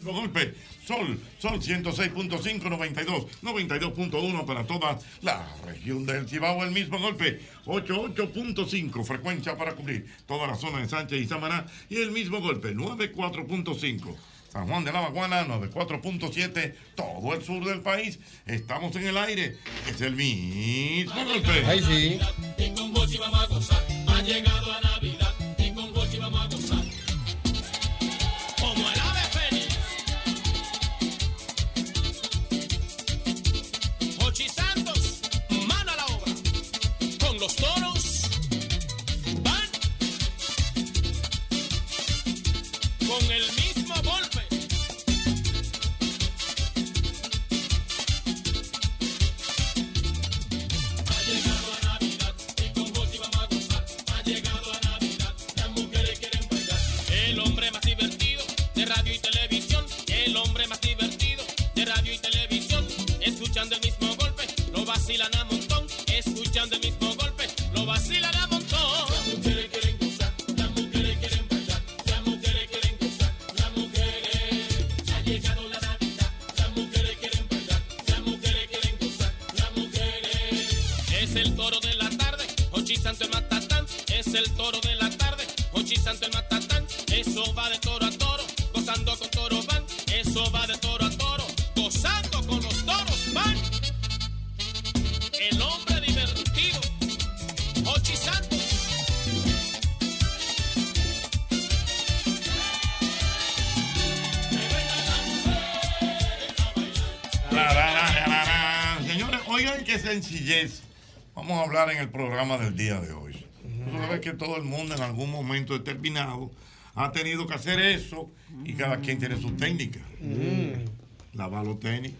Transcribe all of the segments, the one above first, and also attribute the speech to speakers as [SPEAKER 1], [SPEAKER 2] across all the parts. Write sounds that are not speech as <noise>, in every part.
[SPEAKER 1] golpe. Sol, Sol 106.5, 92, 92.1 para toda la región del Cibao. El mismo golpe, 88.5, frecuencia para cubrir toda la zona de Sánchez y Samaná. Y el mismo golpe, 94.5. San Juan de la Baguana, 94.7, todo el sur del país. Estamos en el aire. Es el mismo golpe.
[SPEAKER 2] Ahí sí.
[SPEAKER 3] Y con Gochi vamos a gozar. Ha llegado a Navidad. Y con Gochi vamos a gozar. Como el ave fénix. Gochi Santos, mano a la obra. Con los toros. Van. Con el mismo golpe. El hombre más divertido de radio y televisión. El hombre más divertido de radio y televisión. Escuchando el mismo golpe, lo vacilan a montón. Escuchando el mismo golpe, lo vacilan a montón. Las mujeres quieren gozar, las mujeres quieren bailar, las mujeres quieren gozar, las mujeres. Ha llegado la Navidad, las mujeres quieren bailar, las mujeres quieren gozar, las mujeres. Es el toro de la tarde, Hochi Santo el Matatán. Es el toro de la tarde, Hochi Santo el Matatán. Eso va de toro a toro, gozando con toro van. Eso va de toro a toro, gozando con los toros van. El hombre divertido, Hochi Santos.
[SPEAKER 1] La, la, la, la, la. Señores, oigan qué sencillez. Vamos a hablar en el programa del día de hoy. Tú sabes que todo el mundo en algún momento determinado ha tenido que hacer eso y cada quien tiene su técnica. Lavar los tenis.
[SPEAKER 4] Mm.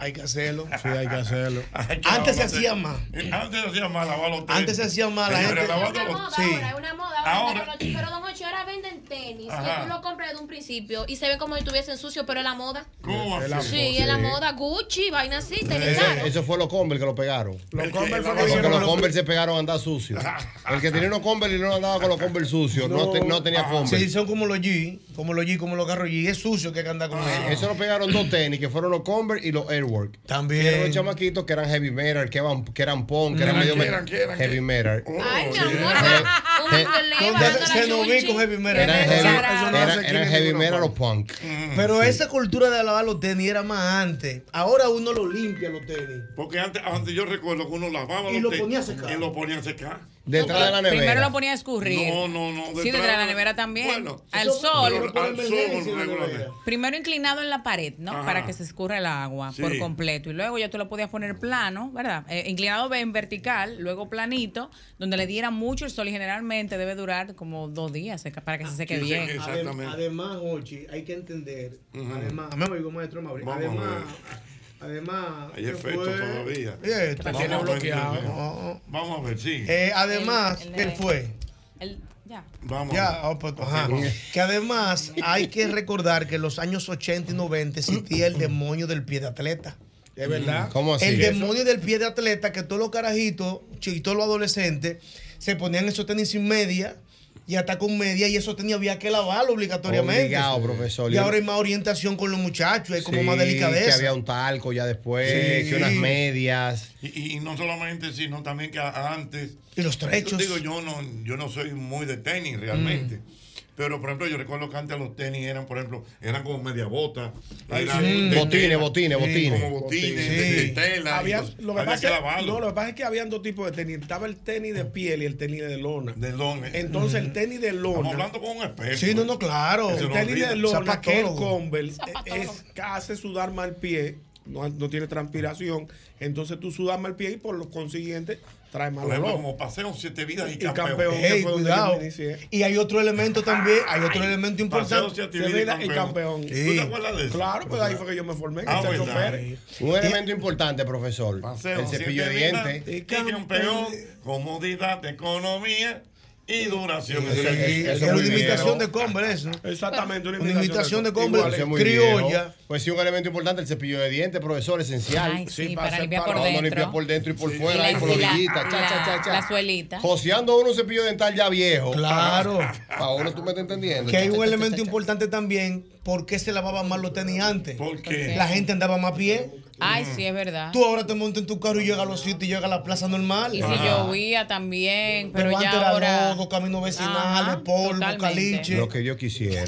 [SPEAKER 4] Hay que hacerlo. Sí, hay que
[SPEAKER 1] <laughs>
[SPEAKER 4] hacerlo.
[SPEAKER 1] Antes eh,
[SPEAKER 4] se hacía más.
[SPEAKER 1] Antes se hacía más lavar los tenis.
[SPEAKER 4] Antes se hacía más, la
[SPEAKER 1] Señores,
[SPEAKER 4] gente-
[SPEAKER 1] lavando
[SPEAKER 5] una
[SPEAKER 1] los-
[SPEAKER 5] moda
[SPEAKER 1] Oh, Sí.
[SPEAKER 5] ahora, es una moda ahora.
[SPEAKER 1] Ahora.
[SPEAKER 5] Pero, los chi- pero, don Hochi, ahora venden tenis
[SPEAKER 1] Ajá.
[SPEAKER 5] que tú lo compras de un principio y se ve como si estuviesen sucios, pero es la moda.
[SPEAKER 1] ¿Cómo
[SPEAKER 5] sí,
[SPEAKER 2] así?
[SPEAKER 5] Sí, es la moda. Gucci, vaina así,
[SPEAKER 1] Eh,
[SPEAKER 5] tenis
[SPEAKER 2] Eso,
[SPEAKER 5] caro.
[SPEAKER 2] eso fue los Converse que lo pegaron.
[SPEAKER 4] Los Converse fue que
[SPEAKER 2] Porque
[SPEAKER 4] hicieron
[SPEAKER 2] los
[SPEAKER 4] los-
[SPEAKER 2] Converse se pegaron a andar sucios. El que tenía unos Converse y no andaba con los Converse sucios. No, te- no tenía Converse.
[SPEAKER 4] Ah, Sí, son como los G, como los G, como los carros G. Es sucio que hay que andar con ellos.
[SPEAKER 2] Ah. Eso lo pegaron dos tenis, que fueron los Converse y los Airwork.
[SPEAKER 4] También.
[SPEAKER 2] Y eran los chamaquitos que eran heavy metal, que eran, que eran punk, que eran
[SPEAKER 4] Mm.
[SPEAKER 2] medio
[SPEAKER 4] ¿Qué eran, Oh,
[SPEAKER 2] metal. Heavy metal.
[SPEAKER 5] Ay, mi amor.
[SPEAKER 2] Eh,
[SPEAKER 5] un
[SPEAKER 2] eh,
[SPEAKER 5] violín,
[SPEAKER 2] ¿dónde
[SPEAKER 5] bajando
[SPEAKER 4] se
[SPEAKER 5] la
[SPEAKER 4] nos vi
[SPEAKER 5] chuchi.
[SPEAKER 4] con heavy metal?
[SPEAKER 2] Eran heavy,
[SPEAKER 4] Eso no
[SPEAKER 2] eran-
[SPEAKER 4] hace
[SPEAKER 2] eran
[SPEAKER 4] quién
[SPEAKER 2] heavy
[SPEAKER 4] es uno,
[SPEAKER 2] metal
[SPEAKER 4] Juan.
[SPEAKER 2] los punk.
[SPEAKER 6] Mm.
[SPEAKER 4] Pero esa cultura de lavar los tenis era más antes.
[SPEAKER 6] Ah,
[SPEAKER 4] Ahora uno lo limpia los tenis.
[SPEAKER 1] Porque antes, antes yo recuerdo que uno lavaba
[SPEAKER 4] Y
[SPEAKER 1] los
[SPEAKER 4] lo
[SPEAKER 1] tenis
[SPEAKER 4] ponía a secar.
[SPEAKER 1] Y lo ponía a secar.
[SPEAKER 2] Detrás de la
[SPEAKER 6] Primero
[SPEAKER 2] nevera.
[SPEAKER 6] lo ponía a escurrir.
[SPEAKER 1] No, no, no.
[SPEAKER 6] sí, detrás de la nevera también.
[SPEAKER 1] Bueno,
[SPEAKER 6] al sol.
[SPEAKER 1] pero al sol regularmente.
[SPEAKER 6] Primero inclinado en la pared, ¿no?
[SPEAKER 1] Ajá.
[SPEAKER 6] Para que se escurra el agua
[SPEAKER 1] Sí.
[SPEAKER 6] por completo. Y luego ya tú lo podías poner plano, ¿verdad? Eh, inclinado en vertical, luego planito, donde le diera mucho el sol y generalmente debe durar como dos días seca- para que se seque
[SPEAKER 1] sí,
[SPEAKER 6] bien.
[SPEAKER 1] sí, sí.
[SPEAKER 4] Adem-
[SPEAKER 1] Exactamente.
[SPEAKER 4] además, Ochi, hay que entender.
[SPEAKER 1] Ujú.
[SPEAKER 4] Además, a mí me digo maestro Mauri.
[SPEAKER 1] Vamos a
[SPEAKER 4] Además,
[SPEAKER 1] ver.
[SPEAKER 4] además.
[SPEAKER 1] Hay
[SPEAKER 4] ¿qué
[SPEAKER 1] efectos
[SPEAKER 4] fue?
[SPEAKER 1] todavía.
[SPEAKER 4] Eh, te
[SPEAKER 1] Vamos
[SPEAKER 4] tiene
[SPEAKER 1] a ver,
[SPEAKER 4] bloqueado.
[SPEAKER 1] sí, sí.
[SPEAKER 4] No.
[SPEAKER 1] Vamos a ver, sí.
[SPEAKER 4] Eh, además,
[SPEAKER 6] El- el
[SPEAKER 4] ¿qué
[SPEAKER 6] de-
[SPEAKER 4] fue?
[SPEAKER 6] El- ya.
[SPEAKER 1] Vamos.
[SPEAKER 4] Ya, ah, pues, ajá. Que además hay que recordar que en los años 80 y 90 existía el demonio del pie de atleta.
[SPEAKER 2] ¿Es verdad? Mm, ¿Cómo así?
[SPEAKER 4] El demonio del pie de atleta, que todos los carajitos chi- y todos los adolescentes se ponían esos tenis sin media y hasta con media, y esos tenis había que lavarlo obligatoriamente.
[SPEAKER 2] Obligado, profesor.
[SPEAKER 4] Y ahora hay más orientación con los muchachos, hay como más
[SPEAKER 2] Sí, Que
[SPEAKER 4] delicadeza.
[SPEAKER 2] había un talco ya después,
[SPEAKER 4] Sí.
[SPEAKER 2] que unas medias.
[SPEAKER 1] Y, y no solamente, sino también que a- antes.
[SPEAKER 4] Y los
[SPEAKER 1] Yo
[SPEAKER 4] trechos.
[SPEAKER 1] digo, yo no, yo no soy muy de tenis realmente. Pero, por ejemplo, yo recuerdo que antes los tenis eran, por ejemplo, eran como media bota. eran
[SPEAKER 4] sí.
[SPEAKER 1] de
[SPEAKER 2] Botines,
[SPEAKER 1] tela,
[SPEAKER 2] botines,
[SPEAKER 1] Como
[SPEAKER 2] botines.
[SPEAKER 1] botines,
[SPEAKER 4] Sí.
[SPEAKER 1] de, de tela.
[SPEAKER 7] Había-
[SPEAKER 1] y los-
[SPEAKER 7] lo, que
[SPEAKER 1] había
[SPEAKER 7] pasa, es-
[SPEAKER 1] lavarlo.
[SPEAKER 7] no, lo que pasa es que habían dos tipos de tenis. Estaba el tenis de piel y el tenis de lona.
[SPEAKER 1] de lona.
[SPEAKER 7] Entonces el tenis de
[SPEAKER 1] Estamos
[SPEAKER 7] lona,
[SPEAKER 1] hablando con un experto.
[SPEAKER 4] Sí, no, no, claro.
[SPEAKER 1] Eso
[SPEAKER 7] el
[SPEAKER 1] no
[SPEAKER 7] tenis
[SPEAKER 1] olvida.
[SPEAKER 7] de lona que el
[SPEAKER 4] Zapatólogo.
[SPEAKER 7] Converse eh, es, que hace sudar mal el pie, no, no tiene transpiración, entonces tú sudas mal el pie y por lo consiguiente trae mal
[SPEAKER 1] Por ejemplo,
[SPEAKER 7] olor.
[SPEAKER 1] como paseo siete vidas
[SPEAKER 4] Eh,
[SPEAKER 1] y
[SPEAKER 7] Y
[SPEAKER 1] campeón.
[SPEAKER 7] campeón.
[SPEAKER 4] Ey,
[SPEAKER 7] que fue donde
[SPEAKER 4] cuidado.
[SPEAKER 7] yo me inicié.
[SPEAKER 4] Y hay otro elemento también, hay otro elemento
[SPEAKER 1] Paseo
[SPEAKER 4] importante.
[SPEAKER 1] siete
[SPEAKER 7] Se
[SPEAKER 1] vidas
[SPEAKER 7] vira y campeón.
[SPEAKER 1] ¿Tú
[SPEAKER 4] Sí.
[SPEAKER 1] te acuerdas de eso?
[SPEAKER 7] Claro, pues ahí fue que yo me formé.
[SPEAKER 1] Ah,
[SPEAKER 7] que Sergio
[SPEAKER 1] verdad.
[SPEAKER 7] Pérez.
[SPEAKER 2] Un elemento importante, profesor.
[SPEAKER 1] Paseo,
[SPEAKER 2] el cepillo de
[SPEAKER 1] siete vidas
[SPEAKER 2] dientes.
[SPEAKER 1] Y campeón, comodidad, economía y duración.
[SPEAKER 4] Eso es- eso es muy viejo. Comber eso.
[SPEAKER 7] Exactamente, una
[SPEAKER 4] Una
[SPEAKER 7] imitación,
[SPEAKER 4] imitación de
[SPEAKER 7] Comber.
[SPEAKER 4] Comber
[SPEAKER 2] Igual, es muy
[SPEAKER 4] criolla.
[SPEAKER 2] viejo. Pues sí, un elemento importante, el cepillo de dientes, profesor, esencial.
[SPEAKER 6] Ay, sí, para
[SPEAKER 2] hacer
[SPEAKER 6] limpiar
[SPEAKER 2] paro-
[SPEAKER 6] por
[SPEAKER 2] cuando
[SPEAKER 6] dentro.
[SPEAKER 2] limpiar por dentro y por
[SPEAKER 6] Y
[SPEAKER 2] fuera,
[SPEAKER 6] la-
[SPEAKER 2] ahí por la
[SPEAKER 6] y la-
[SPEAKER 2] orillita, cha,
[SPEAKER 6] la-
[SPEAKER 2] cha, cha, cha.
[SPEAKER 6] la suelita.
[SPEAKER 2] Joseando uno un cepillo dental ya viejo.
[SPEAKER 4] Claro.
[SPEAKER 2] Ahora tú me estás entendiendo.
[SPEAKER 4] Que hay
[SPEAKER 2] Cha,
[SPEAKER 4] un
[SPEAKER 2] cha, cha,
[SPEAKER 4] elemento
[SPEAKER 2] cha, cha.
[SPEAKER 4] importante también, ¿por qué se lavaban más los tenis antes?
[SPEAKER 1] Porque
[SPEAKER 4] La gente andaba más a pie.
[SPEAKER 6] Ay, sí, es verdad.
[SPEAKER 4] Tú ahora te montas en tu carro y llegas a los sitios y llegas a la plaza normal.
[SPEAKER 6] Y si llovía también,
[SPEAKER 4] pero
[SPEAKER 6] pero ya
[SPEAKER 4] antes era
[SPEAKER 6] ahora.
[SPEAKER 4] lodo, caminos vecinales,
[SPEAKER 6] Ajá,
[SPEAKER 4] polvo,
[SPEAKER 6] totalmente.
[SPEAKER 4] caliche.
[SPEAKER 2] Lo que Dios quisiera.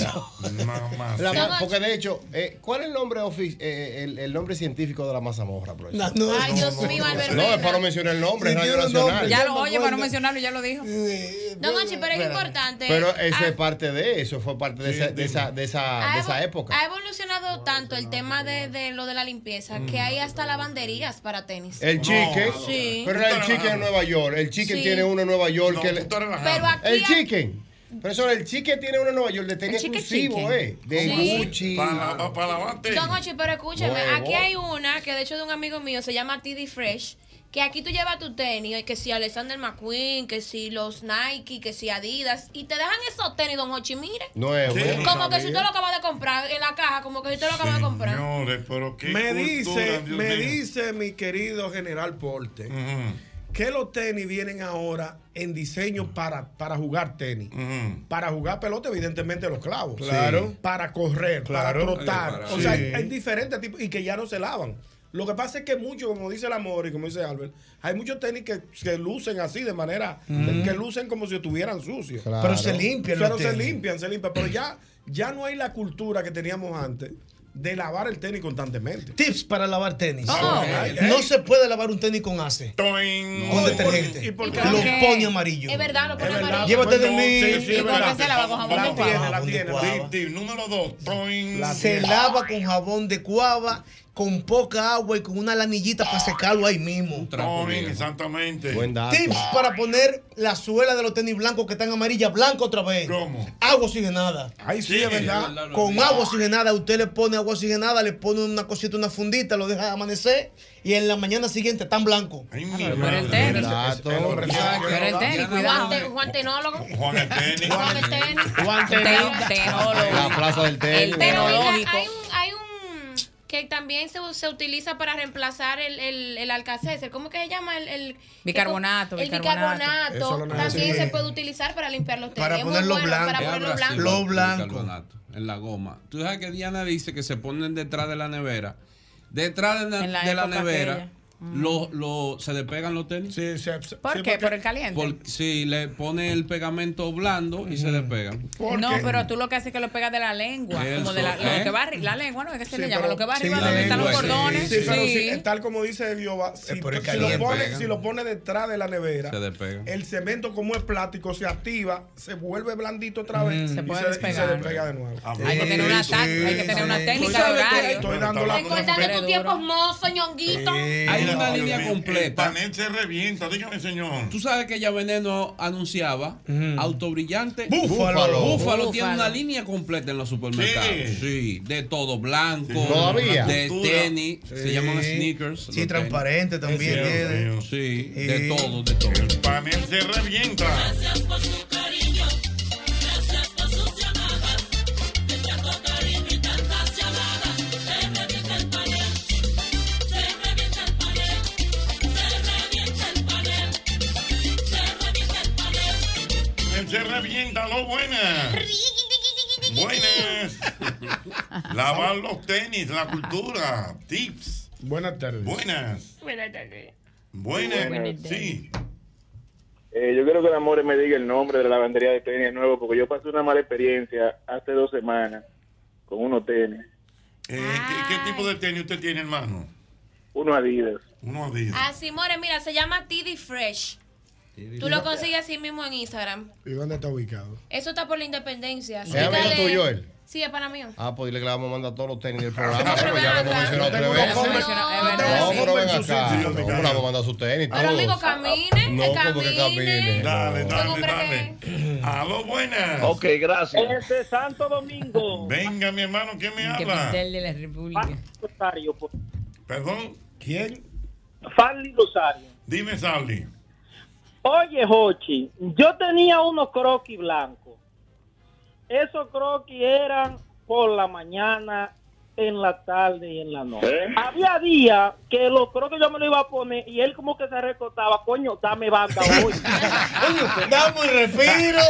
[SPEAKER 1] Mamá.
[SPEAKER 2] La-
[SPEAKER 5] Todo-
[SPEAKER 2] porque de hecho, eh, ¿cuál es el nombre, ofi- eh, el, el nombre científico de la mazamorra, profesor?
[SPEAKER 4] No, no,
[SPEAKER 5] Ay, Dios mío, Albert
[SPEAKER 2] No, es
[SPEAKER 5] Mena.
[SPEAKER 2] para no mencionar el nombre, es
[SPEAKER 4] Sí,
[SPEAKER 2] Radio
[SPEAKER 4] tiene un nombre.
[SPEAKER 2] Nacional.
[SPEAKER 6] Ya
[SPEAKER 4] Yo
[SPEAKER 6] lo
[SPEAKER 4] me
[SPEAKER 6] oye,
[SPEAKER 4] acuerdo.
[SPEAKER 6] para no mencionarlo, ya lo dijo.
[SPEAKER 4] Eh,
[SPEAKER 5] Don Ochi, pero es importante.
[SPEAKER 2] Pero eso
[SPEAKER 6] Ah.
[SPEAKER 5] Ha-
[SPEAKER 2] es parte de eso, fue parte de,
[SPEAKER 1] Sí,
[SPEAKER 2] esa, de,
[SPEAKER 1] dime.
[SPEAKER 2] esa, de, esa,
[SPEAKER 5] ha
[SPEAKER 2] de
[SPEAKER 5] evo-
[SPEAKER 2] esa época.
[SPEAKER 5] Ha evolucionado tanto el tema de, de lo de la limpieza que
[SPEAKER 1] Mm.
[SPEAKER 5] hay hasta lavanderías para tenis.
[SPEAKER 2] El chicken.
[SPEAKER 5] Sí.
[SPEAKER 2] Pero
[SPEAKER 1] Tú
[SPEAKER 2] era el
[SPEAKER 1] estás
[SPEAKER 2] chicken en
[SPEAKER 1] relajando.
[SPEAKER 2] Nueva York. El chicken
[SPEAKER 5] Sí.
[SPEAKER 2] tiene uno en Nueva York.
[SPEAKER 1] No,
[SPEAKER 2] que
[SPEAKER 1] tú
[SPEAKER 2] le-
[SPEAKER 1] estás relajando.
[SPEAKER 5] Pero aquí
[SPEAKER 2] El
[SPEAKER 5] ha-
[SPEAKER 2] chicken. Profesor, el chicken tiene uno en Nueva York. Le tenía
[SPEAKER 6] El chicken
[SPEAKER 2] exclusivo,
[SPEAKER 6] chicken.
[SPEAKER 2] ¿eh? De
[SPEAKER 5] Sí.
[SPEAKER 2] Gucci.
[SPEAKER 1] Para la- para- para lavarte.
[SPEAKER 5] Don Ochi, pero escúchame,
[SPEAKER 2] Nuevo.
[SPEAKER 5] aquí hay una que de hecho de un amigo mío se llama TD Fresh. Que aquí tú llevas tu tenis, que si Alexander McQueen, que si los Nike, que si Adidas, y te dejan esos tenis, don Ochi, mire.
[SPEAKER 2] Nuevo.
[SPEAKER 1] Sí.
[SPEAKER 2] ¿eh?
[SPEAKER 5] Como que si usted lo acaba de comprar en la caja, como que si usted lo acaba de comprar.
[SPEAKER 1] Señores, pero qué
[SPEAKER 7] Me
[SPEAKER 1] cultura,
[SPEAKER 7] dice,
[SPEAKER 1] Dios
[SPEAKER 7] me
[SPEAKER 1] mío.
[SPEAKER 7] dice mi querido general Porte
[SPEAKER 1] Ujú,
[SPEAKER 7] que los tenis vienen ahora en diseño para, para jugar tenis.
[SPEAKER 1] ujú.
[SPEAKER 7] Para jugar pelota, evidentemente los clavos.
[SPEAKER 2] Claro.
[SPEAKER 7] Para correr,
[SPEAKER 4] Claro.
[SPEAKER 7] para trotar.
[SPEAKER 8] Para
[SPEAKER 7] O sea,
[SPEAKER 4] Sí.
[SPEAKER 7] hay diferentes tipos y que ya no se lavan. Lo que pasa es que muchos, como dice el amor y como dice Albert, hay muchos tenis que, que lucen así, de manera que lucen como si estuvieran sucios.
[SPEAKER 2] Claro.
[SPEAKER 4] Pero se limpian
[SPEAKER 7] Pero
[SPEAKER 4] los
[SPEAKER 7] se
[SPEAKER 4] tenis.
[SPEAKER 7] limpian, se limpian. Pero ya, ya no hay la cultura que teníamos antes de lavar el tenis constantemente.
[SPEAKER 4] Tips para lavar tenis.
[SPEAKER 6] Oh.
[SPEAKER 4] No se puede lavar un tenis con ace,
[SPEAKER 1] Toing.
[SPEAKER 4] con
[SPEAKER 7] ¿y por-
[SPEAKER 4] detergente.
[SPEAKER 7] y por
[SPEAKER 5] qué?
[SPEAKER 4] Lo
[SPEAKER 6] ¿Qué?
[SPEAKER 4] pone amarillo.
[SPEAKER 5] Es verdad, lo
[SPEAKER 7] Es
[SPEAKER 5] pone
[SPEAKER 7] verdad.
[SPEAKER 5] amarillo.
[SPEAKER 4] Llévate de
[SPEAKER 7] Bueno,
[SPEAKER 4] mí.
[SPEAKER 7] sí, sí, es
[SPEAKER 6] ¿Y por
[SPEAKER 7] verdad.
[SPEAKER 6] qué se lava con jabón
[SPEAKER 7] La
[SPEAKER 6] de
[SPEAKER 7] tiene,
[SPEAKER 6] cuava?
[SPEAKER 7] la
[SPEAKER 4] Jabón de
[SPEAKER 7] tiene.
[SPEAKER 4] cuava.
[SPEAKER 1] Tip, tip número dos. Toing.
[SPEAKER 4] Se lava con jabón de cuava, con poca agua y con una lanillita para secarlo ahí mismo.
[SPEAKER 1] Toing, exactamente. Ah,
[SPEAKER 2] Buen dato.
[SPEAKER 4] Tips para poner la suela de los tenis blancos que están amarilla blanca otra vez.
[SPEAKER 1] ¿Cómo?
[SPEAKER 4] Agua oxigenada.
[SPEAKER 7] Ay, sí, es verdad.
[SPEAKER 4] Con agua oxigenada, usted le pone agua oxigenada, le pone una cosita, una fundita, lo deja amanecer y en la mañana siguiente están blancos.
[SPEAKER 1] Ay, mi
[SPEAKER 6] Pero el
[SPEAKER 1] madre.
[SPEAKER 2] Buen
[SPEAKER 6] tenis.
[SPEAKER 2] dato.
[SPEAKER 6] Pero el tenis, cuidado.
[SPEAKER 5] Guante, guantenólogo.
[SPEAKER 1] Juan el tenis.
[SPEAKER 5] Juan el tenis.
[SPEAKER 6] Ten- tenólogo.
[SPEAKER 2] La plaza del tenis.
[SPEAKER 5] Pero
[SPEAKER 6] El
[SPEAKER 5] mira,
[SPEAKER 6] Tecnológico.
[SPEAKER 5] hay un, hay un que también se, se utiliza para reemplazar el, el, el Alka-Seltzer. ¿Cómo que se llama? El, el-
[SPEAKER 6] Bicarbonato,
[SPEAKER 5] El
[SPEAKER 6] bicarbonato.
[SPEAKER 5] bicarbonato
[SPEAKER 7] Eso lo
[SPEAKER 5] también
[SPEAKER 4] necesito.
[SPEAKER 5] se puede utilizar para limpiar los tenis.
[SPEAKER 4] Para
[SPEAKER 5] Es muy
[SPEAKER 4] ponerlo
[SPEAKER 5] bueno
[SPEAKER 4] blanco.
[SPEAKER 5] Para ponerlo
[SPEAKER 8] Abrasivo,
[SPEAKER 5] blanco.
[SPEAKER 4] Lo blanco.
[SPEAKER 8] bicarbonato, En la goma. Tú sabes que Diana dice que se ponen detrás de la nevera. Detrás de la,
[SPEAKER 6] En la
[SPEAKER 8] de la
[SPEAKER 6] época
[SPEAKER 8] nevera
[SPEAKER 6] aquella.
[SPEAKER 8] lo- lo- se despegan los tenis.
[SPEAKER 7] Sí, se- se-
[SPEAKER 6] ¿Por
[SPEAKER 7] sí,
[SPEAKER 6] qué? ¿Por
[SPEAKER 7] porque-
[SPEAKER 6] el caliente?
[SPEAKER 8] Por- si le pone el pegamento blando y se despegan.
[SPEAKER 6] No, pero tú lo que haces es que lo pegas de la lengua.
[SPEAKER 8] Eso,
[SPEAKER 6] como de la,
[SPEAKER 8] ¿eh?
[SPEAKER 6] lo que va arri- la lengua, ¿no? Es que se
[SPEAKER 7] Sí,
[SPEAKER 6] le llama.
[SPEAKER 7] pero-
[SPEAKER 6] lo que va
[SPEAKER 7] sí,
[SPEAKER 6] arriba
[SPEAKER 8] la
[SPEAKER 6] donde están los
[SPEAKER 8] lengua, sí,
[SPEAKER 6] cordones.
[SPEAKER 7] Sí, eh,
[SPEAKER 6] Sí,
[SPEAKER 7] pero si- tal como dice Biova, si,
[SPEAKER 4] por el
[SPEAKER 7] si lo
[SPEAKER 4] caliente.
[SPEAKER 7] pone, si lo pone detrás de la nevera,
[SPEAKER 8] Se despega.
[SPEAKER 7] el cemento como es plástico se activa, se vuelve blandito otra vez
[SPEAKER 6] Mm. Se
[SPEAKER 7] y,
[SPEAKER 6] puede
[SPEAKER 7] se, y se
[SPEAKER 6] despegar.
[SPEAKER 7] despega de nuevo.
[SPEAKER 6] Hay que tener una,
[SPEAKER 1] Sí,
[SPEAKER 6] ta- hay que tener una
[SPEAKER 4] sí.
[SPEAKER 7] Tú
[SPEAKER 6] técnica de
[SPEAKER 7] sabes que
[SPEAKER 6] horario.
[SPEAKER 7] estoy dando la
[SPEAKER 5] Recordando
[SPEAKER 6] Pero
[SPEAKER 5] tus
[SPEAKER 6] duro.
[SPEAKER 5] tiempos mozos, ñonguito.
[SPEAKER 8] Hay una
[SPEAKER 1] Dios
[SPEAKER 8] línea
[SPEAKER 1] mío, El
[SPEAKER 8] completa.
[SPEAKER 1] panel se revienta, dígame, señor.
[SPEAKER 8] Tú sabes que ya Veneno anunciaba autobrillante.
[SPEAKER 2] Búfalo.
[SPEAKER 4] Búfalo.
[SPEAKER 8] Búfalo tiene
[SPEAKER 6] Búfalo.
[SPEAKER 8] una línea completa en los supermercados.
[SPEAKER 1] Sí.
[SPEAKER 8] Sí, de todo, blanco,
[SPEAKER 1] Sí.
[SPEAKER 2] Todavía.
[SPEAKER 8] de
[SPEAKER 1] Cultura.
[SPEAKER 8] tenis, se llaman sneakers. los
[SPEAKER 4] Sí,
[SPEAKER 8] tenis.
[SPEAKER 4] transparente también.
[SPEAKER 1] Dios
[SPEAKER 4] tiene.
[SPEAKER 1] mío.
[SPEAKER 8] Sí,
[SPEAKER 4] Eh.
[SPEAKER 8] de todo, de todo.
[SPEAKER 1] El panel se revienta. Se revienta, no buenas. Buenas. Lavar los tenis, la cultura, tips.
[SPEAKER 7] Buenas tardes.
[SPEAKER 1] Buenas. Buenas. Buenas, sí.
[SPEAKER 9] Eh, yo quiero que el amor me diga el nombre de la lavandería de tenis de nuevo, porque yo pasé una mala experiencia hace dos semanas con unos tenis,
[SPEAKER 1] Eh, ¿qué, qué tipo de tenis usted tiene, hermano?
[SPEAKER 9] unos Adidas.
[SPEAKER 1] Uno dice.
[SPEAKER 5] Así, more, mira, se llama TD Fresh. Tú lo consigues así mismo en Instagram.
[SPEAKER 7] ¿Y dónde está ubicado?
[SPEAKER 5] Eso está por la independencia.
[SPEAKER 2] ¿Es amigo
[SPEAKER 5] Dale-
[SPEAKER 2] tuyo él?
[SPEAKER 5] Sí, es para mí.
[SPEAKER 2] Ah, pues dile que le vamos a mandar todos los tenis del programa.
[SPEAKER 5] pero
[SPEAKER 2] Pero ya lo
[SPEAKER 5] ven
[SPEAKER 2] hemos
[SPEAKER 5] acá.
[SPEAKER 2] mencionado
[SPEAKER 7] No
[SPEAKER 2] tres
[SPEAKER 6] conversación. Es
[SPEAKER 2] veces.
[SPEAKER 7] tengo
[SPEAKER 6] verdad,
[SPEAKER 2] No,
[SPEAKER 6] sí.
[SPEAKER 2] pero ven acá.
[SPEAKER 1] Sí, yo
[SPEAKER 2] No, le
[SPEAKER 1] me callo.
[SPEAKER 2] vamos a mandar sus tenis.
[SPEAKER 5] Pero
[SPEAKER 2] todos.
[SPEAKER 5] amigo, camine,
[SPEAKER 2] No, como que camine.
[SPEAKER 5] camine.
[SPEAKER 1] Dale,
[SPEAKER 2] No.
[SPEAKER 1] dale,
[SPEAKER 5] hombre
[SPEAKER 1] dale. Aló, buenas.
[SPEAKER 10] Es de Este Santo Domingo,
[SPEAKER 1] Venga, mi hermano, ¿quién me habla?
[SPEAKER 6] Capital de la República.
[SPEAKER 10] Rosario, por-
[SPEAKER 1] Perdón,
[SPEAKER 7] ¿Quién?
[SPEAKER 10] Farley Rosario.
[SPEAKER 1] dime, Sauli.
[SPEAKER 11] Oye, Hochi, yo tenía unos croquis blancos. Esos croquis eran por la mañana, en la tarde y en la noche.
[SPEAKER 12] ¿Eh?
[SPEAKER 11] Había días que los croquis yo me lo iba a poner y él como que se recostaba, coño, dame banda hoy. coño,
[SPEAKER 4] dame un respiro.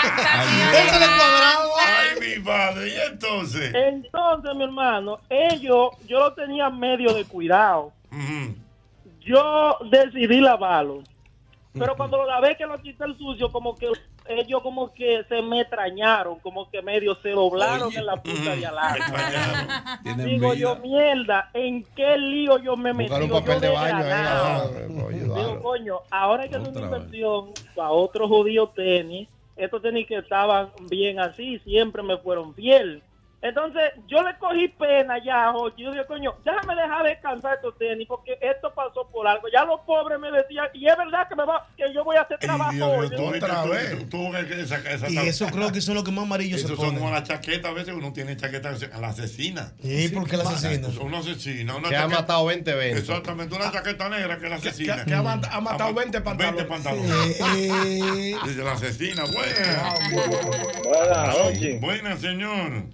[SPEAKER 1] Échale cuadrado. Ay, mi padre, ¿y entonces?
[SPEAKER 11] Entonces, mi hermano, ellos, yo lo tenía medio de cuidado. Yo decidí lavarlo. Pero cuando lo lavé que lo quité el sucio, como que ellos como que se me extrañaron, como que medio se doblaron en la punta de alarma. <laughs> Digo yo, mierda, ¿en qué lío yo me metí?
[SPEAKER 2] Buscar un
[SPEAKER 11] Digo,
[SPEAKER 2] papel
[SPEAKER 11] yo
[SPEAKER 2] de baño ahí.
[SPEAKER 11] desganado.
[SPEAKER 2] ah, coño.
[SPEAKER 11] Digo, coño, ahora hay que hacer una
[SPEAKER 2] Otra vez.
[SPEAKER 11] inversión para otro judío tenis. Estos tenis que estaban bien así, siempre me fueron fiel. Entonces, yo le cogí pena ya, Jorge. Yo dije, coño, déjame dejar descansar estos tenis porque esto pasó por algo. Ya los pobres me decían, y es verdad que me va, que yo voy a hacer trabajo hoy. Digo,
[SPEAKER 1] Otra vez. Tú ves que esa, esa
[SPEAKER 4] Y esos creo que son los que más amarillos se
[SPEAKER 1] Eso son
[SPEAKER 4] ponen.
[SPEAKER 1] como las chaquetas, a veces uno tiene chaqueta a la asesina.
[SPEAKER 4] ¿Y por qué la asesina?
[SPEAKER 1] Una asesina. Una
[SPEAKER 2] Que ha
[SPEAKER 1] chaqueta-
[SPEAKER 2] matado 20 veces.
[SPEAKER 1] Exactamente,
[SPEAKER 2] Ah.
[SPEAKER 1] una chaqueta negra que es la asesina.
[SPEAKER 7] que ha mat- ha matado
[SPEAKER 1] mat-
[SPEAKER 7] 20 pantalones.
[SPEAKER 2] <laughs>
[SPEAKER 1] 20 pantalones. Desde la asesina, buena.
[SPEAKER 12] Buenas,
[SPEAKER 1] Sí,
[SPEAKER 12] Ochi.
[SPEAKER 1] Buena, señor.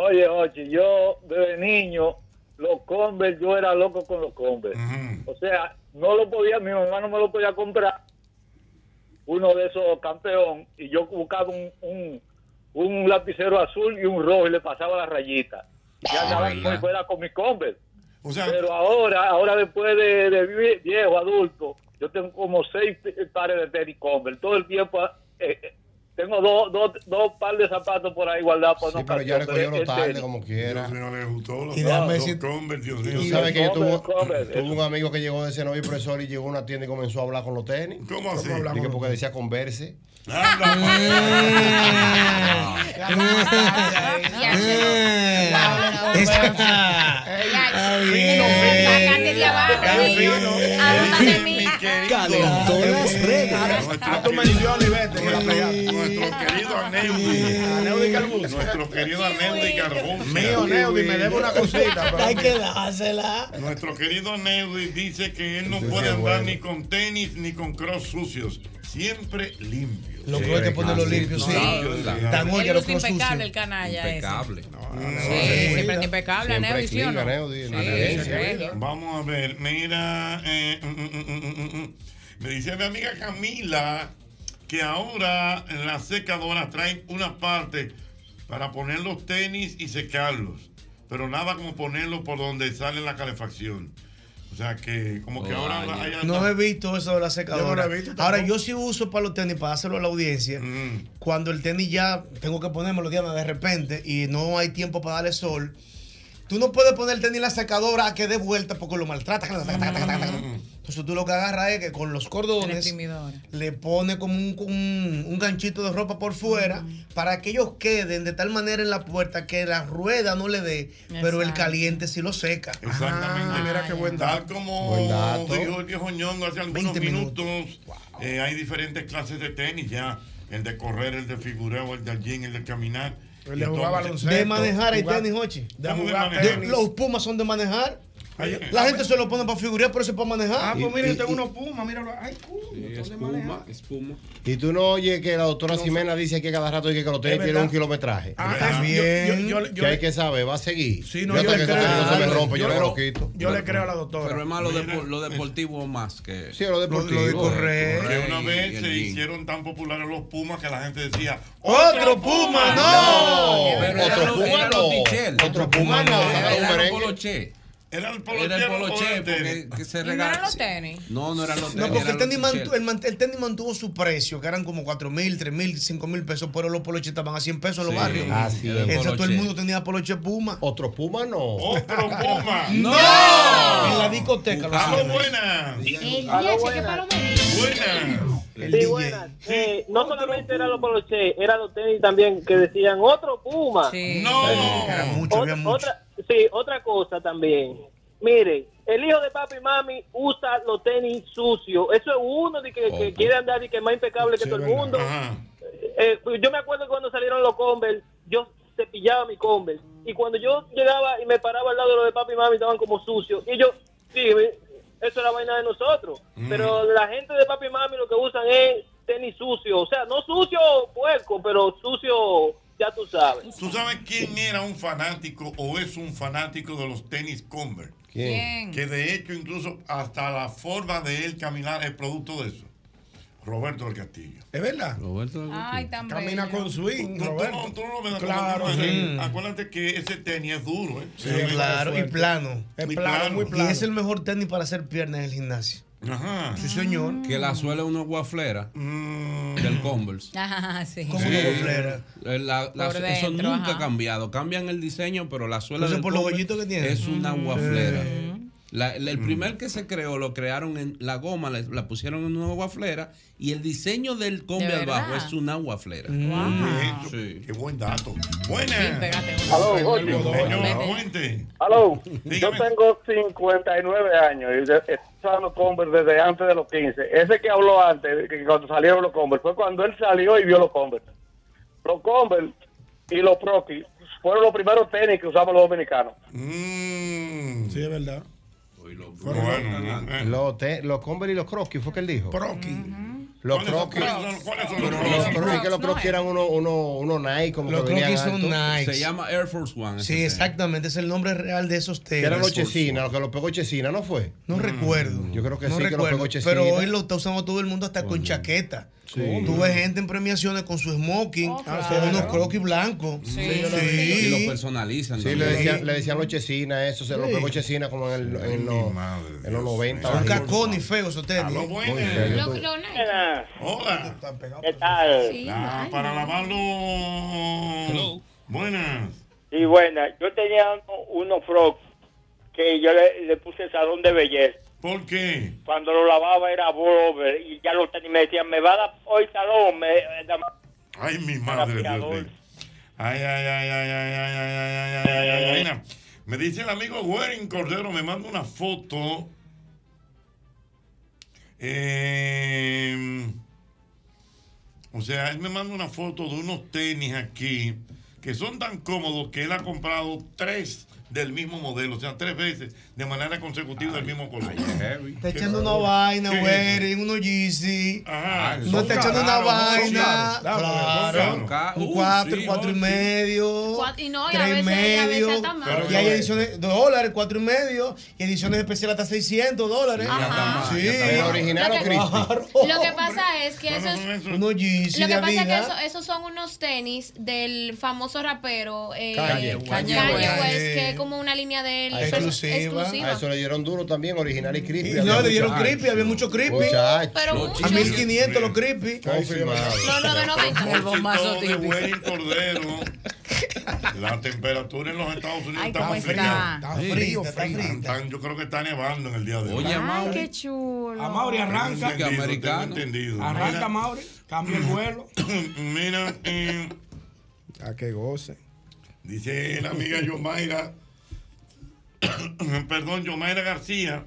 [SPEAKER 12] Oye, Ochi, yo desde niño, los Converse, yo era loco con los Converse. O sea, no lo podía, mi mamá no me lo podía comprar, uno de esos campeón, y yo buscaba un, un, un lapicero azul y un rojo y le pasaba la rayita. Ya andaba
[SPEAKER 1] ¿verdad?
[SPEAKER 12] muy fuera con mis Converse.
[SPEAKER 1] O sea-
[SPEAKER 12] Pero ahora, ahora después de, de vie- viejo, adulto, yo tengo como seis p- pares de tenis Converse. Todo el tiempo eh, eh, tengo dos, dos, dos par de zapatos por ahí guardados para
[SPEAKER 2] Sí,
[SPEAKER 12] una
[SPEAKER 2] pero ya le
[SPEAKER 12] ocasión, pero
[SPEAKER 2] cogió lo
[SPEAKER 12] es
[SPEAKER 2] tarde
[SPEAKER 12] tenis.
[SPEAKER 2] como quiera.
[SPEAKER 1] No le gustó los
[SPEAKER 2] Y déjame
[SPEAKER 1] los
[SPEAKER 2] decir-
[SPEAKER 1] Converse, Dios mío.
[SPEAKER 2] Tú sabes que yo tuve,
[SPEAKER 12] Converse,
[SPEAKER 2] tuve un amigo que llegó de Cenoví, profesor, y llegó a una tienda y comenzó a hablar con los tenis.
[SPEAKER 1] ¿Cómo así?
[SPEAKER 2] Dije, porque decía converse. pues. <laughs>
[SPEAKER 13] Sácate de abajo, niño. Abóndate a mí.
[SPEAKER 1] Calentó las redes. Nuestro querido Aneudi. Aneudi Carbuz. Nuestro querido Aneudi Carbuz.
[SPEAKER 7] Mío, Neudi, me debe una cosita. pero-
[SPEAKER 4] Hay que dársela.
[SPEAKER 1] Nuestro querido Neudi dice que él no puede andar ni con tenis ni con cross sucios. Siempre limpio.
[SPEAKER 4] Los crocs hay que ponerlos limpios, sí. Tan
[SPEAKER 6] Él
[SPEAKER 4] olla
[SPEAKER 6] luce
[SPEAKER 4] los crocs
[SPEAKER 6] impecable,
[SPEAKER 4] sucios.
[SPEAKER 6] el canalla ese.
[SPEAKER 14] Impecable.
[SPEAKER 6] Sí, siempre es impecable,
[SPEAKER 14] Siempre
[SPEAKER 6] Aneudi, ¿sí o no?
[SPEAKER 14] clean, Aneudi,
[SPEAKER 6] Sí,
[SPEAKER 14] Aneudi,
[SPEAKER 6] sí.
[SPEAKER 14] Aneudi.
[SPEAKER 1] Vamos a ver, mira. eh, mm, mm, mm, mm, mm, mm. Me dice mi amiga Camila que ahora en la secadora traen una parte para poner los tenis y secarlos. Pero nada como ponerlos por donde sale la calefacción. O sea que, como que ahora hay
[SPEAKER 4] No he visto eso de la secadora.
[SPEAKER 1] Yo no lo he visto Mm.
[SPEAKER 4] Ahora, yo sí uso para los tenis, para hacerlo a la audiencia. Cuando el tenis ya tengo que ponérmelo, Diana, de repente, y no hay tiempo para darle sol. Tú no puedes poner el tenis en la secadora a que dé vuelta porque lo maltratas.
[SPEAKER 1] Mm.
[SPEAKER 4] Entonces tú lo que agarras es que con los cordones le pone como un, un- un ganchito de ropa por fuera para que ellos queden de tal manera en la puerta que la rueda no le dé, pero el
[SPEAKER 1] Exacto.
[SPEAKER 4] caliente sí lo seca.
[SPEAKER 1] Exactamente. mira qué buen dato. Tal como
[SPEAKER 4] Buen dato.
[SPEAKER 1] dijo el viejo ñongo hace algunos minutos, eh, hay diferentes clases de tenis ya. El de correr, el de figureo, el del jean, el de caminar.
[SPEAKER 7] El de
[SPEAKER 1] Y
[SPEAKER 7] jugar
[SPEAKER 1] todo.
[SPEAKER 7] baloncesto.
[SPEAKER 4] De manejar hay tenis, Hochi.
[SPEAKER 1] De ¿Cómo de
[SPEAKER 7] jugar
[SPEAKER 1] manejar?
[SPEAKER 7] tenis.
[SPEAKER 4] Los Pumas son de manejar. La gente se lo pone para figurar, pero eso es para manejar.
[SPEAKER 7] Ah, pues mira, yo tengo
[SPEAKER 2] y-
[SPEAKER 7] unos pumas, míralo. Ay, cu-
[SPEAKER 14] espuma, espuma.
[SPEAKER 2] Y tú no oyes que la doctora Ximena dice que cada rato dice que los tenis
[SPEAKER 7] Es
[SPEAKER 2] tienen
[SPEAKER 7] verdad.
[SPEAKER 2] un kilometraje.
[SPEAKER 7] También. yo- yo- yo- yo
[SPEAKER 2] que hay
[SPEAKER 7] le-
[SPEAKER 2] que saber, va a seguir.
[SPEAKER 7] Sí, no,
[SPEAKER 2] yo
[SPEAKER 7] yo
[SPEAKER 2] hasta
[SPEAKER 7] le
[SPEAKER 2] que
[SPEAKER 7] creo.
[SPEAKER 2] esa vaina no se me
[SPEAKER 7] Yo-
[SPEAKER 2] rompe, yo,
[SPEAKER 7] yo-
[SPEAKER 2] me lo quito.
[SPEAKER 7] yo le creo a la doctora.
[SPEAKER 14] Pero es más lo, depo- lo deportivo más que.
[SPEAKER 2] Sí, lo deportivo.
[SPEAKER 14] de correr.
[SPEAKER 1] Que una
[SPEAKER 14] Y
[SPEAKER 1] vez
[SPEAKER 14] el
[SPEAKER 1] se
[SPEAKER 14] jean.
[SPEAKER 1] hicieron tan populares los Pumas que la gente decía,
[SPEAKER 4] ¡Otro Puma, no!
[SPEAKER 14] Pero
[SPEAKER 1] Otro
[SPEAKER 14] otro
[SPEAKER 1] Puma
[SPEAKER 14] puma
[SPEAKER 1] no.
[SPEAKER 14] Otro
[SPEAKER 1] Puma no.
[SPEAKER 14] Era
[SPEAKER 1] Era un
[SPEAKER 14] el
[SPEAKER 1] merengue.
[SPEAKER 14] poloche.
[SPEAKER 1] Era el
[SPEAKER 14] Era el poloche
[SPEAKER 1] tenis.
[SPEAKER 14] porque que se
[SPEAKER 6] ¿Y no eran
[SPEAKER 14] regaló.
[SPEAKER 6] los tenis?
[SPEAKER 14] No, no eran los tenis.
[SPEAKER 4] No, porque
[SPEAKER 14] eran
[SPEAKER 4] el tenis,
[SPEAKER 14] los
[SPEAKER 4] mantu- el, man- el tenis mantuvo su precio, que eran como 4 mil, 3 mil, 5 mil pesos, pero los poloches estaban a 100 pesos en los
[SPEAKER 14] Sí,
[SPEAKER 4] barrios.
[SPEAKER 14] así es.
[SPEAKER 4] Entonces todo el
[SPEAKER 14] Poloche.
[SPEAKER 4] mundo tenía poloche Puma.
[SPEAKER 2] Otro Puma
[SPEAKER 4] <laughs>
[SPEAKER 2] no.
[SPEAKER 1] Otro Puma.
[SPEAKER 4] ¡No!
[SPEAKER 1] ¡No!
[SPEAKER 4] En la discoteca. los
[SPEAKER 1] ¡Aló,
[SPEAKER 4] sábados.
[SPEAKER 1] buenas! ¡Buenas!
[SPEAKER 11] Sí, buenas. Eh, no solamente eran los poloche, eran los tenis también que decían otro Puma.
[SPEAKER 1] ¡No!
[SPEAKER 4] Mucho, había mucho.
[SPEAKER 11] Otra, sí, otra cosa también. Mire, el hijo de papi y mami usa los tenis sucios. Eso es uno de que,
[SPEAKER 4] Oh,
[SPEAKER 11] que quiere andar y que es más impecable que todo el mundo. Eh, pues yo me acuerdo que cuando salieron los Converse, yo cepillaba mi Converse. Y cuando yo llegaba y me paraba al lado de los de papi y mami, estaban como sucios. Y yo, sí, me-
[SPEAKER 13] eso era vaina de nosotros. Pero la gente de papi y mami lo que usan es tenis sucio. O sea, no sucio puerco, pero sucio, ya tú sabes.
[SPEAKER 1] ¿Tú sabes quién era un fanático o es un fanático de los tenis Converse?
[SPEAKER 13] ¿Quién? ¿Quién?
[SPEAKER 1] Que de hecho incluso hasta la forma de él caminar es producto de eso. Roberto del Castillo.
[SPEAKER 7] ¿Es verdad?
[SPEAKER 14] Roberto del
[SPEAKER 6] Ay,
[SPEAKER 7] <laughs>
[SPEAKER 6] tan
[SPEAKER 7] Camina
[SPEAKER 6] bello.
[SPEAKER 7] con swing,
[SPEAKER 1] Tú- tú
[SPEAKER 7] Roberto.
[SPEAKER 1] no- tú no lo ves
[SPEAKER 7] Claro,
[SPEAKER 1] como-
[SPEAKER 7] sí.
[SPEAKER 1] Acuérdate que ese tenis es duro, ¿eh?
[SPEAKER 4] Sí, claro, y plano.
[SPEAKER 7] Es
[SPEAKER 1] Muy plano, plano. muy plano.
[SPEAKER 4] Y es el mejor tenis para hacer piernas en el gimnasio.
[SPEAKER 1] Ajá.
[SPEAKER 4] Sí, señor.
[SPEAKER 14] Que la suele una guaflera del Converse.
[SPEAKER 6] Ah, sí.
[SPEAKER 4] Como una goflera.
[SPEAKER 14] Eh, la- la-
[SPEAKER 6] Por
[SPEAKER 14] eso
[SPEAKER 6] dentro,
[SPEAKER 14] nunca
[SPEAKER 6] ajá.
[SPEAKER 14] ha cambiado. Cambian el diseño, pero la suela
[SPEAKER 4] Entonces,
[SPEAKER 14] del
[SPEAKER 4] por los
[SPEAKER 14] Converse
[SPEAKER 4] hoyitos que tiene.
[SPEAKER 14] es una guaflera. La- la- el primer que se creó lo crearon en la goma, la, la pusieron en una guaflera y el diseño del combi
[SPEAKER 6] ¿De
[SPEAKER 14] al bajo
[SPEAKER 6] verdad?
[SPEAKER 14] es una guaflera.
[SPEAKER 1] Bien, eso.
[SPEAKER 14] Sí.
[SPEAKER 1] Qué buen dato. Buena.
[SPEAKER 6] Sí, pégate una.
[SPEAKER 11] Aló, oye.
[SPEAKER 1] Señor,
[SPEAKER 6] Vete.
[SPEAKER 1] cuente.
[SPEAKER 11] Aló, yo
[SPEAKER 1] Dígame.
[SPEAKER 11] tengo 59 años y de- estoy usando Converse desde antes de los 15. Ese que habló antes, que cuando salieron los Converse, fue cuando él salió y vio los Converse. Los Converse y los Proki fueron los primeros tenis que usamos los dominicanos.
[SPEAKER 1] Mm.
[SPEAKER 7] Sí, es verdad.
[SPEAKER 14] Uy, lo-
[SPEAKER 1] Bueno, eh.
[SPEAKER 2] Los, te- los Converse y los Croquis, fue que él dijo.
[SPEAKER 7] Proki.
[SPEAKER 2] Los
[SPEAKER 1] ¿Cuáles son-
[SPEAKER 2] Croquis.
[SPEAKER 1] cuáles son- cuáles son
[SPEAKER 2] Los
[SPEAKER 1] los
[SPEAKER 2] Croquis,
[SPEAKER 1] Crocs?
[SPEAKER 2] es que los
[SPEAKER 6] no
[SPEAKER 2] Croquis
[SPEAKER 6] es.
[SPEAKER 2] eran unos uno, uno Nike, como
[SPEAKER 4] Los
[SPEAKER 2] que venían
[SPEAKER 4] croquis son
[SPEAKER 2] altos.
[SPEAKER 4] Nike.
[SPEAKER 14] Se llama Air Force One. ese
[SPEAKER 4] Sí,
[SPEAKER 14] tema.
[SPEAKER 4] exactamente. Es el nombre real de esos
[SPEAKER 2] Que
[SPEAKER 4] tenis.
[SPEAKER 2] eran los Chesina, los que los pegó Chesina, ¿no fue? Mm.
[SPEAKER 4] No recuerdo.
[SPEAKER 2] Yo creo que
[SPEAKER 4] no
[SPEAKER 2] sí, que lo
[SPEAKER 4] recuerdo,
[SPEAKER 2] pegó Chesina.
[SPEAKER 4] Pero hoy lo está usando todo el mundo hasta con chaqueta. Tú ves gente en premiaciones con su smoking,
[SPEAKER 6] Oh,
[SPEAKER 4] con
[SPEAKER 6] claro.
[SPEAKER 4] unos croquis blancos.
[SPEAKER 6] Sí.
[SPEAKER 14] Y lo
[SPEAKER 4] Sí.
[SPEAKER 14] personalizan.
[SPEAKER 2] Sí, le
[SPEAKER 14] también.
[SPEAKER 2] decían, le decían los Chesina, eso, se los pegó Chesina como en, el, en, los,
[SPEAKER 1] madre,
[SPEAKER 2] en los
[SPEAKER 1] Dios
[SPEAKER 2] 90.
[SPEAKER 4] Son
[SPEAKER 2] ahí.
[SPEAKER 4] cacones feos esos
[SPEAKER 13] Ah,
[SPEAKER 1] A lo
[SPEAKER 4] tenis. ¿eh?
[SPEAKER 1] buena.
[SPEAKER 5] Lo, lo Nike.
[SPEAKER 1] Hola.
[SPEAKER 11] pues. ¿Qué tal?
[SPEAKER 5] Sí,
[SPEAKER 1] Ah,
[SPEAKER 5] vale.
[SPEAKER 1] para lavarlo. Buenas.
[SPEAKER 11] Y bueno, yo tenía unos frogs que yo le, puse salón de belleza.
[SPEAKER 1] ¿Por qué?
[SPEAKER 11] Cuando lo lavaba era over y ya los tenis me decían, me va a dar hoy salón. eh,
[SPEAKER 1] Ay, mi madre, Dios
[SPEAKER 11] aspirador.
[SPEAKER 1] mío. Ay, ay, ay, ay, ay, ay, ay, ay, ay, ay, ay, ay, mira. Me dice el amigo Warren Cordero, me manda una foto. Eh, o sea, él me manda una foto de unos tenis aquí que son tan cómodos que él ha comprado tres del mismo modelo, o sea, tres veces de manera consecutiva del mismo color.
[SPEAKER 14] Heavy.
[SPEAKER 4] Está echando una vaina,
[SPEAKER 1] Sí.
[SPEAKER 4] güey, unos Yeezy.
[SPEAKER 1] Ajá,
[SPEAKER 14] Ay,
[SPEAKER 4] No
[SPEAKER 14] son
[SPEAKER 4] está echando una
[SPEAKER 14] caros, son
[SPEAKER 4] vaina.
[SPEAKER 7] caros. Dame,
[SPEAKER 4] Claro.
[SPEAKER 1] son
[SPEAKER 14] caros.
[SPEAKER 4] Un
[SPEAKER 14] Uh,
[SPEAKER 4] 4,
[SPEAKER 14] sí,
[SPEAKER 4] cuatro y
[SPEAKER 14] oye.
[SPEAKER 4] medio.
[SPEAKER 5] Cuatro- y no, y a
[SPEAKER 4] tres
[SPEAKER 5] veces- y a veces hasta más.
[SPEAKER 4] Y hay ediciones de dólares, cuatro y medio. Y ediciones especiales hasta 600 dólares.
[SPEAKER 14] Ya está
[SPEAKER 5] Ajá.
[SPEAKER 14] mal, ya
[SPEAKER 4] Sí.
[SPEAKER 14] está mal.
[SPEAKER 2] ¿El original o
[SPEAKER 5] Lo que-
[SPEAKER 2] Christie?
[SPEAKER 5] Lo que pasa es que eso
[SPEAKER 1] Bueno,
[SPEAKER 5] es
[SPEAKER 1] no, eso-
[SPEAKER 4] Unos Yeezy.
[SPEAKER 5] Lo que
[SPEAKER 4] de
[SPEAKER 5] pasa es que
[SPEAKER 4] Adidas.
[SPEAKER 5] eso- esos son unos tenis del famoso rapero eh, Kanye
[SPEAKER 2] Kanye West.
[SPEAKER 5] West,
[SPEAKER 2] Kanye
[SPEAKER 4] West.
[SPEAKER 5] que es como una línea de él
[SPEAKER 2] Ah,
[SPEAKER 5] pers-
[SPEAKER 4] exclusiva. Ah,
[SPEAKER 2] A eso le dieron duro también, original y
[SPEAKER 4] Y
[SPEAKER 2] Crispy.
[SPEAKER 4] No, le dieron
[SPEAKER 14] mucho-
[SPEAKER 4] creepy, había mucho creepy.
[SPEAKER 2] Muchachos.
[SPEAKER 5] Pero
[SPEAKER 14] Los
[SPEAKER 5] muchos.
[SPEAKER 4] A 1500 los creepy.
[SPEAKER 2] Confirmado.
[SPEAKER 5] No, no, de 90.
[SPEAKER 6] El bombazo
[SPEAKER 1] Propósito de
[SPEAKER 6] típico.
[SPEAKER 1] Wayne Cordero. La temperatura en los Estados Unidos
[SPEAKER 6] Ay,
[SPEAKER 1] está
[SPEAKER 6] ¿cómo
[SPEAKER 1] muy
[SPEAKER 6] está?
[SPEAKER 1] fría.
[SPEAKER 7] Está
[SPEAKER 14] Sí.
[SPEAKER 7] frío,
[SPEAKER 4] Está
[SPEAKER 7] frío.
[SPEAKER 4] frío.
[SPEAKER 1] Están- yo creo que está nevando en el día de hoy.
[SPEAKER 14] Oye,
[SPEAKER 6] Ay,
[SPEAKER 14] Mauri.
[SPEAKER 6] qué chulo.
[SPEAKER 7] A Mauri arranca.
[SPEAKER 1] Tengo entendido, tengo
[SPEAKER 14] americano.
[SPEAKER 1] entendido.
[SPEAKER 7] Arranca, Mauri. Cambia el vuelo.
[SPEAKER 1] Mira, eh,
[SPEAKER 7] A que goce.
[SPEAKER 1] dice la amiga Yomaira, perdón, Yomaira García,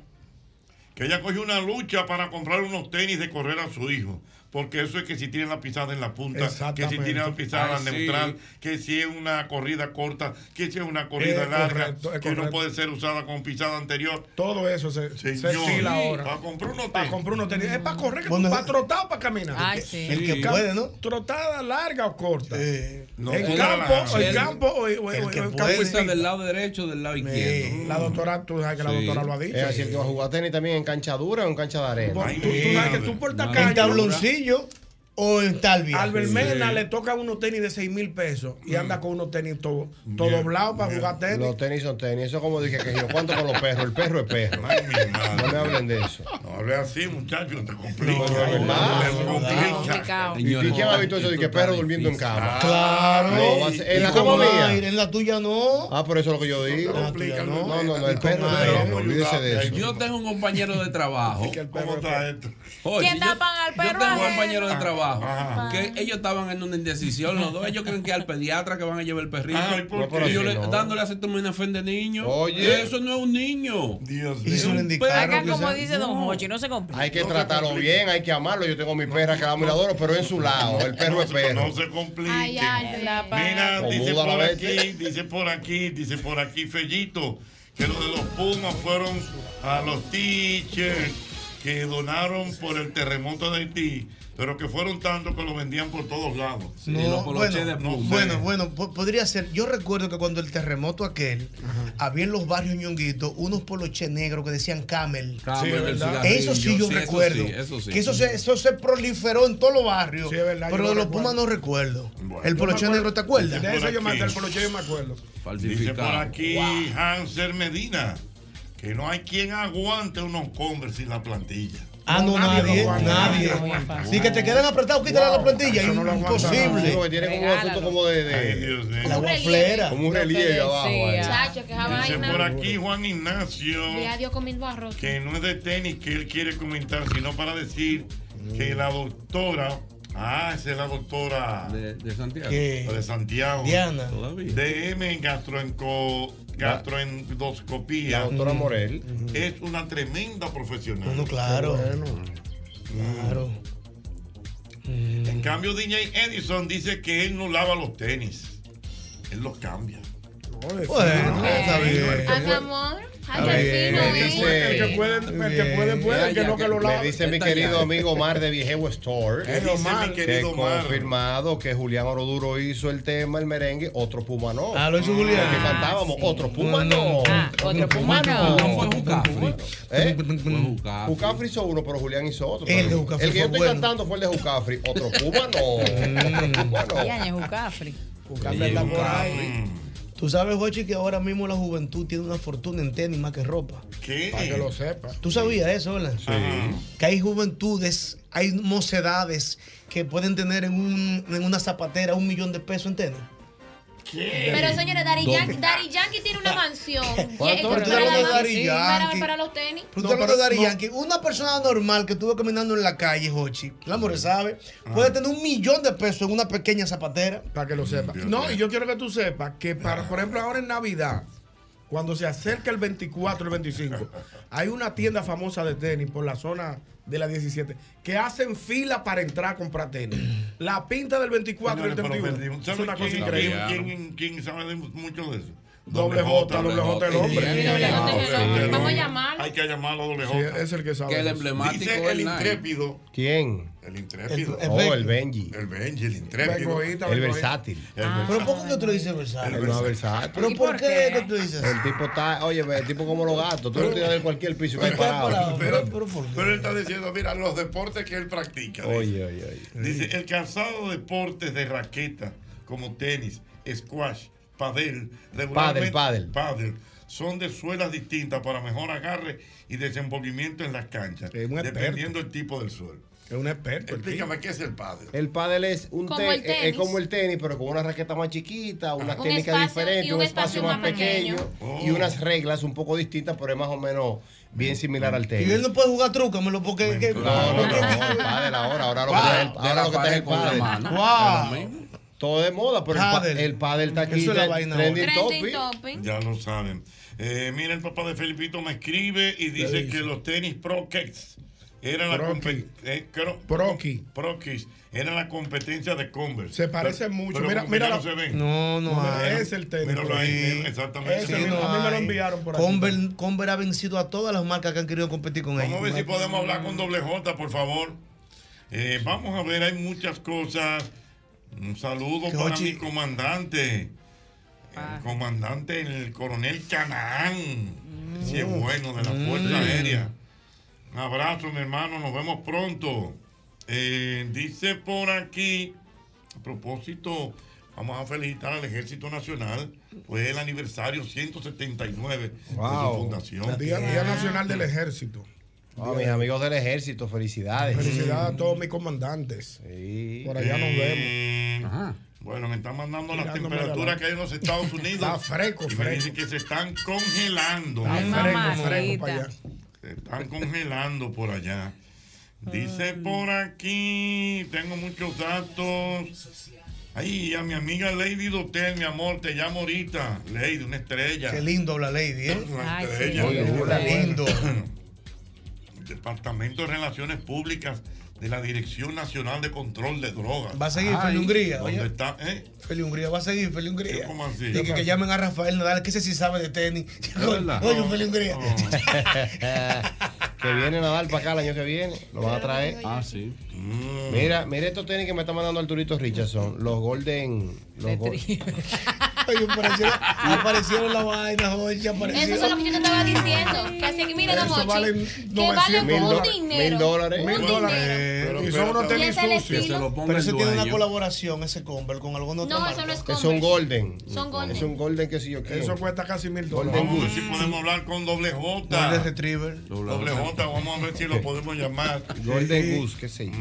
[SPEAKER 1] que ella cogió una lucha para comprar unos tenis de correr a su hijo. Porque eso es que si tiene la pisada en la punta, que si
[SPEAKER 7] Exactamente.
[SPEAKER 1] tiene la pisada
[SPEAKER 14] Ay, sí.
[SPEAKER 1] neutral, que si es una corrida corta, que si es una corrida
[SPEAKER 7] Es
[SPEAKER 1] larga,
[SPEAKER 7] correcto, es
[SPEAKER 1] que no
[SPEAKER 7] correcto.
[SPEAKER 1] puede ser usada con pisada anterior.
[SPEAKER 7] Todo eso se, se
[SPEAKER 1] Señor,
[SPEAKER 7] estila ahora.
[SPEAKER 1] para comprar unos
[SPEAKER 7] Para
[SPEAKER 1] tenis.
[SPEAKER 7] comprar unos tenis. Es para correr,
[SPEAKER 4] Bueno,
[SPEAKER 7] para trotar o para caminar.
[SPEAKER 6] Ay, sí.
[SPEAKER 4] El que puede, ¿no?
[SPEAKER 7] Trotada larga o corta.
[SPEAKER 4] Eh,
[SPEAKER 1] No,
[SPEAKER 7] el,
[SPEAKER 1] una
[SPEAKER 7] campo,
[SPEAKER 1] larga.
[SPEAKER 7] el campo o el, o el-
[SPEAKER 4] el que
[SPEAKER 7] o el
[SPEAKER 4] puede.
[SPEAKER 7] campo
[SPEAKER 14] Fuerza del
[SPEAKER 7] y-
[SPEAKER 14] lado derecho o del lado izquierdo.
[SPEAKER 7] Eh, La doctora, tú sabes que la
[SPEAKER 14] Sí.
[SPEAKER 7] doctora lo ha dicho.
[SPEAKER 2] Es así, el que va a jugar tenis también en cancha dura o en cancha de
[SPEAKER 7] Tú,
[SPEAKER 2] arena.
[SPEAKER 1] Ay,
[SPEAKER 7] tú sabes que tú
[SPEAKER 1] mierda.
[SPEAKER 2] Ah,
[SPEAKER 7] por
[SPEAKER 14] No.
[SPEAKER 4] En
[SPEAKER 7] tacaño,
[SPEAKER 4] tabloncillo o en talvia.
[SPEAKER 7] Albert
[SPEAKER 14] Sí.
[SPEAKER 7] Mena le toca unos tenis de 6 mil pesos y anda con unos tenis todo todo
[SPEAKER 1] Bien,
[SPEAKER 7] doblado para
[SPEAKER 1] bien.
[SPEAKER 7] jugar tenis.
[SPEAKER 2] Los tenis son tenis. Eso es como dije que yo cuánto con los perros. El perro es perro.
[SPEAKER 1] Ay, mi madre.
[SPEAKER 2] No me hablen de eso.
[SPEAKER 1] No hables así, muchachos, te complica.
[SPEAKER 2] No, de verdad.
[SPEAKER 1] Te complica.
[SPEAKER 6] Complicado.
[SPEAKER 2] ¿Y
[SPEAKER 14] Señores,
[SPEAKER 2] quién ha visto eso de que
[SPEAKER 14] esto
[SPEAKER 2] perro
[SPEAKER 14] está
[SPEAKER 2] durmiendo en
[SPEAKER 14] difícil.
[SPEAKER 2] cama?
[SPEAKER 4] Claro.
[SPEAKER 2] No, va a ser- en la cama mía.
[SPEAKER 4] En la tuya no.
[SPEAKER 2] Ah, por eso es lo que yo digo.
[SPEAKER 4] Ah, tú ya no.
[SPEAKER 2] No, no, no, el
[SPEAKER 4] Con
[SPEAKER 2] perro
[SPEAKER 4] aire.
[SPEAKER 2] es perro. Olvídese de eso.
[SPEAKER 14] Yo tengo un compañero
[SPEAKER 2] <laughs>
[SPEAKER 14] de trabajo.
[SPEAKER 1] ¿Cómo está esto? Ah,
[SPEAKER 14] Oye,
[SPEAKER 5] ¿Quién
[SPEAKER 14] yo-
[SPEAKER 5] tapan al
[SPEAKER 14] Yo
[SPEAKER 5] perro Ah.
[SPEAKER 14] tengo
[SPEAKER 5] ajeno?
[SPEAKER 14] compañeros de trabajo
[SPEAKER 1] Ajá.
[SPEAKER 14] que ellos estaban en una indecisión los dos. Ellos creen que al pediatra que van a llevar el perrito.
[SPEAKER 1] Ay, Ah, ¿por
[SPEAKER 2] No,
[SPEAKER 1] qué?
[SPEAKER 2] pero
[SPEAKER 14] y yo
[SPEAKER 2] sí,
[SPEAKER 14] le,
[SPEAKER 2] no.
[SPEAKER 14] dándole acetaminofén de niño.
[SPEAKER 2] Oye.
[SPEAKER 14] eso no es un niño.
[SPEAKER 1] Dios
[SPEAKER 4] Y se
[SPEAKER 1] mío.
[SPEAKER 4] lo indicaron.
[SPEAKER 6] Acá,
[SPEAKER 4] que
[SPEAKER 6] como
[SPEAKER 4] sea-
[SPEAKER 6] dice Don Hochi, no se complica.
[SPEAKER 2] Hay que
[SPEAKER 1] No se
[SPEAKER 2] tratarlo
[SPEAKER 1] complique.
[SPEAKER 2] bien, hay que amarlo. Yo tengo mi perra que amo y la adoro, pero en su lado. El perro
[SPEAKER 1] No
[SPEAKER 2] es
[SPEAKER 1] se-
[SPEAKER 2] perro.
[SPEAKER 1] No se complique.
[SPEAKER 5] Ay, Albert.
[SPEAKER 1] Mira,
[SPEAKER 2] Como
[SPEAKER 1] dice
[SPEAKER 2] Buda
[SPEAKER 1] por
[SPEAKER 2] la bestia.
[SPEAKER 1] aquí, dice por aquí, dice por aquí, Fellito, que los de los Pumas fueron a los teachers que donaron por el terremoto de Haití, pero que fueron tantos que lo vendían por todos lados.
[SPEAKER 4] No, bueno, no, bueno, bueno, po- podría ser. Yo recuerdo que cuando el terremoto aquel, había en los barrios ñonguitos unos poloche negros que decían camel.
[SPEAKER 8] Camel, Sí, es verdad.
[SPEAKER 4] Eso sí yo
[SPEAKER 8] Sí, eso
[SPEAKER 4] recuerdo.
[SPEAKER 8] sí, eso sí.
[SPEAKER 4] Que eso se, eso se proliferó en todos los barrios.
[SPEAKER 7] Sí, es verdad,
[SPEAKER 4] pero
[SPEAKER 7] yo
[SPEAKER 4] de
[SPEAKER 7] lo
[SPEAKER 4] los Pumas no recuerdo. el poloche
[SPEAKER 7] Yo me acuerdo-
[SPEAKER 4] negro, ¿te acuerdas?
[SPEAKER 7] De eso yo me el poloche yo me acuerdo.
[SPEAKER 1] Dice por aquí Hanser Medina que no hay quien aguante unos Converse sin la plantilla.
[SPEAKER 4] Ah, no, nadie, nadie. Sí, que te quedan apretados, quítale la plantilla.
[SPEAKER 2] Imposible.
[SPEAKER 4] Imposible.
[SPEAKER 2] Que tiene como un asunto como de. de
[SPEAKER 4] La
[SPEAKER 2] como
[SPEAKER 4] guaflera.
[SPEAKER 2] Como un relieve abajo. ahí.
[SPEAKER 5] Chacho, que esa
[SPEAKER 1] Dice
[SPEAKER 5] vaina.
[SPEAKER 1] por aquí Juan Ignacio
[SPEAKER 5] Ve a Dios comiendo arroz.
[SPEAKER 1] que no es de tenis que él quiere comentar, sino para decir que la doctora, ah, esa es la doctora de, Santiago,
[SPEAKER 8] ¿Qué?
[SPEAKER 1] de Santiago,
[SPEAKER 8] Diana.
[SPEAKER 1] DM en gastroenco- gastroendoscopía,
[SPEAKER 2] La doctora Morel.
[SPEAKER 1] es una tremenda profesional.
[SPEAKER 4] Bueno, claro. Claro.
[SPEAKER 1] En cambio, DJ Edison dice que él no lava los tenis, él los cambia.
[SPEAKER 4] Bueno, está bien.
[SPEAKER 5] Ah, mi amor. Ay,
[SPEAKER 2] Está
[SPEAKER 5] qué
[SPEAKER 2] bien,
[SPEAKER 5] fino,
[SPEAKER 2] me
[SPEAKER 5] ¿eh?
[SPEAKER 2] dice-
[SPEAKER 7] El que puede, el que puede, puede, el que no, que lo
[SPEAKER 2] Me
[SPEAKER 7] lave.
[SPEAKER 2] dice mi
[SPEAKER 7] Está
[SPEAKER 2] querido
[SPEAKER 7] ya.
[SPEAKER 2] amigo Omar de Viejevo Store.
[SPEAKER 7] Es lo Omar.
[SPEAKER 2] que
[SPEAKER 7] querido Omar.
[SPEAKER 2] confirmado que Julián Oroduro hizo el tema, el merengue, otro Puma no.
[SPEAKER 4] Ah, lo hizo Julián.
[SPEAKER 2] Que cantábamos, otro Puma no.
[SPEAKER 6] Ah, otro Puma
[SPEAKER 2] no.
[SPEAKER 6] no.
[SPEAKER 2] fue Jucafri. ¿Eh?
[SPEAKER 15] Ah,
[SPEAKER 2] Jucafri hizo uno, pero Julián hizo otro.
[SPEAKER 4] El de Jucafri
[SPEAKER 2] El que yo
[SPEAKER 4] fue
[SPEAKER 2] estoy
[SPEAKER 4] bueno. Mm.
[SPEAKER 2] cantando fue el de Jucafri. Otro Puma no.
[SPEAKER 6] Ay, es Jucafri.
[SPEAKER 4] Tú sabes, Jochi, que ahora mismo la juventud tiene una fortuna en tenis más que ropa.
[SPEAKER 1] ¿Qué?
[SPEAKER 7] Para que lo sepa.
[SPEAKER 4] ¿Tú sabías eso, hola? Que hay juventudes, hay mocedades que pueden tener en, un- en una zapatera un millón de pesos en tenis.
[SPEAKER 5] Pero señores, Daddy
[SPEAKER 4] ¿Dónde?
[SPEAKER 5] Yankee, Daddy Yankee tiene una mansión. Y-
[SPEAKER 4] ¿Cuánto?
[SPEAKER 5] para,
[SPEAKER 4] Tú hablas de
[SPEAKER 5] la-
[SPEAKER 4] Daddy
[SPEAKER 5] sí,
[SPEAKER 4] Yankee.
[SPEAKER 5] para, para los tenis.
[SPEAKER 4] Pero usted hablando de Daddy Yankee, una persona normal que estuvo caminando en la calle, Jochi, la amor sabe, puede tener un millón de pesos en una pequeña zapatera. Mm.
[SPEAKER 7] Para que lo sepa. No, y yo quiero que tú sepas que, para, por ejemplo, ahora en Navidad, cuando se acerca el 24, el 25, hay una tienda famosa de tenis por la zona de la 17 que hacen fila para entrar a comprar tenis. La pinta del 24 y el
[SPEAKER 1] Señores, pero
[SPEAKER 7] 31
[SPEAKER 1] perdimos.
[SPEAKER 7] es
[SPEAKER 1] ¿Saben
[SPEAKER 7] una cosa
[SPEAKER 1] quién-
[SPEAKER 7] increíble.
[SPEAKER 1] quién- quién sabe de mucho de eso?
[SPEAKER 7] Doble J, doble J el hombre.
[SPEAKER 1] Sí, doble J es el hombre.
[SPEAKER 5] Vamos a llamarlo.
[SPEAKER 1] Hay que llamarlo a doble
[SPEAKER 7] Sí,
[SPEAKER 1] J.
[SPEAKER 7] es el que sabe.
[SPEAKER 8] Que el emblemático
[SPEAKER 1] Dice
[SPEAKER 8] es
[SPEAKER 1] el
[SPEAKER 8] Nike.
[SPEAKER 1] intrépido.
[SPEAKER 2] ¿Quién?
[SPEAKER 1] El intrépido.
[SPEAKER 2] El- el Oh, el Benji.
[SPEAKER 1] El Benji, el intrépido.
[SPEAKER 2] El versátil.
[SPEAKER 1] Ah.
[SPEAKER 4] Pero ¿por qué que tú le dices Ah. versátil?
[SPEAKER 2] El más versátil.
[SPEAKER 4] ¿Pero por qué que tú dices?
[SPEAKER 2] El tipo está, oye, el tipo como los gatos, tú lo tiras de cualquier piso que hay parado.
[SPEAKER 1] Pero él está diciendo, mira, los deportes que él practica. dice.
[SPEAKER 2] Oye, oye, oye.
[SPEAKER 1] Dice, el calzado de deportes de raqueta, como tenis, squash, padel, regularmente...
[SPEAKER 2] Pádel,
[SPEAKER 1] pádel, Son de suelas distintas para mejor agarre y desenvolvimiento en las canchas,
[SPEAKER 7] un experto.
[SPEAKER 1] dependiendo el tipo del suelo.
[SPEAKER 7] Es un experto. el
[SPEAKER 1] Explícame qué es el pádel.
[SPEAKER 2] El pádel es un
[SPEAKER 1] Como
[SPEAKER 2] te- eh,
[SPEAKER 1] el tenis.
[SPEAKER 2] es como el tenis, pero con una raqueta más chiquita, una
[SPEAKER 1] Un
[SPEAKER 2] técnica
[SPEAKER 1] espacio-
[SPEAKER 2] diferente,
[SPEAKER 1] y un
[SPEAKER 2] un espacio
[SPEAKER 1] espacio
[SPEAKER 2] más
[SPEAKER 1] más
[SPEAKER 2] pequeño
[SPEAKER 1] pequeño.
[SPEAKER 2] y
[SPEAKER 1] Oh.
[SPEAKER 2] unas reglas un poco distintas, pero es más o menos bien similar al
[SPEAKER 4] Y él
[SPEAKER 2] tenis.
[SPEAKER 4] no puede jugar trúcamelo porque... que-
[SPEAKER 2] No, no, no, el pádel ahora, ahora lo que está es el- ahora lo que está es el pádel.
[SPEAKER 4] Wow.
[SPEAKER 2] Todo de moda, pero el pa-
[SPEAKER 1] Pádel.
[SPEAKER 2] el pádel está aquí.
[SPEAKER 1] Eso es la
[SPEAKER 2] tre-
[SPEAKER 1] vaina
[SPEAKER 2] trending
[SPEAKER 1] ahora.
[SPEAKER 2] topic. Ah,
[SPEAKER 1] Ya lo saben. Eh, mira, el papá de Felipito me escribe y dice que los tenis Pro Kicks eran la
[SPEAKER 7] Pro
[SPEAKER 1] compe- eh, creo-
[SPEAKER 7] Pro Kicks.
[SPEAKER 1] Pro Kicks eran la competencia de Converse.
[SPEAKER 7] Se parece mucho.
[SPEAKER 1] pero
[SPEAKER 7] Mira-
[SPEAKER 1] como
[SPEAKER 7] mira
[SPEAKER 1] que ya
[SPEAKER 7] la-
[SPEAKER 1] no se ven.
[SPEAKER 4] No, no hay.
[SPEAKER 1] Mira, míralo ahí, mira, exactamente.
[SPEAKER 4] Sí, no hay. Conver, Conver ha vencido a todas las marcas que han querido competir con ellos.
[SPEAKER 1] Vamos a ver si podemos hablar con doble J, por favor. Eh, vamos a ver, hay muchas cosas. Un saludo
[SPEAKER 4] Que
[SPEAKER 1] para
[SPEAKER 4] Ochi-
[SPEAKER 1] mi comandante. El comandante, el coronel Canaán. Si es bueno, de la Fuerza
[SPEAKER 16] Mm.
[SPEAKER 1] Aérea. Un abrazo, mi hermano. Nos vemos pronto. Eh, dice por aquí, a propósito, vamos a felicitar al Ejército Nacional. Fue el aniversario 179 de su fundación.
[SPEAKER 7] El Día, Día Nacional del Ejército.
[SPEAKER 2] Ah, mis amigos del ejército, felicidades.
[SPEAKER 7] Felicidades a todos mis comandantes. Por allá nos vemos.
[SPEAKER 1] Eh, Bueno, me están mandando las
[SPEAKER 7] Tirándome
[SPEAKER 1] temperaturas
[SPEAKER 7] la-
[SPEAKER 1] que hay en los Estados Unidos.
[SPEAKER 7] Está fresco,
[SPEAKER 1] Y me
[SPEAKER 7] fresco.
[SPEAKER 1] dicen que se están congelando.
[SPEAKER 7] Está Ay, fresco, mamacita. fresco para allá.
[SPEAKER 1] Se están congelando por allá. Dice por aquí, tengo muchos datos. Ay, a mi amiga Lady Dotel, mi amor, te llamo ahorita. Lady, una estrella.
[SPEAKER 4] Qué lindo habla Lady, ¿eh?
[SPEAKER 1] Una estrella.
[SPEAKER 4] Oye, habla lindo.
[SPEAKER 1] <coughs> Departamento de Relaciones Públicas de la Dirección Nacional de Control de Drogas.
[SPEAKER 4] Va a seguir Feli Hungría,
[SPEAKER 1] ¿Dónde
[SPEAKER 4] oye.
[SPEAKER 1] está? ¿Eh?
[SPEAKER 4] Feli Hungría, va a seguir Feli Hungría.
[SPEAKER 1] ¿Cómo así?
[SPEAKER 4] Y que, que llamen a Rafael Nadal, que ese sí sabe de tenis.
[SPEAKER 2] verdad?
[SPEAKER 4] <laughs> Oye, Feli Hungría.
[SPEAKER 2] <laughs> que viene Nadal para acá el año que viene. Lo van a traer. Mm.
[SPEAKER 8] Ah, sí.
[SPEAKER 2] Mira, mira estos tenis que me está mandando Arturito Richardson. Los Golden. Los gol- <laughs>
[SPEAKER 4] Oye, aparecieron, aparecieron la vaina, oye, aparecieron.
[SPEAKER 5] Eso es lo que yo te estaba diciendo. Que así que mire, don
[SPEAKER 4] Eso
[SPEAKER 5] Mochi,
[SPEAKER 4] valen
[SPEAKER 5] que
[SPEAKER 4] 900
[SPEAKER 5] vale un
[SPEAKER 4] dólares.
[SPEAKER 5] dinero.
[SPEAKER 4] Mil dólares.
[SPEAKER 5] un
[SPEAKER 4] Mil
[SPEAKER 5] dinero.
[SPEAKER 4] dólares.
[SPEAKER 2] Pero
[SPEAKER 4] y son unos
[SPEAKER 2] espérate.
[SPEAKER 5] Y
[SPEAKER 4] tenis
[SPEAKER 5] ese le
[SPEAKER 4] sucios.
[SPEAKER 5] estilo. Se lo ponga
[SPEAKER 4] Pero eso
[SPEAKER 2] el
[SPEAKER 4] tiene una
[SPEAKER 2] dueño.
[SPEAKER 4] colaboración, ese Converse, con alguna otra
[SPEAKER 5] No,
[SPEAKER 4] marca.
[SPEAKER 5] eso no es
[SPEAKER 2] Que son
[SPEAKER 5] Converse.
[SPEAKER 2] Golden.
[SPEAKER 5] Son Golden.
[SPEAKER 2] Es un Golden que si yo quiero.
[SPEAKER 7] Eso cuesta casi mil
[SPEAKER 2] Golden
[SPEAKER 7] dólares.
[SPEAKER 2] Goose.
[SPEAKER 1] Si podemos hablar con Doble J.
[SPEAKER 2] Golden
[SPEAKER 4] Retriever.
[SPEAKER 1] Doble J, vamos a ver si lo podemos llamar. Mm.
[SPEAKER 2] Golden Goose, qué sé yo.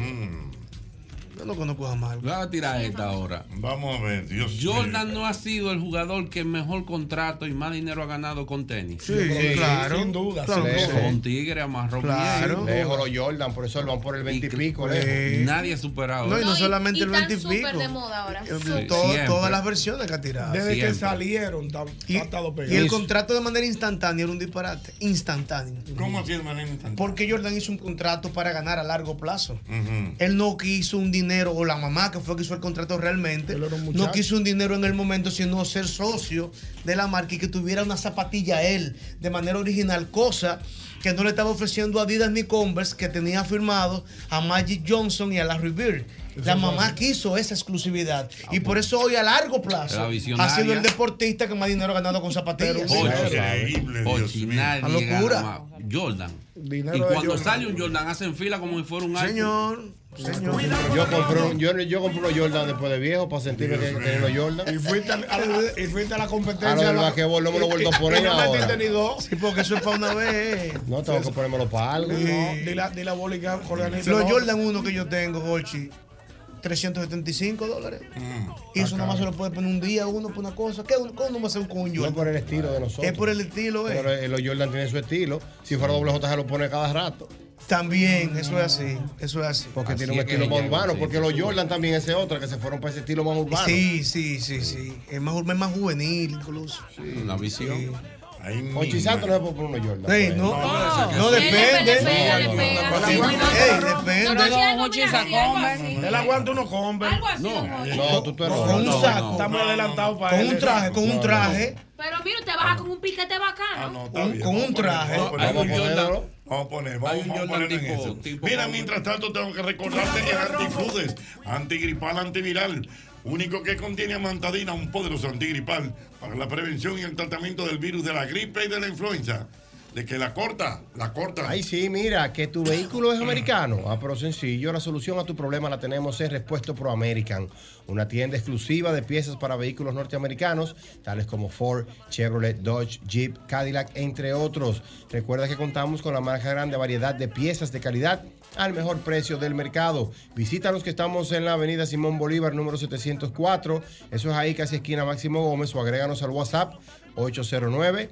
[SPEAKER 4] Yo no conozco a Marco.
[SPEAKER 8] Voy a tirar esta ahora.
[SPEAKER 1] Vamos a ver, Dios
[SPEAKER 8] Jordan no ha sido el jugador que mejor contrato y más dinero ha ganado con tenis.
[SPEAKER 2] Sí, Sí, claro.
[SPEAKER 7] Sin duda.
[SPEAKER 2] Claro.
[SPEAKER 7] sin duda.
[SPEAKER 8] Con Tigre, amarró
[SPEAKER 2] Claro.
[SPEAKER 8] bien.
[SPEAKER 2] Lejos los Jordan, por eso lo van por el 20 y pico. eh. lejos.
[SPEAKER 8] Nadie ha superado.
[SPEAKER 4] No, y no
[SPEAKER 8] eso.
[SPEAKER 4] solamente
[SPEAKER 5] y
[SPEAKER 4] el
[SPEAKER 5] tan
[SPEAKER 4] 20 y
[SPEAKER 5] súper
[SPEAKER 4] pico.
[SPEAKER 5] de moda ahora.
[SPEAKER 4] Eh,
[SPEAKER 8] Sí,
[SPEAKER 4] todo-
[SPEAKER 8] siempre.
[SPEAKER 4] todas las versiones que ha tirado.
[SPEAKER 7] Desde
[SPEAKER 8] Siempre.
[SPEAKER 7] que salieron, ta-
[SPEAKER 4] Y,
[SPEAKER 7] ha estado
[SPEAKER 4] y el
[SPEAKER 7] pegado.
[SPEAKER 4] contrato de manera instantánea era un disparate. Instantáneo.
[SPEAKER 1] ¿Cómo así de manera instantánea?
[SPEAKER 4] Porque Jordan hizo un contrato para ganar a largo plazo.
[SPEAKER 1] Ujú.
[SPEAKER 4] Él no quiso un dinero, o la mamá que fue que hizo el contrato realmente,
[SPEAKER 7] Él era un muchacho.
[SPEAKER 4] no quiso un dinero en el momento, sino ser socio de la marca y que tuviera una zapatilla a él de manera original, cosa que no le estaba ofreciendo a Adidas ni Converse, que tenía firmado a Magic Johnson y a Larry Bird. La mamá quiso esa exclusividad
[SPEAKER 7] Ah,
[SPEAKER 4] y por eso hoy a largo plazo
[SPEAKER 8] Era
[SPEAKER 4] ha
[SPEAKER 8] visionaria.
[SPEAKER 4] sido el deportista que más dinero ha ganado con zapatillas.
[SPEAKER 1] Increíble, Dios
[SPEAKER 8] Ochi,
[SPEAKER 1] mío.
[SPEAKER 8] nadie
[SPEAKER 4] Una
[SPEAKER 8] gana
[SPEAKER 4] locura.
[SPEAKER 8] más. Jordan.
[SPEAKER 7] Dinero
[SPEAKER 8] y
[SPEAKER 7] de
[SPEAKER 8] cuando
[SPEAKER 7] Jordan.
[SPEAKER 8] sale un Jordan, hacen fila como si fuera un iPhone.
[SPEAKER 4] Señor, señor.
[SPEAKER 2] Yo compré, un- yo, yo compré unos Jordan después de viejo para sentirme que tenía los Jordan.
[SPEAKER 7] Y fuiste a la, y fuiste a la competencia.
[SPEAKER 2] A lo del
[SPEAKER 7] la-
[SPEAKER 2] basquetbol no me lo vuelvo a poner
[SPEAKER 7] Y no metiste
[SPEAKER 2] ahora.
[SPEAKER 7] ni dos.
[SPEAKER 4] Sí, porque eso es para una vez.
[SPEAKER 2] No, tengo que ponérmelo para algo.
[SPEAKER 7] No, di la, di la bola y que organiza.
[SPEAKER 4] Los
[SPEAKER 7] la otra.
[SPEAKER 4] Jordan 1 que yo tengo, Golchi, 375 dólares.
[SPEAKER 2] Mm.
[SPEAKER 4] Y eso nada más se lo puede poner un día uno por una cosa. ¿Qué? uno- ¿Cómo uno va a hacer un con un
[SPEAKER 2] No es
[SPEAKER 4] Jordan?
[SPEAKER 2] por el estilo de nosotros.
[SPEAKER 4] Es por el estilo,
[SPEAKER 2] Pero
[SPEAKER 4] ¿eh?
[SPEAKER 2] eh, los Jordan tienen su estilo. Si fuera doble J se lo pone cada rato.
[SPEAKER 4] También, eso es así. Eso es así.
[SPEAKER 2] Porque
[SPEAKER 8] Así
[SPEAKER 2] tiene un
[SPEAKER 8] es que
[SPEAKER 2] estilo más
[SPEAKER 8] ella,
[SPEAKER 2] urbano.
[SPEAKER 8] sí,
[SPEAKER 2] Porque los Jordan también ese otro que se fueron para ese estilo más urbano.
[SPEAKER 4] Sí, sí, sí, sí. Es más, es más juvenil incluso.
[SPEAKER 8] Una visión.
[SPEAKER 1] Ay, mi
[SPEAKER 2] Ochi Santos no
[SPEAKER 1] madre.
[SPEAKER 2] se puede poner unos Jordan.
[SPEAKER 4] Ey,
[SPEAKER 2] pues.
[SPEAKER 4] no,
[SPEAKER 8] no,
[SPEAKER 4] no,
[SPEAKER 8] no,
[SPEAKER 5] Le
[SPEAKER 4] depende.
[SPEAKER 5] pega, le
[SPEAKER 4] No,
[SPEAKER 5] pega.
[SPEAKER 4] no, no,
[SPEAKER 5] Sí,
[SPEAKER 4] no,
[SPEAKER 5] sí,
[SPEAKER 4] no, Ey,
[SPEAKER 5] Pero sí,
[SPEAKER 4] depende.
[SPEAKER 5] algo,
[SPEAKER 6] Mochi,
[SPEAKER 5] mira, sí, algo así.
[SPEAKER 7] Él aguanta unos Converse.
[SPEAKER 5] Algo así, don Mochi.
[SPEAKER 2] No, tú, tú eres
[SPEAKER 4] Con un
[SPEAKER 2] loco.
[SPEAKER 4] saco.
[SPEAKER 7] Estamos adelantados para
[SPEAKER 4] Con
[SPEAKER 7] él.
[SPEAKER 4] un traje, con
[SPEAKER 2] No,
[SPEAKER 4] un
[SPEAKER 2] no.
[SPEAKER 4] traje.
[SPEAKER 5] Pero mira, usted baja con un piquete
[SPEAKER 1] Ah,
[SPEAKER 5] bacano.
[SPEAKER 1] no, está
[SPEAKER 4] Un-
[SPEAKER 1] bien.
[SPEAKER 4] con
[SPEAKER 1] Vamos
[SPEAKER 4] un
[SPEAKER 1] a poner-
[SPEAKER 4] traje.
[SPEAKER 1] vamos a poner-
[SPEAKER 2] Vamos a ponerlo.
[SPEAKER 1] Vamos a poner,
[SPEAKER 8] Hay
[SPEAKER 1] vamos,
[SPEAKER 8] un
[SPEAKER 1] vamos a
[SPEAKER 8] Jordan
[SPEAKER 1] poner en
[SPEAKER 8] tipo-
[SPEAKER 1] eso.
[SPEAKER 8] tipo
[SPEAKER 1] Mira,
[SPEAKER 8] como-
[SPEAKER 1] mientras tanto tengo que recordarte el antifludes, antigripal, antiviral, único que contiene amantadina, un poderoso antigripal para la prevención y el tratamiento del virus de la gripe y de la influenza. De que la corta, la corta.
[SPEAKER 2] Ay, sí, mira, que tu vehículo es americano. Ah, pero sencillo, la solución a tu problema la tenemos en Respuesto Pro American, una tienda exclusiva de piezas para vehículos norteamericanos, tales como Ford, Chevrolet, Dodge, Jeep, Cadillac, entre otros. Recuerda que contamos con la más grande variedad de piezas de calidad al mejor precio del mercado. Visítanos que estamos en la avenida Simón Bolívar, número 704. Eso es ahí casi esquina Máximo Gómez o agréganos al WhatsApp 809.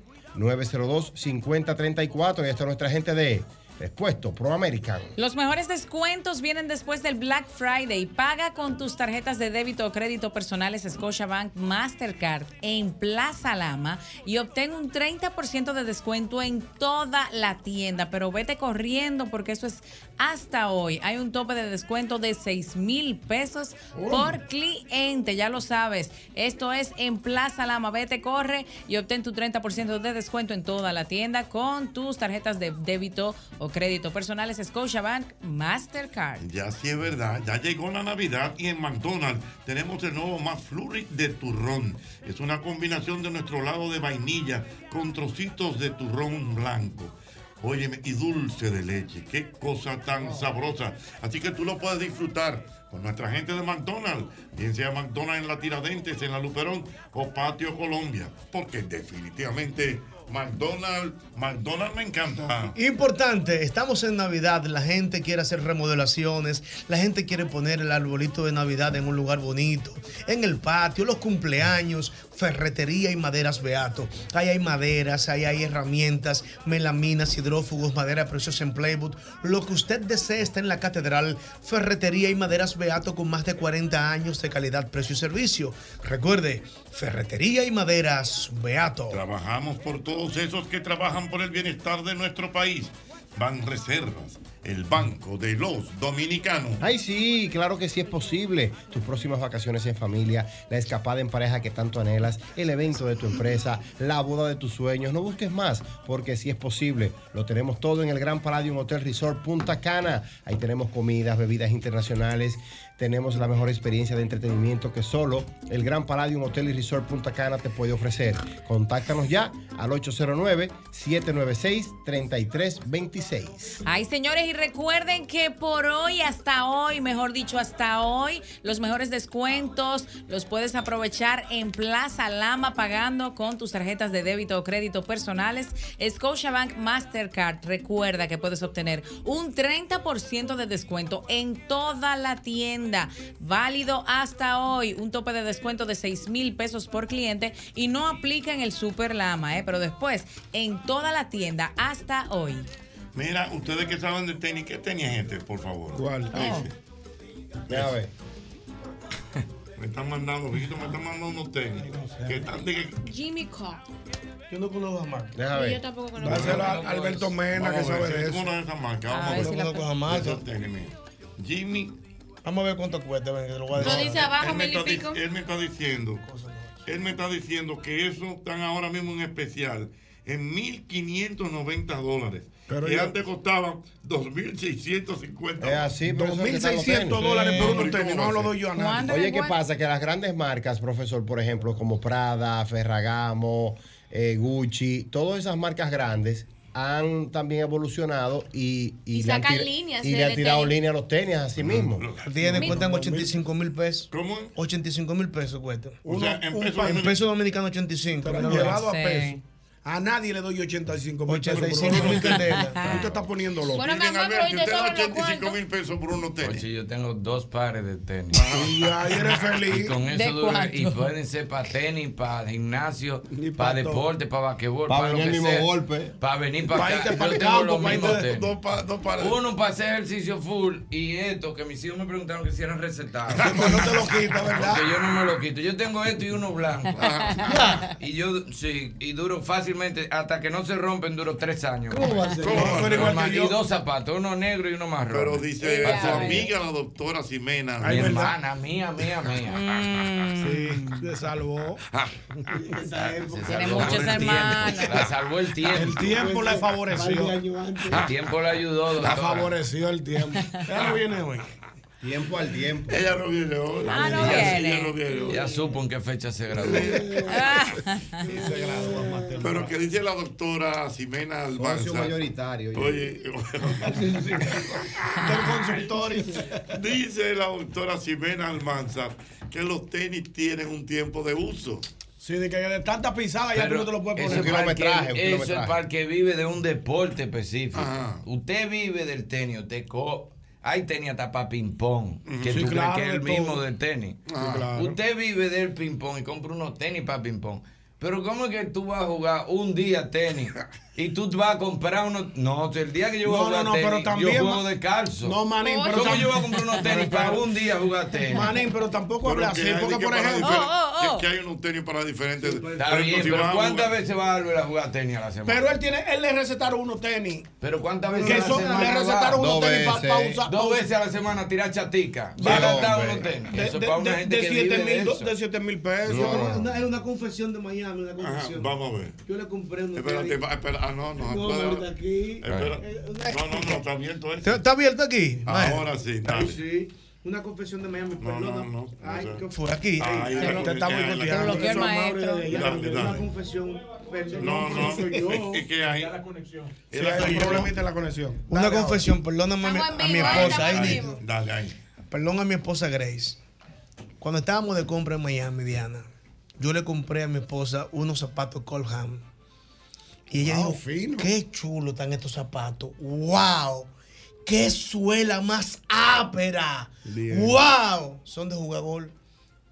[SPEAKER 2] 902-5034. Y esta es nuestra gente de Respuesto Pro American.
[SPEAKER 6] Los mejores descuentos vienen después del Black Friday. Paga con tus tarjetas de débito o crédito personales Scotiabank Mastercard en Plaza Lama y obtén un 30% de descuento en toda la tienda. Pero vete corriendo porque eso es hasta hoy. Hay un tope de descuento de 6 mil pesos por cliente. Ya lo sabes. Esto es en Plaza Lama. Vete, corre y obtén tu 30% de descuento en toda la tienda con tus tarjetas de débito o crédito personales Scotiabank Mastercard.
[SPEAKER 1] Ya sí es verdad, ya llegó la Navidad y en McDonald's tenemos el nuevo McFlurry de turrón. Es una combinación de nuestro lado de vainilla con trocitos de turrón blanco. Óyeme, y dulce de leche, qué cosa tan sabrosa. Así que tú lo puedes disfrutar con nuestra gente de McDonald's, bien sea McDonald's en la Tiradentes, en la Luperón o Patio Colombia, porque definitivamente McDonald's, McDonald's me encanta.
[SPEAKER 4] Importante, estamos en Navidad, la gente quiere hacer remodelaciones, la gente quiere poner el arbolito de Navidad en un lugar bonito, en el patio, los cumpleaños, ferretería y maderas Beato. Ahí hay maderas, ahí hay herramientas, melaminas, hidrófugos, madera preciosa en Playwood. Lo que usted desee está en la catedral Ferretería y Maderas Beato con más de 40 años de calidad, precio y servicio. Recuerde, Ferretería y Maderas Beato.
[SPEAKER 1] Trabajamos por todos esos que trabajan por el bienestar de nuestro país. Van Reservas, el banco de los dominicanos.
[SPEAKER 2] Ay, sí, claro que sí es posible. Tus próximas vacaciones en familia, la escapada en pareja que tanto anhelas, el evento de tu empresa, la boda de tus sueños. No busques más, porque sí es posible. Lo tenemos todo en el Gran Palladium Hotel Resort Punta Cana. Ahí tenemos comidas, bebidas internacionales. Tenemos la mejor experiencia de entretenimiento que solo el Gran Palladium Hotel y Resort Punta Cana te puede ofrecer. Contáctanos ya al 809-796-3326.
[SPEAKER 6] Ay, señores, y recuerden que por hoy, hasta hoy, mejor dicho, hasta hoy, los mejores descuentos los puedes aprovechar en Plaza Lama pagando con tus tarjetas de débito o crédito personales. Scotiabank Mastercard. Recuerda que puedes obtener un 30% de descuento en toda la tienda. Válido hasta hoy. Un tope de descuento de 6 mil pesos por cliente y no aplica en el Super Lama, ¿eh? pero después en toda la tienda hasta hoy.
[SPEAKER 1] Mira, ustedes que saben de tenis, ¿qué tenis es este, por favor? Este. ¿Cuál?
[SPEAKER 7] Oh.
[SPEAKER 2] Ya
[SPEAKER 7] Este.
[SPEAKER 2] ve.
[SPEAKER 1] Me están mandando, Vito, me están mandando unos tenis. Que están de que-
[SPEAKER 5] Jimmy Carr.
[SPEAKER 7] Yo no conozco jamás.
[SPEAKER 2] Deja
[SPEAKER 5] ver. Yo tampoco conozco.
[SPEAKER 7] Dáselo a Alberto Mena, que
[SPEAKER 1] Vamos a ver
[SPEAKER 7] sabe
[SPEAKER 1] si
[SPEAKER 7] de
[SPEAKER 1] tú
[SPEAKER 7] eso.
[SPEAKER 1] conoces esa marca.
[SPEAKER 7] A
[SPEAKER 1] Vamos a
[SPEAKER 7] ver
[SPEAKER 1] ver.
[SPEAKER 7] si la- Conozco esa marca.
[SPEAKER 1] Esos tenis, mira. Jimmy.
[SPEAKER 7] Vamos a ver cuánto cuesta. Ven, que te lo voy a
[SPEAKER 1] No,
[SPEAKER 7] decir.
[SPEAKER 1] él me, está, dic- él me está diciendo, él me está diciendo que eso están ahora mismo en especial en 1590 dólares.
[SPEAKER 7] Pero Eh,
[SPEAKER 1] y
[SPEAKER 7] yo-
[SPEAKER 1] antes costaban 2650.
[SPEAKER 2] Es así, por eso es que están los
[SPEAKER 1] 2600
[SPEAKER 2] tenis.
[SPEAKER 1] dólares por unos tenis, no
[SPEAKER 2] ¿Cómo
[SPEAKER 1] lo
[SPEAKER 2] va
[SPEAKER 1] doy yo a nadie.
[SPEAKER 2] ser? Oye, ¿qué pasa? Que las grandes marcas, profesor, por ejemplo, como Prada, Ferragamo, eh, Gucci, todas esas marcas grandes han también evolucionado y,
[SPEAKER 5] Y
[SPEAKER 2] le han
[SPEAKER 5] sacan
[SPEAKER 2] tira-
[SPEAKER 5] líneas
[SPEAKER 2] y
[SPEAKER 5] de-
[SPEAKER 2] le han
[SPEAKER 5] de
[SPEAKER 2] tirado
[SPEAKER 5] tenis.
[SPEAKER 2] líneas a los tenis a sí mismo.
[SPEAKER 4] Tiene, cuentan 85 mil pesos.
[SPEAKER 1] ¿Cómo?
[SPEAKER 4] 85 mil pesos cuesta.
[SPEAKER 7] O sea, en
[SPEAKER 4] Un-
[SPEAKER 7] pesos-
[SPEAKER 4] en pesos dominicanos 85.
[SPEAKER 7] Pero
[SPEAKER 4] mira lo
[SPEAKER 7] llevado a
[SPEAKER 4] que-
[SPEAKER 7] peso. A nadie le doy 85 mil pesos.
[SPEAKER 4] 85
[SPEAKER 7] por
[SPEAKER 4] mil
[SPEAKER 7] uno.
[SPEAKER 4] candelas.
[SPEAKER 7] Tú te estás poniendo loco.
[SPEAKER 5] Bueno, mi amor, pero hoy te sobran los cuartos.
[SPEAKER 1] mil pesos por Ah. unos tenis.
[SPEAKER 16] Oye, yo tengo dos pares de tenis.
[SPEAKER 7] Y ahí eres feliz.
[SPEAKER 16] Y con
[SPEAKER 7] ¿De
[SPEAKER 16] eso dura, y
[SPEAKER 7] cuánto?
[SPEAKER 16] pueden ser para tenis, para gimnasio, para
[SPEAKER 7] pa' todo.
[SPEAKER 16] deporte, para basquetbol,
[SPEAKER 2] Pa'
[SPEAKER 16] para
[SPEAKER 2] venir el mismo golpe.
[SPEAKER 16] Para venir para
[SPEAKER 7] Pa' irte
[SPEAKER 16] acá.
[SPEAKER 7] pa'l
[SPEAKER 16] Yo tengo
[SPEAKER 7] campo,
[SPEAKER 16] los
[SPEAKER 7] pa' irte
[SPEAKER 16] mismos
[SPEAKER 7] de-
[SPEAKER 16] tenis.
[SPEAKER 7] dos pa- dos pares.
[SPEAKER 16] Uno para hacer ejercicio full y esto que mis hijos me preguntaron que si eran
[SPEAKER 7] <laughs>
[SPEAKER 16] recetados.
[SPEAKER 7] Porque no te lo quita, ¿verdad?
[SPEAKER 16] Porque yo no me lo quito. Yo tengo esto y uno blanco.
[SPEAKER 7] Ah.
[SPEAKER 16] y yo, sí, y duro fácilmente, hasta que no se rompen, duro tres años.
[SPEAKER 7] ¿Cómo va a ser? ¿Cómo va a ser igual que
[SPEAKER 16] Normal,
[SPEAKER 7] yo?
[SPEAKER 16] Y dos zapatos, uno negro y uno marrón.
[SPEAKER 1] Pero dice
[SPEAKER 16] Para
[SPEAKER 1] su
[SPEAKER 16] salir.
[SPEAKER 1] amiga, la doctora Ximena.
[SPEAKER 16] Mi hermana, mía, mía, mía.
[SPEAKER 7] Sí, te salvó.
[SPEAKER 16] Tiene
[SPEAKER 6] muchos hermanos.
[SPEAKER 16] La salvó el tiempo.
[SPEAKER 7] El tiempo le favoreció.
[SPEAKER 16] El tiempo le ayudó.
[SPEAKER 7] La
[SPEAKER 16] doctora.
[SPEAKER 7] favoreció el tiempo. Ella no viene hoy.
[SPEAKER 2] Tiempo al tiempo.
[SPEAKER 1] Ella no viene hoy.
[SPEAKER 6] Ah, no
[SPEAKER 1] Ella sí,
[SPEAKER 6] viene.
[SPEAKER 1] ella no viene hoy.
[SPEAKER 16] Ya supo en qué fecha se graduó.
[SPEAKER 1] <laughs> Pero que dice la doctora Ximena Albanza.
[SPEAKER 2] Socio mayoritario. oye.
[SPEAKER 7] <laughs>
[SPEAKER 1] Oye, dice la doctora Ximena Almanza que los tenis tienen un tiempo de uso.
[SPEAKER 7] Sí, de que de tanta pisada ya tú no te lo puedes
[SPEAKER 16] eso
[SPEAKER 7] poner.
[SPEAKER 16] es para el que-
[SPEAKER 2] kilometraje, un
[SPEAKER 16] Eso es
[SPEAKER 2] kilometraje.
[SPEAKER 16] para el que vive de un deporte específico.
[SPEAKER 1] Ajá.
[SPEAKER 16] Usted vive del tenis, usted co hay tenis hasta para ping-pong, que
[SPEAKER 7] Sí,
[SPEAKER 16] tú
[SPEAKER 7] claro,
[SPEAKER 16] crees que es el
[SPEAKER 7] de todo.
[SPEAKER 16] mismo del tenis.
[SPEAKER 1] Ajá.
[SPEAKER 7] claro.
[SPEAKER 16] Usted vive del ping-pong y compra unos tenis para ping-pong. Pero ¿cómo es que tú vas a jugar un día tenis y tú vas a comprar unos... No, el día que yo voy
[SPEAKER 7] No,
[SPEAKER 16] a jugar
[SPEAKER 7] no, no, pero
[SPEAKER 16] tenis,
[SPEAKER 7] también,
[SPEAKER 16] yo
[SPEAKER 7] ma-
[SPEAKER 16] juego de calzo.
[SPEAKER 7] No, Manín, pero,
[SPEAKER 16] ¿Cómo
[SPEAKER 7] tam-
[SPEAKER 16] yo voy a comprar unos tenis para un día jugar tenis?
[SPEAKER 7] Manín, pero tampoco
[SPEAKER 1] Pero
[SPEAKER 7] habla
[SPEAKER 1] que
[SPEAKER 7] así.
[SPEAKER 1] hay
[SPEAKER 7] Porque,
[SPEAKER 1] que
[SPEAKER 7] por
[SPEAKER 1] para
[SPEAKER 7] ejemplo,
[SPEAKER 1] diferentes-
[SPEAKER 6] Oh, oh, oh.
[SPEAKER 1] Que, que hay unos tenis para diferentes. Por
[SPEAKER 16] Está
[SPEAKER 1] ejemplo,
[SPEAKER 16] bien,
[SPEAKER 1] si
[SPEAKER 16] pero
[SPEAKER 1] vas a
[SPEAKER 16] ¿cuántas
[SPEAKER 1] jugar-
[SPEAKER 16] veces va Álvaro a jugar tenis a la
[SPEAKER 5] oh.
[SPEAKER 16] semana?
[SPEAKER 7] pero él tiene, él le recetaron unos tenis.
[SPEAKER 16] Pero cuántas veces
[SPEAKER 7] Que
[SPEAKER 16] a la
[SPEAKER 7] son,
[SPEAKER 16] semana
[SPEAKER 7] le
[SPEAKER 16] va?
[SPEAKER 7] recetaron unos
[SPEAKER 2] Dos
[SPEAKER 7] tenis para
[SPEAKER 2] veces.
[SPEAKER 7] usar. pa'
[SPEAKER 16] Dos
[SPEAKER 7] usar-
[SPEAKER 16] veces a la semana tirar chatica. Va a
[SPEAKER 2] Sí,
[SPEAKER 16] gastar
[SPEAKER 2] hombre.
[SPEAKER 16] unos tenis.
[SPEAKER 7] De,
[SPEAKER 16] Eso para
[SPEAKER 7] de,
[SPEAKER 16] una
[SPEAKER 7] de,
[SPEAKER 16] gente
[SPEAKER 7] de
[SPEAKER 16] que vive
[SPEAKER 7] siete mil
[SPEAKER 16] de
[SPEAKER 7] do-
[SPEAKER 16] eso.
[SPEAKER 7] de siete mil pesos.
[SPEAKER 1] No, no, no.
[SPEAKER 13] Una- Era una confesión de Miami, una
[SPEAKER 1] Ajá,
[SPEAKER 13] confesión.
[SPEAKER 1] vamos a ver.
[SPEAKER 13] Yo le compré unos
[SPEAKER 1] Espérate,
[SPEAKER 13] tenis.
[SPEAKER 1] va- espera. Ah, no, no.
[SPEAKER 13] No,
[SPEAKER 1] puede-
[SPEAKER 13] ahorita aquí.
[SPEAKER 1] espera. No, no, no, está abierto eso.
[SPEAKER 4] ¿Está abierto aquí?
[SPEAKER 7] Ah.
[SPEAKER 4] Maestro?
[SPEAKER 1] Ahora eh, sí,
[SPEAKER 13] Ay,
[SPEAKER 1] dale.
[SPEAKER 13] sí. Una confesión de Miami,
[SPEAKER 1] No,
[SPEAKER 13] perdona.
[SPEAKER 1] no, no, no
[SPEAKER 13] Ay,
[SPEAKER 1] sé.
[SPEAKER 13] qué
[SPEAKER 4] Fue aquí. eh,
[SPEAKER 1] Ahí
[SPEAKER 7] Te
[SPEAKER 1] la-
[SPEAKER 7] está
[SPEAKER 1] ahí la-
[SPEAKER 7] boicoteando.
[SPEAKER 6] bloqueó el
[SPEAKER 7] Eso, Mauri,
[SPEAKER 6] maestro.
[SPEAKER 7] de allá.
[SPEAKER 1] Dale,
[SPEAKER 13] Una
[SPEAKER 1] dale.
[SPEAKER 13] confesión, perdón.
[SPEAKER 1] No, no,
[SPEAKER 13] soy yo.
[SPEAKER 1] es que hay.
[SPEAKER 7] Sí,
[SPEAKER 1] Era
[SPEAKER 7] hay un
[SPEAKER 1] yo.
[SPEAKER 7] problemita en la conexión.
[SPEAKER 4] Una confesión, perdóname a mi,
[SPEAKER 5] Estamos en
[SPEAKER 4] a mi
[SPEAKER 5] vivo,
[SPEAKER 4] esposa.
[SPEAKER 5] estamos en
[SPEAKER 4] ahí.
[SPEAKER 1] Ahí,
[SPEAKER 5] vivo.
[SPEAKER 1] Dale, ahí.
[SPEAKER 4] Perdón a mi esposa Grace. Cuando estábamos de compra en Miami, Diana, yo le compré a mi esposa unos zapatos Colham. Y ella
[SPEAKER 7] Wow,
[SPEAKER 4] dijo,
[SPEAKER 7] fino.
[SPEAKER 4] qué chulo están estos zapatos. ¡Wow! ¡Qué suela más ápera!
[SPEAKER 7] Bien.
[SPEAKER 4] ¡Wow! Son de jugador.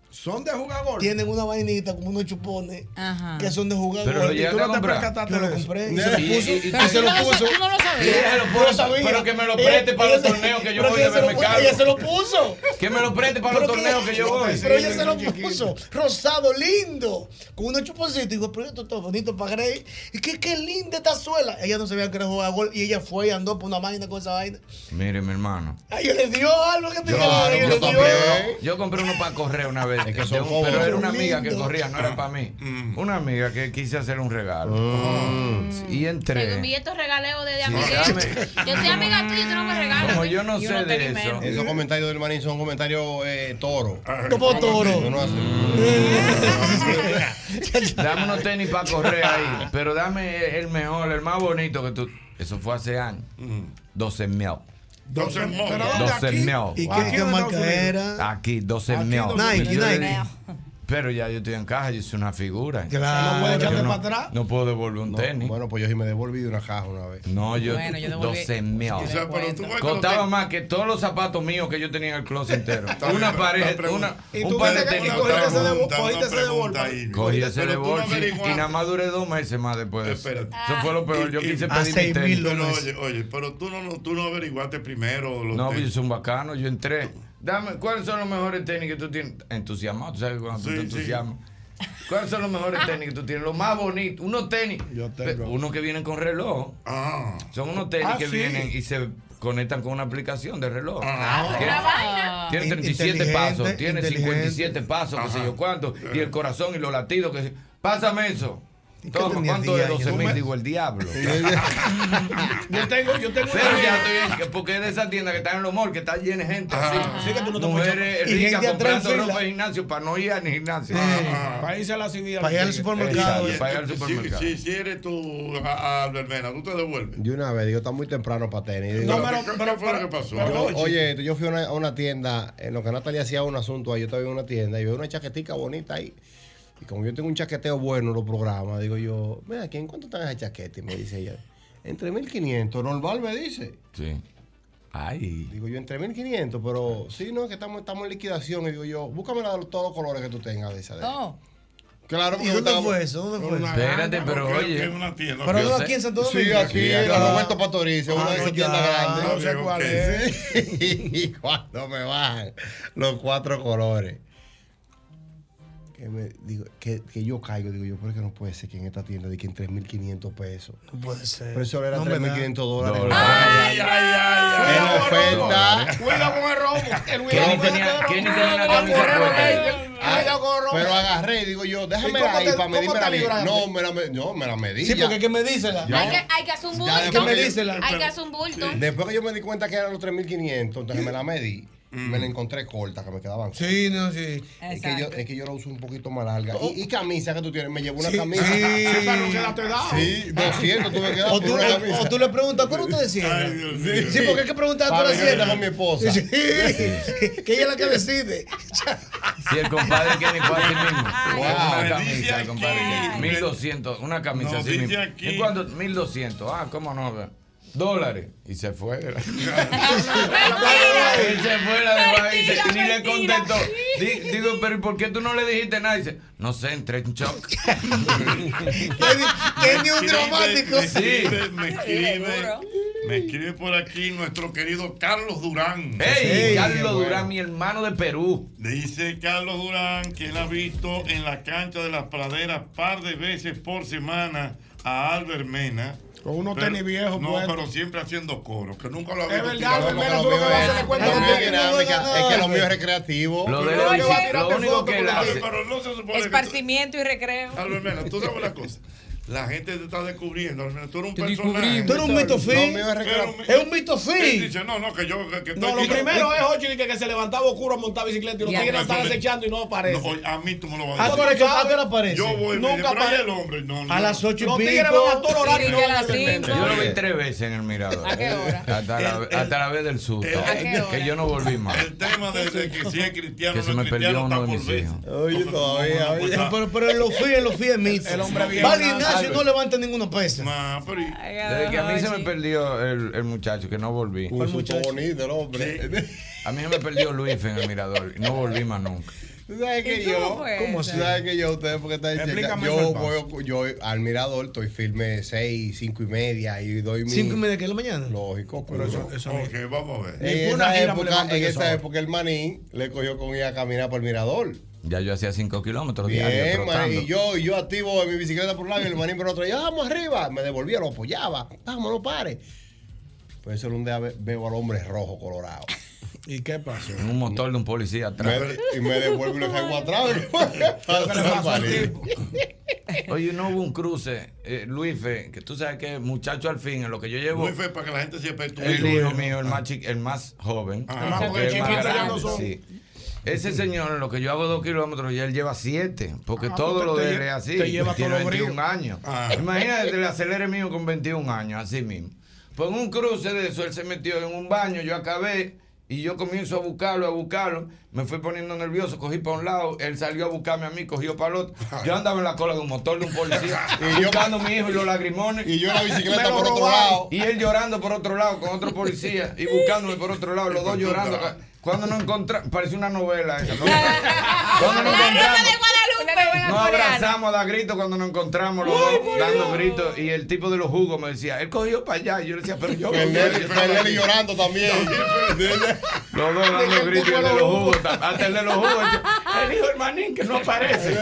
[SPEAKER 7] Son de jugar golf.
[SPEAKER 4] Tienen una vainita como unos chupones
[SPEAKER 6] Ajá.
[SPEAKER 4] que son de jugar
[SPEAKER 16] Pero
[SPEAKER 4] golf.
[SPEAKER 16] lo
[SPEAKER 4] Y
[SPEAKER 16] llegaste
[SPEAKER 4] tú
[SPEAKER 16] a
[SPEAKER 4] no te
[SPEAKER 16] comprar.
[SPEAKER 4] percataste
[SPEAKER 16] Yo
[SPEAKER 4] de
[SPEAKER 16] lo
[SPEAKER 4] eso.
[SPEAKER 16] compré.
[SPEAKER 4] Y se lo
[SPEAKER 16] Y-
[SPEAKER 4] puso.
[SPEAKER 16] y- y-
[SPEAKER 4] Y se lo
[SPEAKER 16] Tú no lo
[SPEAKER 4] puso.
[SPEAKER 16] sab- tú no lo sabías.
[SPEAKER 4] Sí,
[SPEAKER 16] Ella lo puso, pero que me lo preste para los
[SPEAKER 4] ella-
[SPEAKER 16] torneos que yo
[SPEAKER 4] pero
[SPEAKER 16] voy
[SPEAKER 4] ella
[SPEAKER 16] de
[SPEAKER 4] se lo-
[SPEAKER 16] mercado.
[SPEAKER 4] Ella se lo puso.
[SPEAKER 16] Que me lo preste para los
[SPEAKER 4] Pero
[SPEAKER 16] torneos que yo voy.
[SPEAKER 4] Pero ella se lo puso. Rosado, lindo. Con unos chuponcitos. Y digo, pero esto está bonito para Grey. Y que qué linda esta suela. Ella no sabía que era jugar gol. Y ella fue y andó por una máquina con esa vaina.
[SPEAKER 16] Mire, mi hermano.
[SPEAKER 4] Ay, yo le dio algo que tenía.
[SPEAKER 16] Claro,
[SPEAKER 4] Ella
[SPEAKER 16] yo
[SPEAKER 4] le
[SPEAKER 16] compré
[SPEAKER 4] dio.
[SPEAKER 16] uno, yo compré uno para correr una vez. de un- pero era una amiga que
[SPEAKER 4] Lindo.
[SPEAKER 16] corría, no era para mí.
[SPEAKER 4] Mm.
[SPEAKER 16] Una amiga que quise hacer un regalo. Y
[SPEAKER 5] Según vi
[SPEAKER 16] entré.
[SPEAKER 5] estos regaleos de, de
[SPEAKER 16] Sí.
[SPEAKER 5] amiguetes. Yo soy amiga tuya y tú no me regalas.
[SPEAKER 16] Como yo no
[SPEAKER 5] Y
[SPEAKER 16] sé
[SPEAKER 5] uno
[SPEAKER 16] de
[SPEAKER 5] tiene
[SPEAKER 16] eso.
[SPEAKER 5] menos.
[SPEAKER 2] Esos comentarios del manín son comentarios eh, toro.
[SPEAKER 16] ¿Cómo toro?
[SPEAKER 2] Yo no hace-
[SPEAKER 1] <laughs>
[SPEAKER 16] Dame unos tenis para correr ahí. Pero dame el mejor, el más bonito que tú. Eso fue hace años.
[SPEAKER 4] Mm.
[SPEAKER 16] 12 mil.
[SPEAKER 1] 12 mil.
[SPEAKER 16] ¿Pero dónde? 12 mil.
[SPEAKER 4] ¿Y
[SPEAKER 16] Wow.
[SPEAKER 4] qué, qué marca era?
[SPEAKER 16] Aquí, 12
[SPEAKER 4] Aquí,
[SPEAKER 16] mil.
[SPEAKER 4] 12 Nike,
[SPEAKER 16] Yo le
[SPEAKER 4] Nike.
[SPEAKER 16] di- Pero ya yo estoy en caja, yo soy una figura.
[SPEAKER 4] Claro. No puedes echarte
[SPEAKER 16] Yo no,
[SPEAKER 4] para atrás.
[SPEAKER 16] No puedo devolver un tenis.
[SPEAKER 2] Bueno, pues yo sí me devolví de una caja una vez.
[SPEAKER 16] No, yo,
[SPEAKER 2] Bueno, yo devolví-
[SPEAKER 16] 12 mil.
[SPEAKER 2] O sea, pero tú ves que
[SPEAKER 16] Costaba
[SPEAKER 2] lo te-
[SPEAKER 16] más que todos los zapatos míos que yo tenía en el closet entero.
[SPEAKER 1] Está bien,
[SPEAKER 16] una
[SPEAKER 1] pero-
[SPEAKER 16] pareja,
[SPEAKER 1] pero-
[SPEAKER 16] una,
[SPEAKER 1] ¿Y
[SPEAKER 16] un
[SPEAKER 1] tú
[SPEAKER 16] par de
[SPEAKER 1] cogiste-
[SPEAKER 16] tenis.
[SPEAKER 1] cogiste ese de-
[SPEAKER 16] Pregunta,
[SPEAKER 1] cogiste
[SPEAKER 16] una
[SPEAKER 1] ese de
[SPEAKER 16] pregunta
[SPEAKER 1] Volvo?
[SPEAKER 16] ahí. Cogí ese
[SPEAKER 1] Pero
[SPEAKER 16] de
[SPEAKER 1] tú no
[SPEAKER 16] Volvo y
[SPEAKER 1] averiguaste.
[SPEAKER 16] nada más duré dos meses más después de eso.
[SPEAKER 1] Espérate. Ah,
[SPEAKER 16] Eso fue lo peor. Yo
[SPEAKER 1] Y- y-
[SPEAKER 16] quise pedir mi tenis.
[SPEAKER 1] Pero oye, oye, pero tú no, no- tú no averiguaste primero los
[SPEAKER 16] No, pues,
[SPEAKER 1] tenis.
[SPEAKER 16] yo soy un bacano, yo entré. Dame, ¿cuáles son los mejores tenis que tú tienes? Entusiasmado, tú sabes que cuando tú te
[SPEAKER 1] Sí, sí.
[SPEAKER 16] entusiasmas. ¿Cuáles son los mejores tenis que tú tienes? Los más bonitos, unos tenis. Pe- Unos que vienen con reloj. Son unos tenis
[SPEAKER 7] Ah,
[SPEAKER 16] que
[SPEAKER 7] sí.
[SPEAKER 16] vienen y se conectan con una aplicación de reloj.
[SPEAKER 7] Ah.
[SPEAKER 16] Tiene-
[SPEAKER 7] Una vaina.
[SPEAKER 16] Tiene 37
[SPEAKER 7] Inteligente,
[SPEAKER 16] pasos, tiene
[SPEAKER 7] inteligente.
[SPEAKER 16] 57 pasos, qué sé yo cuánto. Y el corazón y los latidos. Que... se- Pásame eso. Toma,
[SPEAKER 7] tenía
[SPEAKER 16] ¿cuánto
[SPEAKER 7] 10
[SPEAKER 16] de
[SPEAKER 7] años?
[SPEAKER 16] 12
[SPEAKER 7] ¿Tú
[SPEAKER 16] mil?
[SPEAKER 7] me-
[SPEAKER 16] Digo, el diablo.
[SPEAKER 7] Yo tengo, yo tengo
[SPEAKER 16] Pero
[SPEAKER 7] una-
[SPEAKER 16] ya estoy bien, que porque es de esa tienda que está en los malls, que está llena de gente así.
[SPEAKER 7] puedes
[SPEAKER 16] Mujeres
[SPEAKER 7] llamar. Y
[SPEAKER 16] ricas
[SPEAKER 7] gente atrás en
[SPEAKER 16] comprando
[SPEAKER 7] fila.
[SPEAKER 16] ropa de gimnasio para no ir al gimnasio.
[SPEAKER 7] Para irse a la ciudad.
[SPEAKER 1] Para ir al
[SPEAKER 16] Exacto, Para ir al
[SPEAKER 1] Si-
[SPEAKER 16] supermercado.
[SPEAKER 1] Si, si eres tú, a- a- Blermena, tú te devuelves.
[SPEAKER 2] De una vez, digo, está muy temprano para tenis. Digo,
[SPEAKER 1] ¿Qué- qué- ¿Qué fue lo que pasó?
[SPEAKER 2] Yo- oye, yo fui a una, a una tienda, en lo que Natalia hacía un asunto ahí, yo estaba en una tienda y veo una chaquetica bonita ahí. Y como yo tengo un chaqueteo bueno en los programas, digo yo, mira, aquí en cuánto están esas chaquetas? Y me dice ella, entre 1500, normal me dice.
[SPEAKER 16] Sí. Ay.
[SPEAKER 2] Digo yo, entre 1500, pero sí, no, es que estamos, estamos en liquidación. Y digo yo, búscame la de todos los colores que tú tengas de esa. de-
[SPEAKER 6] Oh.
[SPEAKER 2] Claro, porque
[SPEAKER 4] ¿Y
[SPEAKER 2] yo
[SPEAKER 4] dónde
[SPEAKER 2] estaba-
[SPEAKER 4] fue eso? ¿Dónde fue eso?
[SPEAKER 16] Espérate, pero
[SPEAKER 1] Creo
[SPEAKER 16] oye.
[SPEAKER 1] que es una tienda.
[SPEAKER 4] Pero
[SPEAKER 16] Yo
[SPEAKER 4] no
[SPEAKER 16] sé-
[SPEAKER 4] aquí en Santo Domingo.
[SPEAKER 2] Sí, aquí,
[SPEAKER 16] Claro.
[SPEAKER 2] a Roberto Pastoriza, una de esas tiendas grandes.
[SPEAKER 7] No sé cuál es.
[SPEAKER 2] y cuando me bajan los cuatro colores. Que, me, digo, que, que yo caigo, digo yo, pero es que no puede ser que en esta tienda de que en 3.500 pesos.
[SPEAKER 4] No puede ser.
[SPEAKER 2] Pero eso era
[SPEAKER 4] No,
[SPEAKER 2] 3.500 dólares.
[SPEAKER 1] Ay, ay, ay, ay.
[SPEAKER 2] En oferta.
[SPEAKER 7] Cuidado con el robo. El
[SPEAKER 2] Kenny
[SPEAKER 7] cuidado con el
[SPEAKER 2] tenía-
[SPEAKER 7] robo.
[SPEAKER 2] Kenny tenía
[SPEAKER 7] Cuidado
[SPEAKER 2] una
[SPEAKER 7] con el
[SPEAKER 2] camisa
[SPEAKER 7] robo.
[SPEAKER 2] puesta.
[SPEAKER 7] Cuidado con el robo.
[SPEAKER 2] Ah, Pero agarré y digo yo, déjame
[SPEAKER 7] cómo
[SPEAKER 2] ahí
[SPEAKER 7] te-
[SPEAKER 2] para
[SPEAKER 7] cómo
[SPEAKER 2] medirme
[SPEAKER 7] te
[SPEAKER 2] la medida.
[SPEAKER 7] libraste?
[SPEAKER 2] No, me la, me- no, me la medí.
[SPEAKER 4] Sí,
[SPEAKER 2] ya.
[SPEAKER 4] porque hay que medírsela.
[SPEAKER 2] <laughs> Ya.
[SPEAKER 5] Hay que, hay que hacer un bulto.
[SPEAKER 2] Ya después que me dicen la-
[SPEAKER 5] Hay que hacer un bulto.
[SPEAKER 2] Después que yo me di cuenta que eran los 3.500, entonces me la medí. Me la encontré corta, que me quedaban.
[SPEAKER 4] Sí, no, sí.
[SPEAKER 2] Es que, yo, es que yo la uso un poquito más larga. Y, y camisa que tú tienes, me llevo una
[SPEAKER 4] Sí,
[SPEAKER 2] camisa.
[SPEAKER 4] sí. Sí, para no
[SPEAKER 7] quedarte dado.
[SPEAKER 2] Sí, 200 tuve que dar
[SPEAKER 4] O
[SPEAKER 2] por
[SPEAKER 4] tú,
[SPEAKER 2] una
[SPEAKER 4] o-
[SPEAKER 2] camisa.
[SPEAKER 4] o tú le preguntas, ¿cuándo usted decía?
[SPEAKER 2] mío.
[SPEAKER 4] Sí, porque hay que preguntar a
[SPEAKER 2] Para
[SPEAKER 4] la
[SPEAKER 2] ver, yo
[SPEAKER 4] hacienda.
[SPEAKER 2] estaba con mi esposa.
[SPEAKER 4] Sí, que ella es la que
[SPEAKER 6] <laughs>
[SPEAKER 4] decide.
[SPEAKER 16] Si el compadre Kenny fue así mismo. una
[SPEAKER 1] me dice
[SPEAKER 16] camisa,
[SPEAKER 1] aquí.
[SPEAKER 16] compadre Kenny. 1200, una camisa
[SPEAKER 1] Nos
[SPEAKER 16] así
[SPEAKER 1] dice
[SPEAKER 16] mismo.
[SPEAKER 1] aquí.
[SPEAKER 16] ¿Y cuánto? 1200. Ah, cómo no. Dólares. Y se
[SPEAKER 1] <laughs>
[SPEAKER 16] fue. y se fue la de país.
[SPEAKER 17] Mentira,
[SPEAKER 16] Y ni le
[SPEAKER 17] mentira.
[SPEAKER 16] contestó. Di- Digo, pero ¿y por qué tú no le dijiste nada? Y dice, no sé, entré
[SPEAKER 7] <laughs>
[SPEAKER 16] en shock.
[SPEAKER 4] Kenny un dramático.
[SPEAKER 1] Me escribe, me escribe,
[SPEAKER 17] seguro.
[SPEAKER 1] me escribe por aquí nuestro querido Carlos Durán.
[SPEAKER 16] Hey, Carlos Durán, mi hermano de Perú.
[SPEAKER 1] Dice Carlos Durán que él ha visto en la cancha de las praderas par de veces por semana a Albert Mena.
[SPEAKER 7] Con unos
[SPEAKER 1] Pero-
[SPEAKER 7] tenis viejos,
[SPEAKER 1] No,
[SPEAKER 7] puestos.
[SPEAKER 1] pero siempre haciendo coros, que nunca lo había
[SPEAKER 7] Es
[SPEAKER 1] visto
[SPEAKER 7] verdad,
[SPEAKER 1] tirar.
[SPEAKER 7] Albert Mena
[SPEAKER 1] Lo
[SPEAKER 7] tuvo que
[SPEAKER 1] mío es-
[SPEAKER 7] bajarse de cuenta
[SPEAKER 1] lo
[SPEAKER 7] un
[SPEAKER 1] mío es
[SPEAKER 7] tenis.
[SPEAKER 2] dinámica, es que lo mío es recreativo.
[SPEAKER 16] Lo de
[SPEAKER 7] Pero que
[SPEAKER 16] la
[SPEAKER 7] va a
[SPEAKER 16] bicicleta,
[SPEAKER 7] tirarte
[SPEAKER 16] lo único
[SPEAKER 7] foto
[SPEAKER 16] que
[SPEAKER 7] con
[SPEAKER 16] él
[SPEAKER 7] la
[SPEAKER 16] hace.
[SPEAKER 1] Pero no se supone que tú-
[SPEAKER 6] Esparcimiento y recreo.
[SPEAKER 1] Albert Mena, tú sabes una cosa. La gente te está descubriendo, Albert Mena, Tú eres un
[SPEAKER 7] Te
[SPEAKER 1] personaje.
[SPEAKER 7] descubrimos.
[SPEAKER 4] Tú eres un mito
[SPEAKER 2] Lo
[SPEAKER 4] fin.
[SPEAKER 2] mío es recreativo.
[SPEAKER 4] Es un mito
[SPEAKER 1] Él
[SPEAKER 4] fin.
[SPEAKER 1] dice, no, no, que yo. Que, que
[SPEAKER 7] No,
[SPEAKER 1] estoy-
[SPEAKER 7] lo primero es Hochi que, que se levantaba oscuro a montar bicicleta y los
[SPEAKER 6] Ya.
[SPEAKER 7] tigres están
[SPEAKER 1] Entonces,
[SPEAKER 7] acechando y no aparece. Ah,
[SPEAKER 1] No, oye, a mí tú me lo vas a
[SPEAKER 4] ¿A
[SPEAKER 1] decir.
[SPEAKER 4] qué hora- a qué hora aparece?
[SPEAKER 1] Yo voy,
[SPEAKER 7] Nunca
[SPEAKER 1] nunca para
[SPEAKER 7] aparece.
[SPEAKER 1] el hombre. No, no.
[SPEAKER 4] A las ocho y
[SPEAKER 7] los
[SPEAKER 4] pico.
[SPEAKER 7] tigres van a todo horario y
[SPEAKER 6] Sí,
[SPEAKER 7] no
[SPEAKER 6] que a
[SPEAKER 7] van a
[SPEAKER 6] las
[SPEAKER 7] hacer
[SPEAKER 6] cinco.
[SPEAKER 16] Yo lo vi tres veces en el mirador.
[SPEAKER 6] ¿A qué hora?
[SPEAKER 16] Hasta la, hasta la vez del susto.
[SPEAKER 1] el- ¿A
[SPEAKER 6] qué hora?
[SPEAKER 16] que yo no volví más.
[SPEAKER 1] El tema de, de que si es cristiano
[SPEAKER 16] Que
[SPEAKER 1] o
[SPEAKER 16] se
[SPEAKER 1] no
[SPEAKER 16] me
[SPEAKER 1] es
[SPEAKER 16] perdió
[SPEAKER 1] cristiano
[SPEAKER 16] uno
[SPEAKER 1] está
[SPEAKER 16] de
[SPEAKER 1] por
[SPEAKER 16] mis
[SPEAKER 1] ver.
[SPEAKER 16] hijos.
[SPEAKER 2] Oye, todavía, oye.
[SPEAKER 4] Pero, pero, pero en los fíes, en los fíes es mito.
[SPEAKER 7] El hombre bien
[SPEAKER 4] Va al
[SPEAKER 7] nazi.
[SPEAKER 4] gimnasio y no levanta ninguna pesa.
[SPEAKER 1] Ma, pero y-
[SPEAKER 7] Ah,
[SPEAKER 16] Desde que a mí se me perdió el, el muchacho, que no volví.
[SPEAKER 2] Un susto bonito el hombre.
[SPEAKER 16] A mí se me perdió Luis en el mirador. Y no volví más nunca.
[SPEAKER 2] ¿Tú sabes
[SPEAKER 6] ¿Y
[SPEAKER 2] que
[SPEAKER 6] cómo
[SPEAKER 2] yo?
[SPEAKER 6] fue
[SPEAKER 4] Oh,
[SPEAKER 2] ¿Cómo
[SPEAKER 6] eso?
[SPEAKER 2] ¿Tú sabes que yo? Ustedes porque están diciendo.
[SPEAKER 7] Explícame
[SPEAKER 2] Yo
[SPEAKER 7] eso,
[SPEAKER 2] voy yo al mirador, estoy firme 6, 5 y media y doy mi.
[SPEAKER 4] ¿Cinco y media que es la mañana?
[SPEAKER 2] Lógico,
[SPEAKER 4] pero eso,
[SPEAKER 1] Ok, vamos a ver.
[SPEAKER 2] En
[SPEAKER 4] Ninguna
[SPEAKER 2] esa
[SPEAKER 4] gira me
[SPEAKER 2] época,
[SPEAKER 4] levanta
[SPEAKER 2] en
[SPEAKER 4] yo
[SPEAKER 2] esa
[SPEAKER 4] solo.
[SPEAKER 2] época el maní le cogió con ir a caminar por el mirador.
[SPEAKER 16] Ya yo hacía 5 kilómetros diarios
[SPEAKER 2] Bien,
[SPEAKER 16] trotando.
[SPEAKER 2] man, y yo, y yo activo en mi bicicleta por un lado y el manín por otro. Y yo, vamos arriba. Me devolvía, lo apoyaba. Vamos, no pare. Pues solo un día ve- veo al hombre rojo colorado.
[SPEAKER 7] ¿Y qué pasó?
[SPEAKER 16] En un motor de un policía atrás.
[SPEAKER 2] Me- y me devuelve y le caigo
[SPEAKER 16] <laughs>
[SPEAKER 2] atrás.
[SPEAKER 16] Oye, no hubo un cruce, eh, Luife, que tú sabes que muchacho al fin, en lo que yo llevo.
[SPEAKER 1] Luife, para que la gente sepa tú.
[SPEAKER 16] El hijo mío, el más, chi- el más joven.
[SPEAKER 1] Ah. El más joven,
[SPEAKER 16] que es más
[SPEAKER 1] chiquito, ya
[SPEAKER 16] grande,
[SPEAKER 1] no son.
[SPEAKER 16] sí. Ese señor, en lo que yo hago dos kilómetros, y él lleva siete, porque
[SPEAKER 1] Ah,
[SPEAKER 16] todo
[SPEAKER 1] pues te-
[SPEAKER 16] lo
[SPEAKER 1] te
[SPEAKER 16] de él
[SPEAKER 1] lle-
[SPEAKER 16] es así.
[SPEAKER 1] te lleva
[SPEAKER 16] tiene
[SPEAKER 1] todo lo brío.
[SPEAKER 16] 21 años.
[SPEAKER 1] Ah.
[SPEAKER 16] Imagínate el acelere mío con 21 años, así mismo. Pues en un cruce de eso, él se metió en un baño, yo acabé. Y yo comienzo a buscarlo, a buscarlo. Me fui poniendo nervioso, cogí para un lado. Él salió a buscarme a mí, cogió para el otro. Yo andaba en la cola de un motor de
[SPEAKER 2] <laughs>
[SPEAKER 16] un policía.
[SPEAKER 2] Y yo-
[SPEAKER 16] buscando a mi hijo y los lagrimones.
[SPEAKER 2] Y yo en la bicicleta
[SPEAKER 16] Me lo
[SPEAKER 2] por otro
[SPEAKER 16] robaron.
[SPEAKER 2] lado.
[SPEAKER 16] Y él llorando por otro lado con otro policía y buscándome por otro lado, los dos llorando. Cuando no encontramos, parece una novela esa. ¿no? Cuando nos encontramos, nos abrazamos a dar gritos cuando nos encontramos los dos dando gritos. Y el tipo de los jugos me decía, él cogió para allá. Y yo le decía, pero yo.
[SPEAKER 2] El Nelly- el Nelly llorando también.
[SPEAKER 7] <laughs>
[SPEAKER 16] Los dos dando gritos y el de los jugos. tam- Hasta el de los jugos. El hijo del manín que no aparece.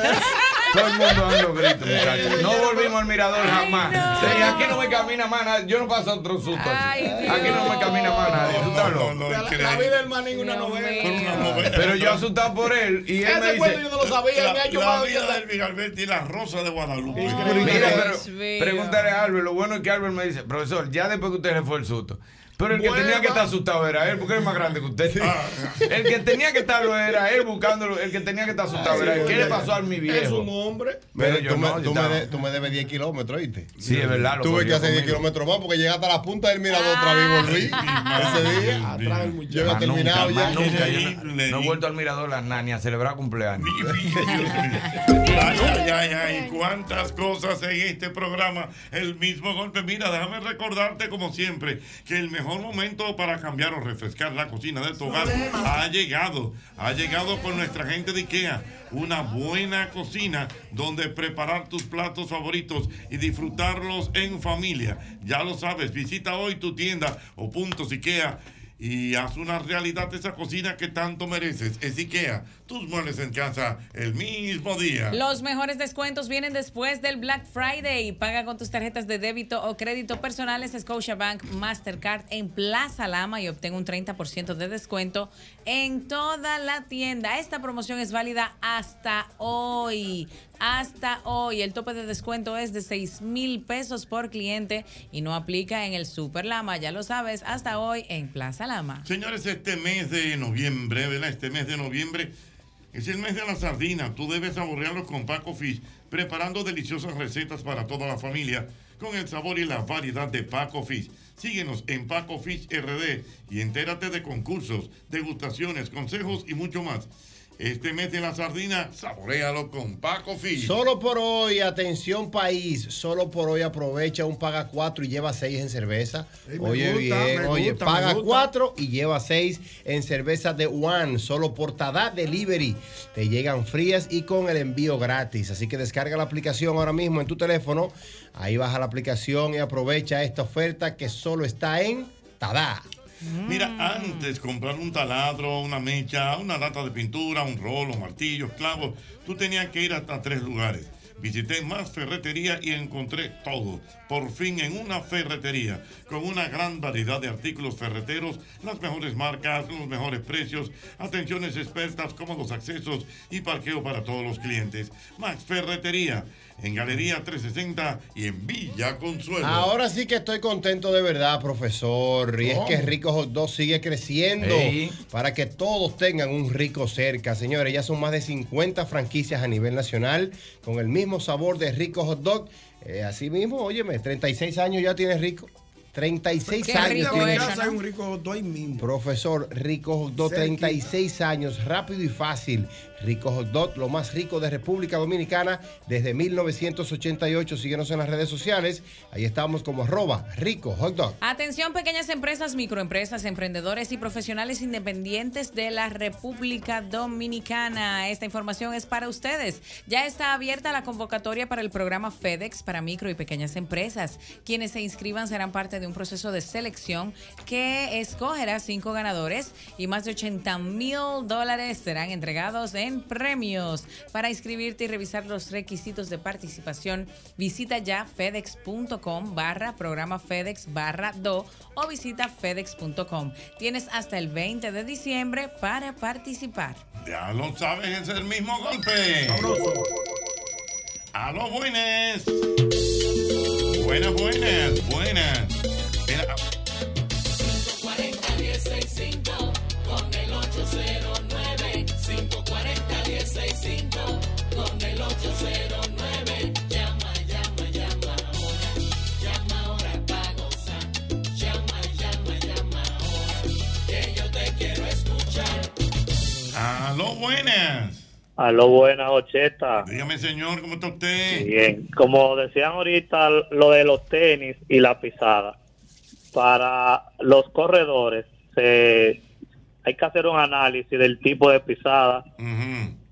[SPEAKER 16] Todo el mundo dando gritos, muchachos. No volvimos al mirador jamás. Sí, aquí no me camina más nadie. Yo no paso otro susto. así. aquí no me camina más nadie. Tú estás loco.
[SPEAKER 7] La vida del manín una novela.
[SPEAKER 16] Pero yo asustado por él y él
[SPEAKER 7] Ese
[SPEAKER 16] me dice.
[SPEAKER 7] cuento yo no lo sabía,
[SPEAKER 1] La,
[SPEAKER 7] me ha hecho
[SPEAKER 1] la
[SPEAKER 7] mal
[SPEAKER 1] vida del Villalberti y la rosa de Guadalupe.
[SPEAKER 16] Mira, pero pregúntale a Albert. Lo bueno es que Albert me dice, profesor, ya después que usted le fue el susto. Pero el que tenía que estar asustado era él, porque él es más grande que usted. Ah, El que tenía que estarlo era él buscándolo. El que tenía que estar asustado era él. ¿Qué le pasó a mi viejo?
[SPEAKER 7] Es un hombre.
[SPEAKER 16] Pero
[SPEAKER 2] Pero
[SPEAKER 16] yo
[SPEAKER 2] tú,
[SPEAKER 16] no,
[SPEAKER 2] me,
[SPEAKER 16] yo
[SPEAKER 2] tú, me
[SPEAKER 16] estaba-
[SPEAKER 2] de- tú me debes 10 kilómetros, ¿oíste?
[SPEAKER 16] Sí, es verdad, lo
[SPEAKER 2] Tuve
[SPEAKER 16] corrió
[SPEAKER 2] que hacer 10
[SPEAKER 16] conmigo.
[SPEAKER 2] kilómetros más porque llegué hasta la punta del mirador otra vez y volví. Ese día. Atrás del muchacho. Yo había
[SPEAKER 16] Más nunca,
[SPEAKER 2] terminado ya.
[SPEAKER 16] más nunca. Yo no- no, he vuelto al mirador a nani a celebrar cumpleaños.
[SPEAKER 1] Ay, ay, ay, ay, cuántas cosas en este programa. El mismo golpe. Mira, déjame recordarte, como siempre, que el mejor momento para cambiar o refrescar la cocina de tu hogar ha llegado. Ha llegado con nuestra gente de IKEA. Una buena cocina donde preparar tus platos favoritos y disfrutarlos en familia. Ya lo sabes, visita hoy tu tienda o puntos IKEA y haz una realidad esa cocina que tanto mereces. Es IKEA, tus muebles en casa el mismo día.
[SPEAKER 6] Los mejores descuentos vienen después del Black Friday. Paga con tus tarjetas de débito o crédito personales Scotiabank Mastercard en Plaza Lama y obtén un 30% de descuento en toda la tienda. Esta promoción es válida hasta hoy. Hasta hoy. El tope de descuento es de 6 mil pesos por cliente y no aplica en el Super Lama. Ya lo sabes, hasta hoy en Plaza Lama.
[SPEAKER 1] Señores, este mes de noviembre, ¿verdad? Este mes de noviembre es el mes de la sardina. Tú debes saborearlo con Paco Fish, preparando deliciosas recetas para toda la familia con el sabor y la variedad de Paco Fish. Síguenos en Paco Fish RD y entérate de concursos, degustaciones, consejos y mucho más. Este mes de la sardina, saborealo con Paco Fish.
[SPEAKER 2] Solo por hoy, atención país, solo por hoy aprovecha un paga 4 y lleva 6 en cerveza.
[SPEAKER 7] Ey, me
[SPEAKER 2] oye
[SPEAKER 7] gusta,
[SPEAKER 2] bien,
[SPEAKER 7] me
[SPEAKER 2] oye,
[SPEAKER 7] gusta, me
[SPEAKER 2] paga
[SPEAKER 7] gusta.
[SPEAKER 2] 4 y lleva 6 en cerveza de One, solo por Tadá Delivery. Te llegan frías y con el envío gratis, así que descarga la aplicación ahora mismo en tu teléfono. Ahí baja la aplicación y aprovecha esta oferta que solo está en Tadá.
[SPEAKER 1] Mira, antes comprar un taladro, una mecha, una lata de pintura, un rolo, martillos, clavos, tú tenías que ir hasta tres lugares. Visité más ferretería y encontré todo. Por fin en una ferretería, con una gran variedad de artículos ferreteros, las mejores marcas, los mejores precios, atenciones expertas, cómodos accesos y parqueo para todos los clientes. Max Ferretería, en Galería 360 y en Villa Consuelo.
[SPEAKER 2] Ahora sí que estoy contento de verdad, profesor. Y
[SPEAKER 1] ¿Cómo?
[SPEAKER 2] es que Rico Hot Dog sigue creciendo
[SPEAKER 1] Ey.
[SPEAKER 2] para que todos tengan un rico cerca. Señores, ya son más de 50 franquicias a nivel nacional con el mismo sabor de Rico Hot Dog. Eh, así mismo, óyeme, 36 años ya tiene Rico. 36
[SPEAKER 7] Qué
[SPEAKER 2] años
[SPEAKER 7] rico
[SPEAKER 2] tiene.
[SPEAKER 7] eso, ¿no? Hay un rico doy mismo.
[SPEAKER 2] Profesor Rico Hot Dog, 36 años, rápido y fácil. Rico Hot Dog, lo más rico de República Dominicana desde 1988. Síguenos en las redes sociales. Ahí estamos como arroba Rico Hot Dog.
[SPEAKER 6] Atención, pequeñas empresas, microempresas, emprendedores y profesionales independientes de la República Dominicana. Esta información es para ustedes. Ya está abierta la convocatoria para el programa FedEx para micro y pequeñas empresas. Quienes se inscriban serán parte de un proceso de selección que escogerá cinco ganadores y más de 80 mil dólares serán entregados en premios. Para inscribirte y revisar los requisitos de participación, visita ya fedex.com barra programa fedex barra do o visita fedex.com. Tienes hasta el 20 de diciembre para participar.
[SPEAKER 1] Ya lo sabes, es el mismo golpe. A los buenas. Buenas, buenas, buenas. Mira,
[SPEAKER 13] 540 165 con el 809 540 165 con el 809 llama llama llama ahora llama ahora pa gozar llama llama llama ahora que yo te quiero escuchar
[SPEAKER 1] A los buenas.
[SPEAKER 18] A lo buena, Ocheta.
[SPEAKER 1] Dígame, señor, ¿cómo está usted?
[SPEAKER 18] Bien, como decían ahorita lo de los tenis y la pisada, para los corredores se, hay que hacer un análisis del tipo de pisada,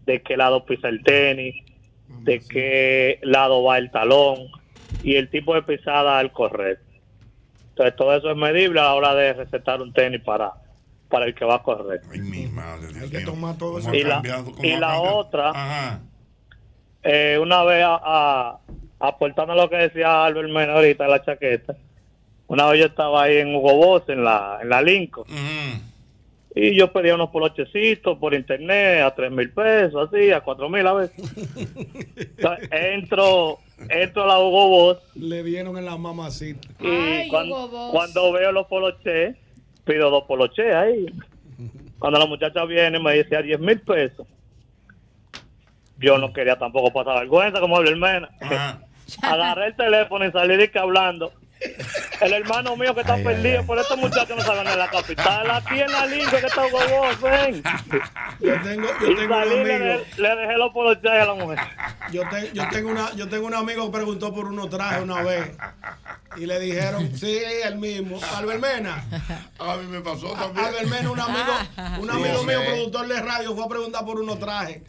[SPEAKER 18] de qué lado pisa el tenis, de qué lado va el talón y el tipo de pisada al correr. Entonces todo eso es medible a la hora de recetar un tenis para, para el que va a correr.
[SPEAKER 7] Hay que tomar todo eso.
[SPEAKER 18] Y la, y la otra, eh, una vez a- a- aportando lo que decía Albert Mena ahorita, la chaqueta, una vez yo estaba ahí en Hugo Boss, en la, en la Lincoln, y yo pedía unos polochecitos por internet a tres mil pesos, así, a cuatro mil a veces. Entonces,
[SPEAKER 1] Ah.
[SPEAKER 18] entro, entro a la Hugo Boss
[SPEAKER 7] Le dieron en la mamacita.
[SPEAKER 18] y cuan- cuando, veo los polochés, pido dos polochés ahí. Cuando la muchacha viene me dice a 10 mil pesos. Yo no quería tampoco pasar vergüenza como habla el mena. Agarré el teléfono y salí de que hablando. El hermano mío que está perdido por estos muchachos no saben de la capital. La tienda limpia que está huevos, ven.
[SPEAKER 7] Yo tengo, yo
[SPEAKER 18] Y
[SPEAKER 7] tengo un
[SPEAKER 18] salí, le,
[SPEAKER 7] amigo.
[SPEAKER 18] dejé- le dejé los polochés a la mujer.
[SPEAKER 7] Yo, te- yo tengo una, yo tengo un amigo que preguntó por unos trajes <laughs> una vez. Y le dijeron,
[SPEAKER 1] <laughs>
[SPEAKER 7] sí, el mismo. Albert Mena.
[SPEAKER 1] A mí me pasó
[SPEAKER 7] también. Albert Mena, un
[SPEAKER 1] <laughs>
[SPEAKER 7] amigo, un
[SPEAKER 1] Ah.
[SPEAKER 7] amigo
[SPEAKER 1] Sí.
[SPEAKER 7] mío, productor de radio, fue a preguntar por unos trajes.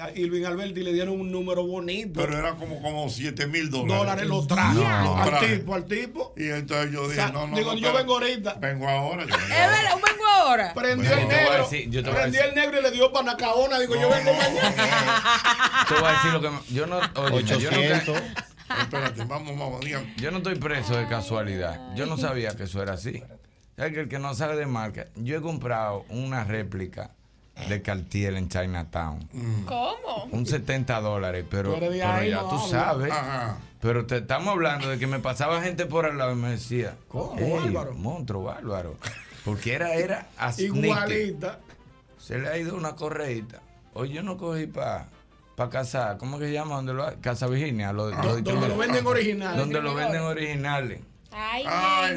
[SPEAKER 7] A Irving Alberti le dieron un número bonito.
[SPEAKER 1] Pero era como, como 7 mil dólares.
[SPEAKER 7] Dólares los trajes.
[SPEAKER 1] No,
[SPEAKER 7] al
[SPEAKER 1] trajes.
[SPEAKER 7] tipo, al tipo.
[SPEAKER 1] Y entonces yo dije,
[SPEAKER 7] O sea,
[SPEAKER 1] no, no.
[SPEAKER 7] digo,
[SPEAKER 1] no,
[SPEAKER 7] yo
[SPEAKER 1] pero-
[SPEAKER 7] vengo ahorita.
[SPEAKER 1] Vengo ahora. Yo vengo ahora.
[SPEAKER 6] verdad, vengo ahora.
[SPEAKER 7] Prendió
[SPEAKER 16] Bueno,
[SPEAKER 7] el
[SPEAKER 16] yo te voy a
[SPEAKER 7] negro.
[SPEAKER 16] decir- yo te voy a
[SPEAKER 7] prendió el negro y le dio panacaona. Digo, yo vengo mañana.
[SPEAKER 16] Te voy a decir lo que. me- Yo no. oye, yo no ca-
[SPEAKER 1] Espérate, vamos, vamos, dígame.
[SPEAKER 16] Yo no estoy preso de casualidad. Yo no sabía que eso era así. ¿Sabes que el que no sabe de marca? Yo he comprado una réplica de Cartier en Chinatown.
[SPEAKER 19] ¿Cómo?
[SPEAKER 16] Un 70 dólares, pero,
[SPEAKER 19] Mm. Pero de
[SPEAKER 16] pero
[SPEAKER 19] ahí
[SPEAKER 16] ya
[SPEAKER 19] no
[SPEAKER 16] tú
[SPEAKER 19] habla.
[SPEAKER 16] sabes.
[SPEAKER 1] Ajá.
[SPEAKER 16] Pero te estamos hablando de que me pasaba gente por al lado y me decía, ¿cómo?
[SPEAKER 7] Álvaro?"
[SPEAKER 16] Monstruo, Álvaro. Porque era, era así.
[SPEAKER 7] Igualita.
[SPEAKER 16] Se le ha ido una correita. Hoy yo no cogí para pa casa, ¿cómo que se llama? ¿Dónde lo, casa Virginia. lo-
[SPEAKER 19] Ah,
[SPEAKER 16] lo
[SPEAKER 7] Donde lo
[SPEAKER 16] distribuyen.
[SPEAKER 7] venden original.
[SPEAKER 16] Donde lo venden originales.
[SPEAKER 19] Ay,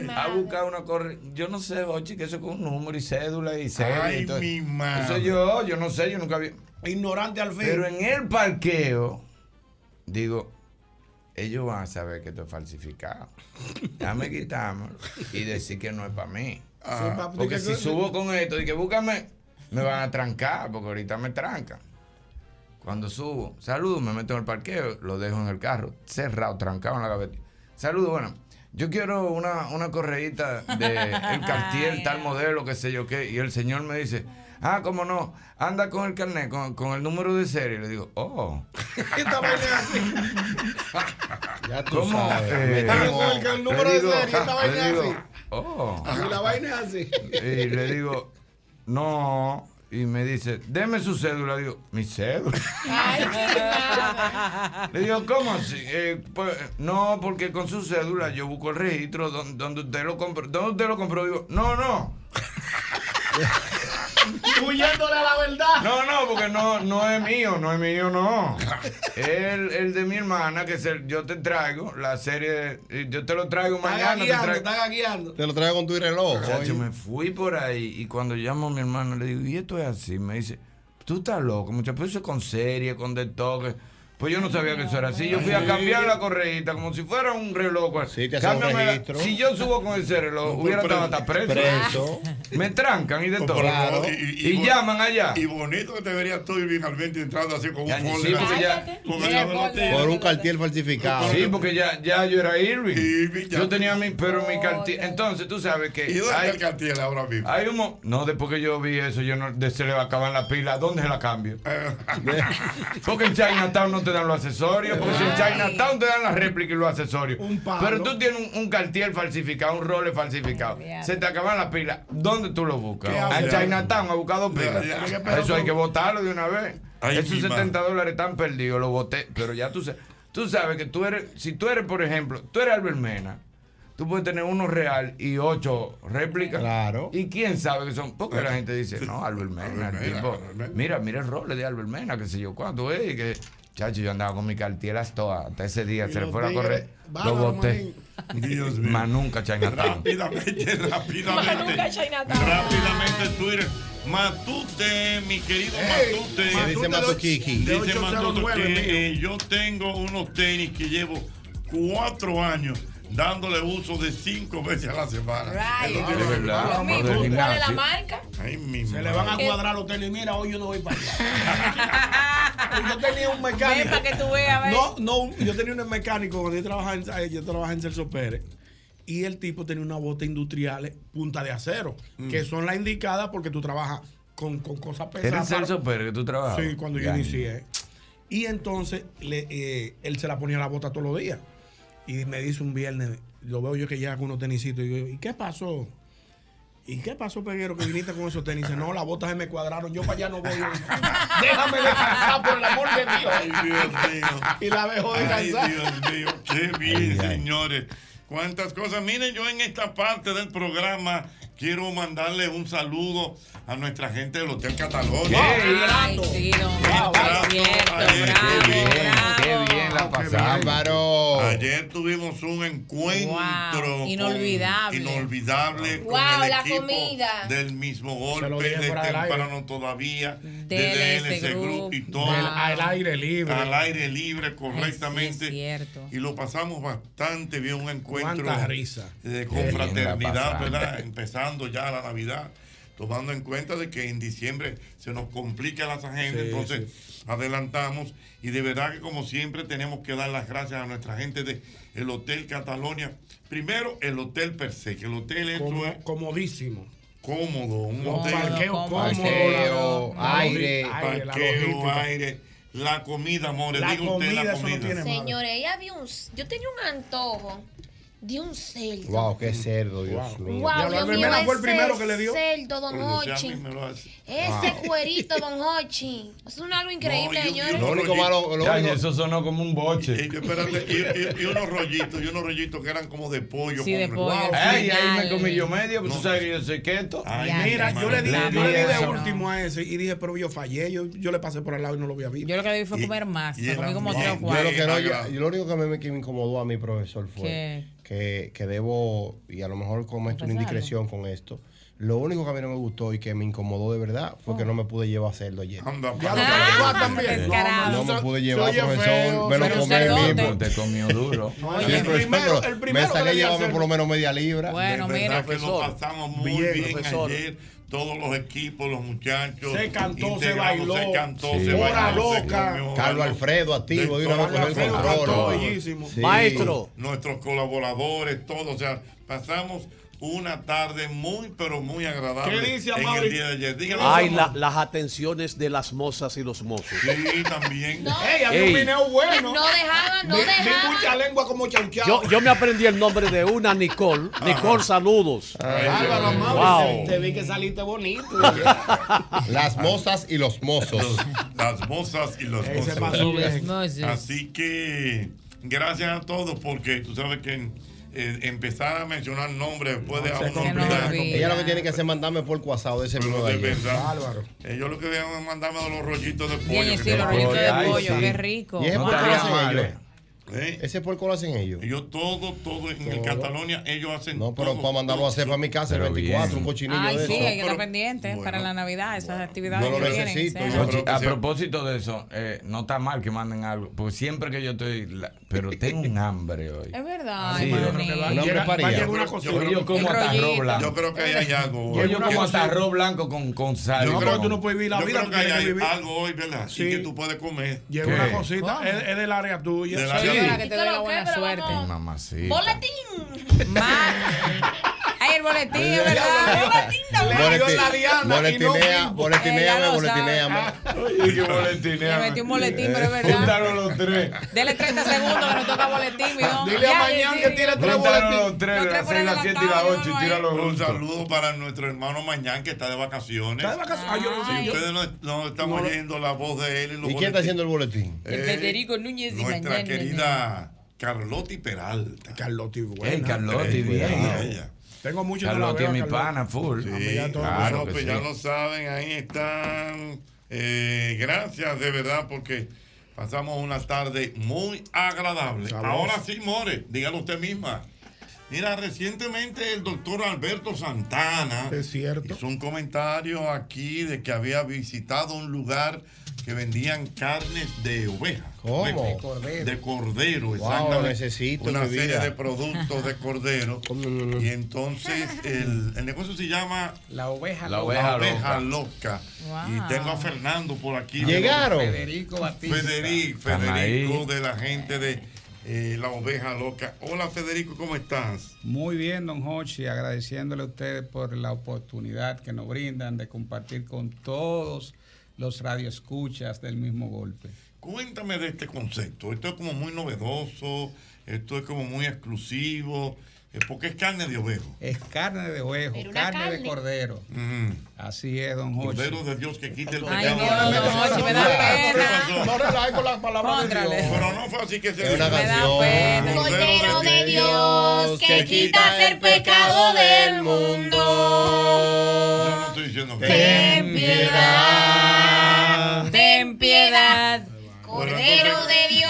[SPEAKER 19] mi
[SPEAKER 16] a
[SPEAKER 19] madre.
[SPEAKER 16] buscar una corre. Yo no sé, Ochi, que eso con un número y cédula y cédula.
[SPEAKER 1] Ay, mi madre.
[SPEAKER 16] Eso yo, yo no sé, yo nunca vi.
[SPEAKER 7] Ignorante al fin.
[SPEAKER 16] Pero en el parqueo, digo, ellos van a saber que esto es falsificado. Dame quitármelo y decir que no es para mí.
[SPEAKER 1] Ah,
[SPEAKER 16] Sí, papi, porque si subo con esto y que búscame, me van a trancar, porque ahorita me trancan. Cuando subo, saludo, me meto en el parqueo, lo dejo en el carro, cerrado, trancado en la gaveta. Saludo, bueno, yo quiero una, una correíta de el Cartier, tal modelo, qué sé yo qué. Y el señor me dice, ah, cómo no, anda con el carnet, con, con el número de serie. Le digo, oh.
[SPEAKER 2] Ya
[SPEAKER 7] tú sabes,
[SPEAKER 16] Eh,
[SPEAKER 7] metemos- Anda con el número de serie,
[SPEAKER 16] <laughs>
[SPEAKER 7] esta vaina es así.
[SPEAKER 16] Oh.
[SPEAKER 7] Y la vaina es así.
[SPEAKER 16] Y le digo, no. Y me dice, deme su cédula. Digo, mi cédula. <laughs> Le digo, ¿cómo así? Eh, pues, no, porque con su cédula yo busco el registro don- donde, usted lo compró. ¿Dónde usted lo compró? Digo, no, no.
[SPEAKER 4] Huyéndole a la verdad.
[SPEAKER 16] No, no, porque no, no es mío, no es mío, no. El, el de mi hermana, que es el- yo te traigo la serie, de- yo te lo traigo mañana. Te
[SPEAKER 13] gagueando,
[SPEAKER 16] traigo,
[SPEAKER 13] está gagueando.
[SPEAKER 2] Te lo traigo con tu reloj.
[SPEAKER 16] Muchacho, me fui por ahí y cuando llamo a mi hermano le digo, ¿y esto es así? Me dice, tú estás loco, muchachos, pero eso es con serie, con de toque. Pues yo no sabía que eso era así. Yo fui a
[SPEAKER 13] Sí.
[SPEAKER 16] cambiar la correita como si fuera un reloj.
[SPEAKER 2] te hacen un
[SPEAKER 16] Cámbiamela.
[SPEAKER 2] registro.
[SPEAKER 16] pues, Si yo subo con ese reloj, hubiera
[SPEAKER 2] pre-
[SPEAKER 16] estado hasta preso.
[SPEAKER 2] preso.
[SPEAKER 16] Me trancan y de todo.
[SPEAKER 1] Claro.
[SPEAKER 16] Y,
[SPEAKER 1] bo-
[SPEAKER 16] llaman allá.
[SPEAKER 1] Y bonito que te verías tú y bien al vente entrando así con un
[SPEAKER 16] Ya, sí,
[SPEAKER 1] folder
[SPEAKER 16] porque
[SPEAKER 1] así,
[SPEAKER 16] ya-
[SPEAKER 1] con
[SPEAKER 16] Sí,
[SPEAKER 1] el
[SPEAKER 16] folder.
[SPEAKER 2] Por un cartier falsificado.
[SPEAKER 16] Sí, porque ya, ya yo era Irving. Yo tenía mi, pero mi cartier. Entonces tú sabes que.
[SPEAKER 1] ¿Y dónde está
[SPEAKER 16] hay-
[SPEAKER 1] el cartier ahora mismo?
[SPEAKER 16] Hay un mo- No, después que yo vi eso, yo no, de- se le va a acabar la pila. ¿Dónde se
[SPEAKER 1] <laughs>
[SPEAKER 16] la cambio? porque en Chinatown no te dan los accesorios. Porque si en Chinatown te dan las réplicas y los accesorios.
[SPEAKER 7] palo.
[SPEAKER 16] Pero tú tienes un, un cartier falsificado, un role falsificado. Se te acaban las pilas. ¿dónde tú lo buscas?
[SPEAKER 7] ¿Qué
[SPEAKER 16] Ah, En
[SPEAKER 7] haces?
[SPEAKER 16] Chinatown ha buscado pilas.
[SPEAKER 7] Ya, ya.
[SPEAKER 16] Eso hay que botarlo de una vez.
[SPEAKER 1] Ay,
[SPEAKER 16] Esos
[SPEAKER 1] mi madre.
[SPEAKER 16] 70 dólares están perdidos, lo boté. Pero ya tú sabes. Tú sabes que tú eres, si tú eres, por ejemplo, tú eres Albert Mena, tú puedes tener uno real y ocho réplicas. Claro. Y quién sabe que son. Porque la gente dice, no, Albert Mena, el
[SPEAKER 1] Mena,
[SPEAKER 16] tipo.
[SPEAKER 1] Eh. Albert Mena.
[SPEAKER 16] Mira, mira el role de Albert Mena, qué sé yo cuánto, eh. Que, chacho, yo andaba con mi cartier las todas. Hasta ese día
[SPEAKER 1] Y
[SPEAKER 16] se le
[SPEAKER 1] los
[SPEAKER 16] fue la
[SPEAKER 1] tigres,
[SPEAKER 16] correr. Lo
[SPEAKER 1] bárbaro,
[SPEAKER 16] boté.
[SPEAKER 1] Dios
[SPEAKER 16] Más nunca, Chinatown.
[SPEAKER 1] Rápidamente, <laughs> rápidamente. Rápidamente Twitter. Matute, mi querido
[SPEAKER 2] Ey,
[SPEAKER 1] Matute.
[SPEAKER 2] ¿qué dice Matuchiqui? De
[SPEAKER 1] Dice
[SPEAKER 2] 809,
[SPEAKER 1] Matute que
[SPEAKER 2] mío.
[SPEAKER 1] eh, yo tengo unos tenis que llevo cuatro años dándole uso de cinco veces a la semana.
[SPEAKER 5] Right.
[SPEAKER 1] Eso tiene
[SPEAKER 5] Ah,
[SPEAKER 1] que ver.
[SPEAKER 5] Lo
[SPEAKER 1] Ah,
[SPEAKER 5] mismo,
[SPEAKER 1] Matute.
[SPEAKER 5] ¿Cuál es la marca?
[SPEAKER 1] Ay, mi
[SPEAKER 7] Se le van a
[SPEAKER 6] Eh,
[SPEAKER 5] ¿Qué?
[SPEAKER 7] cuadrar los tenis. Mira, hoy yo no voy para allá.
[SPEAKER 6] <laughs>
[SPEAKER 7] Pues yo tenía un mecánico.
[SPEAKER 6] Ven pa' que tú veas, ven.
[SPEAKER 7] No, no, yo tenía un mecánico cuando yo trabajaba en, eh, yo trabajaba en Celso Pérez. Y el tipo tenía una bota industrial eh, punta de acero,
[SPEAKER 16] Mm.
[SPEAKER 7] que son las indicadas porque tú trabajas con, con cosas pesadas.
[SPEAKER 16] ¿Eres Celso Pérez que tú trabajas?
[SPEAKER 7] Sí, cuando yo inicié. Y entonces le, eh, él se la ponía la bota todos los días. Y me dice un viernes, lo veo yo que llega con unos tenisitos. Y yo, ¿y qué pasó? ¿Y qué pasó, Peguero, que viniste con esos tenis? Dice, no, las botas se me cuadraron, yo para allá no voy. Déjame descansar, por el amor de Dios.
[SPEAKER 1] Ay, Dios mío.
[SPEAKER 7] <laughs> Y la dejó
[SPEAKER 1] Ay,
[SPEAKER 7] descansar.
[SPEAKER 1] Dios mío, qué bien, señores. Cuántas cosas. Miren, yo en esta parte del programa quiero mandarle un saludo a nuestra gente del Hotel Catalonia.
[SPEAKER 6] Ay, sí, don Rafa, cierto, bravo, bravo.
[SPEAKER 1] Álvaro. Ayer tuvimos un encuentro
[SPEAKER 6] Wow, inolvidable. Ah,
[SPEAKER 1] con- inolvidable con
[SPEAKER 5] Wow,
[SPEAKER 1] el
[SPEAKER 5] la
[SPEAKER 1] equipo
[SPEAKER 5] comida.
[SPEAKER 1] del mismo
[SPEAKER 7] lo
[SPEAKER 1] golpe
[SPEAKER 7] dije
[SPEAKER 1] de
[SPEAKER 7] fuera del aire.
[SPEAKER 1] temprano todavía de
[SPEAKER 7] DLS
[SPEAKER 1] DLS Group
[SPEAKER 7] Group.
[SPEAKER 1] y todo
[SPEAKER 7] Del- al aire libre.
[SPEAKER 1] al aire libre correctamente
[SPEAKER 7] Ay, sí, es cierto.
[SPEAKER 1] y lo pasamos bastante bien un encuentro
[SPEAKER 7] Cuánta risa. Qué
[SPEAKER 1] de
[SPEAKER 7] bien la
[SPEAKER 1] confraternidad
[SPEAKER 7] pasamos.
[SPEAKER 1] verdad empezando ya la navidad tomando en cuenta de que en diciembre se nos complica las agendas,
[SPEAKER 7] Sí,
[SPEAKER 1] entonces adelantamos y de verdad que como siempre tenemos que dar las gracias a nuestra gente de el Hotel Catalonia. Primero el hotel per se, que el hotel esto
[SPEAKER 7] Como-
[SPEAKER 1] es
[SPEAKER 7] comodísimo.
[SPEAKER 1] Cómodo, un
[SPEAKER 7] Cómodo,
[SPEAKER 1] hotel
[SPEAKER 7] parqueo cómodo,
[SPEAKER 1] parqueo,
[SPEAKER 7] la- la-
[SPEAKER 1] aire,
[SPEAKER 7] la
[SPEAKER 1] parqueo,
[SPEAKER 7] logística.
[SPEAKER 1] aire, la comida, amores,
[SPEAKER 7] La
[SPEAKER 1] diga usted
[SPEAKER 7] comida,
[SPEAKER 1] la
[SPEAKER 7] eso no
[SPEAKER 1] comida.
[SPEAKER 5] Señores, ahí había un. Yo tenía un antojo de un celdo.
[SPEAKER 2] Wow, qué cerdo, Dios mío.
[SPEAKER 5] Wow, Dios mío,
[SPEAKER 7] Mena fue el
[SPEAKER 5] ese
[SPEAKER 7] primero que le dio. Ah.
[SPEAKER 5] Celdo, don
[SPEAKER 2] Coño,
[SPEAKER 1] si a
[SPEAKER 5] Hochi.
[SPEAKER 1] mí me lo hace.
[SPEAKER 5] Ese cuerito, don Hochi. Es un algo increíble, señores.
[SPEAKER 16] Lo único malo.
[SPEAKER 1] lo único-
[SPEAKER 16] eso sonó como un boche.
[SPEAKER 1] Y, Eh, espérate, y- y- y unos rollitos, y unos rollitos que eran como de pollo.
[SPEAKER 16] Sí,
[SPEAKER 1] con
[SPEAKER 16] de
[SPEAKER 1] re-
[SPEAKER 16] pollo, al Ay, ahí me final. comí yo medio, pues, tú sabes que yo soy keto.
[SPEAKER 1] Ah,
[SPEAKER 16] Ay, Ya,
[SPEAKER 7] Mira,
[SPEAKER 16] mi
[SPEAKER 7] yo le di,
[SPEAKER 16] madre.
[SPEAKER 7] yo le di de
[SPEAKER 16] Eso no.
[SPEAKER 7] último a ese y dije, pero yo fallé, yo, yo le pasé por al lado y no lo había visto.
[SPEAKER 6] Yo lo que debí fue comer más.
[SPEAKER 7] y
[SPEAKER 6] Me comí
[SPEAKER 7] eran
[SPEAKER 6] como
[SPEAKER 7] bien,
[SPEAKER 6] tres o
[SPEAKER 2] Yo lo,
[SPEAKER 6] cuatro.
[SPEAKER 2] que no- yo- yo lo único que a mí me, que me incomodó a mi profesor fue
[SPEAKER 6] ¿Qué?
[SPEAKER 2] que, que debo, y a lo mejor cometo una
[SPEAKER 6] ¿Confesarlo?
[SPEAKER 2] indiscreción con esto, lo único que a mí no me gustó y que me incomodó de verdad fue que no me pude llevar a hacerlo ayer.
[SPEAKER 7] Ya lo
[SPEAKER 6] Ah,
[SPEAKER 7] traigo
[SPEAKER 13] Eh,
[SPEAKER 7] también.
[SPEAKER 2] No, no me pude llevar,
[SPEAKER 7] se oye
[SPEAKER 2] profesor.
[SPEAKER 7] feo,
[SPEAKER 2] Me lo
[SPEAKER 7] pero
[SPEAKER 2] comí ahí
[SPEAKER 7] sacerdote.
[SPEAKER 2] mismo.
[SPEAKER 16] Te comió duro.
[SPEAKER 2] Sí,
[SPEAKER 7] el
[SPEAKER 2] profesor,
[SPEAKER 7] primero-
[SPEAKER 2] pero
[SPEAKER 7] el
[SPEAKER 2] me
[SPEAKER 7] primero que
[SPEAKER 2] saqué
[SPEAKER 7] le di a
[SPEAKER 2] llevarme
[SPEAKER 7] hacer.
[SPEAKER 2] por lo menos media libra.
[SPEAKER 1] de verdad que nos pasamos muy bien,
[SPEAKER 7] Bien, profesor.
[SPEAKER 1] ayer. Todos los equipos, los muchachos.
[SPEAKER 7] Se cantó, se
[SPEAKER 1] integramos,
[SPEAKER 7] bailó.
[SPEAKER 1] Se cantó,
[SPEAKER 7] Sí.
[SPEAKER 1] se
[SPEAKER 7] Hora
[SPEAKER 1] bailó. se
[SPEAKER 7] loca.
[SPEAKER 1] comió,
[SPEAKER 2] Carlos
[SPEAKER 1] algo.
[SPEAKER 2] Alfredo activo de una vez cogió el
[SPEAKER 1] Carlos Alfredo
[SPEAKER 2] control.
[SPEAKER 1] cantó
[SPEAKER 2] Bellísimo. Sí.
[SPEAKER 1] Nuestros colaboradores, todos. O sea, pasamos una tarde muy, pero muy agradable.
[SPEAKER 7] ¿Qué dice,
[SPEAKER 1] En
[SPEAKER 7] Amaury?
[SPEAKER 1] el día de ayer. Dígame,
[SPEAKER 3] Hay
[SPEAKER 1] Amaury.
[SPEAKER 3] la- las atenciones de las mozas y los mozos.
[SPEAKER 1] Sí, también.
[SPEAKER 7] Ey, había un video bueno.
[SPEAKER 5] No dejaban, no
[SPEAKER 7] Vi-
[SPEAKER 5] dejaban.
[SPEAKER 7] Vi mucha lengua como chauchao.
[SPEAKER 3] Yo, yo me aprendí el nombre de una Nicole. Nicole, saludos.
[SPEAKER 13] Álvaro Amado,
[SPEAKER 3] wow.
[SPEAKER 13] te vi que saliste bonito.
[SPEAKER 2] <laughs> Las mozas y los mozos.
[SPEAKER 1] las mozas y los
[SPEAKER 2] Ese
[SPEAKER 1] mozos.
[SPEAKER 2] pasó bien. Los mozos.
[SPEAKER 1] Así que gracias a todos porque tú sabes que en, eh, empezar a mencionar nombres puede
[SPEAKER 2] Se
[SPEAKER 1] complicar.
[SPEAKER 2] complica. Ella lo que tiene que hacer es mandarme por cuasado de ese mismo de
[SPEAKER 1] de
[SPEAKER 2] ayer.
[SPEAKER 1] pensar. Ellos lo que deben es mandarme de los rollitos de pollo.
[SPEAKER 2] sí,
[SPEAKER 1] que tienen.
[SPEAKER 2] los rollitos de Ay, pollo, sí. qué rico. ¿Y ese
[SPEAKER 1] No
[SPEAKER 2] por qué lo hacen
[SPEAKER 1] estaría
[SPEAKER 2] ellos?
[SPEAKER 1] mal, ¿eh?
[SPEAKER 2] Ese puerco lo hacen ellos.
[SPEAKER 1] Ellos todo, todo en el
[SPEAKER 2] Todo.
[SPEAKER 1] Catalonia, ellos hacen
[SPEAKER 2] No, pero
[SPEAKER 1] todo.
[SPEAKER 2] para mandarlo a hacer para mi casa el 24, un cochinillo
[SPEAKER 6] Ay,
[SPEAKER 2] de eso.
[SPEAKER 6] sí, hay que estar pendiente para la Navidad, esas actividades que vienen. o sea.
[SPEAKER 16] Oye, ah, a propósito de eso, eh, no está mal que manden algo. Pues siempre que yo estoy. la- pero tengo un hambre hoy.
[SPEAKER 6] Es verdad,
[SPEAKER 16] Sí,
[SPEAKER 6] hermano.
[SPEAKER 16] un hambre parida. Oye, Yo como atarro blanco.
[SPEAKER 1] Yo creo que ahí hay algo.
[SPEAKER 16] Oye, Yo
[SPEAKER 1] Llega
[SPEAKER 16] como
[SPEAKER 1] una cosa-
[SPEAKER 16] atarro blanco con, con sal.
[SPEAKER 1] Yo
[SPEAKER 16] y
[SPEAKER 1] creo
[SPEAKER 16] con-
[SPEAKER 1] que tú no puedes vivir la
[SPEAKER 16] Yo
[SPEAKER 1] vida.
[SPEAKER 16] creo que hay
[SPEAKER 1] algo hoy, ¿verdad? Sí. que tú puedes comer.
[SPEAKER 7] Lleva una cosita, es, es del área tuya.
[SPEAKER 1] Del área Sí. tuya.
[SPEAKER 6] Que te dé la buena suerte.
[SPEAKER 16] Mamacita.
[SPEAKER 6] Boletín. Ay, el boletín, es verdad.
[SPEAKER 2] Boletinea, boletinea, boletinea.
[SPEAKER 16] Oye, qué boletinea.
[SPEAKER 6] Le metí un boletín,
[SPEAKER 16] <laughs>
[SPEAKER 6] pero es verdad.
[SPEAKER 16] Juntaron los tres.
[SPEAKER 6] Dele 30 segundos que no toca boletín, mi
[SPEAKER 1] Eh,
[SPEAKER 6] hombre.
[SPEAKER 16] Dile a
[SPEAKER 6] Ya,
[SPEAKER 16] Mañán
[SPEAKER 6] sí.
[SPEAKER 16] que tiene tres
[SPEAKER 1] Juntaron
[SPEAKER 16] boletines. Los tres por adelantado, yo no hay.
[SPEAKER 1] Un saludo para nuestro hermano Mañán que está de vacaciones.
[SPEAKER 16] Está de vacaciones. Ah, yo no sé.
[SPEAKER 1] Y ustedes no, no están oyendo la voz de él.
[SPEAKER 2] ¿Y quién está haciendo el boletín?
[SPEAKER 1] Federico
[SPEAKER 6] Núñez
[SPEAKER 1] de Nuestra querida Carlotti Peralta.
[SPEAKER 7] Carlotti, bueno.
[SPEAKER 16] Ey, Carlotti, bien.
[SPEAKER 7] Tengo mucho
[SPEAKER 16] Carlos
[SPEAKER 7] que no la veo,
[SPEAKER 16] tiene mi
[SPEAKER 7] Carlos.
[SPEAKER 16] pana, full.
[SPEAKER 1] Sí,
[SPEAKER 16] ya todo
[SPEAKER 1] claro,
[SPEAKER 16] lo
[SPEAKER 1] pues
[SPEAKER 16] sí.
[SPEAKER 1] ya lo saben, ahí están. Eh, gracias de verdad porque pasamos una tarde muy agradable.
[SPEAKER 7] Sabroso.
[SPEAKER 1] Ahora sí, More, dígalo usted misma. Mira, recientemente el doctor Alberto Santana
[SPEAKER 7] Es cierto.
[SPEAKER 1] hizo un comentario aquí de que había visitado un lugar que vendían carnes de oveja.
[SPEAKER 2] ¿Cómo?
[SPEAKER 1] De cordero. De cordero, exactamente.
[SPEAKER 2] necesito
[SPEAKER 1] Una
[SPEAKER 2] en mi
[SPEAKER 1] serie
[SPEAKER 2] vida.
[SPEAKER 1] de productos de cordero. y entonces el, el negocio se llama La Oveja,
[SPEAKER 16] La Oveja
[SPEAKER 1] Loca.
[SPEAKER 16] Wow.
[SPEAKER 1] Y tengo a Fernando por aquí.
[SPEAKER 16] Llegaron.
[SPEAKER 1] Federico
[SPEAKER 16] Batista.
[SPEAKER 1] Federico,
[SPEAKER 16] Están
[SPEAKER 1] Federico de la gente de eh, La Oveja Loca. Hola Federico, ¿cómo estás?
[SPEAKER 20] Muy bien, don Hochi, agradeciéndole a ustedes por la oportunidad que nos brindan de compartir con todos los radioescuchas del mismo golpe.
[SPEAKER 1] Cuéntame de este concepto. Esto es como muy novedoso, esto es como muy exclusivo, eh, porque es carne de ovejo.
[SPEAKER 20] Es carne de ovejo,
[SPEAKER 1] una
[SPEAKER 20] carne, de
[SPEAKER 1] carne.
[SPEAKER 20] cordero. Así es, don Hochi.
[SPEAKER 1] Cordero de Dios que quita el
[SPEAKER 20] Ay,
[SPEAKER 1] pecado
[SPEAKER 20] no,
[SPEAKER 1] de la
[SPEAKER 20] don
[SPEAKER 1] mente.
[SPEAKER 20] Hochi,
[SPEAKER 1] <laughs>
[SPEAKER 20] me da
[SPEAKER 1] ¿Qué
[SPEAKER 20] pena.
[SPEAKER 1] pasó?
[SPEAKER 20] No relaje con las palabras de Contrale. Dios.
[SPEAKER 1] Pero no fue así que se
[SPEAKER 2] Es una
[SPEAKER 1] dijo.
[SPEAKER 2] canción.
[SPEAKER 1] Cordero de
[SPEAKER 5] Dios que quitas el pecado del mundo.
[SPEAKER 1] Yo no estoy diciendo que.
[SPEAKER 5] Ten piedad, ten piedad.
[SPEAKER 1] Cordero
[SPEAKER 5] de Dios.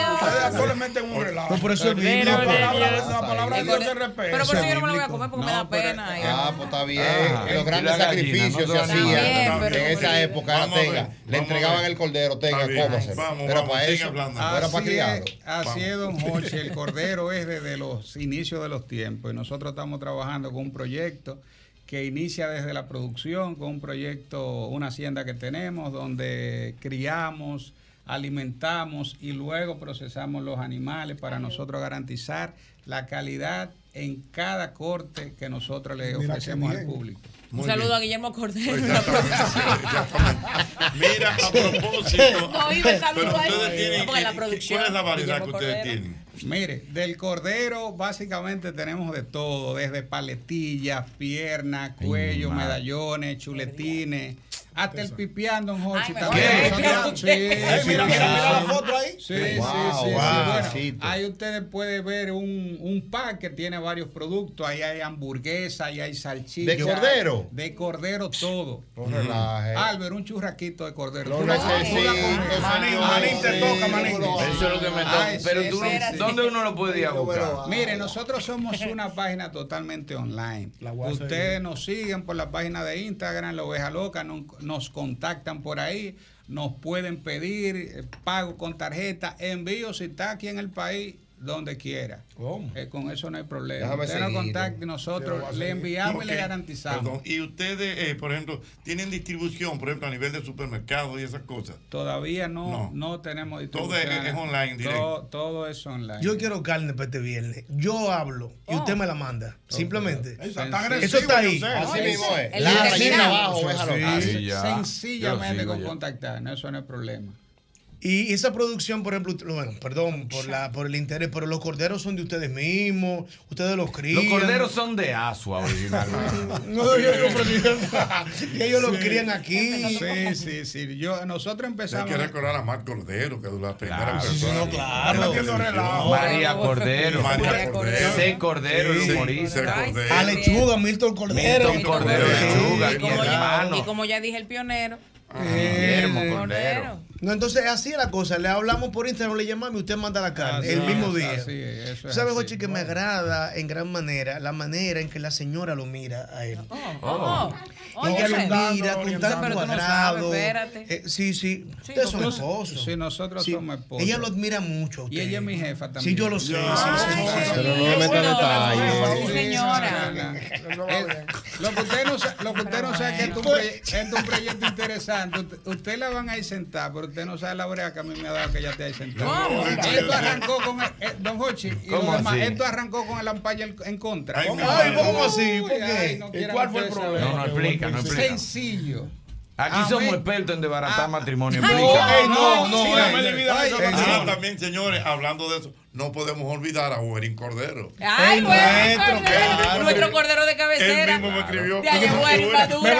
[SPEAKER 7] Solamente un relajo.
[SPEAKER 4] Pues
[SPEAKER 2] por
[SPEAKER 7] eso es
[SPEAKER 2] Pero
[SPEAKER 7] bíblico.
[SPEAKER 2] de
[SPEAKER 7] La palabra,
[SPEAKER 2] Dios.
[SPEAKER 7] la palabra de Dios se respeta.
[SPEAKER 6] Pero por eso yo no me lo voy a comer porque me da pena.
[SPEAKER 2] Ah, pues está bien.
[SPEAKER 16] Ah,
[SPEAKER 2] los
[SPEAKER 16] y
[SPEAKER 2] grandes
[SPEAKER 16] la gallina,
[SPEAKER 2] sacrificios
[SPEAKER 16] no
[SPEAKER 2] se
[SPEAKER 16] te van a matar.
[SPEAKER 2] hacían
[SPEAKER 16] Está bien,
[SPEAKER 2] en
[SPEAKER 16] pero-
[SPEAKER 2] esa época. Era
[SPEAKER 16] Vamos a ver,
[SPEAKER 2] tenga.
[SPEAKER 16] vamos
[SPEAKER 2] Le
[SPEAKER 16] a
[SPEAKER 2] entregaban
[SPEAKER 16] ver.
[SPEAKER 2] el cordero, tenga,
[SPEAKER 16] Está bien.
[SPEAKER 2] cómase.
[SPEAKER 16] Vamos,
[SPEAKER 2] Era
[SPEAKER 16] vamos,
[SPEAKER 2] para
[SPEAKER 16] sigue
[SPEAKER 2] eso. no
[SPEAKER 16] hablando.
[SPEAKER 2] Era para
[SPEAKER 20] Así
[SPEAKER 2] criado.
[SPEAKER 20] es, así es, don Jorge.
[SPEAKER 16] <laughs>
[SPEAKER 20] El cordero es desde los inicios de los tiempos. Y nosotros estamos trabajando con un proyecto que inicia desde la producción, con un proyecto, una hacienda que tenemos, donde criamos, alimentamos y luego procesamos los animales para nosotros garantizar la calidad en cada corte que nosotros le
[SPEAKER 6] Mira qué
[SPEAKER 20] ofrecemos al
[SPEAKER 6] bien.
[SPEAKER 20] público.
[SPEAKER 6] Un saludo a Guillermo Cordero.
[SPEAKER 16] Pues
[SPEAKER 6] <laughs>
[SPEAKER 1] Mira, a propósito.
[SPEAKER 6] No, iba el saludo
[SPEAKER 1] pero
[SPEAKER 6] ahí.
[SPEAKER 1] ustedes tienen.
[SPEAKER 6] Porque la
[SPEAKER 1] ¿qué-
[SPEAKER 6] producción,
[SPEAKER 1] ¿Cuál es la variedad que
[SPEAKER 6] Guillermo
[SPEAKER 1] ustedes
[SPEAKER 6] Cordero.
[SPEAKER 1] tienen?
[SPEAKER 20] Mire, del cordero básicamente tenemos de todo, desde paletillas, piernas, cuello,
[SPEAKER 16] madre.
[SPEAKER 20] medallones, chuletines, hasta el pipián, don Jorge.
[SPEAKER 16] me
[SPEAKER 20] también.
[SPEAKER 16] voy a
[SPEAKER 20] Nosotros- Sí,
[SPEAKER 16] pipián. Ey,
[SPEAKER 20] sí,
[SPEAKER 16] mira,
[SPEAKER 20] sí,
[SPEAKER 16] mira,
[SPEAKER 20] sí.
[SPEAKER 16] mira la foto ahí.
[SPEAKER 20] Sí,
[SPEAKER 16] Ey,
[SPEAKER 20] sí,
[SPEAKER 16] wow,
[SPEAKER 20] sí, sí,
[SPEAKER 16] wow.
[SPEAKER 20] bueno,
[SPEAKER 16] Besito.
[SPEAKER 20] ahí ustedes pueden ver un, un pack que tiene varios productos. Ahí hay hamburguesa, ahí hay salchicha.
[SPEAKER 2] ¿De cordero?
[SPEAKER 20] De cordero todo. Mm.
[SPEAKER 2] No relaje.
[SPEAKER 20] Albert, un churraquito de cordero.
[SPEAKER 2] Lo
[SPEAKER 20] Tú la- tú la
[SPEAKER 2] necesito,
[SPEAKER 20] comes.
[SPEAKER 2] señor.
[SPEAKER 20] Manín, te toca, Manín.
[SPEAKER 16] Eso es lo que me toca.
[SPEAKER 20] Ay,
[SPEAKER 16] Pero
[SPEAKER 20] sí,
[SPEAKER 16] tú,
[SPEAKER 20] espérate.
[SPEAKER 16] ¿dónde uno lo puede ir a
[SPEAKER 2] ah,
[SPEAKER 16] buscar?
[SPEAKER 20] Mire, nosotros somos
[SPEAKER 1] <laughs>
[SPEAKER 20] una página totalmente online.
[SPEAKER 16] voy a
[SPEAKER 20] Ustedes nos siguen por la página de Instagram, La Oveja Loca, non- nos contactan por ahí, nos pueden pedir eh, pago con tarjeta, envío si está aquí en el país, donde quiera. Eh, con eso no hay problema.
[SPEAKER 1] Déjame
[SPEAKER 20] Usted nos
[SPEAKER 1] seguir.
[SPEAKER 20] contacta y
[SPEAKER 1] Pero va a
[SPEAKER 20] nosotros le
[SPEAKER 1] seguir.
[SPEAKER 20] enviamos y le
[SPEAKER 1] Ok,
[SPEAKER 20] garantizamos.
[SPEAKER 1] perdón, Y ustedes, eh, por ejemplo, tienen distribución, por ejemplo, a nivel de supermercados y esas cosas.
[SPEAKER 20] Todavía no,
[SPEAKER 1] No.
[SPEAKER 20] no. tenemos
[SPEAKER 1] Todo es-
[SPEAKER 20] distribución.
[SPEAKER 1] es online, directo.
[SPEAKER 20] Todo, todo es online.
[SPEAKER 4] Yo quiero carne para este viernes. Yo hablo y usted me la manda. Simplemente.
[SPEAKER 20] Eso está
[SPEAKER 4] Este,
[SPEAKER 20] agresivo,
[SPEAKER 4] Eso está
[SPEAKER 20] yo
[SPEAKER 4] ahí.
[SPEAKER 20] sé. Así mismo es.
[SPEAKER 4] La
[SPEAKER 20] El determinado.
[SPEAKER 4] racina abajo,
[SPEAKER 20] Sí,
[SPEAKER 4] déjalo.
[SPEAKER 20] sí,
[SPEAKER 4] Así.
[SPEAKER 20] Sencillamente
[SPEAKER 4] Yo sigo
[SPEAKER 20] con
[SPEAKER 4] ya.
[SPEAKER 20] <laughs> contactarnos, eso no es problema.
[SPEAKER 4] Y esa producción, por ejemplo, ut- bueno, perdón por, la, por el interés, pero los corderos son de ustedes mismos, ustedes los crían.
[SPEAKER 16] Los corderos son de Asua
[SPEAKER 1] <laughs>
[SPEAKER 16] originalmente.
[SPEAKER 4] <laughs> No, yo digo, presidente. <laughs> Y ellos lo crían aquí.
[SPEAKER 20] Sí, sí, sí. Yo, nosotros
[SPEAKER 1] Hay
[SPEAKER 20] empezamos. ¿eh?
[SPEAKER 1] que recordar a Matt Cordero, que es la primera
[SPEAKER 16] Claro.
[SPEAKER 1] persona.
[SPEAKER 16] Sí, no, claro.
[SPEAKER 1] En la televisión.
[SPEAKER 16] relajo. María Cordero.
[SPEAKER 1] María Cordero.
[SPEAKER 16] C. Cordero, el
[SPEAKER 1] Sí,
[SPEAKER 16] humorista.
[SPEAKER 1] C. Cordero.
[SPEAKER 4] A lechuga, Milton Cordero.
[SPEAKER 16] Milton Cordero, lechuga,
[SPEAKER 6] Y
[SPEAKER 16] mi
[SPEAKER 6] como, ya, y
[SPEAKER 16] hermano.
[SPEAKER 6] como ya dije, el pionero.
[SPEAKER 4] Ah,
[SPEAKER 16] Guillermo Cordero.
[SPEAKER 4] Eh. No, entonces así es la cosa. Le hablamos por Instagram, le llamamos y usted manda la carne
[SPEAKER 20] Así
[SPEAKER 4] el
[SPEAKER 20] es,
[SPEAKER 4] mismo día.
[SPEAKER 20] así es, eso
[SPEAKER 4] Tú
[SPEAKER 20] es
[SPEAKER 4] ¿Sabes,
[SPEAKER 20] así.
[SPEAKER 4] Jochi, que me agrada en gran manera la manera en que la señora lo mira a él?
[SPEAKER 6] Oh. Oh, yo
[SPEAKER 4] Ella lo
[SPEAKER 6] sé.
[SPEAKER 4] mira con
[SPEAKER 6] Orientando,
[SPEAKER 4] tanto
[SPEAKER 6] pero tú no
[SPEAKER 4] agrado.
[SPEAKER 6] sabes, espérate.
[SPEAKER 4] Eh, sí, sí.
[SPEAKER 6] Sí, pues,
[SPEAKER 4] Ustedes son
[SPEAKER 20] nosotros-
[SPEAKER 4] esposos.
[SPEAKER 20] sí, nosotros somos esposos.
[SPEAKER 4] Ella lo admira mucho. a
[SPEAKER 20] Y ella
[SPEAKER 4] usted.
[SPEAKER 20] es mi jefa también.
[SPEAKER 4] Sí, yo lo sé. sí, sí, sí.
[SPEAKER 2] Pero no le meta detalles.
[SPEAKER 20] Eh, Lo que usted no sabe, lo que usted no sabe que esto es un proye- esto es un proyecto interesante. Usted, usted la van a ir sentar, pero usted no sabe la brea que a mí me ha dado que ya te ha sentado.
[SPEAKER 16] ¿Cómo?
[SPEAKER 20] Esto arrancó con el- eh, Don Hochi y los
[SPEAKER 16] ¿Cómo
[SPEAKER 20] demás.
[SPEAKER 16] así?
[SPEAKER 20] Esto arrancó con el ampalla en- en contra.
[SPEAKER 16] Ay, mi madre.
[SPEAKER 20] Uy, ay, no quieran ustedes saber.
[SPEAKER 16] No, no explica, no explica.
[SPEAKER 20] Sencillo.
[SPEAKER 16] Aquí
[SPEAKER 2] Ah,
[SPEAKER 20] Amén.
[SPEAKER 16] somos expertos en desbaratar matrimonio.
[SPEAKER 20] Ay,
[SPEAKER 16] explica.
[SPEAKER 20] ey, no, no, ey,
[SPEAKER 1] Dame la vida
[SPEAKER 20] ay,
[SPEAKER 1] de
[SPEAKER 20] ey,
[SPEAKER 1] esa
[SPEAKER 20] no.
[SPEAKER 1] eh. Ah, también, señores, hablando de eso, no podemos olvidar a Oberín Cordero.
[SPEAKER 6] Ay,
[SPEAKER 1] El
[SPEAKER 6] bueno,
[SPEAKER 1] maestro,
[SPEAKER 6] cordero,
[SPEAKER 1] que él mismo
[SPEAKER 6] nuestro
[SPEAKER 1] me-
[SPEAKER 6] cordero de
[SPEAKER 1] Él
[SPEAKER 6] cabecera.
[SPEAKER 1] mismo me escribió.
[SPEAKER 6] Te hallé buena y madura.
[SPEAKER 1] Me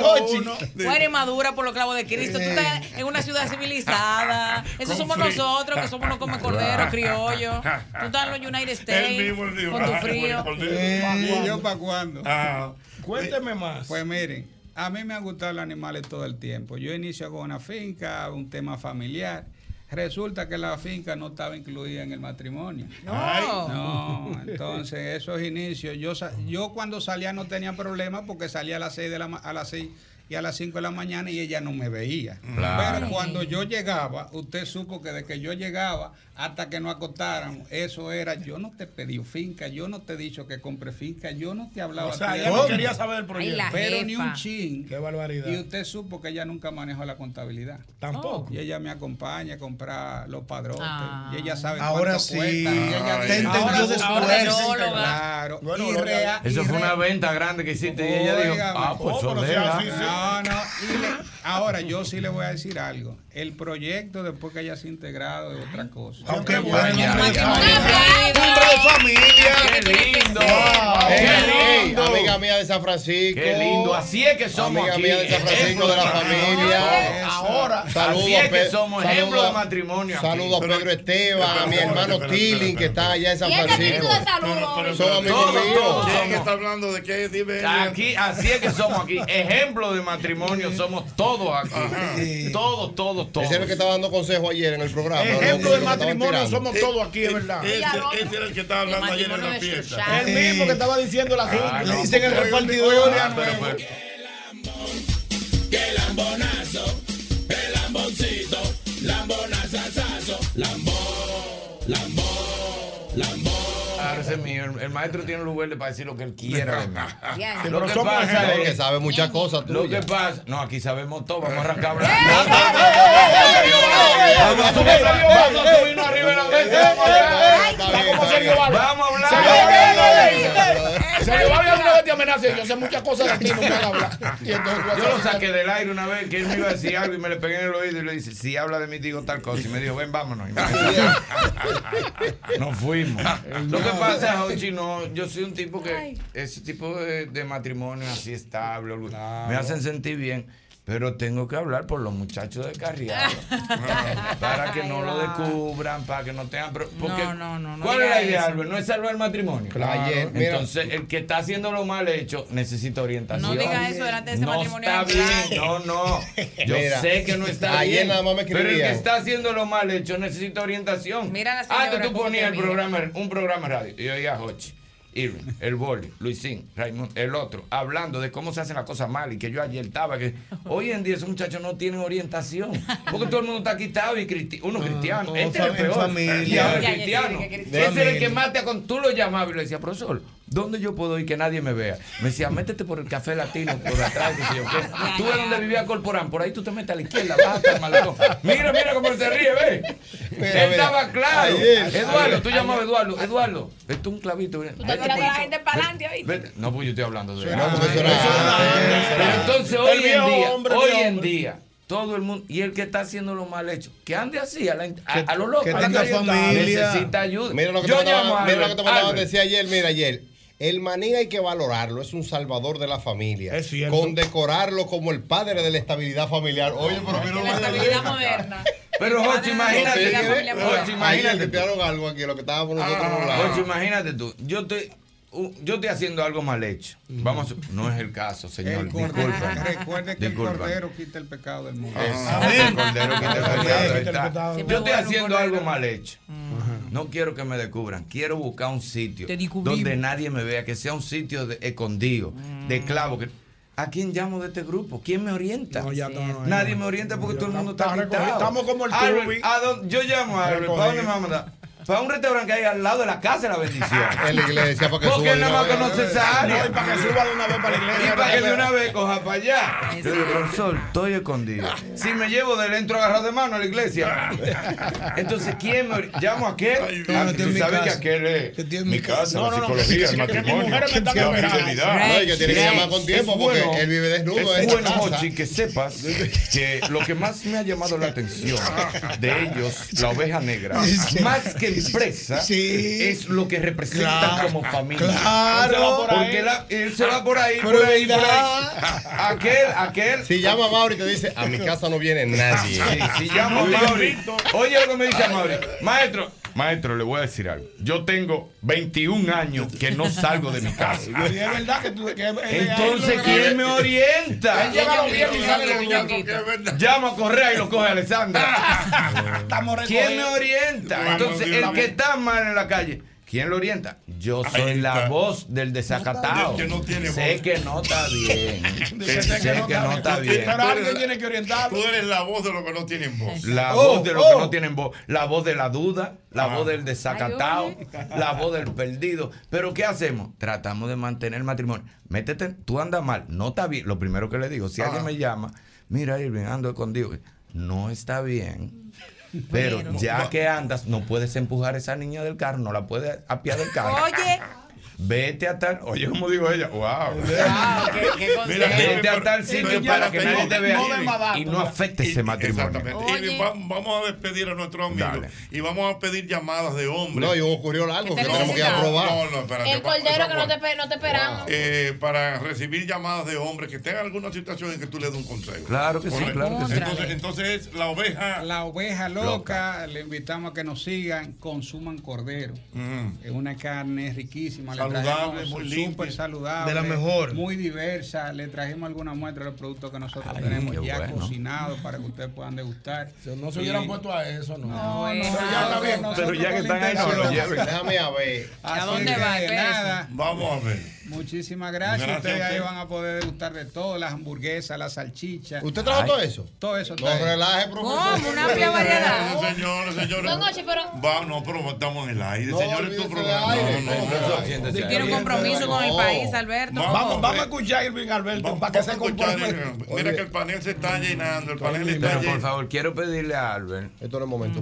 [SPEAKER 6] buena y-
[SPEAKER 1] Jochi.
[SPEAKER 6] Buena y madura por los clavos de Cristo. Tú estás en una ciudad
[SPEAKER 1] <laughs>
[SPEAKER 6] civilizada. Eso somos nosotros, que somos unos come corderos, criollos. Tú estás en los
[SPEAKER 1] <laughs>
[SPEAKER 6] United States.
[SPEAKER 1] mismo dijo,
[SPEAKER 6] Con tu
[SPEAKER 1] "Ah,
[SPEAKER 6] frío.
[SPEAKER 1] Cordero".
[SPEAKER 20] Eh, ¿Y yo para cuándo?
[SPEAKER 1] Ah.
[SPEAKER 7] Cuénteme más.
[SPEAKER 20] Pues miren, a mí me han gustado los animales todo el tiempo. Yo inicio con una finca, un tema familiar. Resulta que la finca no estaba incluida en el matrimonio.
[SPEAKER 6] Ay.
[SPEAKER 20] No, entonces esos inicios, yo sa- yo cuando salía no tenía problema porque salía a las 6 de la ma- a las 6 y a las 5 de la mañana y ella no me veía.
[SPEAKER 7] Mm.
[SPEAKER 16] Claro.
[SPEAKER 20] Pero cuando yo llegaba, usted supo que de que yo llegaba hasta que nos acostáramos, eso era, yo no te pedí finca, yo no te he dicho que compre finca, yo no te hablaba
[SPEAKER 7] O sea,
[SPEAKER 20] a ti de
[SPEAKER 7] ella no
[SPEAKER 20] eso.
[SPEAKER 7] quería saber el proyecto. Ay, la
[SPEAKER 20] Pero ni
[SPEAKER 7] jefa.
[SPEAKER 20] un chin.
[SPEAKER 7] Qué barbaridad.
[SPEAKER 20] Y usted supo que ella nunca manejó la contabilidad.
[SPEAKER 7] Tampoco.
[SPEAKER 20] Y ella me acompaña a comprar los padrotes.
[SPEAKER 7] Ah.
[SPEAKER 20] Y ella sabe
[SPEAKER 7] Ahora
[SPEAKER 20] cuánto
[SPEAKER 7] sí.
[SPEAKER 20] cuesta. Y ella
[SPEAKER 7] Ay.
[SPEAKER 20] dice,
[SPEAKER 7] Te entendió
[SPEAKER 20] ahora-
[SPEAKER 7] después.
[SPEAKER 20] ahora yo
[SPEAKER 7] Psicóloga.
[SPEAKER 20] lo- Claro.
[SPEAKER 7] Bueno,
[SPEAKER 20] y
[SPEAKER 7] lo-
[SPEAKER 20] rea-
[SPEAKER 16] Eso
[SPEAKER 20] y
[SPEAKER 16] fue
[SPEAKER 20] rea-
[SPEAKER 16] una venta grande que hiciste y ella dijo,
[SPEAKER 20] Óigame.
[SPEAKER 16] ah, pues
[SPEAKER 20] Oh,
[SPEAKER 16] son
[SPEAKER 20] pero
[SPEAKER 16] de
[SPEAKER 20] sea
[SPEAKER 16] ella.
[SPEAKER 20] así, sí. No, no. y le- ahora yo sí le voy a decir algo. El proyecto después que haya se integrado es otra cosa.
[SPEAKER 7] Aunque
[SPEAKER 16] bueno.
[SPEAKER 4] Hombre de familia.
[SPEAKER 16] Qué lindo.
[SPEAKER 2] Wow.
[SPEAKER 16] Qué lindo.
[SPEAKER 2] Amiga mía de San Francisco.
[SPEAKER 16] Qué lindo, así es que somos
[SPEAKER 2] Amiga
[SPEAKER 16] aquí.
[SPEAKER 2] mía de San Francisco, de la familia.
[SPEAKER 16] Ahora,
[SPEAKER 2] Saludos,
[SPEAKER 16] así es que
[SPEAKER 2] Pe-
[SPEAKER 16] somos
[SPEAKER 2] saludos-
[SPEAKER 16] ejemplo de matrimonio. aquí.
[SPEAKER 2] Saludos a Pedro Esteban, a mi hermano Tilling, que está allá en San
[SPEAKER 5] Y este
[SPEAKER 2] Francisco.
[SPEAKER 5] tipo de saludos.
[SPEAKER 2] Son amigos
[SPEAKER 16] Todos, todos
[SPEAKER 2] míos.
[SPEAKER 16] somos.
[SPEAKER 1] está hablando de qué? Dime.
[SPEAKER 16] Aquí, así es que somos aquí. Ejemplo de matrimonio somos todos aquí. Todos, todos, todos.
[SPEAKER 2] Ese es el que estaba dando consejo ayer en el programa.
[SPEAKER 7] Ejemplo
[SPEAKER 2] lo-
[SPEAKER 7] de
[SPEAKER 2] lo que estaban
[SPEAKER 7] matrimonio
[SPEAKER 2] tirando.
[SPEAKER 7] somos todos aquí, es verdad.
[SPEAKER 1] Ese, ese era el que estaba hablando ayer en la fiesta.
[SPEAKER 7] El mismo que estaba diciendo la gente.
[SPEAKER 16] Ah, no,
[SPEAKER 7] Dicen el
[SPEAKER 16] pero-
[SPEAKER 7] repartidor.
[SPEAKER 16] Ah, pero, pero-
[SPEAKER 17] Que lambonazo, que lamboncito, lambonazazazo, lambón, lambón, lambón.
[SPEAKER 16] Claro, ese es mío. El, el maestro tiene lugar de para decir lo que él quiera de mí.
[SPEAKER 6] Ya.
[SPEAKER 16] Lo que
[SPEAKER 2] Somos
[SPEAKER 16] pasa
[SPEAKER 2] ejemplos,
[SPEAKER 16] es-
[SPEAKER 2] que sabe muchas cosas.
[SPEAKER 16] Lo que
[SPEAKER 2] tuyas.
[SPEAKER 16] pasa. No, aquí sabemos todo. Vamos a arrancar hablando. Vamos a subir- vamos a subirnos arriba de la mesa. vamos a hablar.
[SPEAKER 2] Está bien, está bien.
[SPEAKER 16] Vamos a
[SPEAKER 7] Se le
[SPEAKER 16] hablar.
[SPEAKER 7] va a una vez te amenaza. Yo sé muchas cosas de ti, no me hagas hablar. <laughs> Y entonces tú
[SPEAKER 16] Yo lo
[SPEAKER 7] haces-
[SPEAKER 16] saqué del aire una vez que él me iba a decir algo y me le pegué en el oído y le dice, si habla de mí digo tal cosa. Y me dijo, ven, vámonos. Y me
[SPEAKER 7] <laughs>
[SPEAKER 16] fui. Nos fuimos. Lo que pasa, Jochi, no, yo soy un tipo que, ese tipo de, de matrimonio así estable, orgullo- me hacen sentir bien. Pero tengo que hablar por los muchachos
[SPEAKER 7] <laughs>
[SPEAKER 16] de Carriado. para que no lo descubran, para que no tengan. pro- Porque,
[SPEAKER 6] No, no, no, no
[SPEAKER 16] ¿Cuál es
[SPEAKER 6] diga
[SPEAKER 16] la idea,
[SPEAKER 6] eso.
[SPEAKER 16] Albert? No es salvar el matrimonio.
[SPEAKER 2] Claro. Ayer, mira.
[SPEAKER 16] Entonces, el que está haciendo lo mal hecho necesita orientación.
[SPEAKER 6] No diga eso delante de ese
[SPEAKER 16] No
[SPEAKER 6] matrimonio.
[SPEAKER 16] está
[SPEAKER 6] ejemplar.
[SPEAKER 16] bien,
[SPEAKER 2] <laughs>
[SPEAKER 16] no, no. Yo
[SPEAKER 2] Mira,
[SPEAKER 16] sé que no está
[SPEAKER 2] ayer
[SPEAKER 16] bien.
[SPEAKER 2] nada más me
[SPEAKER 16] pero el que
[SPEAKER 2] escribían.
[SPEAKER 16] está haciendo lo mal hecho necesita orientación.
[SPEAKER 6] Mira la señora
[SPEAKER 16] Antes tú
[SPEAKER 6] cómo
[SPEAKER 16] ponías el
[SPEAKER 6] te mira.
[SPEAKER 16] programa, un programa de radio. Y yo oía a Hochi, Irving, el Boli, Luisín, Raimundo, el otro, hablando de cómo se hacen las cosas mal y que yo ayer estaba. Que hoy en día esos muchachos no tienen orientación. Porque todo el mundo está quitado y cristi uno cristiano.
[SPEAKER 4] todo
[SPEAKER 16] este es el
[SPEAKER 4] fa-
[SPEAKER 16] peor.
[SPEAKER 4] familia.
[SPEAKER 16] Y ahora
[SPEAKER 6] Ya, ya,
[SPEAKER 16] cristiano.
[SPEAKER 6] ya, ya, ya,
[SPEAKER 16] Ese era el
[SPEAKER 4] Familia.
[SPEAKER 16] que más te con tú lo llamabas y le decía, profesor. ¿Dónde yo puedo ir que nadie me vea? Me decía, métete por el café latino, por atrás, qué sé yo qué. Tú ves donde vivía Corporán, por ahí tú te metes a la izquierda, baja hasta el malecón. Mira, mira cómo él se ríe, ve.
[SPEAKER 2] Mira, mira.
[SPEAKER 16] Él estaba claro.
[SPEAKER 2] Ayer,
[SPEAKER 16] Eduardo, tú llamabas a Eduardo. Eduardo, vete un clavito. mira.
[SPEAKER 6] Tú estás tirando a la gente para adelante hoy.
[SPEAKER 16] Vete. No, pues yo estoy hablando de
[SPEAKER 2] No, porque eso era-
[SPEAKER 16] Pero eh, entonces hoy
[SPEAKER 7] viejo
[SPEAKER 16] en día,
[SPEAKER 7] hombre,
[SPEAKER 16] hoy
[SPEAKER 7] viejo
[SPEAKER 16] en
[SPEAKER 7] hombre.
[SPEAKER 16] día, Todo el mundo. Y el que está haciendo lo mal hecho. Que ande así a, la, a, a lo loco.
[SPEAKER 2] Que
[SPEAKER 16] a la
[SPEAKER 2] tenga
[SPEAKER 16] gaviota.
[SPEAKER 2] familia.
[SPEAKER 16] Necesita ayuda.
[SPEAKER 2] Mira lo que
[SPEAKER 16] Yo
[SPEAKER 2] te mandaban-
[SPEAKER 16] llamo a
[SPEAKER 2] mira lo
[SPEAKER 16] Albert.
[SPEAKER 2] que te mandaban
[SPEAKER 16] Albert.
[SPEAKER 2] decir ayer, mira ayer. El maní hay que valorarlo, es un salvador de la familia. Es
[SPEAKER 7] cierto.
[SPEAKER 2] Condecorarlo como el padre de la estabilidad familiar. Oye, pero mira
[SPEAKER 6] La estabilidad moderna.
[SPEAKER 16] Pero Jochi, imagínate.
[SPEAKER 2] Ahí
[SPEAKER 16] que- Jochi,
[SPEAKER 2] imagínate.
[SPEAKER 16] imagínate.
[SPEAKER 2] Te tiraron algo aquí, lo que estábamos nosotros
[SPEAKER 16] Ah,
[SPEAKER 2] burlados.
[SPEAKER 16] Jochi, imagínate tú. Yo estoy, uh, yo estoy haciendo algo mal hecho. Vamos, a- no es el caso, señor.
[SPEAKER 20] El cordero,
[SPEAKER 16] Disculpa.
[SPEAKER 20] recuerde que
[SPEAKER 16] Disculpa.
[SPEAKER 20] el cordero quita el pecado del mundo. Ah,
[SPEAKER 16] Exacto, el cordero
[SPEAKER 20] <laughs>
[SPEAKER 16] que te va a quedar,
[SPEAKER 20] Quita el
[SPEAKER 16] está.
[SPEAKER 20] pecado.
[SPEAKER 16] Yo estoy haciendo algo mal hecho. No quiero que me descubran. Quiero buscar un sitio
[SPEAKER 20] Te descubrimos.
[SPEAKER 16] donde nadie me vea, que sea un sitio de, escondido, de clavo. que- ¿A quién llamo de este grupo? ¿Quién me orienta? Nadie me orienta porque todo el mundo está
[SPEAKER 7] estamos
[SPEAKER 16] quitado.
[SPEAKER 7] recogidos, estamos como el
[SPEAKER 16] Albert,
[SPEAKER 7] Tubi.
[SPEAKER 16] ¿a dónde? Yo llamo a Albert. ¿Para dónde me va a mandar? Para un restaurante que hay al lado de la casa de la bendición.
[SPEAKER 2] <laughs> En la iglesia, para que suba
[SPEAKER 16] Porque él
[SPEAKER 2] de una
[SPEAKER 16] nada más
[SPEAKER 2] vez.
[SPEAKER 16] conoce esa área.
[SPEAKER 2] No, y para que suba de una vez para la iglesia.
[SPEAKER 16] Y para que de una vez coja para allá.
[SPEAKER 2] Exacto.
[SPEAKER 16] Yo digo, profesor, estoy escondido. Si me llevo del entro agarrado de mano a la iglesia. Entonces, ¿quién me ori- llamo a aquel? Ah,
[SPEAKER 7] no,
[SPEAKER 16] tú
[SPEAKER 7] en mi
[SPEAKER 16] sabes que
[SPEAKER 7] casa.
[SPEAKER 16] aquel es mi casa,
[SPEAKER 7] No,
[SPEAKER 16] la
[SPEAKER 7] no, no,
[SPEAKER 16] psicología,
[SPEAKER 7] que- que-
[SPEAKER 16] el
[SPEAKER 7] que mi
[SPEAKER 16] matrimonio,
[SPEAKER 7] mujer me está
[SPEAKER 16] la
[SPEAKER 7] esperando.
[SPEAKER 16] fidelidad.
[SPEAKER 2] No, y que tiene que llamar con tiempo
[SPEAKER 16] Es
[SPEAKER 2] porque
[SPEAKER 16] bueno-
[SPEAKER 2] él vive desnudo.
[SPEAKER 16] Es
[SPEAKER 2] en esta
[SPEAKER 16] bueno,
[SPEAKER 2] casa.
[SPEAKER 16] Jochi, que sepas que lo que más me ha llamado la atención de ellos, la oveja negra, más que empresa, es lo que representan
[SPEAKER 7] Claro,
[SPEAKER 16] como familia.
[SPEAKER 7] claro.
[SPEAKER 16] Él se va por ahí. Porque
[SPEAKER 2] Pero
[SPEAKER 16] la- él se va por ahí, por ahí, por ahí.
[SPEAKER 2] verdad.
[SPEAKER 16] Aquel, aquel.
[SPEAKER 2] Si llama a Mauri te dice, a mi casa no viene nadie.
[SPEAKER 16] Si llamo a Mauri. Oye lo que me dice Mauri. Maestro, maestro, le voy a decir algo. Yo tengo 21 años que no salgo de mi
[SPEAKER 7] <laughs>
[SPEAKER 16] casa.
[SPEAKER 7] Y es verdad que tú. que es-
[SPEAKER 16] Entonces,
[SPEAKER 7] es-
[SPEAKER 16] ¿quién me orienta?
[SPEAKER 7] Él llega a los 10 y sale a los
[SPEAKER 16] Llama
[SPEAKER 7] 8.
[SPEAKER 16] Llamo a Correa y lo coge Alexandra. ¿Quién me
[SPEAKER 7] recogidos.
[SPEAKER 16] orienta?
[SPEAKER 7] Vamos,
[SPEAKER 16] Entonces,
[SPEAKER 7] bien,
[SPEAKER 16] el
[SPEAKER 7] vamos.
[SPEAKER 16] que está mal en la calle. ¿Quién lo orienta? Yo soy la voz del desacatado.
[SPEAKER 1] Del que no tiene
[SPEAKER 16] sé
[SPEAKER 1] voz.
[SPEAKER 16] que no está
[SPEAKER 1] <laughs>
[SPEAKER 16] bien.
[SPEAKER 1] De
[SPEAKER 16] sé
[SPEAKER 1] que no
[SPEAKER 16] que no está bien.
[SPEAKER 1] Pero alguien tiene que orientarlo. Tú eres la voz de los que no tienen voz.
[SPEAKER 16] La
[SPEAKER 1] Oh,
[SPEAKER 16] voz de los
[SPEAKER 1] oh.
[SPEAKER 16] que no tienen voz, la voz de la duda, la voz del desacatado,
[SPEAKER 1] Ay,
[SPEAKER 16] la voz del perdido. Pero ¿qué hacemos? Tratamos de mantener el matrimonio. Métete, tú andas mal, no está bien. Lo primero que le digo, si alguien me llama, mira, Irving, ando escondido. No está bien. Pero
[SPEAKER 6] Bueno.
[SPEAKER 16] ya que andas, no puedes empujar a esa niña del carro, no la puedes apiar del carro.
[SPEAKER 6] Oye,
[SPEAKER 16] Vete a tal, oye, como digo ella, wow.
[SPEAKER 6] qué- qué
[SPEAKER 16] Mira,
[SPEAKER 6] consejo.
[SPEAKER 16] vete a tal sitio
[SPEAKER 1] Pero
[SPEAKER 16] para que
[SPEAKER 1] espérate,
[SPEAKER 16] nadie te
[SPEAKER 1] no-
[SPEAKER 16] vea
[SPEAKER 1] no dé más datos,
[SPEAKER 16] y no afecte ese matrimonio.
[SPEAKER 1] Exactamente.
[SPEAKER 16] oh.
[SPEAKER 1] Y va- vamos a despedir a nuestros amigos y vamos a pedir llamadas de hombres.
[SPEAKER 2] No, y ocurrió algo
[SPEAKER 5] Que que tenemos que necesitamos. aprobar.
[SPEAKER 1] No, no, espérate.
[SPEAKER 5] El
[SPEAKER 1] vamos,
[SPEAKER 5] cordero que no
[SPEAKER 1] vamos.
[SPEAKER 5] te, pe- no te esperamos.
[SPEAKER 1] Eh, para recibir llamadas de hombres que estén en alguna situación en que tú le des un consejo.
[SPEAKER 16] Claro que sí,
[SPEAKER 1] Correcto.
[SPEAKER 16] claro que sí.
[SPEAKER 1] Entonces, entonces es la oveja.
[SPEAKER 20] La oveja loca, le invitamos a que nos sigan, consuman cordero.
[SPEAKER 16] Mm.
[SPEAKER 20] Es una carne riquísima,
[SPEAKER 7] Saludable,
[SPEAKER 20] le trajimos,
[SPEAKER 7] muy
[SPEAKER 20] súper
[SPEAKER 7] limpia.
[SPEAKER 20] saludable,
[SPEAKER 7] De la mejor.
[SPEAKER 20] muy diversa. Le trajimos alguna muestra de los productos que nosotros tenemos
[SPEAKER 7] qué
[SPEAKER 20] ya
[SPEAKER 7] bueno.
[SPEAKER 20] cocinados para que ustedes puedan degustar.
[SPEAKER 7] No se hubieran puesto a eso, no.
[SPEAKER 20] No, no,
[SPEAKER 7] Pero
[SPEAKER 20] no,
[SPEAKER 7] ya está bien.
[SPEAKER 20] no, Pero ya que están ahí, no lo lleven.
[SPEAKER 2] Déjame a ver.
[SPEAKER 20] ¿A dónde va? ¿Qué es? nada.
[SPEAKER 1] Vamos a ver.
[SPEAKER 20] Muchísimas gracias.
[SPEAKER 2] Gracias
[SPEAKER 20] Ustedes
[SPEAKER 2] a
[SPEAKER 20] ahí
[SPEAKER 2] usted.
[SPEAKER 20] van a poder degustar de todo, las hamburguesas, las salchichas.
[SPEAKER 2] ¿Usted trajo todo eso?
[SPEAKER 20] Todo eso.
[SPEAKER 2] No relaje, profesor.
[SPEAKER 20] ¿Cómo?
[SPEAKER 2] Una
[SPEAKER 5] <laughs>
[SPEAKER 2] amplia variedad.
[SPEAKER 1] No, señores, señores.
[SPEAKER 5] Don Ochi, pero-
[SPEAKER 1] Va, no, pero estamos en el aire.
[SPEAKER 5] No,
[SPEAKER 1] señores, tu
[SPEAKER 5] olvídese
[SPEAKER 1] programa.
[SPEAKER 5] del
[SPEAKER 1] No,
[SPEAKER 5] aire.
[SPEAKER 1] no, no.
[SPEAKER 16] Siéntese
[SPEAKER 6] tiene un
[SPEAKER 1] ahí.
[SPEAKER 6] compromiso con el país, Alberto.
[SPEAKER 1] Vamos, vamos a
[SPEAKER 7] escuchar a Irving Alberto para que se
[SPEAKER 1] comporte. eh, Mira que el panel se está llenando. El panel está
[SPEAKER 16] Pero por
[SPEAKER 1] llenando.
[SPEAKER 16] favor, quiero pedirle a Albert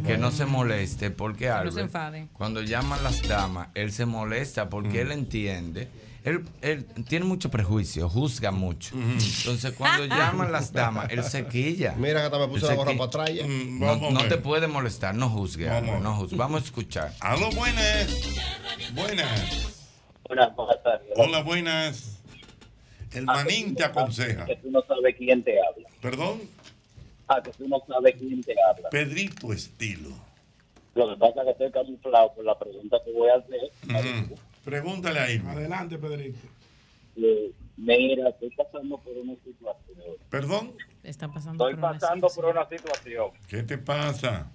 [SPEAKER 16] que no se moleste, porque Albert,
[SPEAKER 6] se enfade.
[SPEAKER 16] cuando llaman las damas, él se molesta porque él entiende. Él, él tiene mucho prejuicio, juzga mucho.
[SPEAKER 1] Mm.
[SPEAKER 16] Entonces,
[SPEAKER 6] <laughs>
[SPEAKER 16] cuando llaman las damas, él se quilla.
[SPEAKER 2] Mira que hasta me puse
[SPEAKER 16] Él
[SPEAKER 2] la
[SPEAKER 16] se
[SPEAKER 2] gorra
[SPEAKER 16] qui-
[SPEAKER 2] para atrás ya.
[SPEAKER 7] Mm,
[SPEAKER 16] No, no te puede molestar, no juzgue.
[SPEAKER 1] Vamos a
[SPEAKER 16] Albert,
[SPEAKER 1] ver.
[SPEAKER 16] no juzgue. Vamos a escuchar.
[SPEAKER 1] Aló, buenas. Buenas.
[SPEAKER 11] Buenas, buenas tardes. Ah,
[SPEAKER 1] Hola, buenas. El manín te aconseja.
[SPEAKER 11] Que tú no sabes quién te habla.
[SPEAKER 1] Perdón,
[SPEAKER 11] Ah, que tú no sabes quién te habla.
[SPEAKER 1] Pedrito Estilo.
[SPEAKER 11] Lo que pasa es que estoy camuflado por la pregunta que voy a hacer.
[SPEAKER 1] Ujú. Pregúntale a Irma.
[SPEAKER 7] Adelante, Pedrito.
[SPEAKER 11] Eh, Mira, estoy pasando por una situación.
[SPEAKER 1] Perdón.
[SPEAKER 6] Están pasando
[SPEAKER 11] Estoy
[SPEAKER 6] por una
[SPEAKER 11] pasando por una situación.
[SPEAKER 1] ¿Qué te pasa?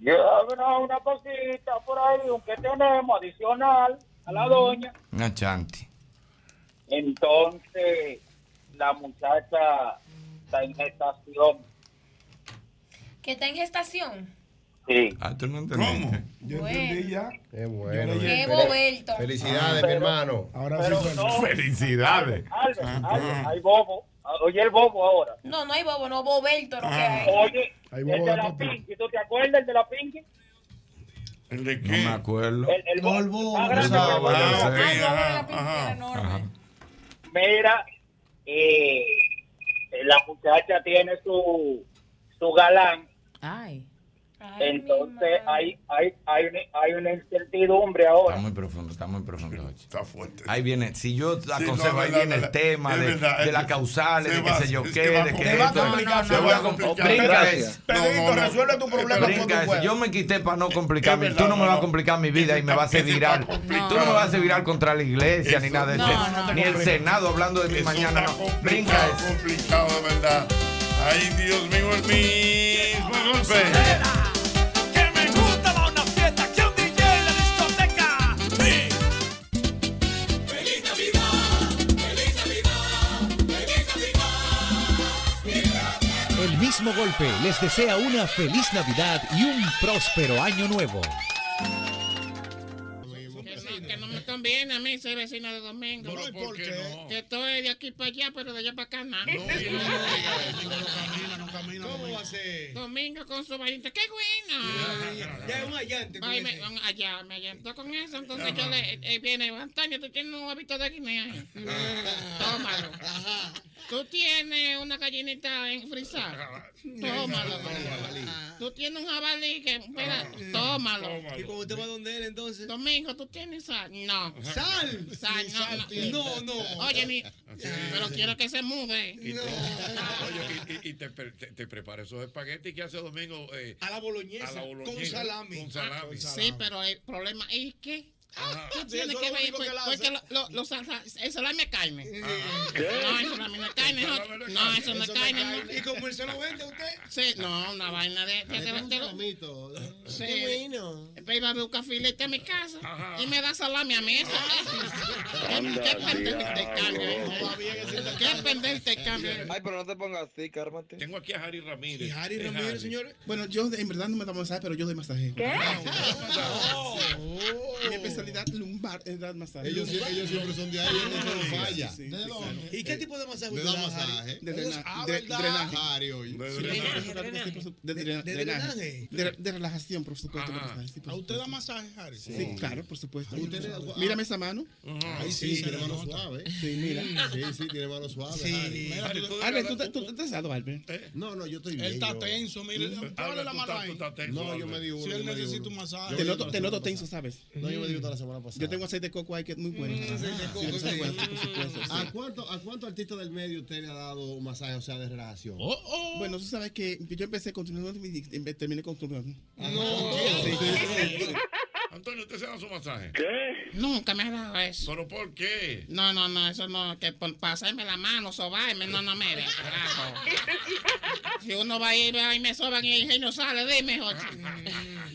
[SPEAKER 11] Yo abro una cosita por ahí, un que tenemos adicional a la doña.
[SPEAKER 16] Una chanti.
[SPEAKER 11] Entonces, la muchacha está en gestación.
[SPEAKER 5] Que está en gestación.
[SPEAKER 11] Sí.
[SPEAKER 16] Ah, tú no entendiste.
[SPEAKER 7] Yo
[SPEAKER 5] Bueno.
[SPEAKER 7] entendí ya.
[SPEAKER 2] Qué bueno.
[SPEAKER 5] Qué boberto.
[SPEAKER 2] Felicidades, mi hermano.
[SPEAKER 7] Ahora
[SPEAKER 11] Pero no,
[SPEAKER 16] Felicidades.
[SPEAKER 11] Albert, Albert, hay bobo. Oye, el bobo ahora.
[SPEAKER 5] No, no hay bobo, no, boberto lo que
[SPEAKER 1] Ah.
[SPEAKER 5] hay.
[SPEAKER 11] Oye,
[SPEAKER 7] Hay
[SPEAKER 11] el
[SPEAKER 7] bobo
[SPEAKER 11] de
[SPEAKER 7] de
[SPEAKER 11] la
[SPEAKER 7] todo tipo.
[SPEAKER 11] Pinky, ¿tú te acuerdas el de la Pinky?
[SPEAKER 1] ¿El de
[SPEAKER 16] No me acuerdo.
[SPEAKER 11] El, el bobo. Ah, grande,
[SPEAKER 16] Yo
[SPEAKER 11] bobo.
[SPEAKER 16] no voy a
[SPEAKER 11] Ah,
[SPEAKER 16] hacer.
[SPEAKER 11] el bobo de la Pinky. Mira, eh, la muchacha tiene su, su galán.
[SPEAKER 21] Ay.
[SPEAKER 11] Entonces hay, hay, hay, una- hay una incertidumbre ahora.
[SPEAKER 16] Está muy profundo, está muy profundo.
[SPEAKER 1] Está fuerte.
[SPEAKER 16] Ahí viene, si yo aconsejo,
[SPEAKER 1] no,
[SPEAKER 16] ahí
[SPEAKER 1] verdad,
[SPEAKER 16] viene el
[SPEAKER 1] verdad.
[SPEAKER 16] tema
[SPEAKER 1] Es
[SPEAKER 16] de,
[SPEAKER 1] verdad,
[SPEAKER 16] de
[SPEAKER 1] es
[SPEAKER 16] la
[SPEAKER 1] que
[SPEAKER 16] causal,
[SPEAKER 1] se
[SPEAKER 16] de que
[SPEAKER 1] va-
[SPEAKER 16] se yo
[SPEAKER 1] se
[SPEAKER 16] qué,
[SPEAKER 1] va a
[SPEAKER 16] de que
[SPEAKER 1] complicar,
[SPEAKER 16] esto.
[SPEAKER 1] se va a complicar, se
[SPEAKER 16] Yo
[SPEAKER 1] va a
[SPEAKER 16] voy a compl-
[SPEAKER 1] complicar.
[SPEAKER 16] brinca
[SPEAKER 1] Pedrito,
[SPEAKER 16] eso.
[SPEAKER 1] Pedrito, resuelve
[SPEAKER 22] tu problema
[SPEAKER 16] Brinca
[SPEAKER 22] como tú
[SPEAKER 16] eso.
[SPEAKER 22] puedas.
[SPEAKER 16] Yo me quité para no complicar. mi-
[SPEAKER 22] verdad,
[SPEAKER 16] Tú no me
[SPEAKER 22] no,
[SPEAKER 16] vas a
[SPEAKER 22] no.
[SPEAKER 16] complicar mi vida y me vas a hacer viral. Tú no me vas a hacer viral contra la iglesia ni nada de
[SPEAKER 1] no,
[SPEAKER 16] eso.
[SPEAKER 1] no,
[SPEAKER 16] Ni
[SPEAKER 1] no.
[SPEAKER 16] el Senado hablando de mi
[SPEAKER 1] Eso
[SPEAKER 16] mañana.
[SPEAKER 1] está
[SPEAKER 16] no. Brinca
[SPEAKER 1] complicado,
[SPEAKER 16] eso.
[SPEAKER 1] complicado, de verdad. Ay, Dios mío, el mismo golpe.
[SPEAKER 23] Que me gusta más una fiesta que un DJ en la discoteca. Sí. Feliz Navidad, feliz Navidad, feliz Navidad.
[SPEAKER 24] El mismo golpe les desea una feliz Navidad y un próspero año nuevo.
[SPEAKER 25] Que no me conviene a mí ser vecino de Domingo.
[SPEAKER 1] No, ¿y por qué no?
[SPEAKER 25] Que estoy de aquí para allá, pero de allá para acá nada.
[SPEAKER 2] ¿Cómo va a ser?
[SPEAKER 25] Domingo con su varita, ¡qué buena!
[SPEAKER 2] Ya es un allante,
[SPEAKER 25] Ay,
[SPEAKER 2] como
[SPEAKER 20] pues.
[SPEAKER 25] me,
[SPEAKER 2] dicen.
[SPEAKER 25] un allá, me allantó con eso, entonces
[SPEAKER 2] Ajá.
[SPEAKER 25] yo le eh, viene, Antonio, tú tienes un hábito de guinea. ahí. Tómalo. Tú tienes una gallinita en frisada. Tómalo. Tú tienes un jabalí que espera, tómalo.
[SPEAKER 2] Ah. ¿Y cuando usted va a donde él entonces?
[SPEAKER 25] Domingo, ¿tú tienes sal? No.
[SPEAKER 2] ¿Sal?
[SPEAKER 25] Sal,
[SPEAKER 2] Ni
[SPEAKER 25] no,
[SPEAKER 2] sal
[SPEAKER 25] no.
[SPEAKER 2] tiene. No, no.
[SPEAKER 25] Oye, ni, pero quiero que se mude.
[SPEAKER 26] Oye, y, y- y te, pre- te, te prepara esos espaguetis que hace domingo. eh,
[SPEAKER 25] A la boloñesa,
[SPEAKER 2] con
[SPEAKER 26] boloñesa,
[SPEAKER 2] Ah, salami. Ah,
[SPEAKER 26] Con salami.
[SPEAKER 25] Ah, Sí, pero el problema es que. ¿Qué
[SPEAKER 2] sí,
[SPEAKER 25] tiene
[SPEAKER 2] eso
[SPEAKER 25] que
[SPEAKER 2] es lo
[SPEAKER 25] ver?
[SPEAKER 2] único
[SPEAKER 25] Pues-
[SPEAKER 2] que la
[SPEAKER 25] Porque
[SPEAKER 2] hace.
[SPEAKER 25] lo, lo, lo salsa- el salami es carne. Ah,
[SPEAKER 2] ¿Qué?
[SPEAKER 25] No, el salami no es carne.
[SPEAKER 2] El
[SPEAKER 25] es
[SPEAKER 2] salami
[SPEAKER 25] otro-
[SPEAKER 2] no es
[SPEAKER 25] No, eso no
[SPEAKER 2] carne.
[SPEAKER 25] es
[SPEAKER 2] Eso no es
[SPEAKER 25] carne.
[SPEAKER 2] carne. ¿Y cómo él se lo vende a usted?
[SPEAKER 25] Sí, no, una vaina de. de, de,
[SPEAKER 2] Métele un
[SPEAKER 25] de- Sí. Pero iba a buscar filete a mi casa y me da salami a mí. Eso,
[SPEAKER 2] Ah,
[SPEAKER 25] eso. ¿Qué pendiente de cambio? ¿Qué pendiente de cambio?
[SPEAKER 26] Ay, pero no te pongas así, cármate. Tengo aquí a Harry Ramírez.
[SPEAKER 27] Y Harry
[SPEAKER 26] Es
[SPEAKER 27] Ramírez,
[SPEAKER 26] Harry.
[SPEAKER 27] señores. Bueno, yo en verdad no me da masaje, pero yo doy masaje. Ah, ¿Qué?
[SPEAKER 2] Ah,
[SPEAKER 27] Mi especialidad lumbar es dar masaje.
[SPEAKER 2] Ellos sie- ellos siempre son de ahí, ellos no son falla. ¿De dónde?
[SPEAKER 27] ¿Y qué tipo de masaje
[SPEAKER 2] ¿De
[SPEAKER 27] usted
[SPEAKER 2] dónde
[SPEAKER 27] da, Harry?
[SPEAKER 2] masaje?
[SPEAKER 27] De
[SPEAKER 2] Ellos-
[SPEAKER 27] drena-
[SPEAKER 2] ah,
[SPEAKER 27] de-
[SPEAKER 2] ¿verdad,
[SPEAKER 27] drenaje.
[SPEAKER 2] Harry, hoy?
[SPEAKER 27] Sí,
[SPEAKER 2] De
[SPEAKER 27] sí,
[SPEAKER 2] drenaje.
[SPEAKER 27] sí, sí,
[SPEAKER 2] ¿Drenaje?
[SPEAKER 27] sí, De ¿De- drena- de drenaje. drenaje? De de relajación, por supuesto.
[SPEAKER 2] Ah.
[SPEAKER 27] Ajá. masaje, sí, por ¿A usted da supuesto. masaje, Harry? Sí, Sí, claro, por supuesto. Ay, usted le- ah. Mírame esa mano. Ah,
[SPEAKER 2] Ahí sí, tiene mano suave.
[SPEAKER 27] Sí, mira.
[SPEAKER 2] Sí, sí, tiene mano suave.
[SPEAKER 27] Sí.
[SPEAKER 2] Harry.
[SPEAKER 27] Albert, ¿tú, te- tú, te has dado, Albert?
[SPEAKER 2] No, no, yo estoy bien.
[SPEAKER 27] Él está
[SPEAKER 2] yo.
[SPEAKER 27] tenso, mire, usted
[SPEAKER 2] Albert,
[SPEAKER 27] dale la
[SPEAKER 2] tú
[SPEAKER 27] mano
[SPEAKER 2] estás-
[SPEAKER 27] ahí.
[SPEAKER 2] tú estás tenso,
[SPEAKER 27] No, yo
[SPEAKER 2] Albert.
[SPEAKER 27] me di uno,
[SPEAKER 2] Si
[SPEAKER 27] yo
[SPEAKER 2] él
[SPEAKER 27] me di
[SPEAKER 2] necesita
[SPEAKER 27] uno.
[SPEAKER 2] un masaje.
[SPEAKER 27] Te
[SPEAKER 2] Yo me dio
[SPEAKER 27] noto, te
[SPEAKER 2] toda la
[SPEAKER 27] noto
[SPEAKER 2] semana
[SPEAKER 27] tenso, ¿sabes?
[SPEAKER 2] No, yo me di toda la semana pasada.
[SPEAKER 27] Yo tengo aceite de coco ahí que es muy bueno.
[SPEAKER 2] Mm, aceite de
[SPEAKER 27] Sí,
[SPEAKER 2] coco, Ah,
[SPEAKER 27] eso es
[SPEAKER 2] sí.
[SPEAKER 27] bueno, por supuesto, sí.
[SPEAKER 2] ¿A cuánto, ¿A cuánto artista del medio usted le ha dado un masaje, o sea, de relajación? oh.
[SPEAKER 27] Bueno, tú sabes que yo empecé con Turner y em- terminé con Turner.
[SPEAKER 2] Ah,
[SPEAKER 1] Antonio, ¿usted se da su masaje?
[SPEAKER 25] Nunca me ha dado eso.
[SPEAKER 1] ¿Pero por qué?
[SPEAKER 25] No, no, no, eso no, que por pasarme la mano, sobarme, no, no me ve. carajo. Si uno va a ir y me soban y el genio sale, dime, Jochi.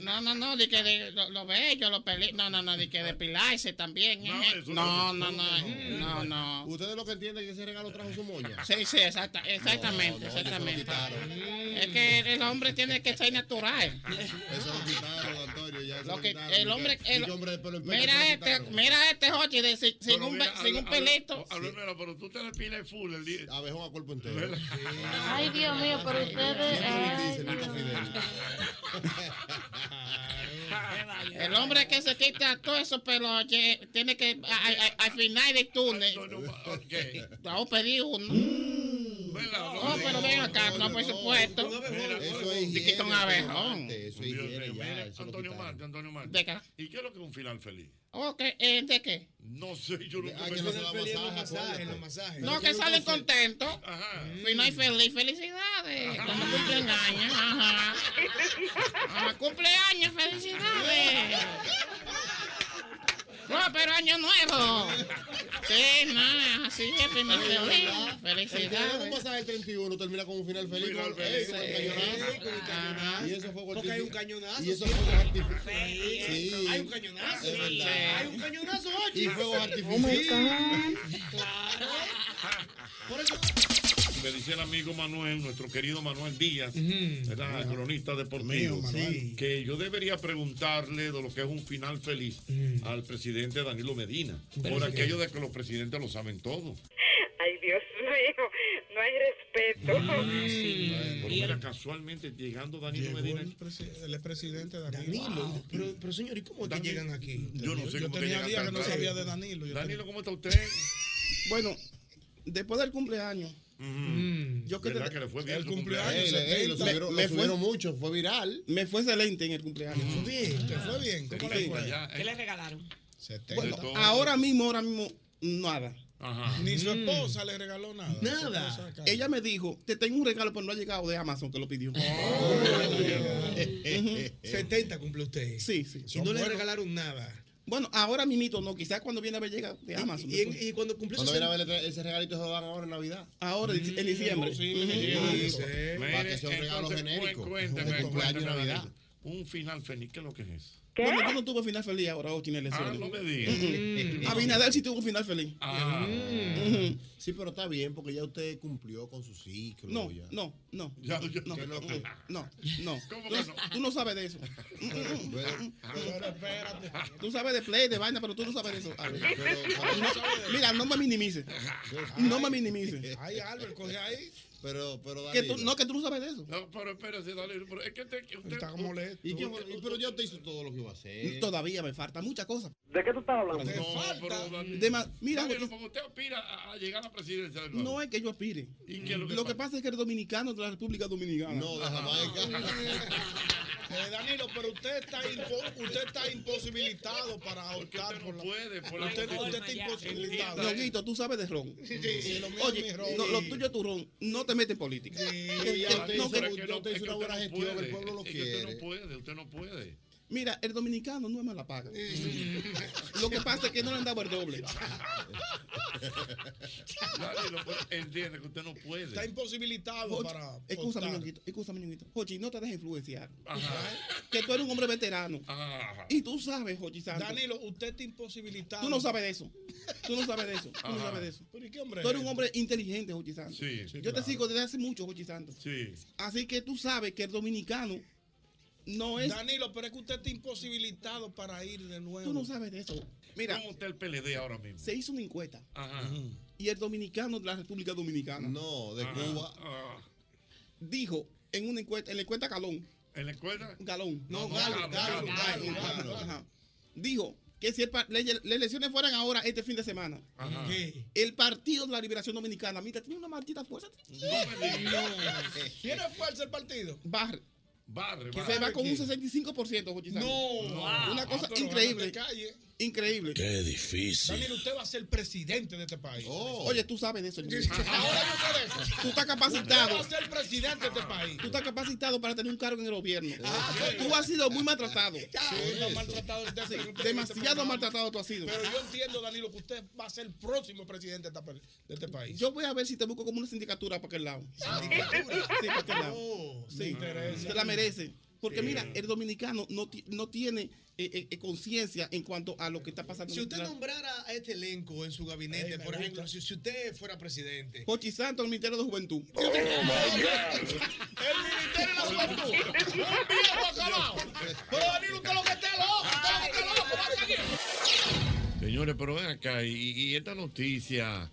[SPEAKER 25] No, no, no, de que de, lo, lo bello, lo peli... No, no, no, de que depilarse también. ¿eh? No, no, no, no, no.
[SPEAKER 2] ¿Ustedes lo que entienden es que ese regalo trajo su moña?
[SPEAKER 25] Sí, sí, exacta, exactamente, exactamente. Es que el, el hombre tiene que ser natural.
[SPEAKER 2] Eso lo quitaron, Antonio, ya eso
[SPEAKER 25] Lo
[SPEAKER 2] lo
[SPEAKER 25] que-
[SPEAKER 2] quitaron.
[SPEAKER 25] el hombre-
[SPEAKER 2] Y
[SPEAKER 25] el-
[SPEAKER 2] que hombre de pelo en pecho, eso
[SPEAKER 25] Mira
[SPEAKER 2] lo
[SPEAKER 25] este,
[SPEAKER 2] quitaron.
[SPEAKER 25] mira este, Jochi, de, sin, sin
[SPEAKER 1] Pero
[SPEAKER 25] un,
[SPEAKER 1] mira,
[SPEAKER 25] pe- sin
[SPEAKER 1] habla-
[SPEAKER 25] un
[SPEAKER 1] habla-
[SPEAKER 25] pelito.
[SPEAKER 1] a- habla, mira, pero tú te despiles full el día.
[SPEAKER 2] Abejón a cuerpo entero.
[SPEAKER 28] Ay, Dios mío, pero ustedes. ay,
[SPEAKER 1] <laughs>
[SPEAKER 25] El hombre que se quita todos esos pelos oye, tiene que a- a- a- al final del túnel. Vamos a pedir uno. No, pero ven acá, no, por supuesto.
[SPEAKER 2] Eso es
[SPEAKER 25] Y quita un abejón.
[SPEAKER 2] Eso es higiene, ya, eso lo
[SPEAKER 1] Antonio
[SPEAKER 2] quitaron.
[SPEAKER 1] Marte, Antonio Marte.
[SPEAKER 25] ¿De qué?
[SPEAKER 1] ¿Y qué es lo que es un final feliz?
[SPEAKER 25] Ok, eh, ¿de qué?
[SPEAKER 1] No sé, yo no
[SPEAKER 2] que no se da masaje,
[SPEAKER 1] los
[SPEAKER 2] masajes.
[SPEAKER 25] No, que salen contentos. Final feliz, felicidades. Cuando cumplen años. Ajá. Ah, cumpleaños, felicidades. No, pero año nuevo. Sí, nada, así es, final feliz.
[SPEAKER 2] El que le da un
[SPEAKER 25] Felicidades.
[SPEAKER 2] masaje el 31 termina con un final feliz.
[SPEAKER 25] Final
[SPEAKER 2] con-
[SPEAKER 25] feliz.
[SPEAKER 2] ey, con el
[SPEAKER 25] Sí.
[SPEAKER 2] cañonazo.
[SPEAKER 25] Ajá.
[SPEAKER 2] Y eso fue con
[SPEAKER 25] Porque hay un
[SPEAKER 2] cañonazo. Y eso fue con artificial. Sí.
[SPEAKER 25] Hay
[SPEAKER 2] un cañonazo.
[SPEAKER 25] Hay un
[SPEAKER 2] cañonazo,
[SPEAKER 25] Jochi.
[SPEAKER 2] Y fuegos
[SPEAKER 25] Oh, my
[SPEAKER 2] artificiales.
[SPEAKER 1] Me dice el amigo Manuel, nuestro querido Manuel Díaz, ¿verdad? El cronista deportivo, Sí. que yo debería preguntarle de lo que es un final feliz al presidente Danilo Medina, por
[SPEAKER 13] Pero sí.
[SPEAKER 1] aquello de que los presidentes lo saben todo.
[SPEAKER 13] Ay, Dios mío, no hay respeto.
[SPEAKER 1] Pero mira, casualmente llegando Danilo Medina.
[SPEAKER 7] El expresidente Danilo.
[SPEAKER 13] Ah,
[SPEAKER 7] Pero, pero señor, ¿y cómo
[SPEAKER 1] Danilo.
[SPEAKER 7] llegan aquí?
[SPEAKER 1] Yo no sé
[SPEAKER 7] Yo
[SPEAKER 1] cómo que
[SPEAKER 7] tenía
[SPEAKER 1] llegan
[SPEAKER 7] días
[SPEAKER 1] tan
[SPEAKER 7] que no
[SPEAKER 1] tarde.
[SPEAKER 7] sabía de Danilo.
[SPEAKER 1] Danilo, ¿cómo está usted?
[SPEAKER 27] Bueno, después del cumpleaños, Yo
[SPEAKER 1] ¿Verdad que le fue bien
[SPEAKER 27] el
[SPEAKER 1] su
[SPEAKER 27] cumpleaños.
[SPEAKER 1] cumpleaños? Ey, le- ey, lo subieron- lo subieron
[SPEAKER 27] mucho, fue viral. Me fue excelente en el cumpleaños.
[SPEAKER 2] Mm.
[SPEAKER 13] bien, te fue
[SPEAKER 27] bien.
[SPEAKER 13] ¿Cómo le fue? ¿Qué le regalaron?
[SPEAKER 27] Bueno, ahora mismo, ahora mismo, nada.
[SPEAKER 13] Ni su Mm. esposa
[SPEAKER 27] le regaló
[SPEAKER 13] nada.
[SPEAKER 27] Nada.
[SPEAKER 13] Su esposa acá.
[SPEAKER 27] Ella me dijo, te tengo un regalo, pero no ha llegado de Amazon, que lo pidió. 70 cumple usted. Sí, sí.
[SPEAKER 13] Y no le regalaron nada.
[SPEAKER 27] Bueno, ahora mismo no, quizás cuando viene a ver llega de Amazon.
[SPEAKER 13] y-
[SPEAKER 27] después.
[SPEAKER 13] y cuando cumplió
[SPEAKER 2] Cuando viene a ver el- ese regalito se lo dan ahora en Navidad.
[SPEAKER 27] Ahora, en diciembre.
[SPEAKER 2] Mm, Sí,
[SPEAKER 27] Ujú.
[SPEAKER 2] sí, sí. Para que
[SPEAKER 1] Mire,
[SPEAKER 2] sea un regalo
[SPEAKER 1] entonces,
[SPEAKER 2] genérico.
[SPEAKER 1] cu- cuénteme,
[SPEAKER 2] Un cumpleaños de
[SPEAKER 1] cuénteme,
[SPEAKER 2] Navidad.
[SPEAKER 1] Un final feliz, ¿qué es lo que es eso?
[SPEAKER 27] Bueno, yo no tuve final feliz ahora, Austin Elizalde.
[SPEAKER 1] Ah, no me digas.
[SPEAKER 27] Mm. Abinader sí tuvo final feliz. Ujú.
[SPEAKER 29] Sí, pero está bien porque ya usted cumplió con su ciclo.
[SPEAKER 27] No,
[SPEAKER 29] ya.
[SPEAKER 27] no, no.
[SPEAKER 29] Ya, ya,
[SPEAKER 27] no,
[SPEAKER 29] qué
[SPEAKER 27] no,
[SPEAKER 29] loco.
[SPEAKER 27] no, no.
[SPEAKER 29] ¿Cómo
[SPEAKER 27] Tú,
[SPEAKER 29] que no?
[SPEAKER 27] tú no sabes de eso. Mm,
[SPEAKER 29] Pero
[SPEAKER 27] Tú sabes de play, de vaina, pero tú no sabes de eso. Albert.
[SPEAKER 13] Pero- pero
[SPEAKER 27] No,
[SPEAKER 13] tú sabes de-
[SPEAKER 27] mira, no me minimices. No me minimices.
[SPEAKER 13] Ay, Albert, coge ahí.
[SPEAKER 29] Eh, Pero, pero
[SPEAKER 27] Que
[SPEAKER 29] Danilo.
[SPEAKER 27] tú- no, que tú no sabes de eso.
[SPEAKER 1] No, pero espérese, Dalilo, pero es que te- que usted...
[SPEAKER 27] Está como molesto.
[SPEAKER 29] ¿Y qué fue? Y- pero yo te hice todo lo que iba a hacer.
[SPEAKER 27] Todavía me falta muchas cosas. ¿De qué tú estás hablando? mira,
[SPEAKER 1] Dalilo,
[SPEAKER 27] porque-
[SPEAKER 1] porque usted aspira a, a llegar a la presidencia del
[SPEAKER 27] no
[SPEAKER 29] <laughs>
[SPEAKER 27] es que yo aspire.
[SPEAKER 1] ¿Y qué es
[SPEAKER 27] lo
[SPEAKER 1] lo
[SPEAKER 27] que,
[SPEAKER 1] que
[SPEAKER 27] pasa es que el dominicano es de la República Dominicana.
[SPEAKER 29] No, de Jamaica.
[SPEAKER 13] Eh, Danilo, pero usted está, impo- usted está imposibilitado para optar por la.
[SPEAKER 1] Puede,
[SPEAKER 27] la
[SPEAKER 13] usted,
[SPEAKER 27] forma
[SPEAKER 13] usted está
[SPEAKER 27] ya.
[SPEAKER 13] imposibilitado.
[SPEAKER 27] Dioguito, tú sabes de ron.
[SPEAKER 13] Sí, sí, sí, lo mío es mi
[SPEAKER 27] Oye,
[SPEAKER 13] ron.
[SPEAKER 27] no, lo tuyo es tu ron. No te metes en política. Que-
[SPEAKER 1] ya
[SPEAKER 27] que-
[SPEAKER 1] usted
[SPEAKER 27] no, que-
[SPEAKER 1] hizo- pero es que no- es que usted no puede, es que Usted
[SPEAKER 27] quiere.
[SPEAKER 1] no puede, usted no puede.
[SPEAKER 27] Mira, el dominicano no es mala paga. <laughs> Lo que pasa es que no le han dado el doble.
[SPEAKER 1] Dalilo, pero pues, entiende que usted no puede.
[SPEAKER 13] Está imposibilitado
[SPEAKER 27] Jochi,
[SPEAKER 13] para.
[SPEAKER 27] Escúchame,
[SPEAKER 13] optar.
[SPEAKER 27] ñonguito, escúchame, ñonguito. Jochi, no te dejes influenciar.
[SPEAKER 13] Ajá.
[SPEAKER 27] Que tú eres un hombre veterano.
[SPEAKER 1] Ajá.
[SPEAKER 27] Y tú sabes, Jochi Santos.
[SPEAKER 13] Danilo, usted está imposibilitado.
[SPEAKER 27] Tú no sabes de eso. Tú no sabes de eso. Tú no
[SPEAKER 13] Ajá.
[SPEAKER 27] sabes de eso.
[SPEAKER 13] Pero ¿y qué hombre
[SPEAKER 27] Tú eres
[SPEAKER 13] es?
[SPEAKER 27] un hombre inteligente, Jochi Santos.
[SPEAKER 13] Sí, sí,
[SPEAKER 27] Yo
[SPEAKER 13] claro.
[SPEAKER 27] te sigo desde hace mucho, Jochi Santos.
[SPEAKER 1] Sí.
[SPEAKER 27] Así que tú sabes que el dominicano no es.
[SPEAKER 13] Danilo, pero es que usted está imposibilitado para ir de nuevo.
[SPEAKER 27] Tú no sabes de eso. Mira.
[SPEAKER 1] ¿Cómo está el PLD ahora
[SPEAKER 29] <laughs>
[SPEAKER 1] mismo?
[SPEAKER 27] Se hizo una encuesta.
[SPEAKER 1] Ajá.
[SPEAKER 27] Y el dominicano de la República Dominicana.
[SPEAKER 29] No, de Cuba.
[SPEAKER 27] Dijo en una encuesta, en la encuesta Calón.
[SPEAKER 1] ¿En la encuesta?
[SPEAKER 27] Galón.
[SPEAKER 29] No, Galo, Galo, Galo, Galo.
[SPEAKER 27] Ajá. Dijo que si el par- le- las elecciones fueran ahora este fin de semana,
[SPEAKER 13] Ajá. ¿Qué?
[SPEAKER 27] el Partido de la Liberación Dominicana, mira, tiene una maldita fuerza.
[SPEAKER 13] ¿Tiene fuerza el partido?
[SPEAKER 27] Barre.
[SPEAKER 1] Barre,
[SPEAKER 27] Que se va con un 65%, Jochizano.
[SPEAKER 13] No.
[SPEAKER 27] Una
[SPEAKER 13] Ah,
[SPEAKER 27] cosa
[SPEAKER 13] pero
[SPEAKER 27] increíble.
[SPEAKER 13] gánate calle.
[SPEAKER 27] Increíble.
[SPEAKER 13] Qué
[SPEAKER 27] difícil.
[SPEAKER 13] Danilo, usted va a ser presidente de este país.
[SPEAKER 27] Oye, tú sabes de eso. ñonguito.
[SPEAKER 13] Ahora yo sé de eso.
[SPEAKER 27] Tú estás capacitado.
[SPEAKER 13] Usted va a ser presidente de este país.
[SPEAKER 27] Tú estás capacitado para tener un cargo en el gobierno.
[SPEAKER 13] Ah,
[SPEAKER 27] Tú has sido muy maltratado.
[SPEAKER 13] Está maltratado este
[SPEAKER 27] Sí,
[SPEAKER 13] presidente.
[SPEAKER 27] demasiado maltratado tú has sido.
[SPEAKER 13] Pero yo entiendo, Danilo, que usted va a ser el próximo presidente de esta- de este país.
[SPEAKER 27] Yo voy a ver si te busco como una sindicatura para aquel lado.
[SPEAKER 13] ¿Sindicatura?
[SPEAKER 27] Sí, para aquel lado.
[SPEAKER 13] Oh, me
[SPEAKER 27] Sí,
[SPEAKER 13] interesa.
[SPEAKER 27] se la merece. Porque
[SPEAKER 13] Sí.
[SPEAKER 27] mira, el dominicano no, ti- no tiene eh, eh, eh, conciencia en cuanto a lo que está pasando.
[SPEAKER 4] Si
[SPEAKER 27] en
[SPEAKER 4] usted
[SPEAKER 27] la-
[SPEAKER 4] nombrara a este elenco en su gabinete, por ejemplo, si, si usted fuera presidente.
[SPEAKER 27] Jochi Santos, el Ministerio de Juventud.
[SPEAKER 13] El Ministerio de la Juventud. Un viejo acabado. Pero Danilo, usted lo que está es loco. Usted lo que está es loco. Va a seguir.
[SPEAKER 1] Señores, pero ven acá, y, y esta noticia,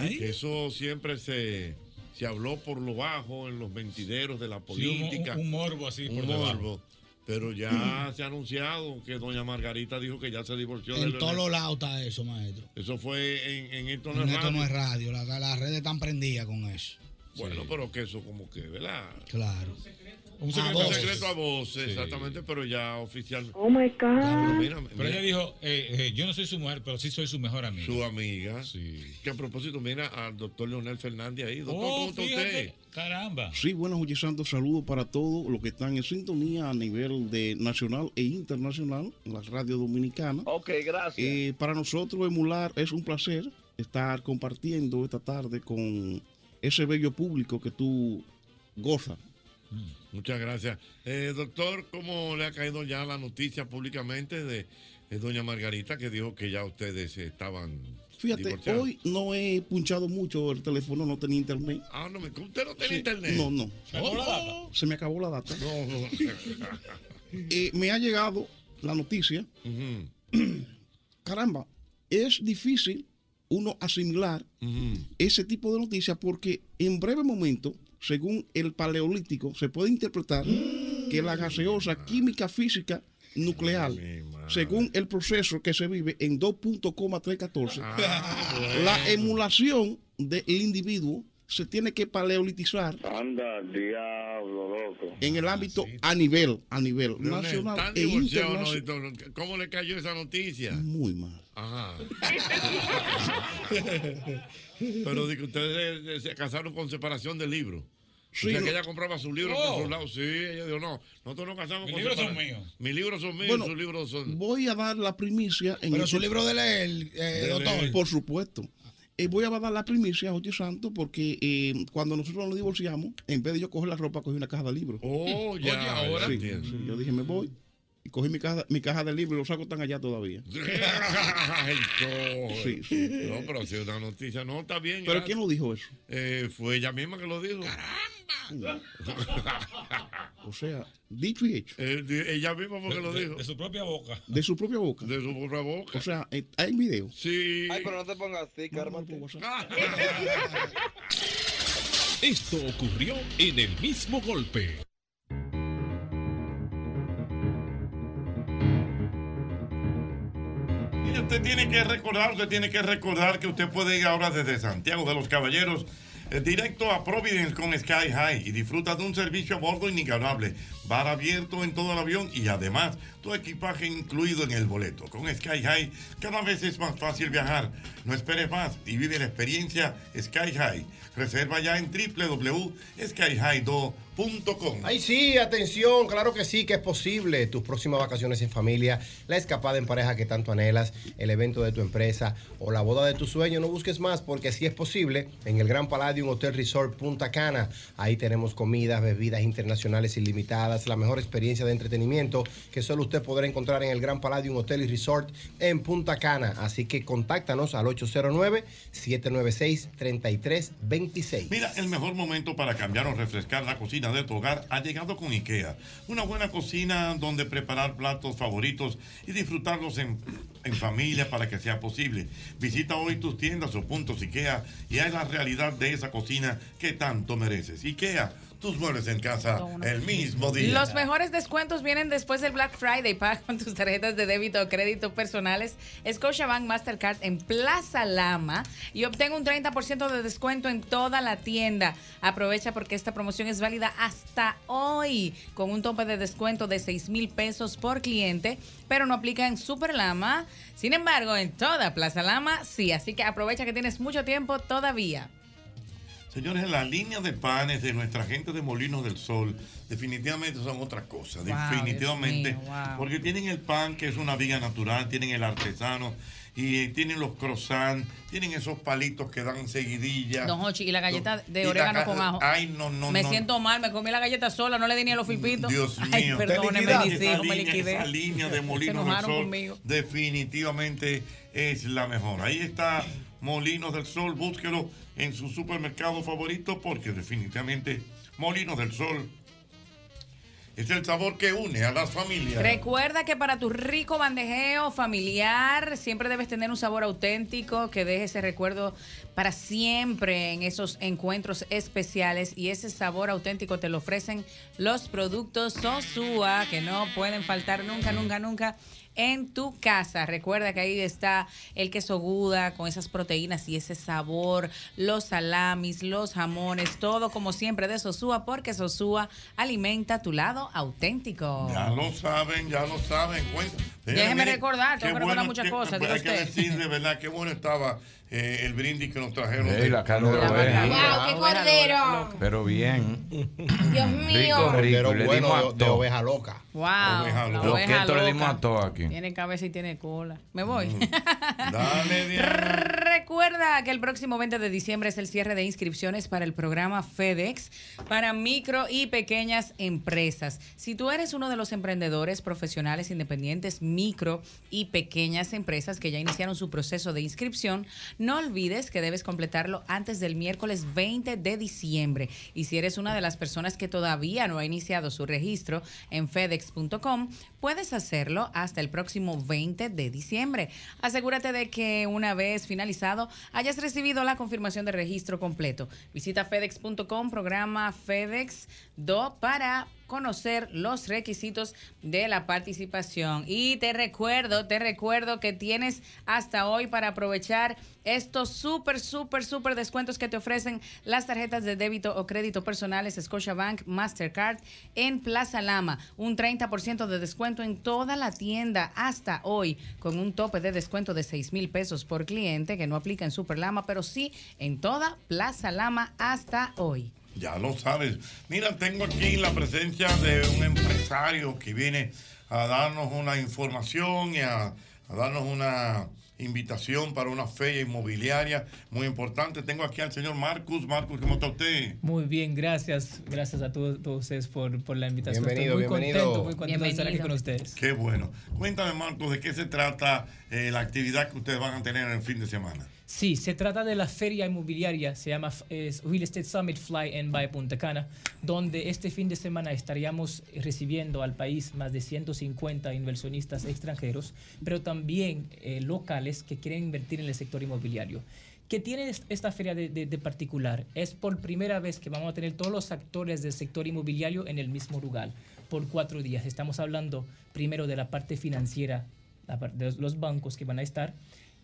[SPEAKER 1] que eso siempre se, se habló por lo bajo en los mentideros de la
[SPEAKER 10] Sí, un-
[SPEAKER 1] política.
[SPEAKER 10] un, un morbo así
[SPEAKER 1] Un
[SPEAKER 10] por debajo.
[SPEAKER 1] morbo. Pero ya se ha anunciado que doña Margarita dijo que ya se divorció de
[SPEAKER 30] En
[SPEAKER 1] Leonel.
[SPEAKER 30] todos los lados está eso, maestro.
[SPEAKER 1] Eso fue en, en esto no
[SPEAKER 30] En
[SPEAKER 1] es
[SPEAKER 30] esto no es
[SPEAKER 1] radio.
[SPEAKER 30] radio. la- Las redes están prendidas con eso.
[SPEAKER 1] Bueno, pero que eso como que, ¿verdad? Ah,
[SPEAKER 30] Claro.
[SPEAKER 10] Un
[SPEAKER 1] Un
[SPEAKER 10] secreto a voces.
[SPEAKER 1] secreto a voces, exactamente, pero ya oficial.
[SPEAKER 30] Oh, my God.
[SPEAKER 1] Pero mira,
[SPEAKER 10] Pero ella
[SPEAKER 1] mira,
[SPEAKER 10] dijo, eh, eh, yo no soy su mujer, pero sí soy su mejor amiga.
[SPEAKER 1] su amiga, que a propósito mira al doctor Leonel Fernández ahí. Doctor,
[SPEAKER 10] Oh,
[SPEAKER 1] ¿cómo está usted?
[SPEAKER 10] fíjate. Caramba.
[SPEAKER 31] Sí, buenas, Oye Santos. Saludos para todos los que están en sintonía a nivel de nacional e internacional, en la radio dominicana.
[SPEAKER 9] Ok, gracias.
[SPEAKER 31] Eh, para nosotros, emular, es un placer estar compartiendo esta tarde con ese bello público que tú gozas.
[SPEAKER 1] Muchas gracias. Eh, doctor, ¿cómo le ha caído ya la noticia públicamente de, de doña Margarita que dijo que ya ustedes estaban
[SPEAKER 31] Fíjate,
[SPEAKER 1] divorciados?
[SPEAKER 31] hoy no he punchado mucho el teléfono, no tenía internet.
[SPEAKER 1] Ah, no, me- usted no tiene internet. Oh.
[SPEAKER 31] No, no.
[SPEAKER 1] ¿Se acabó la data?
[SPEAKER 31] Se me acabó la data.
[SPEAKER 1] No, no. <laughs>
[SPEAKER 31] Eh, me ha llegado la noticia. Caramba, es difícil uno asimilar ese tipo de noticias porque en breve momento, según el paleolítico, se puede interpretar que la gaseosa química física nuclear, según el proceso que se vive
[SPEAKER 13] Ah,
[SPEAKER 27] Mm-hmm.
[SPEAKER 13] <laughs>
[SPEAKER 31] en 2.314, la emulación del individuo se tiene que paleolitizar
[SPEAKER 9] Anda, diablo, loco.
[SPEAKER 31] en el ámbito a nivel, a nivel
[SPEAKER 1] Leonel,
[SPEAKER 31] nacional
[SPEAKER 1] ¿Tan
[SPEAKER 31] e
[SPEAKER 1] divorciado o no?
[SPEAKER 31] internacional.
[SPEAKER 1] Entonces, ¿Cómo le cayó esa noticia?
[SPEAKER 31] Muy
[SPEAKER 1] <laughs>
[SPEAKER 31] mal.
[SPEAKER 1] Ajá.
[SPEAKER 31] <laughs>
[SPEAKER 1] Pero de que ustedes eh, se casaron con separación del libro.
[SPEAKER 31] Sí,
[SPEAKER 1] o sea,
[SPEAKER 31] no.
[SPEAKER 1] que ella compraba su libro
[SPEAKER 31] Oh.
[SPEAKER 1] por su lado. Sí, ella dijo, no, nosotros nos casamos
[SPEAKER 31] Mis
[SPEAKER 1] con
[SPEAKER 31] libros son
[SPEAKER 1] separación. Mis libros son míos,
[SPEAKER 31] Bueno,
[SPEAKER 1] sus
[SPEAKER 31] <laughs>
[SPEAKER 1] libros son...
[SPEAKER 31] Voy a dar la primicia. En
[SPEAKER 1] Pero
[SPEAKER 31] el-
[SPEAKER 1] su libro de leer, eh, De doctor. leer.
[SPEAKER 31] Por supuesto. Eh, voy a dar la primicia, José Santo, porque eh, cuando nosotros nos divorciamos, en vez de yo coger la ropa, cogí una caja de libros.
[SPEAKER 1] Oh, ya, Oye, ahora.
[SPEAKER 31] Sí,
[SPEAKER 1] entiendo.
[SPEAKER 31] sí, yo dije, me voy. Y cogí mi caja, mi caja de libros y los sacos están allá todavía.
[SPEAKER 1] Ay, coño.
[SPEAKER 31] Sí, sí.
[SPEAKER 1] No, pero si es una noticia, no, está bien.
[SPEAKER 31] ¿Pero
[SPEAKER 1] gracias.
[SPEAKER 31] quién lo dijo eso?
[SPEAKER 1] Eh, fue ella misma que lo dijo. <laughs>
[SPEAKER 31] O sea, dicho y hecho.
[SPEAKER 1] Eh, de- ella misma porque lo
[SPEAKER 10] de-
[SPEAKER 1] dijo.
[SPEAKER 10] de su propia boca.
[SPEAKER 31] De su propia boca.
[SPEAKER 1] De su propia boca.
[SPEAKER 31] O sea, eh, hay video.
[SPEAKER 1] Sí.
[SPEAKER 31] Ay, pero
[SPEAKER 16] no te pongas así, cármate.
[SPEAKER 13] Lah.
[SPEAKER 24] Esto ocurrió en el mismo golpe.
[SPEAKER 1] Y usted tiene que recordar, usted tiene que recordar que usted puede ir ahora desde Santiago de los Caballeros eh, directo a Providence con Sky High y disfruta de un servicio a bordo inigualable, bar abierto en todo el avión y además tu equipaje incluido en el boleto. Con Sky High cada vez es más fácil viajar. No esperes más y vive la experiencia Sky High. Reserva ya en www.skyhigh2.com.
[SPEAKER 2] Ay, sí, atención, claro que sí, que es posible. Tus próximas vacaciones en familia, la escapada en pareja que tanto anhelas, el evento de tu empresa o la boda de tu sueño, no busques más porque sí es posible en el Gran Palladium Hotel Resort Punta Cana. Ahí tenemos comidas, bebidas internacionales ilimitadas, la mejor experiencia de entretenimiento que solo usted podrá encontrar en el Gran Palladium Hotel y Resort en Punta Cana. Así que contáctanos al 809-796-3326.
[SPEAKER 1] Mira, el mejor momento para cambiar o refrescar la cocina de tu hogar ha llegado con IKEA. Una buena cocina donde preparar platos favoritos y disfrutarlos en, en familia para que sea posible. Visita hoy tus tiendas o puntos IKEA y haz la realidad de esa cocina que tanto mereces. IKEA, tus muebles en casa el mismo día.
[SPEAKER 6] Los mejores descuentos vienen después del Black Friday. Paga con tus tarjetas de débito o crédito personales Scotiabank Mastercard en Plaza Lama y obtén un 30% de descuento en toda la tienda. Aprovecha porque esta promoción es válida hasta hoy con un tope de descuento de 6 mil pesos por cliente, pero no aplica en Super Lama. Sin embargo, en toda Plaza Lama sí. Así que aprovecha que tienes mucho tiempo todavía.
[SPEAKER 1] Señores, la línea de panes de nuestra gente de Molinos del Sol definitivamente son otra cosa,
[SPEAKER 6] Wow,
[SPEAKER 1] definitivamente,
[SPEAKER 6] Dios mío, wow.
[SPEAKER 1] porque tienen el pan que es una viga natural, tienen el artesano y tienen los croissants, tienen esos palitos que dan seguidilla.
[SPEAKER 6] Don Hochi, y la galleta
[SPEAKER 1] Y
[SPEAKER 6] de
[SPEAKER 1] la
[SPEAKER 6] orégano
[SPEAKER 1] ca-
[SPEAKER 6] con ajo.
[SPEAKER 1] Ay, no, no,
[SPEAKER 6] me
[SPEAKER 1] no.
[SPEAKER 6] siento mal, me comí la galleta sola, no le di ni a los filpitos.
[SPEAKER 1] Dios mío,
[SPEAKER 6] Ay, perdóneme,
[SPEAKER 1] Esa
[SPEAKER 6] mis hijos, me
[SPEAKER 1] línea-
[SPEAKER 6] liquidé.
[SPEAKER 1] Esa línea de
[SPEAKER 6] Se
[SPEAKER 1] Molinos del
[SPEAKER 6] enojaron
[SPEAKER 1] Sol
[SPEAKER 6] conmigo.
[SPEAKER 1] definitivamente es la mejor. Ahí está Molinos del Sol, búsquelo en su supermercado favorito porque definitivamente Molinos del Sol es el sabor que une a las familias.
[SPEAKER 6] Recuerda que para tu rico bandejeo familiar siempre debes tener un sabor auténtico que deje ese recuerdo para siempre en esos encuentros especiales y ese sabor auténtico te lo ofrecen los productos Sosúa que no pueden faltar nunca, nunca, nunca en tu casa. Recuerda que ahí está el queso Gouda con esas proteínas y ese sabor, los salamis, los jamones, todo como siempre de Sosúa porque Sosúa alimenta tu lado auténtico.
[SPEAKER 1] Ya lo saben, ya lo saben. Cuenta. Señores,
[SPEAKER 6] Déjeme
[SPEAKER 1] miren,
[SPEAKER 6] recordar, tengo
[SPEAKER 1] qué
[SPEAKER 6] que recordar
[SPEAKER 1] bueno
[SPEAKER 6] muchas
[SPEAKER 1] que-
[SPEAKER 6] cosas, diga
[SPEAKER 1] Hay que
[SPEAKER 6] usted.
[SPEAKER 1] decir de verdad qué bueno estaba eh, el brindis que nos trajeron.
[SPEAKER 16] Ey, la carne de
[SPEAKER 1] La
[SPEAKER 16] oveja.
[SPEAKER 1] vaca.
[SPEAKER 5] ¡Qué cordero!
[SPEAKER 16] Pero bien.
[SPEAKER 5] Dios
[SPEAKER 16] Rico,
[SPEAKER 5] mío.
[SPEAKER 16] rico. Le
[SPEAKER 2] bueno
[SPEAKER 16] dimos a
[SPEAKER 2] de- de
[SPEAKER 16] todo.
[SPEAKER 2] oveja loca.
[SPEAKER 6] Wow. la
[SPEAKER 16] Oveja loca.
[SPEAKER 6] oveja
[SPEAKER 16] Loqueto le dimos
[SPEAKER 6] loca. Mm.
[SPEAKER 16] a todo aquí.
[SPEAKER 6] Tiene cabeza y tiene cola. Me voy. <laughs>
[SPEAKER 1] Dale, Diana.
[SPEAKER 6] Recuerda que el próximo 20 de diciembre es el cierre de inscripciones para el programa FedEx para micro y pequeñas empresas. Si tú eres uno de los emprendedores profesionales independientes, micro y pequeñas empresas que ya iniciaron su proceso de inscripción, no olvides que debes completarlo antes del miércoles 20 de diciembre. Y si eres una de las personas que todavía no ha iniciado su registro en fedex.com, puedes hacerlo hasta el próximo 20 de diciembre. Asegúrate de que una vez finalizado hayas recibido la confirmación de registro completo. Visita fedex.com, programa FedEx Do para conocer los requisitos de la participación. Y te recuerdo, te recuerdo que tienes hasta hoy para aprovechar estos súper, súper, súper descuentos que te ofrecen las tarjetas de débito o crédito personales Scotiabank Mastercard en Plaza Lama. Un 30% de descuento en toda la tienda hasta hoy, con un tope de descuento de 6 mil pesos por cliente que no aplica en Super Lama, pero sí en toda Plaza Lama hasta hoy.
[SPEAKER 1] Ya lo sabes. Mira, tengo aquí la presencia de un empresario que viene a darnos una información y a, a darnos una invitación para una feria inmobiliaria muy importante. Tengo aquí al señor Marcus. Marcus, ¿cómo está usted?
[SPEAKER 21] Muy bien, gracias. Gracias a todos, todos ustedes por, por la invitación.
[SPEAKER 1] Bienvenido,
[SPEAKER 21] Estoy muy
[SPEAKER 1] bienvenido.
[SPEAKER 21] contento, muy contento de estar aquí con ustedes.
[SPEAKER 1] Qué bueno. Cuéntame, Marcos, de qué se trata eh, la actividad que ustedes van a tener el fin de semana.
[SPEAKER 21] Sí, se trata de la feria inmobiliaria, se llama es Real Estate Summit Fly en Bahía Punta Cana, donde este fin de semana estaríamos recibiendo al país más de 150 inversionistas extranjeros, pero también eh, locales que quieren invertir en el sector inmobiliario. ¿Qué tiene es- esta feria de, de- de particular? Es por primera vez que vamos a tener todos los actores del sector inmobiliario en el mismo lugar, por cuatro días. Estamos hablando primero de la parte financiera, la par- de los- los bancos que van a estar,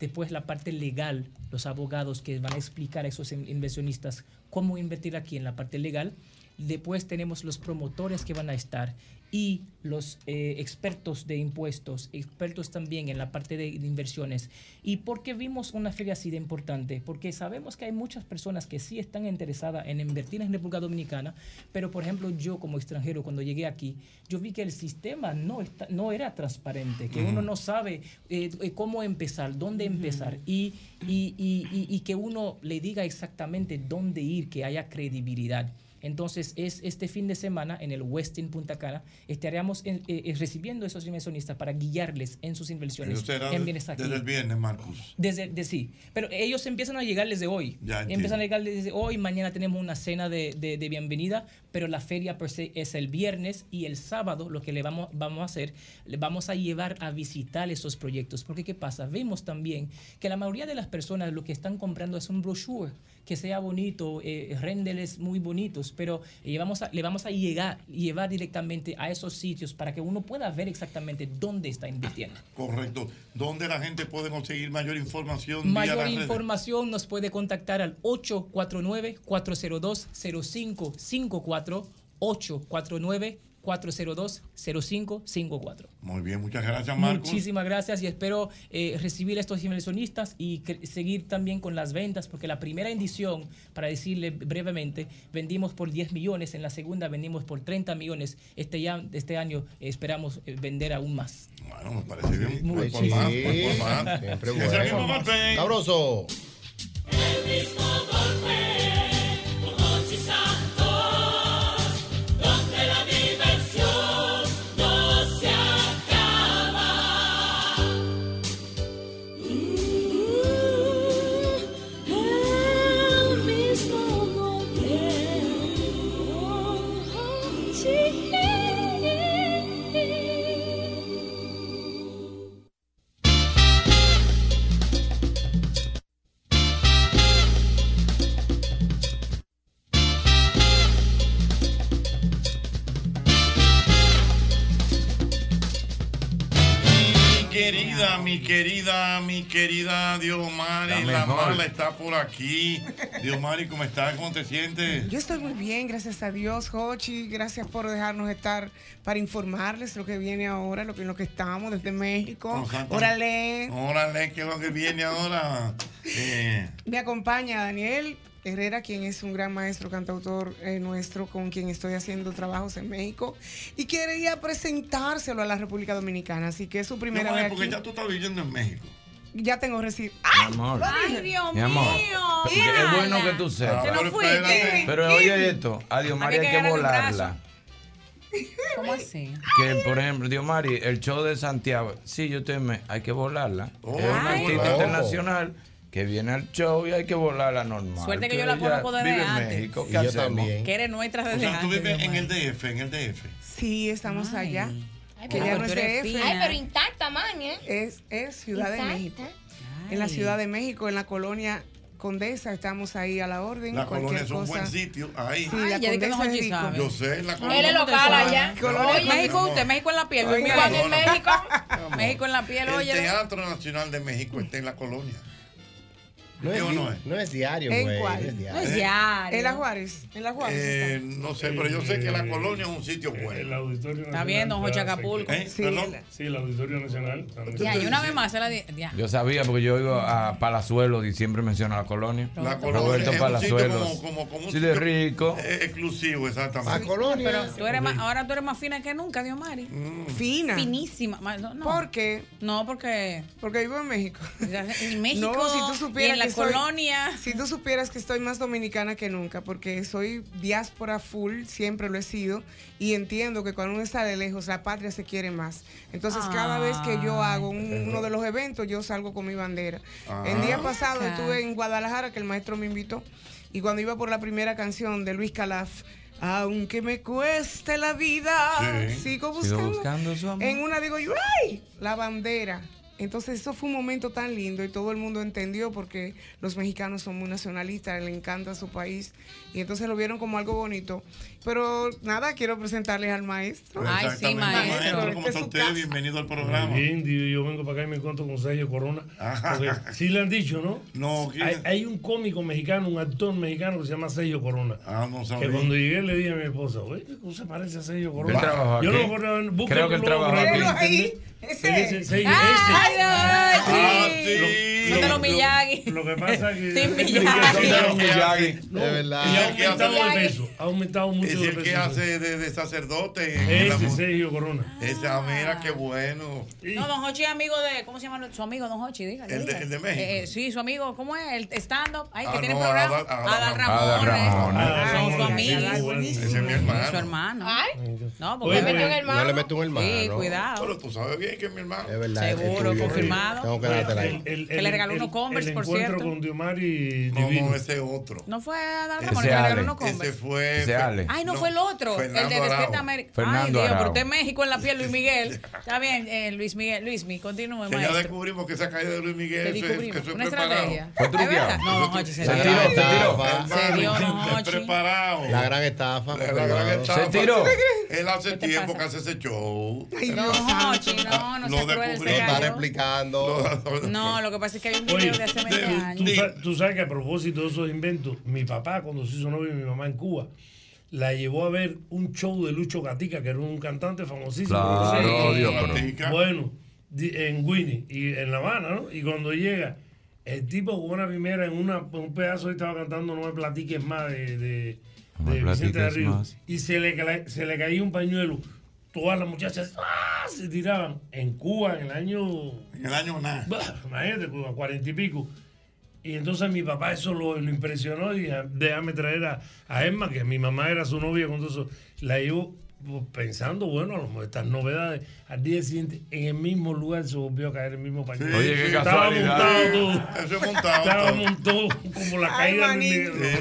[SPEAKER 21] Después la parte legal, los abogados que van a explicar a esos in- inversionistas cómo invertir aquí en la parte legal. Después tenemos los promotores que van a estar y los eh, expertos de impuestos, expertos también en la parte de de inversiones. ¿Y por qué vimos una feria así de importante? Porque sabemos que hay muchas personas que sí están interesadas en invertir en República Dominicana, pero por ejemplo yo como extranjero cuando llegué aquí, yo vi que el sistema no, está, no era transparente, que Ujú. uno no sabe eh, eh, cómo empezar, dónde empezar y, y- y- y- y que uno le diga exactamente dónde ir, que haya credibilidad. Entonces, es este fin de semana en el Westin Punta Cana estaremos en- eh, eh, recibiendo a esos inversionistas para guiarles en sus inversiones.
[SPEAKER 1] Eso será
[SPEAKER 21] en
[SPEAKER 1] de-
[SPEAKER 21] bienes aquí.
[SPEAKER 1] desde el viernes, Marcus.
[SPEAKER 21] Desde, de- sí, pero ellos empiezan a llegar desde hoy.
[SPEAKER 1] Ya entiendo.
[SPEAKER 21] empiezan a llegar desde hoy, mañana tenemos una cena de, de- de bienvenida, pero la feria per se es el viernes y el sábado lo que le vamos, vamos a hacer, le vamos a llevar a visitar esos proyectos. Porque ¿qué pasa? Vemos también que la mayoría de las personas lo que están comprando es un brochure que sea bonito, eh, rendeles muy bonitos, pero llevamos a- le vamos a llegar, llevar directamente a esos sitios para que uno pueda ver exactamente dónde está invirtiendo.
[SPEAKER 1] Correcto. ¿Dónde la gente puede conseguir mayor información? vía
[SPEAKER 21] Mayor
[SPEAKER 1] las redes?
[SPEAKER 21] información nos puede contactar al 849-402-0554. 849-402-0554.
[SPEAKER 1] Muy bien, muchas Pues gracias, Marcus.
[SPEAKER 21] Muchísimas gracias y espero eh, recibir a estos inversionistas y cre- seguir también con las ventas, porque la primera edición, para decirle brevemente, vendimos por 10 millones, en la segunda vendimos por 30 millones. Este, ya, este año eh, esperamos eh, vender aún más.
[SPEAKER 1] Bueno, me parece bien. Voy por
[SPEAKER 21] sí.
[SPEAKER 1] más, voy por más.
[SPEAKER 21] Siempre
[SPEAKER 1] Sí, es el
[SPEAKER 21] bueno.
[SPEAKER 1] mismo golpe.
[SPEAKER 2] Cabroso.
[SPEAKER 13] Donde la diversión no se acaba. El mismo golpe.
[SPEAKER 1] Mi querida, mi querida, mi querida Diomari,
[SPEAKER 16] La
[SPEAKER 1] la
[SPEAKER 16] mejor.
[SPEAKER 1] mala está por aquí. Diomari, ¿cómo estás? ¿Cómo te sientes?
[SPEAKER 8] Yo estoy muy bien, gracias a Dios, Jochi. Gracias por dejarnos estar para informarles lo que viene ahora, lo que en lo que estamos desde México.
[SPEAKER 1] Constante.
[SPEAKER 8] Órale.
[SPEAKER 1] Órale, ¿qué es lo que viene ahora? Eh,
[SPEAKER 8] Me acompaña Daniel Herrera, quien es un gran maestro cantautor eh, nuestro, con quien estoy haciendo trabajos en México, y quería presentárselo a la República Dominicana. Así que es su primera
[SPEAKER 1] Diomari,
[SPEAKER 8] vez
[SPEAKER 1] eh, porque
[SPEAKER 8] aquí.
[SPEAKER 1] ya tú estás viviendo en México.
[SPEAKER 8] Ya tengo recién.
[SPEAKER 16] Mi amor.
[SPEAKER 8] Ay, Dios
[SPEAKER 16] Mi amor.
[SPEAKER 8] mío.
[SPEAKER 16] pe- Es bueno que tú sepas.
[SPEAKER 8] Que no
[SPEAKER 16] Pero
[SPEAKER 8] fuiste.
[SPEAKER 16] espérate. Pero oye esto, a Diomari
[SPEAKER 6] Había que
[SPEAKER 16] hay que
[SPEAKER 6] agarrarle un
[SPEAKER 16] volarla.
[SPEAKER 6] ¿Cómo así?
[SPEAKER 16] Que, por ejemplo, Diomari, el show de Santiago, sí, yo te me, hay que volarla.
[SPEAKER 1] Oh,
[SPEAKER 16] es una
[SPEAKER 6] Ay.
[SPEAKER 16] artista
[SPEAKER 6] Ojo.
[SPEAKER 16] internacional que viene al show y hay que volarla normal.
[SPEAKER 6] Suerte que yo la
[SPEAKER 16] ella
[SPEAKER 6] conozco desde
[SPEAKER 16] vive en
[SPEAKER 6] antes.
[SPEAKER 16] México,
[SPEAKER 6] Y
[SPEAKER 16] ¿qué
[SPEAKER 6] yo
[SPEAKER 16] hacemos?
[SPEAKER 6] Que eres nuestra
[SPEAKER 1] O
[SPEAKER 6] desde
[SPEAKER 1] sea, tú
[SPEAKER 6] antes.
[SPEAKER 1] vives en el DF, en el DF.
[SPEAKER 8] Sí, estamos allá.
[SPEAKER 5] Ay,
[SPEAKER 8] Que
[SPEAKER 5] pero-
[SPEAKER 8] ya no es DF.
[SPEAKER 5] Ay, pero intacta, man, ¿eh?
[SPEAKER 8] Es, es Ciudad de
[SPEAKER 5] Intacta.
[SPEAKER 8] México. En la Ciudad de México, en la colonia Condesa, estamos ahí a la orden.
[SPEAKER 1] La
[SPEAKER 8] cualquier
[SPEAKER 1] colonia es un
[SPEAKER 8] cosa.
[SPEAKER 1] buen sitio. Ahí.
[SPEAKER 8] Sí, la Condesa es rico.
[SPEAKER 1] Yo sé, la colonia.
[SPEAKER 6] Él es local allá.
[SPEAKER 1] Colonia-
[SPEAKER 6] Oye, México,
[SPEAKER 1] No, no.
[SPEAKER 6] usted, México en la piel.
[SPEAKER 1] Oye,
[SPEAKER 6] Mira,
[SPEAKER 1] Juan, en
[SPEAKER 6] México. <laughs> México en la piel,
[SPEAKER 1] El
[SPEAKER 6] oye.
[SPEAKER 1] Teatro Nacional de México está en la colonia.
[SPEAKER 2] No
[SPEAKER 1] ¿Sí
[SPEAKER 2] es,
[SPEAKER 1] o
[SPEAKER 2] di-
[SPEAKER 1] no es?
[SPEAKER 2] no es diario,
[SPEAKER 1] ¿En
[SPEAKER 2] güey.
[SPEAKER 1] cuál?
[SPEAKER 2] No es diario.
[SPEAKER 1] Eh,
[SPEAKER 8] En la Juárez. En la Juárez.
[SPEAKER 1] eh, no sé, pero yo sé que la colonia es un sitio
[SPEAKER 17] Eh,
[SPEAKER 1] bueno. El auditorio
[SPEAKER 6] Está bien, don Jorge Acapulco.
[SPEAKER 1] Sí, ¿Eh? Perdón.
[SPEAKER 17] Sí, el Auditorio Nacional.
[SPEAKER 6] Ya, y una vez más, se la di- ya.
[SPEAKER 16] Yo sabía porque yo oigo a Palazuelos y siempre menciona la colonia.
[SPEAKER 1] La colonia
[SPEAKER 16] Roberto
[SPEAKER 1] es un sitio
[SPEAKER 16] Palazuelos.
[SPEAKER 1] como, como, como un
[SPEAKER 16] Sí, de
[SPEAKER 1] sitio
[SPEAKER 16] rico.
[SPEAKER 1] eh, exclusivo, exactamente.
[SPEAKER 6] Pero tú eres más, ahora tú eres más fina que nunca, Dios Mari.
[SPEAKER 1] Mm.
[SPEAKER 8] Fina.
[SPEAKER 6] Finísima. Ma- No, no.
[SPEAKER 8] ¿Por qué?
[SPEAKER 6] No, porque.
[SPEAKER 8] Porque vivo en
[SPEAKER 6] <laughs>
[SPEAKER 8] México.
[SPEAKER 6] En México.
[SPEAKER 8] No, si tú
[SPEAKER 6] y
[SPEAKER 8] supieras
[SPEAKER 6] en la
[SPEAKER 8] que soy-
[SPEAKER 6] colonia.
[SPEAKER 8] si tú supieras que estoy más dominicana que nunca, porque soy diáspora full, siempre lo he sido, y entiendo que cuando uno está de lejos, la patria se quiere más. Entonces, cada vez que yo
[SPEAKER 6] Ah.
[SPEAKER 8] hago un- uno de los eventos, yo salgo con mi bandera. El día
[SPEAKER 20] Ah.
[SPEAKER 8] pasado
[SPEAKER 20] Acá.
[SPEAKER 8] estuve en Guadalajara, que el maestro me invitó, y cuando iba por la primera canción de Luis Calaf, aunque me cueste la vida,
[SPEAKER 16] Sí.
[SPEAKER 8] sigo
[SPEAKER 16] Sigo
[SPEAKER 8] buscando.
[SPEAKER 16] buscando su amor.
[SPEAKER 8] En una digo yo, ¡ay! La bandera. Entonces eso fue un momento tan lindo y todo el mundo entendió porque los mexicanos son muy nacionalistas, le encanta su país y entonces lo vieron como algo bonito. Pero nada, quiero presentarles al maestro.
[SPEAKER 1] Exactamente, ¿Cómo está usted? Bienvenido al programa.
[SPEAKER 17] Bien, digo, yo vengo para acá y me encuentro con Sergio Corona. Porque sí le han dicho, ¿no?
[SPEAKER 1] No, ¿quién?
[SPEAKER 17] hay, hay un cómico mexicano, un actor mexicano que se llama Sergio Corona.
[SPEAKER 1] Ah, no sabía.
[SPEAKER 17] Que cuando llegué le dije a mi esposa, oye, ¿qué cosa parece a Sergio Corona?
[SPEAKER 16] Él trabajó
[SPEAKER 17] Yo
[SPEAKER 16] aquí.
[SPEAKER 17] no recuerdo, busca
[SPEAKER 16] Creo que él
[SPEAKER 17] luego por
[SPEAKER 16] trabajó
[SPEAKER 17] internet.
[SPEAKER 16] aquí.
[SPEAKER 17] Él dice, Sergio,
[SPEAKER 6] Ah, Ay, ay,
[SPEAKER 17] ese. Ah,
[SPEAKER 6] sí.
[SPEAKER 17] sí.
[SPEAKER 6] No te lo Miyagi.
[SPEAKER 17] Lo que <laughs> pasa es que.
[SPEAKER 1] <laughs>
[SPEAKER 6] Team Miyagi.
[SPEAKER 17] Son de los
[SPEAKER 16] Miyagi.
[SPEAKER 17] No,
[SPEAKER 16] De
[SPEAKER 1] verdad.
[SPEAKER 17] Y ha
[SPEAKER 1] Es el que hace-
[SPEAKER 17] aumentado de peso. Ha aumentado mucho
[SPEAKER 1] Es
[SPEAKER 17] de
[SPEAKER 1] el
[SPEAKER 17] peso.
[SPEAKER 1] que hace de, de sacerdote. en
[SPEAKER 17] Ese
[SPEAKER 1] la mu-
[SPEAKER 17] Sergio Corona.
[SPEAKER 1] Esa, mira, qué bueno.
[SPEAKER 6] No, don Hochi es amigo de. ¿Cómo se llama su amigo, don Hochi? Dígale.
[SPEAKER 1] El de-
[SPEAKER 6] dígale.
[SPEAKER 1] el de México.
[SPEAKER 6] Eh, eh, sí, su amigo. ¿Cómo es? El stand-up. Ay, que
[SPEAKER 1] Ah,
[SPEAKER 6] tiene
[SPEAKER 1] no,
[SPEAKER 6] programa.
[SPEAKER 1] Adal- Adal-
[SPEAKER 6] Adal
[SPEAKER 1] Adal
[SPEAKER 6] Ramones.
[SPEAKER 1] Ramones.
[SPEAKER 6] Son su amigo.
[SPEAKER 1] Ese es mi hermano.
[SPEAKER 6] Su hermano. No, porque
[SPEAKER 2] Oye,
[SPEAKER 6] le metió un
[SPEAKER 2] no
[SPEAKER 6] hermano.
[SPEAKER 2] le metió un hermano.
[SPEAKER 6] Sí, cuidado.
[SPEAKER 1] Pero tú sabes bien que es mi hermano.
[SPEAKER 2] Es verdad. es
[SPEAKER 6] Seguro,
[SPEAKER 2] tuyo,
[SPEAKER 6] confirmado.
[SPEAKER 2] <laughs> sí. Tengo que dártela ahí.
[SPEAKER 6] Que le regaló unos Converse, por
[SPEAKER 17] encuentro
[SPEAKER 6] cierto.
[SPEAKER 17] con Diomari
[SPEAKER 1] No,
[SPEAKER 17] divino.
[SPEAKER 1] no, ese otro.
[SPEAKER 6] No fue Adal
[SPEAKER 1] Ese
[SPEAKER 6] Ramones, que le regaló
[SPEAKER 1] Ale.
[SPEAKER 6] unos Converse.
[SPEAKER 1] Ese fue.
[SPEAKER 16] Ese Ale.
[SPEAKER 6] Ay, no, fue el otro, el
[SPEAKER 16] Fernando
[SPEAKER 6] de Despierta
[SPEAKER 16] Arao.
[SPEAKER 6] América. Ay,
[SPEAKER 16] Fernando
[SPEAKER 6] Dios, pero
[SPEAKER 16] Arao.
[SPEAKER 6] usted es México en la piel, Luis Miguel. Está bien, eh, Luis Miguel. Luis, mi, continúe,
[SPEAKER 1] Que ya
[SPEAKER 6] maestro.
[SPEAKER 1] descubrimos que esa caída de Luis
[SPEAKER 6] Te
[SPEAKER 1] Miguel eso es,
[SPEAKER 6] descubrimos.
[SPEAKER 1] eso es
[SPEAKER 6] Una
[SPEAKER 1] preparado.
[SPEAKER 6] estrategia. ¿Fue truqueado? ¿Es verdad? No, Jochi, se Se tiró, tiró. se tiró. Se dio,
[SPEAKER 1] Hermano,
[SPEAKER 6] Jochi.
[SPEAKER 1] preparado.
[SPEAKER 2] La gran estafa.
[SPEAKER 1] La
[SPEAKER 2] cuidado.
[SPEAKER 1] gran estafa.
[SPEAKER 2] Se tiró.
[SPEAKER 1] Él hace tiempo que hace ese show.
[SPEAKER 6] No, Jochi, no, no sea cruel,
[SPEAKER 2] Lo
[SPEAKER 6] se
[SPEAKER 2] está
[SPEAKER 6] cayó.
[SPEAKER 2] replicando.
[SPEAKER 6] No, lo que pasa es que hay un
[SPEAKER 17] Oye,
[SPEAKER 6] video de hace 20
[SPEAKER 17] tú,
[SPEAKER 6] años.
[SPEAKER 17] sa- tú sabes que a propósito de esos inventos, mi papá, cuando se hizo novio de mi mamá en Cuba, la llevó a ver un show de Lucho Gatica, que era un cantante famosísimo.
[SPEAKER 16] Claro,
[SPEAKER 17] Sí.
[SPEAKER 16] Dios, pero-
[SPEAKER 17] Bueno, di- en Winnie, y en La Habana, ¿no? Y cuando llega, el tipo con una primera en una, un pedazo y estaba cantando No me platiques más de, de,
[SPEAKER 16] No me
[SPEAKER 17] de Vicente de
[SPEAKER 16] platiques
[SPEAKER 17] Río.
[SPEAKER 16] más.
[SPEAKER 17] Y se le, cla- se le caía un pañuelo. Todas las muchachas ¡ah! se tiraban en Cuba en el año
[SPEAKER 1] En el año nada.
[SPEAKER 17] Bah, Imagínate, como a cuarenta y pico. Y entonces mi papá eso lo, lo impresionó y dije, déjame traer a, a Emma, que mi mamá era su novia cuando eso. La llevo pues, pensando, bueno, a lo mejor estas novedades. Al día siguiente, en el mismo lugar se volvió a caer el mismo pañuelo.
[SPEAKER 16] Sí, Oye, qué
[SPEAKER 17] Estaba
[SPEAKER 16] casualidad.
[SPEAKER 17] montado todo.
[SPEAKER 1] Eso es montado.
[SPEAKER 17] Estaba
[SPEAKER 1] todo.
[SPEAKER 17] montado como la
[SPEAKER 1] Ay,
[SPEAKER 17] caída de mi
[SPEAKER 1] manito.
[SPEAKER 17] dedo.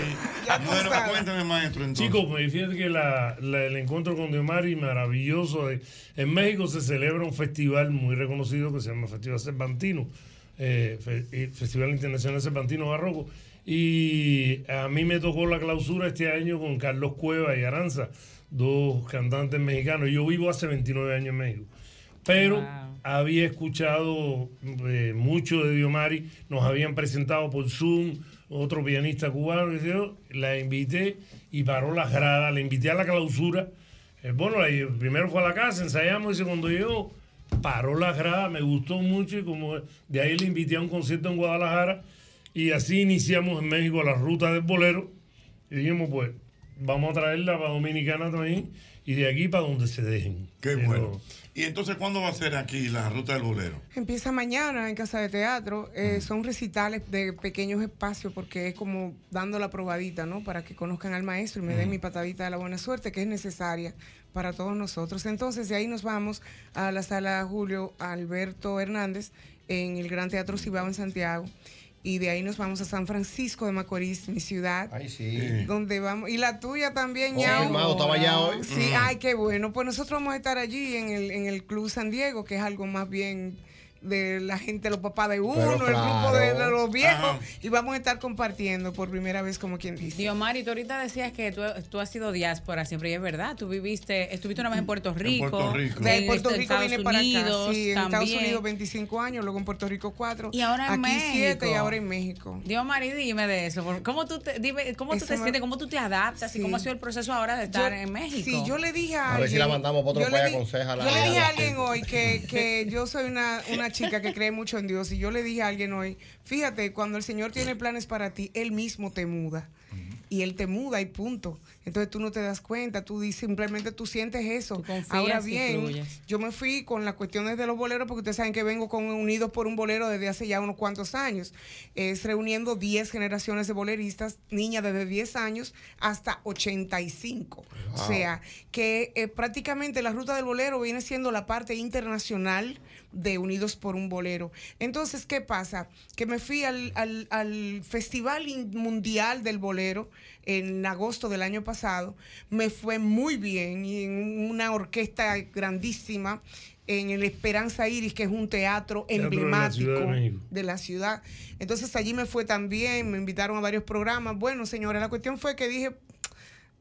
[SPEAKER 1] Ah, Bueno, cuéntame, maestro. Entonces.
[SPEAKER 17] Chicos, me pues, fíjate que la- la- el encuentro con Diomari maravilloso. eh. En México se celebra un festival muy reconocido que se llama Festival Cervantino, eh, Fe- eh, Festival Internacional Cervantino Barroco. Y a mí me tocó la clausura este año con Carlos Cueva y Aranza, dos cantantes mexicanos. Yo vivo hace 29 años en México. Pero había escuchado eh, mucho de Diomari, nos habían presentado por Zoom otro pianista cubano, qué sé yo, la invité y paró la grada, la invité a la clausura. Eh, bueno, la lle- primero fue a la casa, ensayamos y cuando llegó, paró la grada, me gustó mucho y como de ahí le invité a un concierto en Guadalajara y así iniciamos en México la ruta del bolero y dijimos pues vamos a traerla para Dominicana también y de aquí para donde se dejen.
[SPEAKER 1] Qué bueno. Y entonces, ¿cuándo va a ser aquí la ruta del bolero?
[SPEAKER 8] Empieza mañana en Casa de Teatro. Eh, Son recitales de pequeños espacios porque es como dando la probadita, ¿no? Para que conozcan al maestro y me den mi patadita de la buena suerte que es necesaria para todos nosotros. Entonces, de ahí nos vamos a la sala Julio Alberto Hernández en el Gran Teatro Cibao en Santiago. Y de ahí nos vamos a San Francisco de Macorís, mi ciudad.
[SPEAKER 2] Ay, sí.
[SPEAKER 8] Donde vamos. Y la tuya también,
[SPEAKER 2] Oh,
[SPEAKER 8] Ñao.
[SPEAKER 2] firmado, estaba allá hoy.
[SPEAKER 8] Sí,
[SPEAKER 2] Mm.
[SPEAKER 8] ay, qué bueno. Pues nosotros vamos a estar allí en el, en el Club San Diego, que es algo más bien de la gente, los papás de uno, el
[SPEAKER 6] claro.
[SPEAKER 8] grupo de, de los viejos,
[SPEAKER 6] Ajá.
[SPEAKER 8] y vamos a estar compartiendo por primera vez, como quien dice.
[SPEAKER 6] Diomari, tú ahorita decías que tú, tú has sido diáspora siempre, y es verdad. Tú viviste, estuviste una vez en Puerto Rico.
[SPEAKER 8] De
[SPEAKER 6] en
[SPEAKER 8] Puerto
[SPEAKER 6] este-
[SPEAKER 8] Rico
[SPEAKER 6] Estados
[SPEAKER 8] vine para acá.
[SPEAKER 6] Unidos
[SPEAKER 8] Sí, en Estados
[SPEAKER 6] también.
[SPEAKER 8] Unidos 25 años, luego en Puerto Rico 4.
[SPEAKER 6] Y ahora en
[SPEAKER 8] aquí
[SPEAKER 6] México.
[SPEAKER 8] 7 y ahora en México.
[SPEAKER 6] Diomari, dime de eso. por- ¿Cómo tú te, dime, cómo tú
[SPEAKER 8] Eso
[SPEAKER 6] te
[SPEAKER 8] me-
[SPEAKER 6] sientes? ¿Cómo tú te adaptas? ¿Y
[SPEAKER 8] Sí.
[SPEAKER 6] cómo ha sido el proceso ahora de estar
[SPEAKER 8] Yo-
[SPEAKER 6] en México?
[SPEAKER 8] Sí, yo le dije a
[SPEAKER 2] A ver si
[SPEAKER 8] alguien-
[SPEAKER 2] la mandamos para otro
[SPEAKER 8] yo le
[SPEAKER 2] país,
[SPEAKER 8] di-
[SPEAKER 2] aconséjala
[SPEAKER 8] Yo
[SPEAKER 2] a
[SPEAKER 8] le dije
[SPEAKER 2] la
[SPEAKER 8] a alguien
[SPEAKER 2] gente.
[SPEAKER 8] hoy que,
[SPEAKER 2] <laughs>
[SPEAKER 8] que yo soy una, una chica que cree mucho en Dios y yo le dije a alguien hoy, fíjate, cuando el Señor tiene planes para ti, Él mismo te muda. Y Él te muda y punto. Entonces tú no te das cuenta, tú di- simplemente tú sientes eso. Ahora
[SPEAKER 6] y
[SPEAKER 8] bien,
[SPEAKER 6] fluyes.
[SPEAKER 8] yo me fui con las cuestiones de los boleros porque ustedes saben que vengo con Unidos por un bolero desde hace ya unos cuantos años. Es reuniendo 10 generaciones de boleristas, niñas desde 10 años hasta 85. O
[SPEAKER 20] Wow.
[SPEAKER 8] sea, que eh, prácticamente la ruta del bolero viene siendo la parte internacional de Unidos por un Bolero. Entonces, ¿qué pasa? Que me fui al, al- al Festival In- Mundial del Bolero en agosto del año pasado. Me fue muy bien y en una orquesta grandísima en el Esperanza Iris, que es un
[SPEAKER 17] Teatro
[SPEAKER 8] teatro
[SPEAKER 17] de la
[SPEAKER 8] emblemático
[SPEAKER 17] Ciudad de México.
[SPEAKER 8] de la ciudad. Entonces allí me fue también, me invitaron a varios programas. Bueno, señores, la cuestión fue que dije,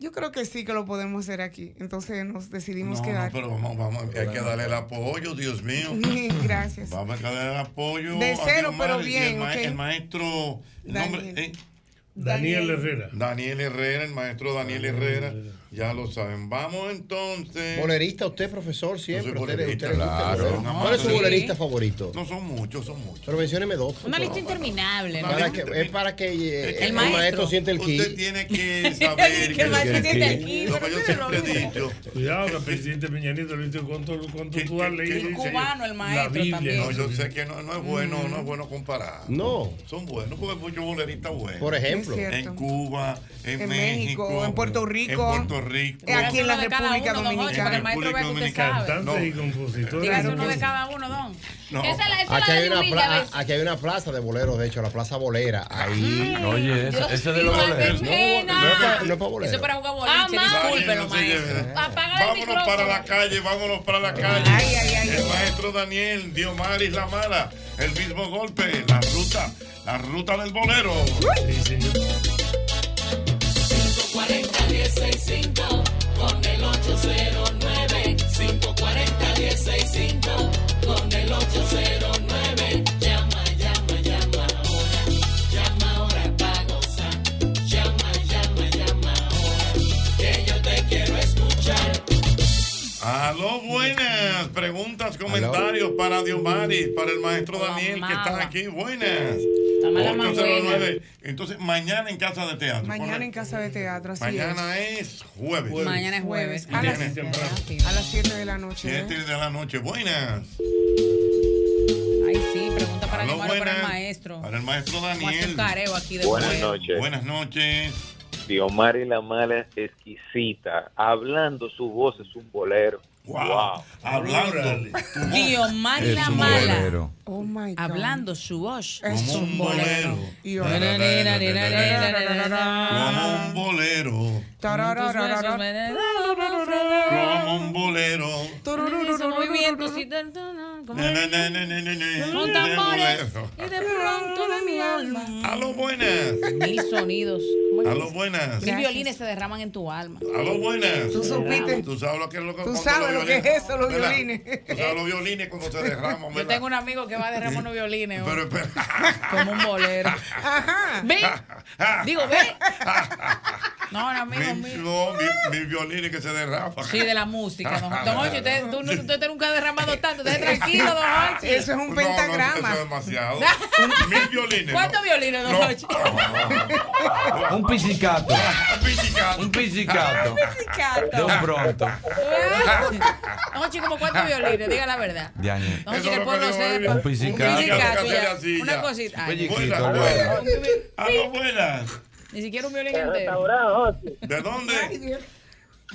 [SPEAKER 8] yo creo que sí que lo podemos hacer aquí. Entonces nos decidimos
[SPEAKER 1] No, no,
[SPEAKER 8] quedar.
[SPEAKER 1] pero vamos, vamos, hay que darle el apoyo, Dios mío.
[SPEAKER 8] Gracias.
[SPEAKER 1] Vamos a darle el apoyo.
[SPEAKER 8] De
[SPEAKER 1] a
[SPEAKER 8] cero,
[SPEAKER 1] Dios
[SPEAKER 8] pero
[SPEAKER 1] madre. Y
[SPEAKER 8] bien,
[SPEAKER 1] El, ma-
[SPEAKER 8] ok.
[SPEAKER 1] el maestro. el nombre, ¿eh?
[SPEAKER 17] Daniel Herrera.
[SPEAKER 1] Daniel Herrera, el maestro Daniel Herrera. Ya lo saben. Vamos entonces.
[SPEAKER 2] Bolerista, usted, profesor, siempre.
[SPEAKER 1] Yo soy
[SPEAKER 2] Usted, le-
[SPEAKER 1] bolerista,
[SPEAKER 2] usted le gusta el
[SPEAKER 1] claro.
[SPEAKER 2] bolero.
[SPEAKER 1] Una
[SPEAKER 2] ¿Cuál es su
[SPEAKER 1] madre.
[SPEAKER 2] bolerista favorito?
[SPEAKER 1] No son muchos, son muchos.
[SPEAKER 2] Pero mencióneme dos. por
[SPEAKER 6] Una
[SPEAKER 2] favor.
[SPEAKER 6] lista interminable. ¿no?
[SPEAKER 2] Para que, es para que eh,
[SPEAKER 6] El
[SPEAKER 2] el, maestro.
[SPEAKER 6] maestro.
[SPEAKER 2] siente el ki.
[SPEAKER 1] Usted tiene que saber.
[SPEAKER 6] <laughs> Que el maestro siente el ki,
[SPEAKER 1] Lo
[SPEAKER 6] pero
[SPEAKER 1] que yo
[SPEAKER 6] no
[SPEAKER 1] siempre he dicho.
[SPEAKER 17] Cuidado, que el presidente Peña Nieto, ¿viste cuánto, cuánto tú has leído?
[SPEAKER 1] Un
[SPEAKER 6] cubano, el maestro
[SPEAKER 17] La Biblia.
[SPEAKER 6] también. Mm.
[SPEAKER 1] No, yo sé que no, no es bueno, no es bueno comparar.
[SPEAKER 2] No.
[SPEAKER 1] Son buenos porque hay muchos boleristas buenos.
[SPEAKER 2] Por ejemplo. Es cierto.
[SPEAKER 1] En Cuba, en,
[SPEAKER 8] En
[SPEAKER 1] México,
[SPEAKER 8] México, en Puerto Rico.
[SPEAKER 1] En Puerto Rico.
[SPEAKER 8] Eh, aquí en la
[SPEAKER 6] Uno de cada
[SPEAKER 8] República
[SPEAKER 6] uno, don Jorge,
[SPEAKER 8] Dominicana.
[SPEAKER 6] para el maestro vea que usted sabe.
[SPEAKER 17] Cantantes y compositores.
[SPEAKER 6] Dígase uno de cada uno, don.
[SPEAKER 2] No.
[SPEAKER 6] Esa es la- esa es
[SPEAKER 2] Aquí
[SPEAKER 6] la
[SPEAKER 2] hay,
[SPEAKER 6] de
[SPEAKER 2] una
[SPEAKER 6] humilde,
[SPEAKER 2] pla-
[SPEAKER 6] a veces.
[SPEAKER 2] aquí hay una plaza de boleros, de hecho, la plaza bolera. Ahí.
[SPEAKER 11] Oye, esa- Dios esa es de los mío, boleros.
[SPEAKER 2] No, no es para, no es para boleros.
[SPEAKER 6] para jugar
[SPEAKER 8] Ah,
[SPEAKER 11] boliche, discúlpelo, maestro.
[SPEAKER 1] Vámonos para la calle, vámonos para la calle. el maestro Daniel dio Maris la mala. El mismo golpe, la ruta, la ruta del bolero. Sí, señor.
[SPEAKER 13] 540-165 con el 809. 540-165 con el 809. Llama, llama, llama ahora. Llama ahora para gozar. Llama, llama, llama ahora. Que yo te quiero escuchar.
[SPEAKER 1] Aló, buenas. Preguntas, comentarios para Diomaris, para el maestro Daniel que está aquí. Buenas.
[SPEAKER 8] mala más
[SPEAKER 1] 809. Entonces, mañana en Casa de Teatro.
[SPEAKER 8] Mañana en Casa de Teatro, así
[SPEAKER 1] Mañana
[SPEAKER 8] es.
[SPEAKER 1] es jueves.
[SPEAKER 8] Mañana es jueves. A las,
[SPEAKER 1] Viene
[SPEAKER 8] a las 7 de la noche. ¿eh?
[SPEAKER 1] Siete de la noche. Buenas.
[SPEAKER 6] Ay, sí, pregunta para
[SPEAKER 1] Aló,
[SPEAKER 6] Diomari, para el
[SPEAKER 1] buenas.
[SPEAKER 6] maestro.
[SPEAKER 1] Para el maestro
[SPEAKER 6] Como hace un
[SPEAKER 1] Daniel.
[SPEAKER 6] careo aquí de
[SPEAKER 11] Buenas
[SPEAKER 6] juego.
[SPEAKER 11] noches.
[SPEAKER 1] Buenas noches.
[SPEAKER 11] Diomari la mala exquisita. Hablando su voz es un bolero. Wow.
[SPEAKER 1] Hablando.
[SPEAKER 6] Diomari la
[SPEAKER 11] Es un
[SPEAKER 6] mala.
[SPEAKER 11] bolero.
[SPEAKER 8] Oh my God.
[SPEAKER 6] Hablando su voz.
[SPEAKER 8] Es
[SPEAKER 6] un
[SPEAKER 1] bolero.
[SPEAKER 8] Y
[SPEAKER 1] Como un bolero. Como un bolero.
[SPEAKER 6] Movimientos y tal, tal, tal, como-
[SPEAKER 1] Na, na, na, na, na, na, na.
[SPEAKER 6] Con
[SPEAKER 1] De
[SPEAKER 6] tambores.
[SPEAKER 1] bolero.
[SPEAKER 6] Y de pronto de mi alma.
[SPEAKER 1] A lo buenas.
[SPEAKER 6] Mil sonidos.
[SPEAKER 1] A lo buenas.
[SPEAKER 6] Mil violines se derraman en tu alma.
[SPEAKER 1] A lo buenas.
[SPEAKER 6] Tú supiste.
[SPEAKER 1] Tú sabes lo que es lo que
[SPEAKER 6] Tú
[SPEAKER 1] cuando
[SPEAKER 6] sabes
[SPEAKER 1] los
[SPEAKER 6] lo que es
[SPEAKER 1] violines-
[SPEAKER 6] eso, los
[SPEAKER 1] ¿Verdad?
[SPEAKER 6] violines.
[SPEAKER 1] Tú sabes los violines cuando se derraman.
[SPEAKER 6] Yo
[SPEAKER 1] ¿verdad?
[SPEAKER 6] tengo un amigo que va derramando violines. ¿no?
[SPEAKER 1] Pero,
[SPEAKER 6] <laughs> Como un
[SPEAKER 1] <laughs>
[SPEAKER 6] bolero. Ajá. Ve. Digo, ve. No, no, amigo mío.
[SPEAKER 1] Mil, no, mil- mil violines que se derraman.
[SPEAKER 6] Sí,
[SPEAKER 1] <laughs>
[SPEAKER 6] de la música, don Jorge. Don Jorge, usted, tú, no- usted nunca ha derramado tanto. Deje tranquilo,
[SPEAKER 1] <laughs>
[SPEAKER 6] don Jorge.
[SPEAKER 8] Eso es un
[SPEAKER 1] No, no,
[SPEAKER 8] pentagrama.
[SPEAKER 1] eso es
[SPEAKER 6] <laughs>
[SPEAKER 1] demasiado. mil violines.
[SPEAKER 6] ¿Cuántos
[SPEAKER 1] no.
[SPEAKER 6] violines, don
[SPEAKER 1] No.
[SPEAKER 6] Jorge?
[SPEAKER 16] Un pizzicato. Un pizzicato. De un pronto. Ah, pues
[SPEAKER 6] Don Jorge, ¿como cuántos violines? Diga la verdad.
[SPEAKER 16] Ya, ya.
[SPEAKER 6] Don Jorge, que el pueblo sepa.
[SPEAKER 16] Un pizzicato.
[SPEAKER 6] pizzicato, ya. Una cosita. Ay,
[SPEAKER 16] Pelliquito,
[SPEAKER 6] no.
[SPEAKER 16] bueno.
[SPEAKER 13] Ah,
[SPEAKER 1] A lo buenas.
[SPEAKER 6] Ni siquiera un violín entero.
[SPEAKER 1] ¿De dónde?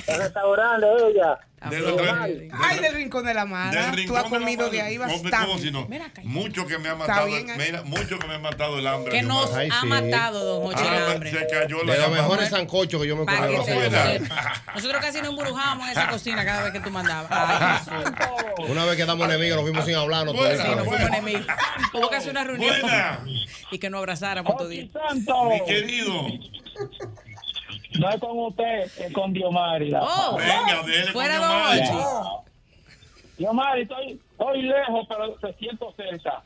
[SPEAKER 11] El restaurante de ella.
[SPEAKER 1] Del restaurante.
[SPEAKER 8] Ay, del rincón de la mala.
[SPEAKER 1] Del
[SPEAKER 8] Tú has
[SPEAKER 1] rincón de la
[SPEAKER 8] comido de
[SPEAKER 1] madre.
[SPEAKER 8] ahí
[SPEAKER 1] Come como si
[SPEAKER 8] bastante.
[SPEAKER 1] no. Mucho que me ha
[SPEAKER 8] Está
[SPEAKER 1] matado,
[SPEAKER 8] bien ahí.
[SPEAKER 1] mira, mucho que me ha matado el hambre.
[SPEAKER 6] Que
[SPEAKER 1] mi
[SPEAKER 6] nos
[SPEAKER 1] madre.
[SPEAKER 6] ha matado, don Jochi, el
[SPEAKER 1] Ah,
[SPEAKER 6] hambre.
[SPEAKER 1] Se cayó la
[SPEAKER 2] De los
[SPEAKER 1] llamada.
[SPEAKER 2] mejores sancochos que yo me he
[SPEAKER 6] Para
[SPEAKER 2] comido.
[SPEAKER 6] que
[SPEAKER 2] en la
[SPEAKER 6] se
[SPEAKER 2] vida.
[SPEAKER 6] Nosotros casi nos embrujábamos en esa cocina cada vez que tú mandabas. Ay,
[SPEAKER 2] Una vez quedamos enemigos, nos vimos sin hablarnos.
[SPEAKER 6] Buena,
[SPEAKER 2] todavía.
[SPEAKER 6] sí, nos fuimos enemigos. Hubo que hacer una reunión y que nos abrazáramos todos.
[SPEAKER 1] Mi querido.
[SPEAKER 11] No es con usted, es con Diomari. la-
[SPEAKER 6] Oh, Venga, oh, dele con fuera Diomari. Don
[SPEAKER 11] Diomari, estoy, estoy lejos, pero te siento cerca.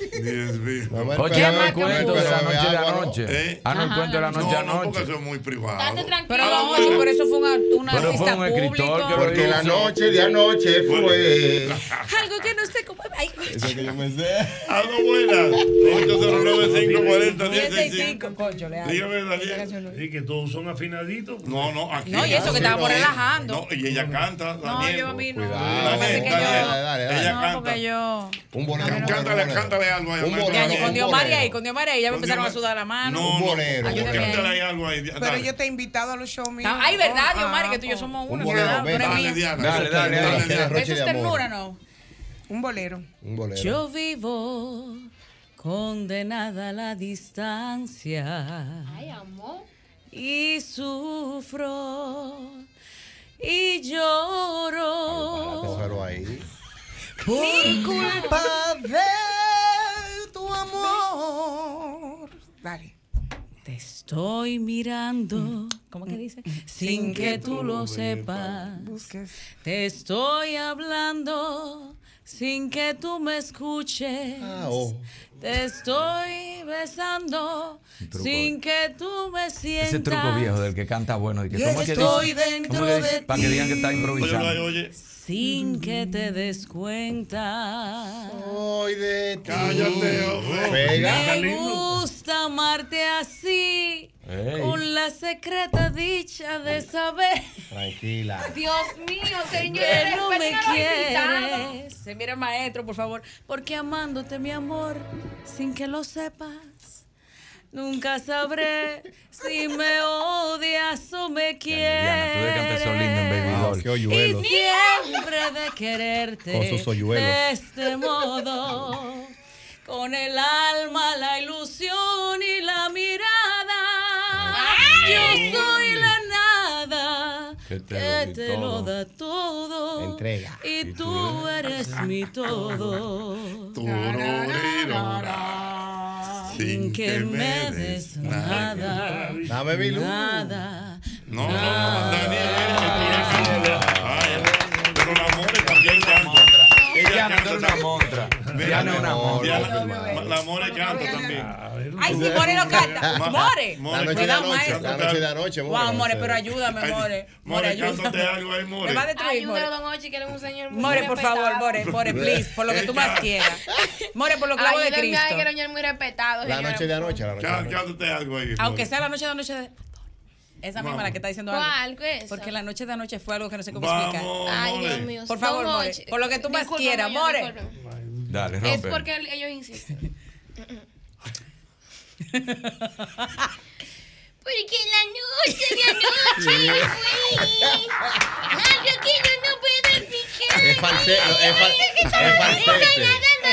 [SPEAKER 1] <laughs> Dios mío. ¿Eh?
[SPEAKER 16] Oye, no el cuento de la noche de anoche. Ah, no el
[SPEAKER 6] Ajá,
[SPEAKER 16] cuento de la
[SPEAKER 6] la
[SPEAKER 16] noche
[SPEAKER 6] noche.
[SPEAKER 1] No, porque
[SPEAKER 16] anoche.
[SPEAKER 1] eso es muy privado.
[SPEAKER 6] Pero no, oye, por eso fue un, un
[SPEAKER 16] Pero fue
[SPEAKER 6] artista
[SPEAKER 16] un
[SPEAKER 6] público.
[SPEAKER 16] escritor que lo
[SPEAKER 2] Porque la noche de anoche fue.
[SPEAKER 1] <laughs>
[SPEAKER 6] Algo que no sé cómo. Ay,
[SPEAKER 2] Eso que yo me sé.
[SPEAKER 1] Algo buenas.
[SPEAKER 2] <laughs>
[SPEAKER 1] 809-540.
[SPEAKER 6] coño, le hago.
[SPEAKER 1] Dígame, Daniel.
[SPEAKER 17] Sí, que todos son afinaditos. pues.
[SPEAKER 1] No, no, aquí.
[SPEAKER 6] No, y eso que estábamos
[SPEAKER 1] no,
[SPEAKER 6] relajando.
[SPEAKER 1] No, y ella canta,
[SPEAKER 6] No,
[SPEAKER 1] Daniel.
[SPEAKER 6] yo a mí no.
[SPEAKER 1] Cuidado.
[SPEAKER 6] Parece que yo.
[SPEAKER 1] Daniel, Daniel, Ella
[SPEAKER 6] No,
[SPEAKER 1] canta.
[SPEAKER 6] porque yo.
[SPEAKER 2] Un bolero.
[SPEAKER 1] Cántale, cántale algo ahí. maestro.
[SPEAKER 6] Ya, con Dios María ahí, con Dios María ahí, ya me
[SPEAKER 1] Con
[SPEAKER 6] empezaron a
[SPEAKER 1] Dios
[SPEAKER 6] sudar la mano.
[SPEAKER 1] No, no,
[SPEAKER 6] Ayúdame
[SPEAKER 1] cántale
[SPEAKER 6] ahí.
[SPEAKER 1] ahí algo ahí.
[SPEAKER 8] Pero
[SPEAKER 1] Dale.
[SPEAKER 8] yo te he invitado a los show míos.
[SPEAKER 6] Ay, ¿verdad, Dios
[SPEAKER 8] Ah,
[SPEAKER 6] María? Que tú y yo somos uno.
[SPEAKER 2] bolero,
[SPEAKER 6] ¿verdad? Tú
[SPEAKER 2] ven.
[SPEAKER 6] eres
[SPEAKER 2] Dale,
[SPEAKER 6] mía.
[SPEAKER 2] Diana. Dale, dale, dale.
[SPEAKER 6] Eso es ternura, ¿no?
[SPEAKER 8] Un bolero.
[SPEAKER 2] Un bolero.
[SPEAKER 6] Yo vivo condenada a la distancia. Ay, amor. Y sufro y lloro
[SPEAKER 2] Pero ahí.
[SPEAKER 6] por culpa de
[SPEAKER 8] tu amor. Dale.
[SPEAKER 6] Te estoy mirando. ¿Cómo que dice? Sin que tú lo sepas. Te estoy hablando sin que tú me escuches. Te estoy besando
[SPEAKER 16] truco
[SPEAKER 6] sin que tú me sientas.
[SPEAKER 16] Ese truco viejo del que canta bueno. y que-
[SPEAKER 6] Y
[SPEAKER 16] ¿cómo es que
[SPEAKER 6] estoy
[SPEAKER 16] dice?
[SPEAKER 6] dentro
[SPEAKER 16] ¿Cómo es que dice?
[SPEAKER 6] de
[SPEAKER 16] Para que digan que está
[SPEAKER 6] ti.
[SPEAKER 16] improvisando.
[SPEAKER 6] Sin que te des cuenta.
[SPEAKER 2] Soy de ti.
[SPEAKER 6] Cállate,
[SPEAKER 2] oh.
[SPEAKER 6] Me gusta amarte así.
[SPEAKER 2] Ey.
[SPEAKER 6] Con la secreta dicha de saber
[SPEAKER 2] Tranquila.
[SPEAKER 6] Dios mío,
[SPEAKER 5] señor,
[SPEAKER 6] que no
[SPEAKER 5] después
[SPEAKER 6] me
[SPEAKER 5] no lo
[SPEAKER 6] quieres. Se mira maestro, por favor, porque amándote, mi amor, sin que lo sepas, nunca sabré si me odias o me
[SPEAKER 16] Diana, tú de cantar
[SPEAKER 6] quieres.
[SPEAKER 16] eso lindo en Baby Doll.
[SPEAKER 2] Qué
[SPEAKER 6] Y
[SPEAKER 2] hoyuelos.
[SPEAKER 6] siempre de quererte
[SPEAKER 2] Con sus hoyuelos.
[SPEAKER 6] de este modo, con el alma, la ilusión y la mirada. Yo soy la nada
[SPEAKER 13] Que
[SPEAKER 6] que te lo da todo.
[SPEAKER 13] Entrega.
[SPEAKER 6] Y tú eres mi todo.
[SPEAKER 1] Tururururura. Sin
[SPEAKER 13] que me des nada.
[SPEAKER 1] Dame mi luz.
[SPEAKER 13] Nada.
[SPEAKER 1] No, no, Daniel, es pura canta. Ay, Pero la More también canta. Ella canta una montra. Diana es una montra. La More canta también.
[SPEAKER 6] Ay, sí, More no <laughs> canta. More.
[SPEAKER 2] La
[SPEAKER 6] Me
[SPEAKER 2] noche de
[SPEAKER 6] da un
[SPEAKER 2] anoche.
[SPEAKER 6] maestro.
[SPEAKER 2] La noche de anoche, more.
[SPEAKER 6] Wow, More, pero ayúdame, More. More,
[SPEAKER 1] More, cántate
[SPEAKER 6] ayúdame.
[SPEAKER 1] algo ahí, More.
[SPEAKER 6] Me va a destruir, More.
[SPEAKER 5] Ayúdalo, don Ochi, que él es un señor muy
[SPEAKER 6] More, por favor,
[SPEAKER 5] respetado.
[SPEAKER 6] More,
[SPEAKER 1] <laughs>
[SPEAKER 6] More, please, por lo que tú más quieras. More, por los clavos de
[SPEAKER 5] Ayúdenme ahí, que
[SPEAKER 6] Cristo.
[SPEAKER 5] era un señor muy respetado.
[SPEAKER 2] La
[SPEAKER 5] señora.
[SPEAKER 2] noche de anoche. La noche de anoche.
[SPEAKER 1] Cántate algo ahí.
[SPEAKER 6] Aunque sea la noche de anoche de... Esa misma
[SPEAKER 5] Vamos.
[SPEAKER 6] la que está diciendo
[SPEAKER 5] ¿Cuál?
[SPEAKER 6] algo.
[SPEAKER 5] ¿Qué es eso?
[SPEAKER 6] Porque la noche de anoche fue algo que no sé cómo
[SPEAKER 5] Vamos,
[SPEAKER 6] explicar.
[SPEAKER 5] Ay, More. Dios mío.
[SPEAKER 6] Por favor,
[SPEAKER 5] Don
[SPEAKER 6] More.
[SPEAKER 5] Ochi,
[SPEAKER 6] Por lo que tú más
[SPEAKER 5] discúlpame,
[SPEAKER 6] quieras,
[SPEAKER 5] yo,
[SPEAKER 6] More.
[SPEAKER 5] discúlpame.
[SPEAKER 16] Dale,
[SPEAKER 5] Es
[SPEAKER 16] rompe.
[SPEAKER 5] porque ellos insisten. Porque la noche de
[SPEAKER 1] <laughs>
[SPEAKER 5] anoche fui algo que yo no puedo explicar.
[SPEAKER 2] Es falsete. Es fal- es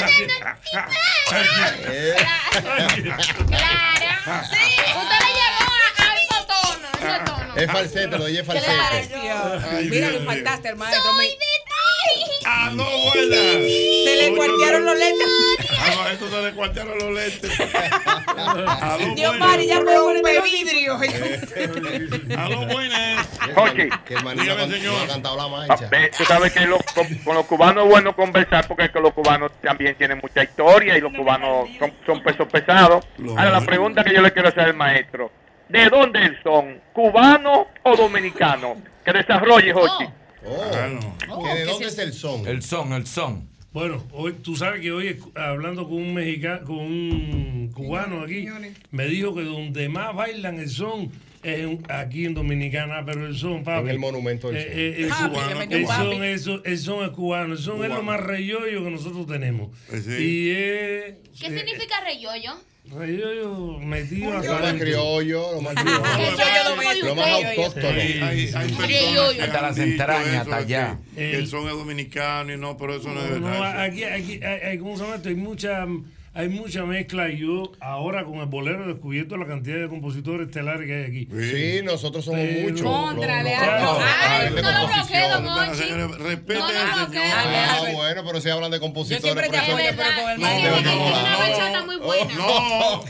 [SPEAKER 2] falsete.
[SPEAKER 5] Claro. Sí. Usted le llegó a- al fotono. ese tono.
[SPEAKER 2] Es falsete, lo de ella es falsete.
[SPEAKER 1] Ay,
[SPEAKER 6] Mira, lo
[SPEAKER 1] Dios mío.
[SPEAKER 6] impactaste, hermano. Soy de
[SPEAKER 5] ti.
[SPEAKER 1] Ah, no, buena.
[SPEAKER 6] Se le cuartearon los lentes.
[SPEAKER 1] Ah, no, esto se le cuartearon
[SPEAKER 6] <laughs>
[SPEAKER 1] los lentes. A lo
[SPEAKER 6] Dios,
[SPEAKER 1] buena.
[SPEAKER 6] Mari, ya puedo poner
[SPEAKER 8] vidrio.
[SPEAKER 1] A lo buenas.
[SPEAKER 2] Oye.
[SPEAKER 1] Que Dígame, señor.
[SPEAKER 2] la
[SPEAKER 1] mancha.
[SPEAKER 4] Ah, Ve, Tú sabes que lo- con, con los cubanos es bueno conversar porque que los cubanos también tienen mucha historia y los cubanos son, son pesos pesados. Ahora la pregunta que yo le quiero hacer al maestro, ¿de dónde él son? ¿Cubano o dominicano? Que desarrolle, Jochi.
[SPEAKER 2] Oh. ¿De dónde es el son?
[SPEAKER 17] El son, el son. Bueno, hoy, tú sabes que hoy escu- hablando con un mexicano, con un cubano aquí, me dijo que donde más bailan el son es en- aquí en Dominicana, pero el son, papi.
[SPEAKER 2] En el monumento del son.
[SPEAKER 17] Eh, eh, el
[SPEAKER 2] Papi,
[SPEAKER 17] cubano,
[SPEAKER 2] yo Ah, me quedo
[SPEAKER 17] el son,
[SPEAKER 2] papi.
[SPEAKER 17] es- el son es cubano, el son es lo
[SPEAKER 2] Cubano.
[SPEAKER 17] más reyoyo que nosotros tenemos.
[SPEAKER 1] Eh,
[SPEAKER 17] Y es eh,
[SPEAKER 5] ¿Qué significa reyoyo?
[SPEAKER 17] reyoyo metido
[SPEAKER 2] Lo
[SPEAKER 17] hasta
[SPEAKER 2] más
[SPEAKER 17] adentro.
[SPEAKER 2] criollo,
[SPEAKER 5] <laughs>
[SPEAKER 2] lo más criollo, lo más autóctono.
[SPEAKER 1] Hay- hay- hay personas que
[SPEAKER 16] Hasta
[SPEAKER 1] han
[SPEAKER 16] las
[SPEAKER 1] dicho
[SPEAKER 16] entrañas,
[SPEAKER 1] eso,
[SPEAKER 16] hasta
[SPEAKER 1] que-
[SPEAKER 16] allá.
[SPEAKER 1] que El son es dominicano y no, pero eso no es
[SPEAKER 17] No,
[SPEAKER 1] verdad.
[SPEAKER 17] aquí, aquí hay, hay- ¿cómo se llama esto? Hay mucha, hay mucha mezcla. Y yo ahora con el bolero he descubierto la cantidad de compositores estelares que hay aquí.
[SPEAKER 2] Sí, nosotros somos muchos.
[SPEAKER 17] Contrale,
[SPEAKER 2] Los- los-
[SPEAKER 17] Aldo.
[SPEAKER 2] los-
[SPEAKER 17] Ay,
[SPEAKER 2] los-
[SPEAKER 17] no lo
[SPEAKER 2] composiciones.
[SPEAKER 17] bloqueo, don Ochi.
[SPEAKER 1] Señores, respeten
[SPEAKER 2] No, no,
[SPEAKER 1] al
[SPEAKER 2] no,
[SPEAKER 1] señor.
[SPEAKER 2] que- Ah, bueno, pero si hablan de compositores.
[SPEAKER 6] te apoyo, pero con el
[SPEAKER 2] maestro.
[SPEAKER 5] Una bachata muy buena.
[SPEAKER 1] No,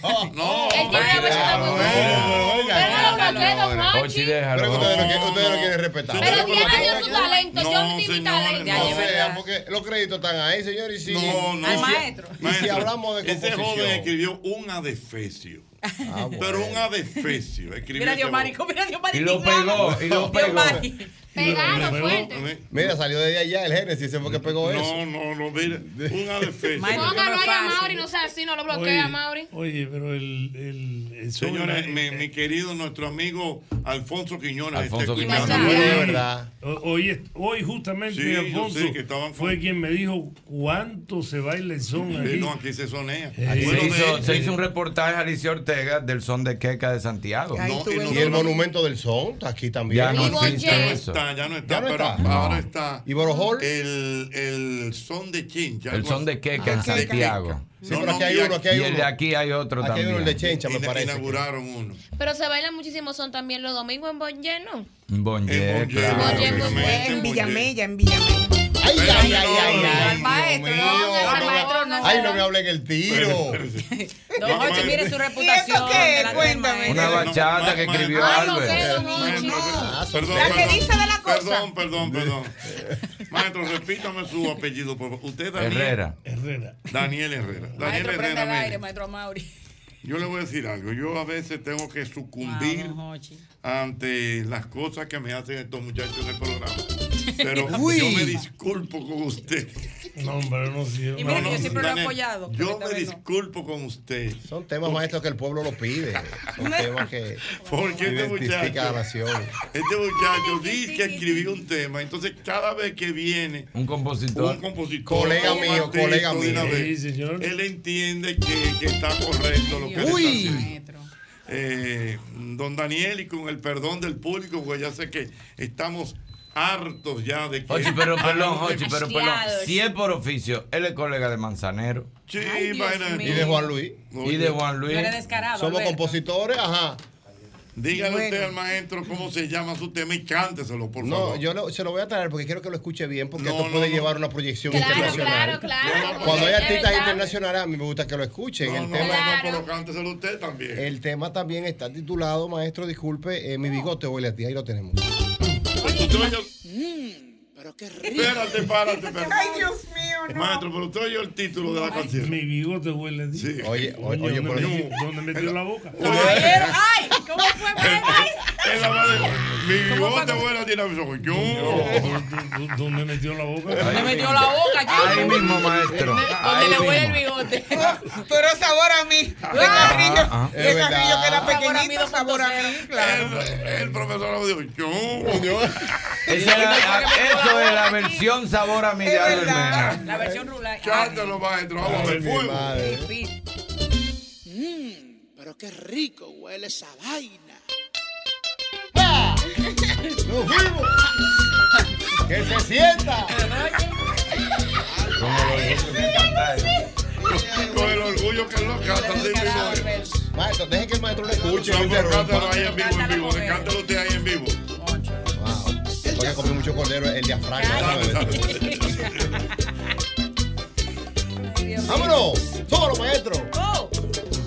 [SPEAKER 1] Oh, no.
[SPEAKER 5] Él tiene una bachata muy buena. Pero no lo bloqueo, don Ochi.
[SPEAKER 16] Ochi, déjalo.
[SPEAKER 2] Pero que ustedes no qui- ustedes no quieren respetar.
[SPEAKER 5] Pero Diana dio su talento, yo no di mi talento.
[SPEAKER 2] No
[SPEAKER 17] ah,
[SPEAKER 2] sea, porque los créditos están ahí, señor. Y si,
[SPEAKER 1] No, no.
[SPEAKER 2] y si- Y si
[SPEAKER 1] Maestro,
[SPEAKER 2] hablamos de
[SPEAKER 1] Ese joven
[SPEAKER 2] composición.
[SPEAKER 1] escribió un adefesio.
[SPEAKER 16] Ah,
[SPEAKER 1] Pero un adefesio. Escribió
[SPEAKER 6] Mira,
[SPEAKER 1] ese
[SPEAKER 6] Dios, Mari, mira, Dios, Mari.
[SPEAKER 2] lo
[SPEAKER 6] Dios, Mari.
[SPEAKER 1] Pegado, fuerte.
[SPEAKER 2] Mira, salió de allá el Génesis, ese fue que pegó eso.
[SPEAKER 1] No, no, no, mira, un adefesio.
[SPEAKER 5] Póngalo ahí a Mauri, no sea así, no lo bloquea
[SPEAKER 1] Oye.
[SPEAKER 5] Mauri.
[SPEAKER 17] Oye, pero el, el, el eh. son-
[SPEAKER 1] Señores, mi, mi querido nuestro amigo Alfonso Quiñones.
[SPEAKER 16] Alfonso
[SPEAKER 1] está
[SPEAKER 16] Quiñones.
[SPEAKER 1] escuchando.
[SPEAKER 16] Sí, de
[SPEAKER 2] verdad.
[SPEAKER 17] Hoy, hoy justamente
[SPEAKER 1] Sí, yo
[SPEAKER 17] Alfonso
[SPEAKER 1] sé que estaban-
[SPEAKER 17] fue quien me dijo cuánto se baila el son
[SPEAKER 1] Sí,
[SPEAKER 17] aquí.
[SPEAKER 1] No, aquí se sonea.
[SPEAKER 16] Aquí
[SPEAKER 1] Bueno,
[SPEAKER 16] se,
[SPEAKER 1] de-
[SPEAKER 16] hizo, se hizo un reportaje a Alicia Ortega del son de Queca de Santiago.
[SPEAKER 1] Ahí No, tuve y
[SPEAKER 2] Y el monumento del son está aquí también.
[SPEAKER 16] Ya no existe eso.
[SPEAKER 1] está, ya no está,
[SPEAKER 2] Ya no
[SPEAKER 1] pero
[SPEAKER 2] está.
[SPEAKER 1] ahora está.
[SPEAKER 2] ¿Y Borojol?
[SPEAKER 1] El, el son de Chincha.
[SPEAKER 16] El
[SPEAKER 1] algo
[SPEAKER 16] son de
[SPEAKER 1] así.
[SPEAKER 16] Queca en
[SPEAKER 1] Ah, de
[SPEAKER 16] Santiago.
[SPEAKER 1] Queca. No, no, y
[SPEAKER 16] y el de aquí hay otro
[SPEAKER 2] Aquí hay
[SPEAKER 16] también.
[SPEAKER 2] uno, el de Chencha, me
[SPEAKER 1] Ina-
[SPEAKER 2] parece.
[SPEAKER 1] Inauguraron uno.
[SPEAKER 5] Pero se bailan muchísimo son también los domingos en Bon pues. Lleno.
[SPEAKER 16] Bonje,
[SPEAKER 1] Bonje,
[SPEAKER 16] claro.
[SPEAKER 1] Bonje,
[SPEAKER 16] que sí.
[SPEAKER 8] En Villamella, en Villamella.
[SPEAKER 2] Ay, ay, ay, ay,
[SPEAKER 8] Al
[SPEAKER 2] ay.
[SPEAKER 8] maestro,
[SPEAKER 2] Dios
[SPEAKER 8] no,
[SPEAKER 2] mío,
[SPEAKER 8] al
[SPEAKER 2] no me-
[SPEAKER 8] maestro no.
[SPEAKER 2] Ay, no me hablen el tiro.
[SPEAKER 6] Don Jorge, mire su
[SPEAKER 8] ¿Y esto
[SPEAKER 6] reputación.
[SPEAKER 8] qué?
[SPEAKER 6] delante del
[SPEAKER 8] Cuéntame.
[SPEAKER 6] maestro.
[SPEAKER 16] Una bachata que escribió Albert.
[SPEAKER 1] Perdón,
[SPEAKER 8] La que
[SPEAKER 1] perdón.
[SPEAKER 8] dice de la cosa.
[SPEAKER 1] Perdón, perdón, perdón. Maestro, repítame su apellido, por favor. Usted, Daniel.
[SPEAKER 16] Herrera.
[SPEAKER 17] Herrera.
[SPEAKER 1] Daniel Herrera. Daniel
[SPEAKER 6] Maestro, prenda
[SPEAKER 1] Herrera,
[SPEAKER 6] el
[SPEAKER 1] mire,
[SPEAKER 6] aire, maestro Mauri.
[SPEAKER 1] yo le voy a decir algo. Yo a veces tengo que sucumbir ante las cosas que me hacen estos muchachos del programa. Pero
[SPEAKER 17] Uy.
[SPEAKER 1] yo me disculpo con usted.
[SPEAKER 17] No, hombre, no sí,
[SPEAKER 1] Y
[SPEAKER 17] no,
[SPEAKER 1] mira que
[SPEAKER 17] no,
[SPEAKER 1] yo siempre lo he
[SPEAKER 17] Daniel,
[SPEAKER 1] apoyado, pero
[SPEAKER 17] Yo
[SPEAKER 1] esta
[SPEAKER 17] me
[SPEAKER 1] vez no.
[SPEAKER 17] disculpo.
[SPEAKER 1] Culpo con usted.
[SPEAKER 2] Son temas maestros que el pueblo lo pide. Son temas que
[SPEAKER 1] Porque este muchacho,
[SPEAKER 2] identifica a la nación.
[SPEAKER 1] este muchacho dice que escribió un tema, entonces cada vez que viene
[SPEAKER 16] Un compositor.
[SPEAKER 1] un compositor,
[SPEAKER 2] Colega
[SPEAKER 1] un
[SPEAKER 2] mío,
[SPEAKER 1] artista
[SPEAKER 2] colega
[SPEAKER 1] de una
[SPEAKER 2] mío.
[SPEAKER 1] vez, él entiende que, que está correcto lo que
[SPEAKER 2] Uy.
[SPEAKER 1] le está haciendo. Eh, don Daniel, y con el perdón del público, pues ya sé que estamos hartos ya de que.
[SPEAKER 16] Ochi, pero perdón,
[SPEAKER 1] hagan un
[SPEAKER 16] Ochi,
[SPEAKER 1] tema-
[SPEAKER 16] pero perdón. Si es por oficio, él es colega de Manzanero.
[SPEAKER 1] Sí,
[SPEAKER 16] Ay, Dios
[SPEAKER 1] vaina.
[SPEAKER 16] mío. Y de Juan Luis. Y de Juan Luis.
[SPEAKER 6] Tú eres descarado,
[SPEAKER 2] Somos
[SPEAKER 6] Alberto.
[SPEAKER 2] compositores, ajá.
[SPEAKER 1] Dígale
[SPEAKER 2] Bueno.
[SPEAKER 1] usted al maestro cómo se llama su tema y cánteselo, por
[SPEAKER 2] No,
[SPEAKER 1] favor.
[SPEAKER 2] yo lo- se lo voy a traer porque quiero que lo escuche bien, porque
[SPEAKER 1] No,
[SPEAKER 2] esto
[SPEAKER 1] no,
[SPEAKER 2] puede
[SPEAKER 1] no.
[SPEAKER 2] llevar una proyección
[SPEAKER 1] Claro,
[SPEAKER 2] internacional.
[SPEAKER 1] claro, claro.
[SPEAKER 2] Cuando hay
[SPEAKER 1] Es
[SPEAKER 2] artistas
[SPEAKER 1] verdad.
[SPEAKER 2] internacionales, a mí me gusta que lo escuchen. el,
[SPEAKER 1] no,
[SPEAKER 2] tema,
[SPEAKER 1] no, pero cánteselo usted también.
[SPEAKER 2] el tema también está titulado, maestro, disculpe, eh, mi bigote huele a ti. Ahí lo tenemos.
[SPEAKER 13] mm,
[SPEAKER 1] Espérate, párate, espérate.
[SPEAKER 13] Ay,
[SPEAKER 1] Dios mío, Maestro, pero usted oyó el título de la canción. Mi bigote huele a ti.
[SPEAKER 2] Oye,
[SPEAKER 17] Coño,
[SPEAKER 2] oye,
[SPEAKER 17] ¿dónde
[SPEAKER 2] por ahí-
[SPEAKER 17] metió- ¿Dónde metió la boca?
[SPEAKER 1] eh,
[SPEAKER 13] ¡Ay! ¿Cómo fue?
[SPEAKER 1] Es eh, la madre. Mi bigote huele a ti. no, soy Yo.
[SPEAKER 17] ¿Dónde metió la boca?
[SPEAKER 13] ¿Dónde metió la boca, chico? Ahí mismo,
[SPEAKER 16] maestro.
[SPEAKER 13] Donde le huele el
[SPEAKER 8] <laughs>
[SPEAKER 13] bigote.
[SPEAKER 8] Oh, Pero sabor a mí. De carrillo.
[SPEAKER 1] ah.
[SPEAKER 8] de
[SPEAKER 1] Es verdad.
[SPEAKER 8] carrillo que era
[SPEAKER 1] Sabor
[SPEAKER 8] pequeñito, sabor a mí. Claro.
[SPEAKER 1] El profesor lo dijo. Yo.
[SPEAKER 2] <laughs>
[SPEAKER 16] Esa es la- eso es la versión sabor a mi de Aldo Hermelo.
[SPEAKER 6] La versión rural.
[SPEAKER 1] Cántalo, maestro. Vamos a ver. fuego.
[SPEAKER 13] Mmm,
[SPEAKER 2] Mm,
[SPEAKER 13] pero qué rico huele esa vaina.
[SPEAKER 2] ¡Nos fuimos! ¡Que se sienta!
[SPEAKER 1] Con el orgullo que lo canta. sí, mi amor.
[SPEAKER 2] Maestro, deje que el maestro lo escuche.
[SPEAKER 1] No,
[SPEAKER 2] no
[SPEAKER 1] pero
[SPEAKER 2] interrumpa.
[SPEAKER 1] cántalo ahí en vivo, en vivo. Cántalo usted ahí en vivo.
[SPEAKER 2] Oye, comí mucho cordero, el diafragma. ¡Vámonos! ¡Solo, maestro!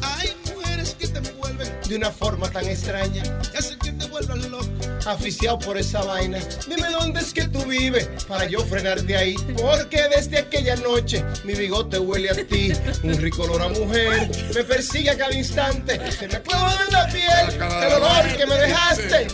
[SPEAKER 13] Hay mujeres que te envuelven,
[SPEAKER 2] De una forma tan extraña,
[SPEAKER 13] que hacen que te vuelvan loco.
[SPEAKER 2] aficiado por esa vaina. Dime dónde es que tú vives para yo frenarte ahí. Porque desde aquella noche mi bigote huele a ti. Un rico olor a mujer me persigue a cada instante. Se me clava en la piel el olor que me dejaste.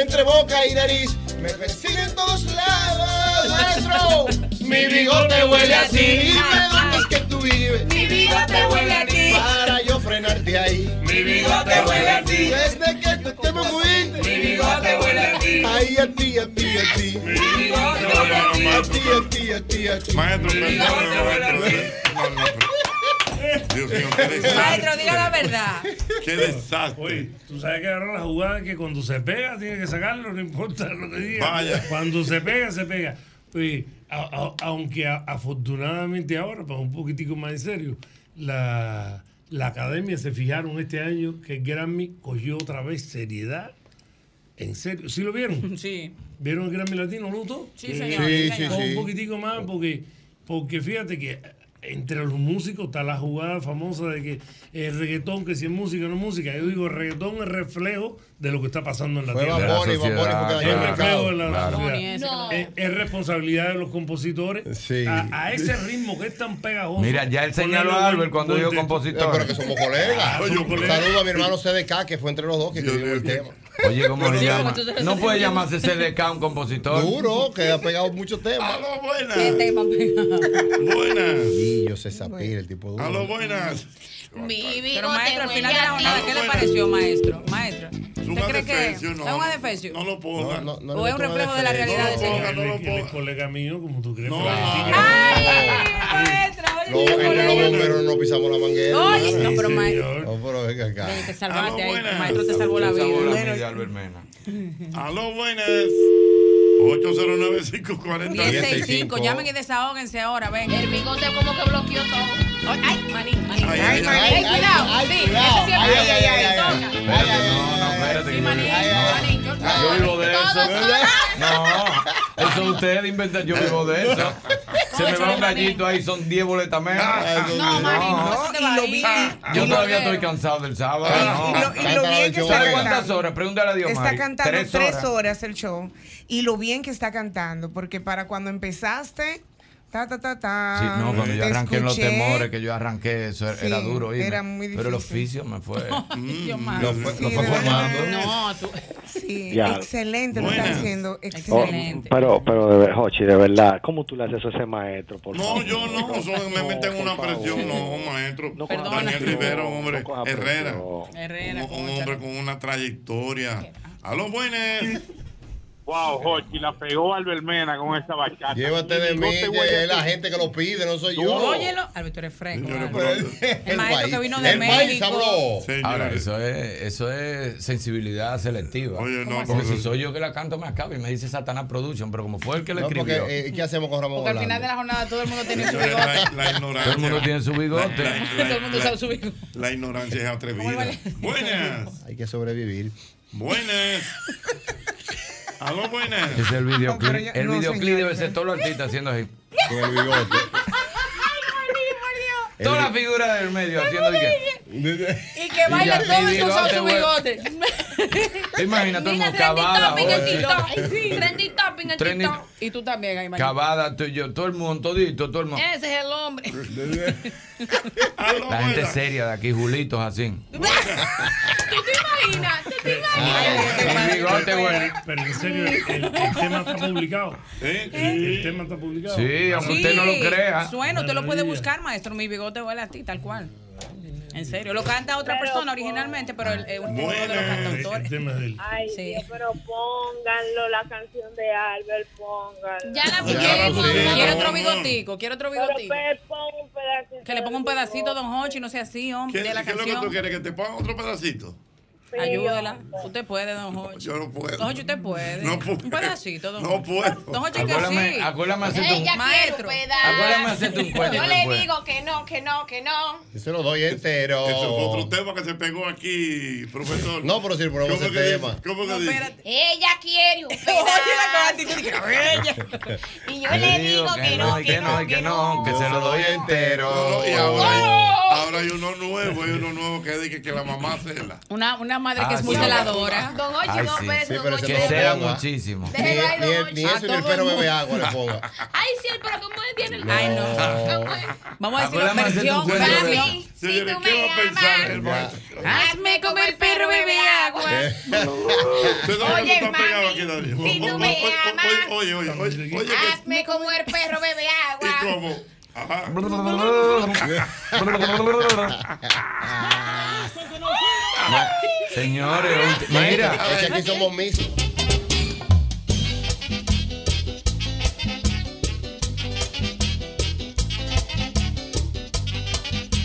[SPEAKER 2] Entre boca y nariz me persigue en todos lados, maestro. Mi bigote huele a ti. Dime dónde es que tú vives. Mi bigote huele a ti. Para yo frenarte ahí. Mi
[SPEAKER 13] bigote huele a ti.
[SPEAKER 2] Desde que tú te me fuiste.
[SPEAKER 13] Mi bigote huele a ti.
[SPEAKER 2] Ay, a ti, a ti, a ti. Mi
[SPEAKER 13] bigote huele a
[SPEAKER 2] A
[SPEAKER 13] ti.
[SPEAKER 2] ti, a ti, a ti, a ti.
[SPEAKER 1] Maestro, Dios mío, qué
[SPEAKER 6] Maestro,
[SPEAKER 1] desastre.
[SPEAKER 6] diga la verdad.
[SPEAKER 1] Qué desastre.
[SPEAKER 17] Oye, tú sabes que ahora la jugada que cuando se pega tiene que sacarlo, no importa lo que diga.
[SPEAKER 1] Vaya.
[SPEAKER 17] Cuando se pega, se pega. Oye, a- a- aunque a- afortunadamente ahora, para un poquitico más en serio, la, la academia se fijaron este año que el Grammy cogió otra vez seriedad. En serio, ¿sí lo vieron?
[SPEAKER 6] Sí.
[SPEAKER 17] ¿Vieron el Grammy Latino, Luto?
[SPEAKER 6] Sí, señor, sí, Sí, señor. sí,
[SPEAKER 17] Con
[SPEAKER 6] sí.
[SPEAKER 17] Un poquitico más, porque, porque fíjate que entre los músicos está la jugada famosa de que el reggaetón, que si es música no es música. Yo digo, el reggaetón es reflejo de lo que está pasando en la
[SPEAKER 2] Fue
[SPEAKER 17] tierra.
[SPEAKER 2] Bad Bunny, Bad Bunny fue que dañó
[SPEAKER 17] Es
[SPEAKER 2] el mercado.
[SPEAKER 17] reflejo de la
[SPEAKER 2] Claro.
[SPEAKER 17] sociedad.
[SPEAKER 2] Bunny ese, claro.
[SPEAKER 17] Es, es responsabilidad de los compositores
[SPEAKER 2] Sí.
[SPEAKER 17] a, a ese ritmo que es tan pegajoso.
[SPEAKER 16] Mira, ya él señaló a
[SPEAKER 17] Ponerlo
[SPEAKER 16] Albert cuando
[SPEAKER 17] buen
[SPEAKER 16] dijo
[SPEAKER 17] texto.
[SPEAKER 16] compositor.
[SPEAKER 2] Pero que somos
[SPEAKER 17] Ah,
[SPEAKER 2] colegas.
[SPEAKER 17] somos colegas.
[SPEAKER 2] Saludo a mi hermano CDK, que fue entre los dos que escribimos el tema.
[SPEAKER 16] Oye, ¿cómo
[SPEAKER 2] Sí,
[SPEAKER 16] le llama?
[SPEAKER 2] porque tú te lo
[SPEAKER 16] No puede
[SPEAKER 2] estás
[SPEAKER 16] llamarse CDK un compositor.
[SPEAKER 2] Duro, que ha pegado muchos temas.
[SPEAKER 1] Aló, buenas.
[SPEAKER 2] Buenas.
[SPEAKER 1] Buenas.
[SPEAKER 2] Y yo sé saber el tipo duro.
[SPEAKER 1] Aló, buenas.
[SPEAKER 5] Mi
[SPEAKER 6] Pero
[SPEAKER 5] bigote
[SPEAKER 6] maestro, al
[SPEAKER 5] huele
[SPEAKER 6] final de
[SPEAKER 5] a
[SPEAKER 6] la
[SPEAKER 5] ti.
[SPEAKER 6] jornada, ¿qué le pareció, maestro? Maestro, ¿usted cree que es
[SPEAKER 1] defensión, no,
[SPEAKER 6] una defensión?
[SPEAKER 1] No lo ponga.
[SPEAKER 6] ¿O es un reflejo de la realidad del señor?
[SPEAKER 1] No lo ponga, no lo ponga.
[SPEAKER 17] Colega mío, como tú crees. pero-
[SPEAKER 2] No, entre los bomberos no pisamos la manguera.
[SPEAKER 6] Oye, no, pero
[SPEAKER 2] Sí,
[SPEAKER 6] maestro.
[SPEAKER 2] señor. No, pero venga acá.
[SPEAKER 6] Oye, Te salvaste ahí, maestro, te salvó la vida.
[SPEAKER 1] Aló, buenas. 809 540
[SPEAKER 6] 1065, llamen y desahóguense ahora, ven. El bigote como que bloqueó todo. Ay, manín, manín.
[SPEAKER 1] Ay, ay, ay, ay,
[SPEAKER 6] cuidado.
[SPEAKER 1] ay,
[SPEAKER 6] Sí,
[SPEAKER 1] cuidado.
[SPEAKER 6] eso sí es
[SPEAKER 1] Ay,
[SPEAKER 6] verdad.
[SPEAKER 1] ay, ay, ay, ay.
[SPEAKER 6] Toca.
[SPEAKER 16] Yo vivo de eso. No, eso ustedes inventan, yo vivo de eso. Se me va un gallito ahí, son 10 boletas menos.
[SPEAKER 13] No, Mari, no, eso te va
[SPEAKER 16] y lo
[SPEAKER 13] a ir.
[SPEAKER 16] vi- Yo todavía estoy cansado del sábado.
[SPEAKER 8] Y lo- y lo bien que está
[SPEAKER 16] ¿Sabes cuántas
[SPEAKER 8] cantando.
[SPEAKER 16] horas? Pregúntale a Dios,
[SPEAKER 8] Está
[SPEAKER 16] Mari.
[SPEAKER 8] cantando tres horas. el show. Y lo bien que está cantando, porque para cuando empezaste, ta, ta, ta, ta.
[SPEAKER 16] Sí, no, cuando yo
[SPEAKER 8] te
[SPEAKER 16] arranqué en los
[SPEAKER 8] escuché.
[SPEAKER 16] temores,
[SPEAKER 8] <laughs>
[SPEAKER 16] que yo arranqué, eso era-
[SPEAKER 8] Sí,
[SPEAKER 16] era duro. irme.
[SPEAKER 8] era muy
[SPEAKER 16] Pero el
[SPEAKER 8] difícil.
[SPEAKER 16] oficio me fue.
[SPEAKER 8] <laughs> Ay, Dios
[SPEAKER 16] Mm,
[SPEAKER 8] mío.
[SPEAKER 16] lo fue,
[SPEAKER 8] Sí,
[SPEAKER 16] lo fue
[SPEAKER 8] de verdad.
[SPEAKER 16] formando.
[SPEAKER 8] No,
[SPEAKER 1] <laughs>
[SPEAKER 8] tú- Sí,
[SPEAKER 11] Ya.
[SPEAKER 8] excelente lo está
[SPEAKER 1] Buenas.
[SPEAKER 8] haciendo.
[SPEAKER 11] Oh,
[SPEAKER 8] Excelente.
[SPEAKER 11] pero, pero, de ver- Jochi, de verdad, ¿cómo tú le haces eso a ese maestro? Por
[SPEAKER 1] No,
[SPEAKER 11] favor?
[SPEAKER 1] yo no, son- me meten una presión, no, maestro. Daniel Rivera, un hombre, Herrera. Un, un hombre con una trayectoria. Aló, buenas.
[SPEAKER 13] Wow, Jochi, la pegó Albermena con esa bachata.
[SPEAKER 2] Llévate de
[SPEAKER 13] Y
[SPEAKER 2] mí,
[SPEAKER 13] no te voy a
[SPEAKER 2] es la
[SPEAKER 13] decir-
[SPEAKER 2] gente que lo pide, no soy yo.
[SPEAKER 6] Óyelo, Alberto eres fresco. vale.
[SPEAKER 2] El
[SPEAKER 6] El maestro que
[SPEAKER 2] país.
[SPEAKER 6] vino de
[SPEAKER 2] El país
[SPEAKER 6] México.
[SPEAKER 2] habló. Señores.
[SPEAKER 16] Ahora, eso es, eso es sensibilidad selectiva.
[SPEAKER 1] Oye, no,
[SPEAKER 16] porque
[SPEAKER 1] porque-
[SPEAKER 16] si soy yo que la canto me acaba y me dice Satanás Production, pero como fue el que le
[SPEAKER 2] No, porque,
[SPEAKER 16] escribió.
[SPEAKER 2] eh, ¿Qué hacemos con Ramón
[SPEAKER 16] Porque
[SPEAKER 6] Al
[SPEAKER 2] Orlando?
[SPEAKER 6] final de la jornada todo el mundo tiene
[SPEAKER 1] <laughs>
[SPEAKER 6] su
[SPEAKER 1] Eso es
[SPEAKER 6] bigote.
[SPEAKER 1] la, la ignorancia.
[SPEAKER 16] Todo el mundo tiene su bigote.
[SPEAKER 6] Todo el mundo
[SPEAKER 1] la-
[SPEAKER 6] sabe su bigote.
[SPEAKER 1] la ignorancia es atrevida. Buenas,
[SPEAKER 2] Hay que sobrevivir.
[SPEAKER 1] buenas. Aló, buenas.
[SPEAKER 16] Es el videoclip.
[SPEAKER 1] pero ya-
[SPEAKER 16] el
[SPEAKER 1] no,
[SPEAKER 16] videoclip
[SPEAKER 1] señor.
[SPEAKER 16] debe ser todos los artistas haciendo así.
[SPEAKER 2] Con el
[SPEAKER 16] <laughs>
[SPEAKER 2] bigote.
[SPEAKER 16] Toda la figura del medio haciendo así.
[SPEAKER 6] Y que baila
[SPEAKER 16] Y ya,
[SPEAKER 6] todo
[SPEAKER 16] mi
[SPEAKER 6] el mundo sabe su
[SPEAKER 16] bigote,
[SPEAKER 6] bigote.
[SPEAKER 16] Te imaginas todo el mundo cavada.
[SPEAKER 32] Topping en
[SPEAKER 16] oye.
[SPEAKER 32] TikTok. Trendy topping en
[SPEAKER 16] Trendy-
[SPEAKER 32] TikTok.
[SPEAKER 6] Y tú también, ahí,
[SPEAKER 16] Cavada, tú y yo, todo el mundo, todito, todo el mundo.
[SPEAKER 6] Ese es el
[SPEAKER 16] <laughs>
[SPEAKER 6] hombre.
[SPEAKER 16] La gente seria de aquí, Julitos así.
[SPEAKER 6] ¿Tú te imaginas? ¿Tú te
[SPEAKER 16] Mi bigote, güey.
[SPEAKER 17] Pero en serio, el, el tema está publicado. El, el tema está publicado.
[SPEAKER 16] Sí, aunque usted no lo crea.
[SPEAKER 6] Suena, usted lo puede buscar, maestro. Mi bigote huele a ti, tal cual. En serio, lo canta otra persona originalmente, pero el, eh, uno de los cantautores.
[SPEAKER 5] Ay, Dios, pero pónganlo, la canción de Albert, pónganlo.
[SPEAKER 6] Ya la pusimos. Quiero otro bigotico, quiero otro bigotico. Que le ponga un pedacito, don Hochi, no sea así, hombre,
[SPEAKER 1] ¿Qué,
[SPEAKER 6] de la
[SPEAKER 1] qué es lo que tú
[SPEAKER 6] canción.
[SPEAKER 1] quieres? ¿Que te pongan otro pedacito?
[SPEAKER 6] Ayúdela. Usted puede, don Hochi.
[SPEAKER 1] Yo no puedo.
[SPEAKER 6] Don Hochi, usted puede.
[SPEAKER 1] No puedo.
[SPEAKER 6] Un pedacito, don
[SPEAKER 1] No
[SPEAKER 6] Hochi.
[SPEAKER 1] puedo.
[SPEAKER 6] Don Hochi, que
[SPEAKER 16] Acuérdame,
[SPEAKER 6] sí.
[SPEAKER 16] acuérdame hacerte un-
[SPEAKER 6] Maestro.
[SPEAKER 16] Acuérdame hacerte un cuento
[SPEAKER 32] Yo
[SPEAKER 16] después.
[SPEAKER 32] le digo que no, que no, que no.
[SPEAKER 2] Yo se lo doy entero.
[SPEAKER 1] Eso fue otro tema que se pegó aquí, profesor.
[SPEAKER 2] No, pero si el programa
[SPEAKER 1] ¿Cómo
[SPEAKER 2] se
[SPEAKER 1] que
[SPEAKER 2] tema.
[SPEAKER 1] dice? ¿Cómo que dice?
[SPEAKER 32] Ella quiere
[SPEAKER 6] <laughs>
[SPEAKER 32] un Y yo le digo que no, que no. ¡Oh!
[SPEAKER 16] que no, que se lo doy
[SPEAKER 1] <laughs>
[SPEAKER 16] entero.
[SPEAKER 1] No, y ahora, hay, ahora hay uno nuevo, hay uno nuevo que dice que la mamá cela.
[SPEAKER 6] Una, una madre que
[SPEAKER 16] Ah,
[SPEAKER 6] es muy
[SPEAKER 16] sí.
[SPEAKER 6] celadora.
[SPEAKER 32] Don
[SPEAKER 16] Ay, sí. que sea muchísimo.
[SPEAKER 32] Ni- Déjalo ahí, ni don el- ni Hochi. eso ni el perro bebe
[SPEAKER 2] agua le
[SPEAKER 32] Ay, sí, pero ¿cómo es? Viene el
[SPEAKER 16] Ay, no.
[SPEAKER 6] Vamos a decirlo,
[SPEAKER 16] Acuérdame hacerte un
[SPEAKER 6] versión,
[SPEAKER 16] cuento de-
[SPEAKER 6] versión.
[SPEAKER 1] Señores, ¿qué va a pensar el maestro?
[SPEAKER 32] <laughs>
[SPEAKER 6] Hazme como el perro bebe agua.
[SPEAKER 1] Usted sabe
[SPEAKER 32] Oye,
[SPEAKER 1] que está
[SPEAKER 32] mami,
[SPEAKER 1] pegado aquí, Daniel.
[SPEAKER 32] si tú
[SPEAKER 1] O- o-
[SPEAKER 32] me
[SPEAKER 1] o- o-
[SPEAKER 32] amas.
[SPEAKER 1] Oye, oye, oye, oye, oye, que-
[SPEAKER 32] Hazme como el perro bebe agua.
[SPEAKER 1] ¿y cómo? Ajá.
[SPEAKER 32] <laughs>
[SPEAKER 16] Señores, ulti- mira.
[SPEAKER 2] Mira, es que aquí somos mis.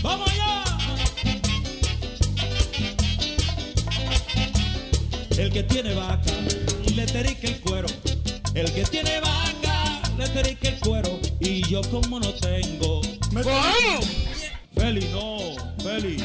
[SPEAKER 11] ¡Vamos allá! El que tiene vaca, le terica el cuero. El que tiene vaca, le terica el cuero. Y yo como no tengo... me- Feli, no, Feli.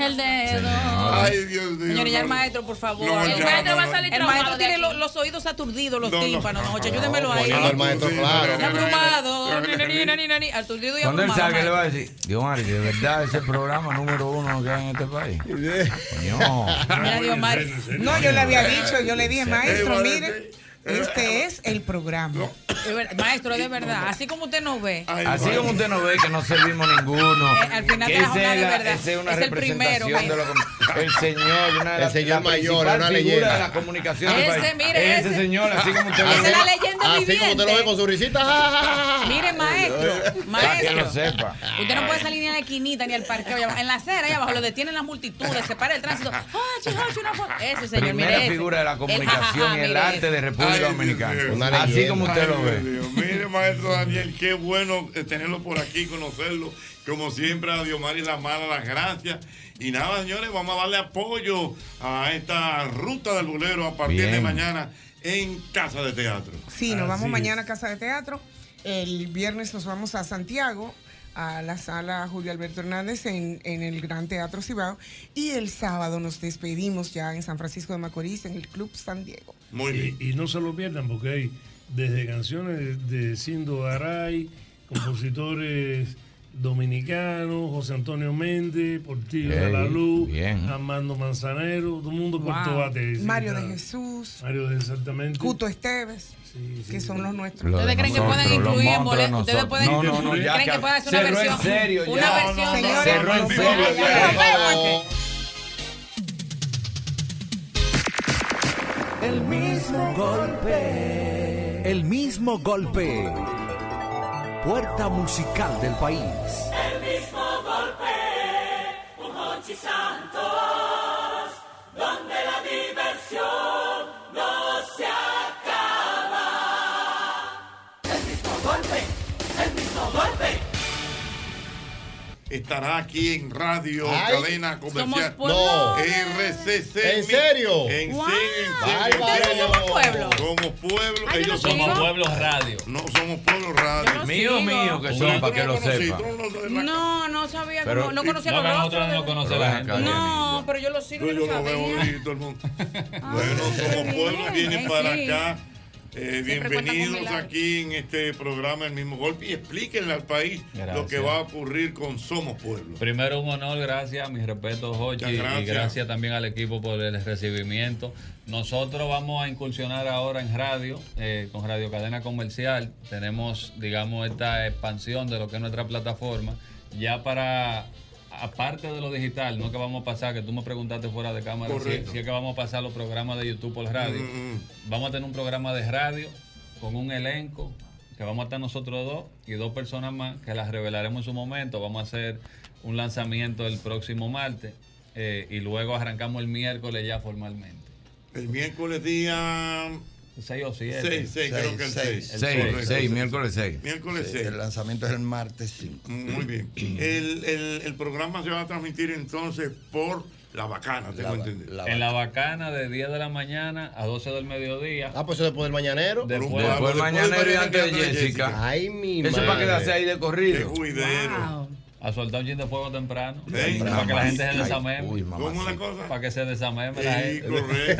[SPEAKER 6] El dedo.
[SPEAKER 1] Ay, Dios mío.
[SPEAKER 6] Señores, ya el
[SPEAKER 1] no.
[SPEAKER 6] maestro, por favor.
[SPEAKER 1] No,
[SPEAKER 6] el
[SPEAKER 1] ya,
[SPEAKER 6] maestro
[SPEAKER 1] no,
[SPEAKER 6] va a
[SPEAKER 1] no.
[SPEAKER 6] salir El
[SPEAKER 1] No,
[SPEAKER 6] maestro
[SPEAKER 1] no.
[SPEAKER 6] tiene lo- los oídos saturdidos, los
[SPEAKER 1] No, no.
[SPEAKER 6] tímpanos. No, ayúdamelo ahí.
[SPEAKER 2] Poniendo al maestro claro.
[SPEAKER 6] Y abrumado. Ni, ni, ni, ni, ni, ni. Aturdido y
[SPEAKER 16] Cuando él
[SPEAKER 6] abrumado.
[SPEAKER 16] salga, le va a decir, Diomari, de verdad, ese es el programa número uno que hay en este país. Coño.
[SPEAKER 8] Mira, Diomar. No, yo le había dicho, yo le dije, maestro, mire,
[SPEAKER 1] Eh,
[SPEAKER 8] este es el programa.
[SPEAKER 6] Es ver- Maestro, de verdad, así como usted nos ve.
[SPEAKER 16] Así como usted no ve que no servimos ninguno.
[SPEAKER 6] Eh, al final
[SPEAKER 16] que
[SPEAKER 6] de la jornada, de
[SPEAKER 16] la-
[SPEAKER 6] verdad,
[SPEAKER 16] esa es una
[SPEAKER 6] es el
[SPEAKER 16] representación
[SPEAKER 6] primero,
[SPEAKER 16] de lo que- El señor, una de
[SPEAKER 2] El
[SPEAKER 16] las-
[SPEAKER 2] señor
[SPEAKER 16] la
[SPEAKER 2] mayor,
[SPEAKER 16] principal
[SPEAKER 2] una
[SPEAKER 16] figura
[SPEAKER 2] leyenda.
[SPEAKER 16] de la comunicación del
[SPEAKER 6] Ese,
[SPEAKER 16] país.
[SPEAKER 6] mire,
[SPEAKER 16] ese
[SPEAKER 6] ese.
[SPEAKER 16] señor, así como
[SPEAKER 6] Esa
[SPEAKER 16] usted lo
[SPEAKER 6] es
[SPEAKER 16] ve.
[SPEAKER 6] la leyenda
[SPEAKER 2] Así como
[SPEAKER 6] viviente.
[SPEAKER 2] usted lo ve con su risita. ja, ja, ja, ja.
[SPEAKER 6] Mire, maestro,
[SPEAKER 16] Para que
[SPEAKER 6] maestro.
[SPEAKER 16] lo sepa.
[SPEAKER 6] Usted no puede salir ni a la esquinita ni al parqueo. allá abajo. En la acera, allá abajo, lo detienen las multitudes, se para el
[SPEAKER 16] <laughs>
[SPEAKER 6] tránsito. ¡Hochi, Hochi, una foto! Ese señor,
[SPEAKER 16] Primera
[SPEAKER 6] mire. ese.
[SPEAKER 16] figura de la
[SPEAKER 6] El
[SPEAKER 16] comunicación
[SPEAKER 6] jajaja,
[SPEAKER 16] y el
[SPEAKER 6] mire
[SPEAKER 16] arte
[SPEAKER 6] ese.
[SPEAKER 16] de República Dominicana. Eh, Así como usted lo
[SPEAKER 1] Ay,
[SPEAKER 16] ve.
[SPEAKER 1] Dios mío. Mire, maestro Daniel, qué bueno eh, tenerlo por aquí, conocerlo. Como siempre, a Diomari la mala, las gracias. Y nada, señores, vamos a darle apoyo a esta ruta del bolero a partir de
[SPEAKER 8] Bien.
[SPEAKER 1] mañana en Casa de Teatro.
[SPEAKER 8] Sí, nos vamos
[SPEAKER 1] Así
[SPEAKER 8] mañana
[SPEAKER 1] es.
[SPEAKER 8] a Casa de Teatro. El viernes nos vamos a Santiago, a la sala Julio Alberto Hernández en, en el Gran Teatro Cibao. Y el sábado nos despedimos ya en San Francisco de Macorís, en el Club San Diego.
[SPEAKER 1] Muy
[SPEAKER 17] bien. Y, y no se lo pierdan porque hay desde canciones de, de Cindo Garay, compositores dominicanos, José Antonio Méndez, Portillo de la
[SPEAKER 16] Ey,
[SPEAKER 17] Luz,
[SPEAKER 16] bien.
[SPEAKER 17] Armando Manzanero, todo el mundo por
[SPEAKER 8] Wow.
[SPEAKER 17] todo bate. sí,
[SPEAKER 8] Mario de
[SPEAKER 1] Ah.
[SPEAKER 17] está.
[SPEAKER 8] Jesús,
[SPEAKER 17] Mario de exactamente.
[SPEAKER 8] Cuto Esteves, que son los nuestros.
[SPEAKER 16] Lo de
[SPEAKER 8] ¿Ustedes creen que
[SPEAKER 16] nosotros,
[SPEAKER 8] pueden
[SPEAKER 16] los
[SPEAKER 8] incluir en
[SPEAKER 16] monstruos de
[SPEAKER 8] boleto? ¿Ustedes
[SPEAKER 16] nosotros.
[SPEAKER 8] pueden
[SPEAKER 16] No, no, no, ya
[SPEAKER 8] creen que
[SPEAKER 16] que
[SPEAKER 8] pueden hacer una
[SPEAKER 16] cerró en
[SPEAKER 8] versión?
[SPEAKER 16] serio, ya.
[SPEAKER 8] una
[SPEAKER 16] No,
[SPEAKER 8] versión,
[SPEAKER 16] no, no,
[SPEAKER 8] señores.
[SPEAKER 16] cerró en serio,
[SPEAKER 8] Ay,
[SPEAKER 16] ya.
[SPEAKER 8] ay, ay, ay, ay.
[SPEAKER 24] El mismo golpe. El mismo golpe. Puerta musical del país.
[SPEAKER 11] El mismo golpe, un Hochi Santos, donde la diversión no
[SPEAKER 1] estará aquí en radio,
[SPEAKER 2] Ay,
[SPEAKER 1] cadena comercial.
[SPEAKER 2] somos pueblo. No.
[SPEAKER 1] RCC.
[SPEAKER 2] ¿En serio?
[SPEAKER 1] En
[SPEAKER 2] Wow.
[SPEAKER 1] serio, en
[SPEAKER 2] Bárbaro.
[SPEAKER 1] serio.
[SPEAKER 2] Ustedes somos pueblo.
[SPEAKER 1] Somos pueblo.
[SPEAKER 2] Ay, yo
[SPEAKER 1] ellos
[SPEAKER 2] no
[SPEAKER 1] son-
[SPEAKER 2] sigo.
[SPEAKER 16] Pueblos Radio.
[SPEAKER 1] No somos Pueblo Radio.
[SPEAKER 16] Yo lo Mío, sigo. mío, que
[SPEAKER 1] Pero
[SPEAKER 16] son,
[SPEAKER 1] tú
[SPEAKER 16] para
[SPEAKER 1] no
[SPEAKER 16] que lo
[SPEAKER 1] conocí,
[SPEAKER 16] sepa.
[SPEAKER 1] tú no lo-
[SPEAKER 6] No, no sabía,
[SPEAKER 1] Pero-
[SPEAKER 6] no, no conocía
[SPEAKER 1] No,
[SPEAKER 6] los
[SPEAKER 1] que
[SPEAKER 6] rostros.
[SPEAKER 1] nosotros
[SPEAKER 6] de-
[SPEAKER 1] no conocemos la gente.
[SPEAKER 6] No, pero yo lo sigo y
[SPEAKER 1] Yo
[SPEAKER 6] no
[SPEAKER 1] lo veo
[SPEAKER 6] sabía.
[SPEAKER 1] bonito, hermano. Bueno, somos pueblo, vienen
[SPEAKER 6] Ay,
[SPEAKER 1] para
[SPEAKER 6] sí.
[SPEAKER 1] acá. Eh,
[SPEAKER 6] Siempre cuentan
[SPEAKER 1] bienvenidos
[SPEAKER 6] con milagros.
[SPEAKER 1] aquí en este programa El mismo golpe y explíquenle al país lo que
[SPEAKER 33] Gracias.
[SPEAKER 1] va a ocurrir con Somos Pueblo.
[SPEAKER 33] Primero un honor, gracias, mis respetos, Jochi,
[SPEAKER 1] Muchas gracias.
[SPEAKER 33] y gracias también al equipo por el recibimiento. Nosotros vamos a incursionar ahora en radio, eh, con Radio Cadena Comercial. Tenemos, digamos, esta expansión de lo que es nuestra plataforma, ya para, aparte de lo digital, no que vamos a pasar, que tú me preguntaste fuera de cámara, si,
[SPEAKER 1] Correcto.
[SPEAKER 33] si es que vamos a pasar los programas de YouTube por radio. Vamos a tener un programa de radio con un elenco, que vamos a estar nosotros dos y dos personas más que las revelaremos en su momento. Vamos a hacer un lanzamiento el próximo martes eh, y luego arrancamos el miércoles ya formalmente.
[SPEAKER 1] El miércoles día
[SPEAKER 33] 6 o 7.
[SPEAKER 1] Seis, seis, creo que el seis.
[SPEAKER 33] El
[SPEAKER 1] Seis,
[SPEAKER 33] correcto.
[SPEAKER 1] seis,
[SPEAKER 16] miércoles 6.
[SPEAKER 1] Miércoles
[SPEAKER 16] Sí,
[SPEAKER 1] 6.
[SPEAKER 16] el lanzamiento es el martes 5.
[SPEAKER 1] Muy bien. El, el- el programa se va a transmitir entonces por La Bacana, tengo entendido.
[SPEAKER 33] en la bacana de 10 de la mañana a 12 del mediodía.
[SPEAKER 2] Ah, pues eso después del mañanero.
[SPEAKER 33] Después,
[SPEAKER 16] Después mañana y antes de Jessica.
[SPEAKER 2] Ay, mi
[SPEAKER 16] Eso es para
[SPEAKER 2] madre.
[SPEAKER 16] quedarse ahí de corrido.
[SPEAKER 33] A soltar un chin de fuego temprano.
[SPEAKER 16] Ey,
[SPEAKER 33] Para que la gente se
[SPEAKER 16] mamacita.
[SPEAKER 33] desameme.
[SPEAKER 16] Uy, mamacita. ¿Cómo
[SPEAKER 33] la cosa? Para que se desameme la
[SPEAKER 1] Sí,
[SPEAKER 33] gente.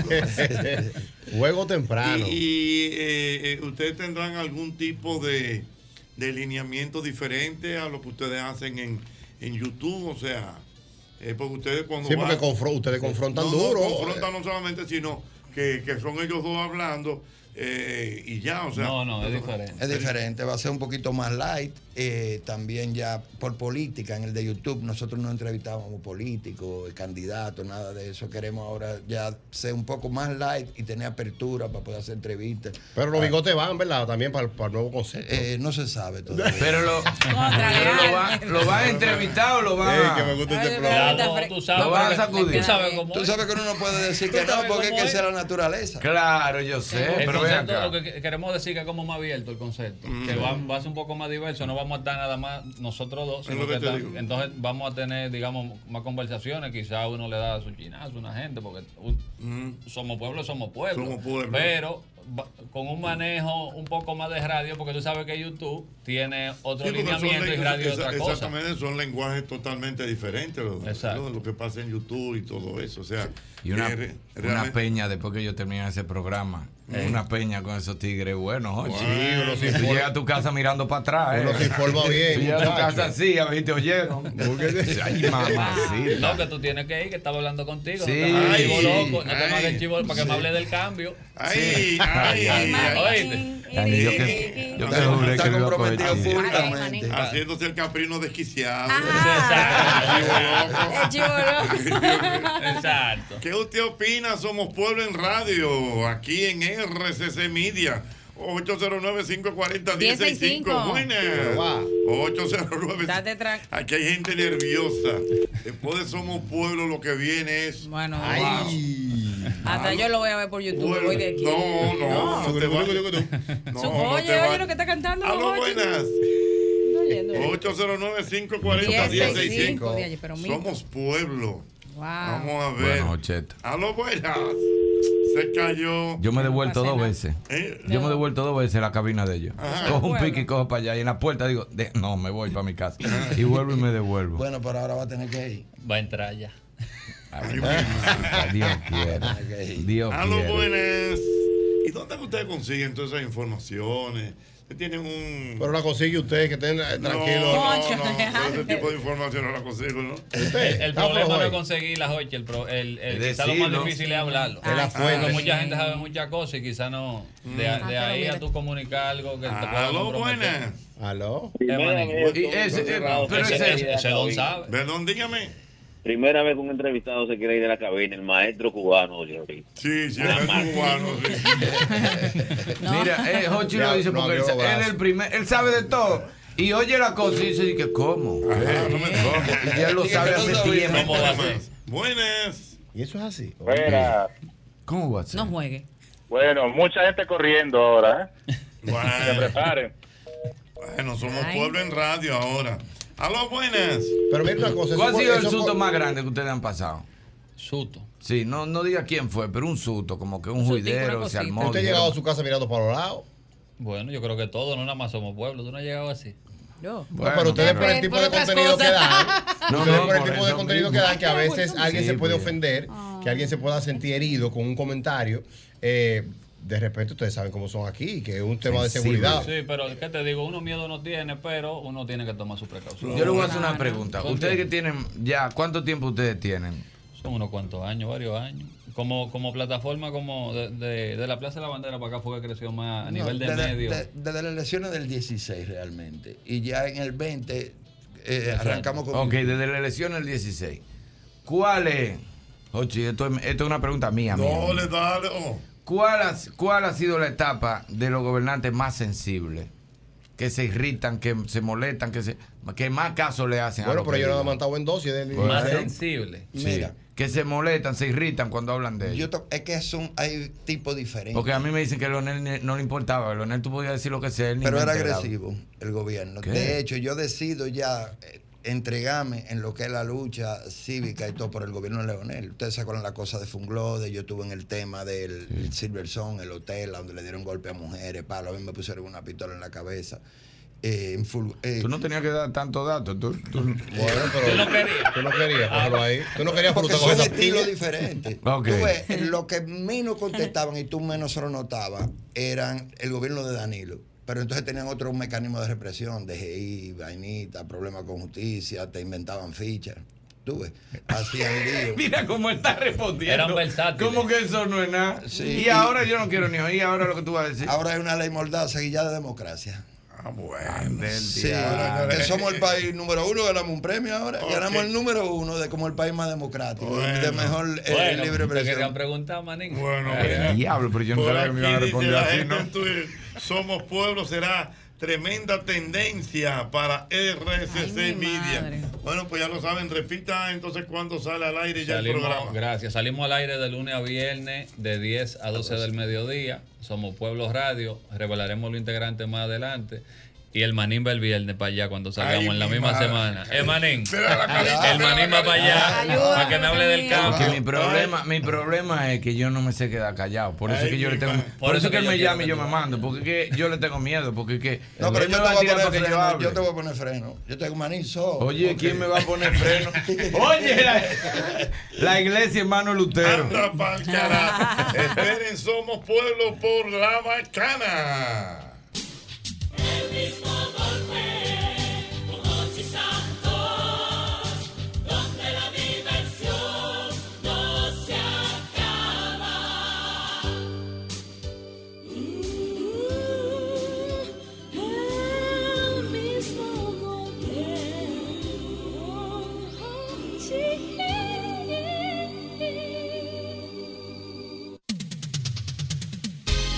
[SPEAKER 33] <laughs>
[SPEAKER 1] correcto.
[SPEAKER 2] Juego temprano.
[SPEAKER 1] Y, y, eh, eh, ustedes tendrán algún tipo de, de lineamiento diferente a lo que ustedes hacen en, en YouTube, o sea, eh, porque ustedes cuando
[SPEAKER 2] Sí, porque
[SPEAKER 1] van-
[SPEAKER 2] confro- ustedes confrontan
[SPEAKER 1] No, no,
[SPEAKER 2] duro.
[SPEAKER 1] confrontan no solamente, sino que, que son ellos dos hablando eh, y ya, o sea.
[SPEAKER 10] Es diferente, va a ser un poquito más light. eh, también ya por política, en el de YouTube, nosotros no entrevistábamos políticos, candidatos, nada de eso. Queremos ahora ya ser un poco más light y tener apertura para poder hacer entrevistas. Ah. Eh,
[SPEAKER 2] Pero los bigotes van, ¿verdad? También para, el- para el nuevo concepto.
[SPEAKER 10] no se sabe todavía.
[SPEAKER 16] Pero lo, pero lo va- lo van a entrevistar o lo van a.
[SPEAKER 2] que me gusta este
[SPEAKER 10] programa.
[SPEAKER 33] tú
[SPEAKER 10] sabes,
[SPEAKER 16] lo van a
[SPEAKER 10] porque-
[SPEAKER 16] sacudir.
[SPEAKER 10] tú sabes Tú sabes que uno no puede decir que no, porque es que esa es la naturaleza.
[SPEAKER 16] Claro, yo sé,
[SPEAKER 33] el
[SPEAKER 16] pero ven
[SPEAKER 33] concepto,
[SPEAKER 16] acá.
[SPEAKER 33] lo que que- queremos decir que es como más abierto el concepto,
[SPEAKER 1] Mm.
[SPEAKER 33] que va, va a ser un poco más diverso, no vamos a estar nada más nosotros dos,
[SPEAKER 1] Es lo
[SPEAKER 33] sino
[SPEAKER 1] que
[SPEAKER 33] que
[SPEAKER 1] te
[SPEAKER 33] tam-
[SPEAKER 1] digo.
[SPEAKER 33] entonces vamos a tener, digamos, más conversaciones, quizás uno le da su chinazo a una gente, porque uh, somos pueblo, somos pueblo,
[SPEAKER 1] Mm. Somos pueblo.
[SPEAKER 33] pero va- con un manejo un poco más de radio, porque tú sabes que YouTube tiene otro
[SPEAKER 1] Sí, porque son
[SPEAKER 33] lineamiento y
[SPEAKER 1] lenguajes-
[SPEAKER 33] radio
[SPEAKER 1] exa-
[SPEAKER 33] otra cosa.
[SPEAKER 1] Exactamente, son lenguajes totalmente diferentes los- los- lo que pasa en YouTube y todo eso. O sea,
[SPEAKER 16] Y una,
[SPEAKER 1] que Eh, re-
[SPEAKER 16] una
[SPEAKER 1] realmente-
[SPEAKER 16] peña después que yo terminé ese programa.
[SPEAKER 1] Eh.
[SPEAKER 16] Una peña con esos tigres buenos, Jorge.
[SPEAKER 2] Sí, uno se
[SPEAKER 16] Tú
[SPEAKER 2] informa-
[SPEAKER 16] llegas a tu casa mirando para atrás.
[SPEAKER 2] Uno
[SPEAKER 16] eh.
[SPEAKER 2] se informa bien,
[SPEAKER 16] <laughs> Tú llegas a tu
[SPEAKER 2] muchacho.
[SPEAKER 16] casa así, a ver, te oyeron.
[SPEAKER 2] <laughs>
[SPEAKER 16] Ay, mamacita.
[SPEAKER 33] <laughs> No, que tú tienes que ir, que estaba hablando contigo.
[SPEAKER 16] Sí.
[SPEAKER 33] no te hagas el chivo
[SPEAKER 16] Ay,
[SPEAKER 33] loco, no te
[SPEAKER 16] ay.
[SPEAKER 33] hagas el chivo para que me
[SPEAKER 16] Sí.
[SPEAKER 33] hable del cambio.
[SPEAKER 1] Ay, ay, ay,
[SPEAKER 33] Oíste.
[SPEAKER 16] Ay, yo que- yo que juré que
[SPEAKER 1] Está
[SPEAKER 16] lo iba a coger
[SPEAKER 1] comprometido
[SPEAKER 16] chiste.
[SPEAKER 1] públicamente. Haciéndose el caprino desquiciado.
[SPEAKER 6] Ah.
[SPEAKER 13] El chivo loco.
[SPEAKER 1] <laughs> El chivo loco. ¿Qué usted opina? Somos Pueblo en Radio, aquí en RCC Media. 809-540-165.
[SPEAKER 6] 1065.
[SPEAKER 1] Buenas. 809
[SPEAKER 6] Date tra-
[SPEAKER 1] Aquí hay gente nerviosa. Después de Somos Pueblo, lo que viene es.
[SPEAKER 6] Bueno,
[SPEAKER 1] Ay.
[SPEAKER 6] Hasta yo lo voy a ver por YouTube. voy de aquí.
[SPEAKER 1] No, no, no te vayas.
[SPEAKER 6] Su-
[SPEAKER 1] No, no te
[SPEAKER 6] oye, oye
[SPEAKER 1] vayas.
[SPEAKER 6] lo que está cantando.
[SPEAKER 1] Aló,
[SPEAKER 6] Jochi.
[SPEAKER 1] buenas.
[SPEAKER 6] Estoy oyendo. 1065 de
[SPEAKER 1] 809-540-1065.
[SPEAKER 6] ayer, pero mira.
[SPEAKER 1] Somos Pueblo.
[SPEAKER 6] Wow.
[SPEAKER 1] Vamos a ver.
[SPEAKER 16] Bueno, Ocheta.
[SPEAKER 1] Aló, buenas. Se cayó.
[SPEAKER 16] Yo me he devuelto dos veces.
[SPEAKER 1] ¿Eh?
[SPEAKER 16] Yo me he devuelto dos veces a la cabina de ellos.
[SPEAKER 1] Ajá.
[SPEAKER 16] Cojo un
[SPEAKER 1] Bueno.
[SPEAKER 16] pique y cojo para allá. Y en la puerta digo, de- no, me voy para mi casa. Y vuelvo y me devuelvo.
[SPEAKER 10] Bueno, pero ahora va a tener que ir.
[SPEAKER 33] Va a entrar ya.
[SPEAKER 16] Ay, mamacita, Dios quiere. Dios
[SPEAKER 1] A los
[SPEAKER 16] quiere.
[SPEAKER 1] buenas. ¿Y dónde que ustedes consiguen todas esas informaciones? Ustedes tienen un.
[SPEAKER 2] Pero la consigue usted, que estén eh,
[SPEAKER 1] No,
[SPEAKER 2] tranquilos.
[SPEAKER 1] no, no, todo ese tipo de información no la consigo, ¿no?
[SPEAKER 33] El, el
[SPEAKER 2] Está flojo
[SPEAKER 33] problema no
[SPEAKER 2] ahí.
[SPEAKER 33] es conseguir las ocho, el, pro- el, el-
[SPEAKER 2] Es
[SPEAKER 33] quizá lo más
[SPEAKER 2] decirlo.
[SPEAKER 33] difícil es hablarlo.
[SPEAKER 2] Es la
[SPEAKER 33] Ah,
[SPEAKER 2] fuente.
[SPEAKER 33] porque mucha gente sabe muchas cosas y quizá no. De, de
[SPEAKER 2] Ah, pero
[SPEAKER 33] ahí
[SPEAKER 2] mira.
[SPEAKER 33] a tú comunicar algo que te pueda
[SPEAKER 1] Aló, buenas.
[SPEAKER 2] Aló.
[SPEAKER 33] Y ese-
[SPEAKER 1] eh, pero ese- ese don
[SPEAKER 33] sabe.
[SPEAKER 1] Perdón, dígame.
[SPEAKER 11] Primera vez que un entrevistado se quiere ir de la cabina, el maestro cubano.
[SPEAKER 1] Sí, sí,
[SPEAKER 11] el
[SPEAKER 1] cubano.
[SPEAKER 16] Mira, eh, Hochi lo dice porque él, sa- él es el primer, él sabe de todo. Y oye la cosa y dice que cómo.
[SPEAKER 1] Ah,
[SPEAKER 16] ¿Qué? Y ya lo sabe hace tiempo.
[SPEAKER 1] Buenas.
[SPEAKER 2] Y eso es así.
[SPEAKER 11] Buenas.
[SPEAKER 16] ¿Cómo va a ser?
[SPEAKER 6] No juegue.
[SPEAKER 11] Bueno, mucha gente corriendo ahora.
[SPEAKER 1] ¿eh? <laughs> Bueno.
[SPEAKER 11] Se preparen.
[SPEAKER 1] Bueno, somos
[SPEAKER 11] Ay.
[SPEAKER 1] pueblo en radio ahora. Aló, buenas.
[SPEAKER 2] Pero mira una cosa.
[SPEAKER 16] ¿Cuál ha
[SPEAKER 2] eso
[SPEAKER 16] sido
[SPEAKER 2] fue-
[SPEAKER 16] el
[SPEAKER 2] eso
[SPEAKER 16] susto
[SPEAKER 2] fue-
[SPEAKER 16] más grande que ustedes han pasado?
[SPEAKER 7] Susto.
[SPEAKER 16] Sí, no, no diga quién fue, pero un susto, como que un
[SPEAKER 7] sustico,
[SPEAKER 16] juidero
[SPEAKER 7] una
[SPEAKER 16] se
[SPEAKER 7] cosita.
[SPEAKER 16] armó.
[SPEAKER 7] Usted ha
[SPEAKER 16] dijeron,
[SPEAKER 7] llegado a
[SPEAKER 2] su casa mirando para los lados.
[SPEAKER 7] Bueno, yo creo que todos, no nada más somos pueblo. ¿Tú no has llegado así?
[SPEAKER 6] Yo.
[SPEAKER 2] No, pero ustedes por el tipo de contenido que dan,
[SPEAKER 16] <laughs>
[SPEAKER 2] ustedes por el tipo de contenido que dan, que a veces alguien se puede ofender,
[SPEAKER 1] Ah.
[SPEAKER 2] que alguien se pueda sentir herido con un comentario, eh, de repente ustedes saben cómo son aquí, que es un tema de seguridad.
[SPEAKER 7] Sí, pero ¿qué te digo? Uno miedo no tiene, pero uno tiene que tomar sus precauciones.
[SPEAKER 16] Yo les voy a hacer una pregunta. Ustedes que tienen ya, ¿cuánto tiempo ustedes tienen?
[SPEAKER 7] Son unos cuantos años, varios años. Como, como plataforma como de, de- de la Plaza de la Bandera para acá fue que creció más
[SPEAKER 10] No,
[SPEAKER 7] a nivel de,
[SPEAKER 10] desde-
[SPEAKER 7] medio.
[SPEAKER 10] de- desde las elecciones del 16 realmente. Y ya en el 20 eh,
[SPEAKER 16] Exacto.
[SPEAKER 10] arrancamos con...
[SPEAKER 16] Ok, desde la elección del 16. ¿Cuál es? Ochi, esto, es- esto es una pregunta mía. mía.
[SPEAKER 1] Dale, dale. oh.
[SPEAKER 16] ¿Cuál, ha, ¿Cuál ha sido la etapa de los gobernantes más sensibles? Que se irritan, que se molestan, que, se, que más caso le hacen. a
[SPEAKER 2] Bueno,
[SPEAKER 16] lo
[SPEAKER 2] pero
[SPEAKER 16] que
[SPEAKER 2] yo no he
[SPEAKER 16] digan?
[SPEAKER 2] mandado en dos y del
[SPEAKER 16] Bueno.
[SPEAKER 2] del-
[SPEAKER 7] sensible.
[SPEAKER 16] Sí,
[SPEAKER 10] Mira.
[SPEAKER 16] que se molestan, se irritan cuando hablan de ellos.
[SPEAKER 10] Yo to- es que son, hay tipos diferentes.
[SPEAKER 16] Porque a mí me dicen que a Leonel ne- no le importaba. Leonel tú podías decir lo que sea. Él ni
[SPEAKER 10] Pero
[SPEAKER 16] me
[SPEAKER 10] era
[SPEAKER 16] enteraba.
[SPEAKER 10] agresivo el gobierno.
[SPEAKER 16] ¿Qué?
[SPEAKER 10] De hecho, yo decido ya eh, entregarme en lo que es la lucha cívica y todo por el gobierno de Leonel. Ustedes se acuerdan la cosa de Funglode, yo estuve en el tema del Silver Song, el hotel, a donde le dieron golpe a mujeres, palo, a mí me pusieron una pistola en la cabeza. Eh, en Ful- eh,
[SPEAKER 16] Tú no tenías que dar tantos datos. Tú, tú-
[SPEAKER 10] <laughs> Tú
[SPEAKER 2] no querías. Tú no querías, déjalo ahí. Tú no querías
[SPEAKER 10] porque
[SPEAKER 2] fruta con
[SPEAKER 10] son
[SPEAKER 2] esa
[SPEAKER 10] estilos
[SPEAKER 2] piña.
[SPEAKER 16] <laughs>
[SPEAKER 10] diferentes.
[SPEAKER 16] Ok.
[SPEAKER 10] Tú ves, lo que menos contestaban y tú menos se lo notabas eran el gobierno de Danilo. Pero entonces tenían otro mecanismo de represión, DGI, vainita, problemas con justicia, te inventaban fichas. Tú ves,
[SPEAKER 16] <laughs>
[SPEAKER 10] hacían lío.
[SPEAKER 16] <laughs> Mira cómo está respondiendo.
[SPEAKER 10] Eran versátiles.
[SPEAKER 7] eh.
[SPEAKER 16] Como que eso no es nada.
[SPEAKER 10] Sí.
[SPEAKER 16] Y ahora yo no quiero ni oír ahora lo que tú vas a decir.
[SPEAKER 10] Ahora hay una ley mordaza y ya de democracia.
[SPEAKER 1] Ah, bueno.
[SPEAKER 10] Sí, que somos el país número uno, ganamos un premio ahora.
[SPEAKER 7] Ok.
[SPEAKER 10] Ganamos el número uno de como el país más democrático, de mejor eh,
[SPEAKER 7] Bueno,
[SPEAKER 10] libre
[SPEAKER 7] te querían
[SPEAKER 10] expresión.
[SPEAKER 7] preguntar, manín.
[SPEAKER 1] Bueno,
[SPEAKER 7] Eh,
[SPEAKER 1] mira.
[SPEAKER 16] Diablo, pero yo no
[SPEAKER 1] Por
[SPEAKER 16] sabía que me iban a
[SPEAKER 1] aquí dice
[SPEAKER 16] responder
[SPEAKER 1] la
[SPEAKER 16] así,
[SPEAKER 1] gente
[SPEAKER 16] ¿no?
[SPEAKER 1] en Twitter, Somos pueblo será tremenda tendencia para RCC Media. Bueno, pues ya lo saben, repita entonces cuando sale al aire ya el
[SPEAKER 7] Salimos,
[SPEAKER 1] programa.
[SPEAKER 7] gracias. Salimos al aire de lunes a viernes de 10 a 12 del mediodía. Somos Pueblo Radio. Revelaremos los integrantes más adelante. Y el manín va el viernes para allá cuando salgamos en la
[SPEAKER 16] mi
[SPEAKER 7] misma
[SPEAKER 16] madre.
[SPEAKER 7] semana. El manín.
[SPEAKER 16] carita,
[SPEAKER 7] El
[SPEAKER 16] mira
[SPEAKER 7] manín va para allá
[SPEAKER 16] Ayuda,
[SPEAKER 7] para que me hable del
[SPEAKER 16] Porque
[SPEAKER 7] campo.
[SPEAKER 16] mi problema, mi problema es que yo no me sé quedar callado. Por eso
[SPEAKER 7] Ay,
[SPEAKER 16] que yo
[SPEAKER 7] mi
[SPEAKER 16] le tengo,
[SPEAKER 7] madre.
[SPEAKER 16] por, eso que él me llama y yo me mando. Porque es que yo le tengo miedo. Porque es que
[SPEAKER 10] No, pero
[SPEAKER 16] él
[SPEAKER 10] yo te,
[SPEAKER 16] me va a
[SPEAKER 10] voy a
[SPEAKER 16] tirar
[SPEAKER 10] poner
[SPEAKER 16] para que yo
[SPEAKER 10] freno,
[SPEAKER 16] hable.
[SPEAKER 10] yo te voy a poner freno. eh, Yo tengo manizo.
[SPEAKER 16] Oye, ¿quién me va a poner
[SPEAKER 10] <laughs>
[SPEAKER 16] freno? Oye, la, la iglesia, hermano Lutero.
[SPEAKER 1] Esperen, somos pueblo por la bacana.
[SPEAKER 13] El mismo golpe con Hochi Santos, donde la diversión no se acaba. El mismo golpe con Hochi.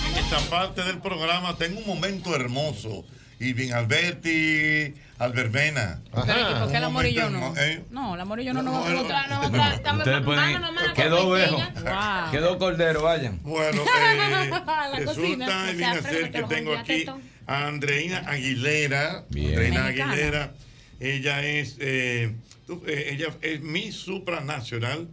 [SPEAKER 1] En esta parte del programa tengo un momento hermoso. Irving Alberti, Albermena.
[SPEAKER 6] Pero, ¿y por qué el
[SPEAKER 1] Un
[SPEAKER 6] amor y yo
[SPEAKER 1] momento
[SPEAKER 6] no?
[SPEAKER 1] hermo- ¿eh?
[SPEAKER 6] No, el amor y yo no nos vamos a votar. no
[SPEAKER 16] Bueno,
[SPEAKER 6] vamos a-
[SPEAKER 16] Ustedes pueden
[SPEAKER 6] vámonos más a la
[SPEAKER 16] Quedó
[SPEAKER 6] cocina.
[SPEAKER 16] viejo.
[SPEAKER 6] Wow.
[SPEAKER 16] Quedó cordero, vayan.
[SPEAKER 1] Bueno, eh,
[SPEAKER 6] La cocina.
[SPEAKER 1] resulta y viene a ser que tengo aquí a Andreina Aguilera. Andreina
[SPEAKER 6] Mexicana.
[SPEAKER 1] Aguilera. Ella es, eh, tú- eh, ella es mi supranacional.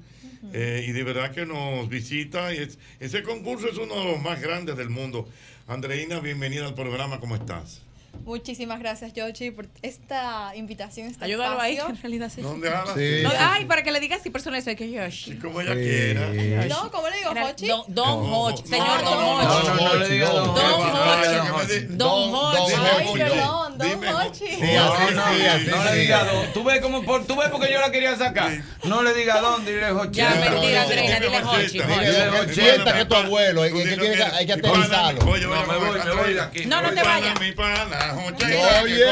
[SPEAKER 1] eh, y de verdad que nos visita. Y es- ese concurso es uno de los más grandes del mundo. Andreina, bienvenida al programa. ¿Cómo estás?
[SPEAKER 9] Muchísimas gracias, Yoshi, por esta invitación. Este
[SPEAKER 6] Ayúdalo ahí, que
[SPEAKER 9] espacio.
[SPEAKER 6] en realidad se
[SPEAKER 1] ¿Dónde hablas?
[SPEAKER 6] No, <laughs> Ay, para que le digas si personal soy que Yoshi.
[SPEAKER 1] Como ella quiera.
[SPEAKER 9] No, ¿cómo le digo,
[SPEAKER 6] Era
[SPEAKER 9] Hochi?
[SPEAKER 6] Don, don
[SPEAKER 1] No,
[SPEAKER 6] Hochi.
[SPEAKER 1] no,
[SPEAKER 6] Señor
[SPEAKER 1] no,
[SPEAKER 6] Don
[SPEAKER 1] no, no,
[SPEAKER 6] Hochi.
[SPEAKER 1] no, no le diga
[SPEAKER 6] Don
[SPEAKER 1] don Hochi.
[SPEAKER 6] Hochi.
[SPEAKER 1] No, no, que me di-
[SPEAKER 6] Don Hochi.
[SPEAKER 9] Ay, perdón, Don Hochi.
[SPEAKER 16] No, no,
[SPEAKER 1] sí, sí,
[SPEAKER 16] no
[SPEAKER 1] sí.
[SPEAKER 16] le digas dónde. Tú ves como por, tú ves porque yo la quería sacar. No le digas dónde, dile Jochi.
[SPEAKER 6] Ya, mentira, Andreina, dile Jochi, Jochi.
[SPEAKER 16] Dile Jochi.
[SPEAKER 2] Sienta que tu abuelo, eh, que tiene que- hay que aterrizarlo.
[SPEAKER 1] No, me voy, me voy de aquí.
[SPEAKER 6] No, no te vayas.
[SPEAKER 2] Oye,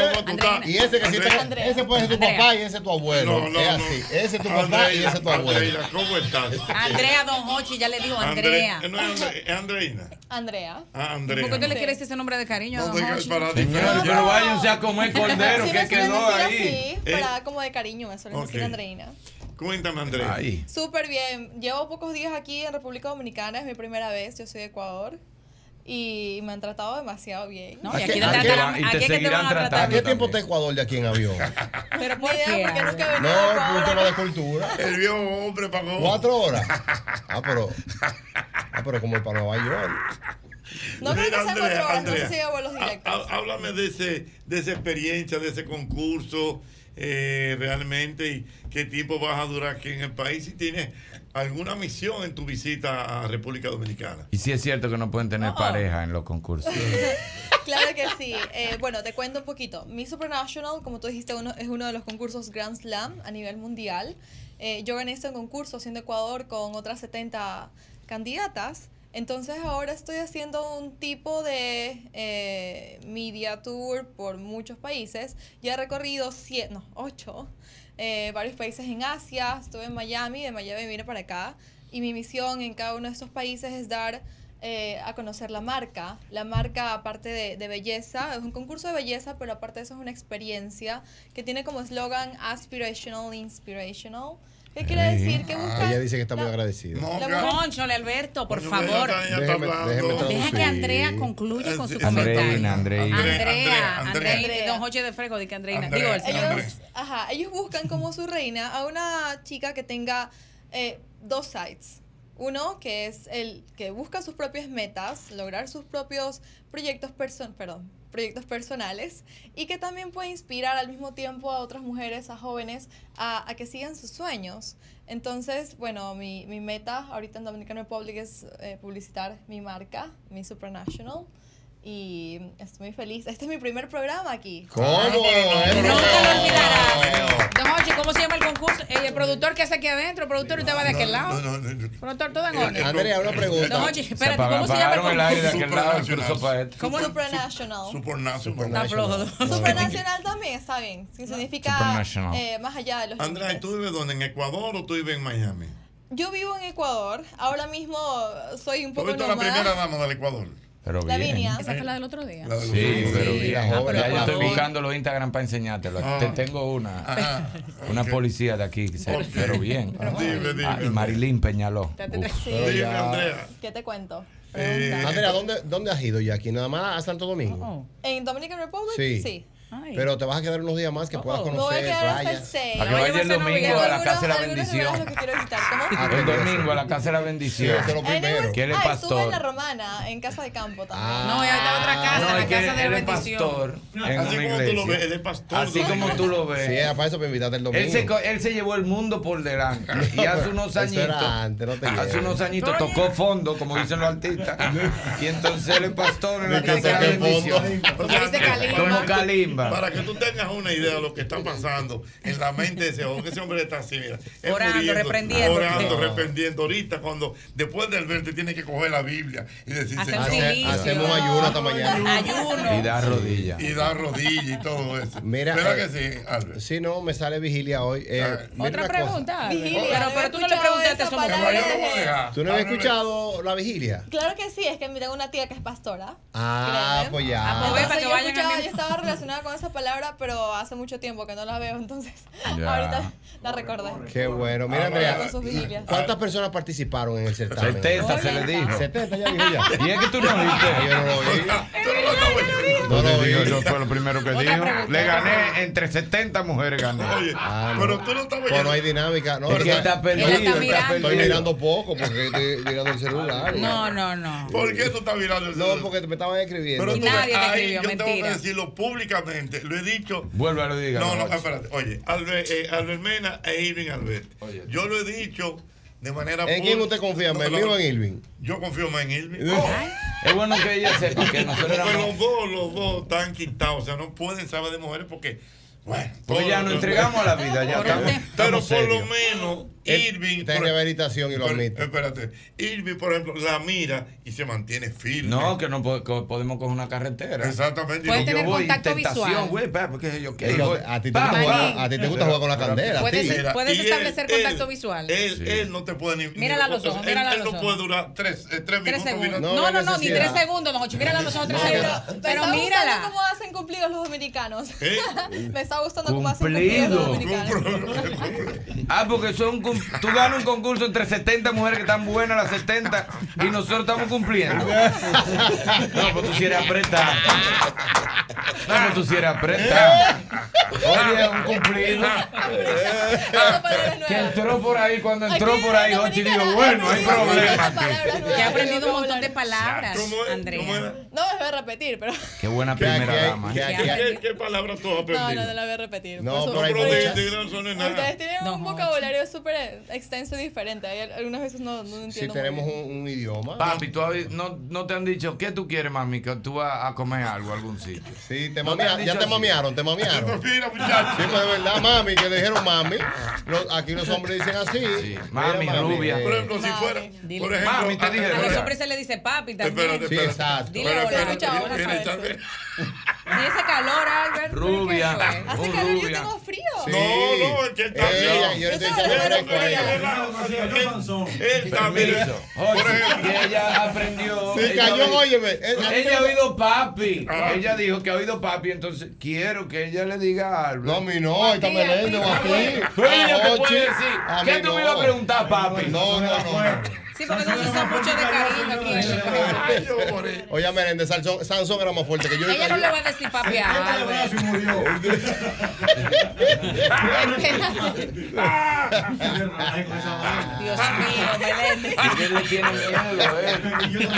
[SPEAKER 2] y ese que si te- ese puede ser tu papá y ese es tu abuelo.
[SPEAKER 1] No, no,
[SPEAKER 2] es
[SPEAKER 1] no.
[SPEAKER 2] así. Ese es tu papá y ese es tu abuelo.
[SPEAKER 1] Andreina, ¿cómo estás?
[SPEAKER 6] Andrea Don Hochi, ya le dijo Andrea.
[SPEAKER 1] Andre- No, es Andre- es Andreina.
[SPEAKER 9] Andrea.
[SPEAKER 1] Ah, Andrea.
[SPEAKER 6] ¿Por qué tú le quieres ese nombre de cariño a
[SPEAKER 1] No,
[SPEAKER 6] Don
[SPEAKER 1] porque
[SPEAKER 6] Hochi?
[SPEAKER 1] para
[SPEAKER 16] Señor, pero váyanse a comer cordero
[SPEAKER 9] Sí,
[SPEAKER 16] que
[SPEAKER 9] me suelen
[SPEAKER 16] quedó
[SPEAKER 9] decir
[SPEAKER 16] ahí.
[SPEAKER 9] así, para como de cariño, me suelen decir
[SPEAKER 1] Ok.
[SPEAKER 9] Andreina.
[SPEAKER 1] Eh, Cuéntame, Andrea.
[SPEAKER 9] Súper bien. Llevo pocos días aquí en República Dominicana, es mi primera vez, yo soy de Ecuador. y me han tratado demasiado bien.
[SPEAKER 6] No, y aquí te tratarán- aquí es que te van a tratar
[SPEAKER 2] ¿A qué tiempo está Ecuador de aquí en avión?
[SPEAKER 1] <laughs>
[SPEAKER 9] Pero por qué? porque nunca he
[SPEAKER 2] No,
[SPEAKER 9] venido a
[SPEAKER 2] por un
[SPEAKER 9] Ecuador.
[SPEAKER 2] tema de cultura.
[SPEAKER 1] El viejo hombre pagó.
[SPEAKER 2] ¿Cuatro
[SPEAKER 1] <laughs>
[SPEAKER 2] horas? Ah, pero. Ah, pero como para Nueva York.
[SPEAKER 9] No creo que
[SPEAKER 1] Mira,
[SPEAKER 9] sean
[SPEAKER 1] Andrea,
[SPEAKER 9] cuatro horas, no
[SPEAKER 1] Andrea, Ah.
[SPEAKER 9] sé si hay vuelos directos.
[SPEAKER 1] há- Háblame de, ese, de esa experiencia, de ese concurso, eh, realmente, y qué tiempo vas a durar aquí en el país, si tienes alguna misión en tu visita a República Dominicana.
[SPEAKER 27] Y sí es cierto que no pueden tener pareja en los concursos.
[SPEAKER 9] <laughs> Claro que sí. Eh, bueno, te cuento un poquito. Miss Supernational, como tú dijiste, uno, es uno de los concursos Grand Slam a nivel mundial. Eh, yo gané este concurso siendo Ecuador con otras 70 candidatas. Entonces ahora estoy haciendo un tipo de eh, media tour por muchos países. Ya he recorrido siete, no, ocho, eh, varios países en Asia. Estuve en Miami, de Miami vine para acá. Y mi misión en cada uno de estos países es dar eh, a conocer la marca. La marca, aparte de, de belleza, es un concurso de belleza, pero aparte de eso es una experiencia que tiene como eslogan Aspirational Inspirational. ¿Qué quiere decir? Que busca
[SPEAKER 2] Ah, Ella dice que está muy agradecida.
[SPEAKER 6] Conchole, Alberto, por favor.
[SPEAKER 2] Déjeme- déjeme
[SPEAKER 6] Deja que
[SPEAKER 2] traducir.
[SPEAKER 6] Andrea concluya con su comentario.
[SPEAKER 27] Andreina,
[SPEAKER 6] Andrea,
[SPEAKER 27] Andrea.
[SPEAKER 6] Andrea, Don Jorge de Frego, di que Andreina.
[SPEAKER 27] Andrea,
[SPEAKER 6] Digo, el señor.
[SPEAKER 9] ellos, ajá, ellos buscan como su reina a una chica que tenga eh, dos sides. Uno que es el que busca sus propias metas, lograr sus propios proyectos person perdón, proyectos personales y que también puede inspirar al mismo tiempo a otras mujeres, a jóvenes, a, a que sigan sus sueños. Entonces, bueno, mi, mi meta ahorita en Dominican Republic es eh, publicitar mi marca, mi Supranational. Y estoy muy feliz. Este es mi primer programa aquí.
[SPEAKER 2] ¿Eh?
[SPEAKER 6] Don Jorge, ¿cómo se llama el concurso? Eh, El productor que hace aquí adentro, el productor, usted va de aquel lado. Productor, todo en orden.
[SPEAKER 2] Andrea,
[SPEAKER 1] Este,
[SPEAKER 2] una pregunta.
[SPEAKER 6] Don Jorge, espérate, ¿cómo se llama el
[SPEAKER 27] apagaron el aire de
[SPEAKER 6] concurso?
[SPEAKER 27] aquel lado y cruzó para este.
[SPEAKER 9] ¿Cómo Supranational.
[SPEAKER 6] Está flojo.
[SPEAKER 9] Supranacional también, está bien. Que significa
[SPEAKER 1] Supranational.
[SPEAKER 9] eh, más allá de los
[SPEAKER 1] Andrea, ¿y
[SPEAKER 9] límites.
[SPEAKER 1] ¿tú vives dónde? ¿En Ecuador o tú vives en Miami?
[SPEAKER 9] Yo vivo en Ecuador. Ahora mismo soy un
[SPEAKER 1] ¿Tú
[SPEAKER 9] poco
[SPEAKER 1] viste la
[SPEAKER 9] nómada.
[SPEAKER 1] primera dama del Ecuador?
[SPEAKER 27] Pero bien.
[SPEAKER 9] Lavinia.
[SPEAKER 6] Esa fue la del otro día.
[SPEAKER 27] Sí, pero bien.
[SPEAKER 6] Ah, pero
[SPEAKER 27] Ya yo
[SPEAKER 6] Ecuador.
[SPEAKER 27] estoy buscando los Instagram para enseñártelo.
[SPEAKER 6] Ah.
[SPEAKER 27] Te tengo una.
[SPEAKER 2] Ah.
[SPEAKER 27] Una policía de aquí, que se- pero bien.
[SPEAKER 1] Dime, dime.
[SPEAKER 27] Ah, y Marilyn Peñaló.
[SPEAKER 9] Te- te-
[SPEAKER 27] Uf.
[SPEAKER 9] sí.
[SPEAKER 2] Pero ya- Andrea.
[SPEAKER 9] ¿Qué te cuento?
[SPEAKER 2] Andrea, ¿dónde, ¿dónde has ido ya aquí? ¿Nada más a Santo Domingo?
[SPEAKER 9] Oh,
[SPEAKER 6] Oh.
[SPEAKER 9] ¿En Dominican Republic?
[SPEAKER 2] Sí. Pero te vas a quedar unos días más que puedas
[SPEAKER 9] Me Oh, voy a
[SPEAKER 2] conocer
[SPEAKER 9] quedar hasta el
[SPEAKER 2] playas.
[SPEAKER 9] 6.
[SPEAKER 27] Para que vaya el domingo a la Casa de la
[SPEAKER 9] Es
[SPEAKER 27] Bendición.
[SPEAKER 9] lo que quiero visitar. ¿Cómo?
[SPEAKER 27] El domingo a la Casa de la Bendición.
[SPEAKER 2] Sí, eso es lo primero. Ah.
[SPEAKER 27] Que él es
[SPEAKER 9] Ah, estuve en la
[SPEAKER 27] pastor.
[SPEAKER 9] Romana, en Casa de Campo también.
[SPEAKER 27] No,
[SPEAKER 9] ella está otra
[SPEAKER 27] Ah. No, es que él es pastor. en
[SPEAKER 2] Así
[SPEAKER 27] una
[SPEAKER 2] como tú lo
[SPEAKER 27] iglesia.
[SPEAKER 2] ves, él es pastor.
[SPEAKER 27] Así como tú lo ves.
[SPEAKER 2] Sí, era para eso me invitaste el domingo.
[SPEAKER 27] Él se, co- él se llevó el mundo
[SPEAKER 2] <laughs>
[SPEAKER 27] por delante. Y hace unos
[SPEAKER 2] Eso era
[SPEAKER 27] añitos.
[SPEAKER 2] antes, no te
[SPEAKER 27] hace
[SPEAKER 2] lleves.
[SPEAKER 27] unos añitos tocó fondo, como dicen los artistas. Y entonces él es pastor en la
[SPEAKER 1] De
[SPEAKER 27] casa de la
[SPEAKER 1] que toque fondo.
[SPEAKER 27] bendición. Como Kalimba.
[SPEAKER 1] Para que tú tengas una idea de lo que está pasando en la mente de ese hombre, ese hombre está así, mira. él
[SPEAKER 6] Orando, reprendiendo.
[SPEAKER 1] Orando,
[SPEAKER 6] No.
[SPEAKER 1] reprendiendo. Ahorita, cuando después del verte, tiene que coger la Biblia y decir,
[SPEAKER 6] Hacer un
[SPEAKER 1] Señor,
[SPEAKER 6] silicio. Hacemos ayuno hasta mañana. Ayuno.
[SPEAKER 2] Y dar rodilla.
[SPEAKER 1] Y dar rodilla y todo eso.
[SPEAKER 2] Mira,
[SPEAKER 1] ¿Verdad
[SPEAKER 2] eh,
[SPEAKER 1] que sí, Albert?
[SPEAKER 2] Sí, no, me sale vigilia hoy. Eh, mira
[SPEAKER 6] Otra
[SPEAKER 2] una
[SPEAKER 6] pregunta.
[SPEAKER 9] Vigilia,
[SPEAKER 6] Pero, pero tú no le
[SPEAKER 9] había
[SPEAKER 6] preguntaste
[SPEAKER 9] escuchado
[SPEAKER 6] eso.
[SPEAKER 9] esa
[SPEAKER 6] mujer.
[SPEAKER 9] palabra.
[SPEAKER 2] cosa. ¿Tú no habías escuchado la vigilia?
[SPEAKER 9] Claro que sí, es que mira, tengo una tía que es pastora.
[SPEAKER 2] Ah, pues ya.
[SPEAKER 9] Entonces,
[SPEAKER 6] para que
[SPEAKER 9] yo,
[SPEAKER 6] vayan
[SPEAKER 9] escuchaba-
[SPEAKER 6] al
[SPEAKER 9] yo
[SPEAKER 6] mismo-
[SPEAKER 9] estaba relacionada con esa palabra, pero hace mucho tiempo que no la
[SPEAKER 2] <laughs>
[SPEAKER 9] veo, entonces ahorita la recordé.
[SPEAKER 2] Qué bueno. Mira,
[SPEAKER 9] Con sus vigilias.
[SPEAKER 2] Andrea, ¿cuántas personas participaron en el certamen?
[SPEAKER 27] 70 se le dijo.
[SPEAKER 2] 70 ya dijo ya.
[SPEAKER 27] Y es que tú no viste.
[SPEAKER 2] Yo no lo vi.
[SPEAKER 27] No, no, yo, yo fue lo primero que dijo.
[SPEAKER 2] pregunta.
[SPEAKER 27] Le gané entre 70 mujeres gané.
[SPEAKER 2] Ah, no. Pero
[SPEAKER 1] tú no estabas
[SPEAKER 2] no hay dinámica. No,
[SPEAKER 27] Es que
[SPEAKER 2] pero-
[SPEAKER 27] está perdido, Él está está
[SPEAKER 2] Estoy
[SPEAKER 27] perdido.
[SPEAKER 2] mirando poco pues. porque estoy mirando el celular.
[SPEAKER 6] No, no, no.
[SPEAKER 1] ¿Por qué tú estás mirando el celular?
[SPEAKER 2] No, porque me estaban escribiendo.
[SPEAKER 1] Pero tú ves, ahí yo tengo que decirlo públicamente, lo he dicho.
[SPEAKER 27] Vuelve a lo diga.
[SPEAKER 1] No, no,
[SPEAKER 27] Roberto.
[SPEAKER 1] espérate. Oye, Albert, eh, Albert Mena e Irving Albert. yo lo he dicho de manera
[SPEAKER 2] ¿En quién usted confía, en mí o en Irving?
[SPEAKER 1] Yo confío más en Irving. Oh.
[SPEAKER 27] Es bueno que ella sepa que nosotros
[SPEAKER 1] Porque
[SPEAKER 27] éramos-
[SPEAKER 1] los dos, los dos están quitados. O sea, no pueden saber de mujeres porque. Bueno,
[SPEAKER 27] Pues
[SPEAKER 1] todo
[SPEAKER 27] ya
[SPEAKER 1] lo
[SPEAKER 27] nos
[SPEAKER 1] que-
[SPEAKER 27] entregamos a la vida, ya
[SPEAKER 1] Pero-
[SPEAKER 27] estamos-
[SPEAKER 1] Pero
[SPEAKER 27] estamos
[SPEAKER 1] por lo
[SPEAKER 27] serios.
[SPEAKER 1] menos,
[SPEAKER 2] Eh,
[SPEAKER 1] Irving.
[SPEAKER 2] Está en
[SPEAKER 1] por-
[SPEAKER 2] rehabilitación y lo
[SPEAKER 1] por-
[SPEAKER 2] admite.
[SPEAKER 1] Espérate. Irving, por ejemplo, la mira y se mantiene firme.
[SPEAKER 27] No, que no po- co- podemos coger una carretera.
[SPEAKER 1] Exactamente.
[SPEAKER 27] Puede
[SPEAKER 1] Yo
[SPEAKER 27] tener
[SPEAKER 1] voy,
[SPEAKER 27] contacto
[SPEAKER 1] tentación,
[SPEAKER 27] visual.
[SPEAKER 1] güey,
[SPEAKER 27] pa, porque yo
[SPEAKER 2] Es que a ti te gusta jugar- a ti te gusta jugar con la candela, a ti. Puedes-
[SPEAKER 1] Mira,
[SPEAKER 6] puedes
[SPEAKER 1] y
[SPEAKER 6] establecer
[SPEAKER 1] él-
[SPEAKER 6] contacto
[SPEAKER 1] él-
[SPEAKER 6] visual.
[SPEAKER 1] Él,
[SPEAKER 6] Sí.
[SPEAKER 1] él no te puede ni. ni-
[SPEAKER 6] Mírala a los ojos,
[SPEAKER 1] él-
[SPEAKER 6] mírala a
[SPEAKER 1] él
[SPEAKER 6] los
[SPEAKER 1] no
[SPEAKER 6] ojos.
[SPEAKER 1] puede durar tres, eh, tres
[SPEAKER 6] Tres
[SPEAKER 1] minutos.
[SPEAKER 6] segundos.
[SPEAKER 1] mirando.
[SPEAKER 6] No, no, no, ni tres segundos, don Ocho. Mírala los ojos tres
[SPEAKER 1] No,
[SPEAKER 6] segundos. Pero
[SPEAKER 9] <laughs> Me está gustando
[SPEAKER 6] mírala.
[SPEAKER 9] cómo hacen cumplidos los <laughs> dominicanos.
[SPEAKER 1] ¿Eh?
[SPEAKER 9] Me está gustando cómo hacen cumplidos los
[SPEAKER 27] Cumplido.
[SPEAKER 9] dominicanos.
[SPEAKER 27] Ah, porque son
[SPEAKER 16] un, tú ganas un concurso entre 70 mujeres que están buenas, las 70, y nosotros estamos cumpliendo. <laughs> No, pues tú si eres apretar. No, pues tú si eres apretar. Oye, un cumplido. Que entró por ahí, cuando entró por ahí, Jochi dijo, bueno, hay problema.
[SPEAKER 6] Que ha aprendido un montón de palabras, Andrea.
[SPEAKER 9] No las voy a repetir, pero.
[SPEAKER 16] Qué buena primera
[SPEAKER 1] qué-
[SPEAKER 16] dama. ¿eh?
[SPEAKER 1] qué- qué- qué palabras tú has
[SPEAKER 9] <laughs> No, no,
[SPEAKER 1] aprendido?
[SPEAKER 9] no las voy a repetir.
[SPEAKER 1] No,
[SPEAKER 9] Por eso-
[SPEAKER 1] pero hay muchas.
[SPEAKER 9] Ustedes tienen un vocabulario súper extenso y diferente. Hay al- algunas veces no, no entiendo. muy bien.
[SPEAKER 2] idioma.
[SPEAKER 16] Papi, ¿tú has vi- no, no te han dicho qué tú quieres, mami, que tú vas a comer algo a algún sitio.
[SPEAKER 2] Sí, te mamea- ya te mamearon, te
[SPEAKER 16] <laughs>
[SPEAKER 2] mamearon.
[SPEAKER 1] Mira,
[SPEAKER 2] Sí, pues de verdad, mami, que le dijeron mami. Los- aquí los hombres dicen así.
[SPEAKER 16] mami,
[SPEAKER 2] Mira,
[SPEAKER 16] rubia.
[SPEAKER 2] eh,
[SPEAKER 16] Por ejemplo,
[SPEAKER 1] si fuera.
[SPEAKER 6] Dile.
[SPEAKER 2] Por ejemplo,
[SPEAKER 6] Mami,
[SPEAKER 2] te dije,
[SPEAKER 6] A los
[SPEAKER 2] hola.
[SPEAKER 6] hombres se le dice papi también.
[SPEAKER 2] Sí, exacto.
[SPEAKER 6] Dile hola. Escucha, hola, Si ese calor, Albert.
[SPEAKER 16] Rubia.
[SPEAKER 6] Hace
[SPEAKER 16] calor, yo rubia.
[SPEAKER 6] tengo
[SPEAKER 9] frío.
[SPEAKER 1] No, no, es que él está
[SPEAKER 2] Ella, yo le dije, "Ven con ella".
[SPEAKER 1] Él también.
[SPEAKER 16] Por ejemplo, ella aprendió.
[SPEAKER 2] Sí,
[SPEAKER 16] ella
[SPEAKER 2] cayó,
[SPEAKER 16] oí-
[SPEAKER 2] óyeme, eh,
[SPEAKER 16] Ella ha oído papi.
[SPEAKER 2] Ah.
[SPEAKER 16] Ella dijo que ha oído papi, entonces quiero que ella le diga algo. No, a
[SPEAKER 2] mí no, está Meléndez, Ah, o a ti.
[SPEAKER 16] Ella
[SPEAKER 2] A
[SPEAKER 16] te
[SPEAKER 2] Ochi,
[SPEAKER 16] puede decir.
[SPEAKER 2] a mí
[SPEAKER 16] ¿Qué tú me
[SPEAKER 2] no.
[SPEAKER 16] ibas a preguntar, papi? No, no, no.
[SPEAKER 6] Sí, porque nosotros somos mucho de cariño aquí.
[SPEAKER 2] Oye, Meléndez, Sansón, Sansón era más fuerte que yo.
[SPEAKER 6] Ella no le va a decir papi a Albert.
[SPEAKER 2] <laughs>
[SPEAKER 6] Dios mío, Meléndez.
[SPEAKER 16] Él le tiene miedo, eh.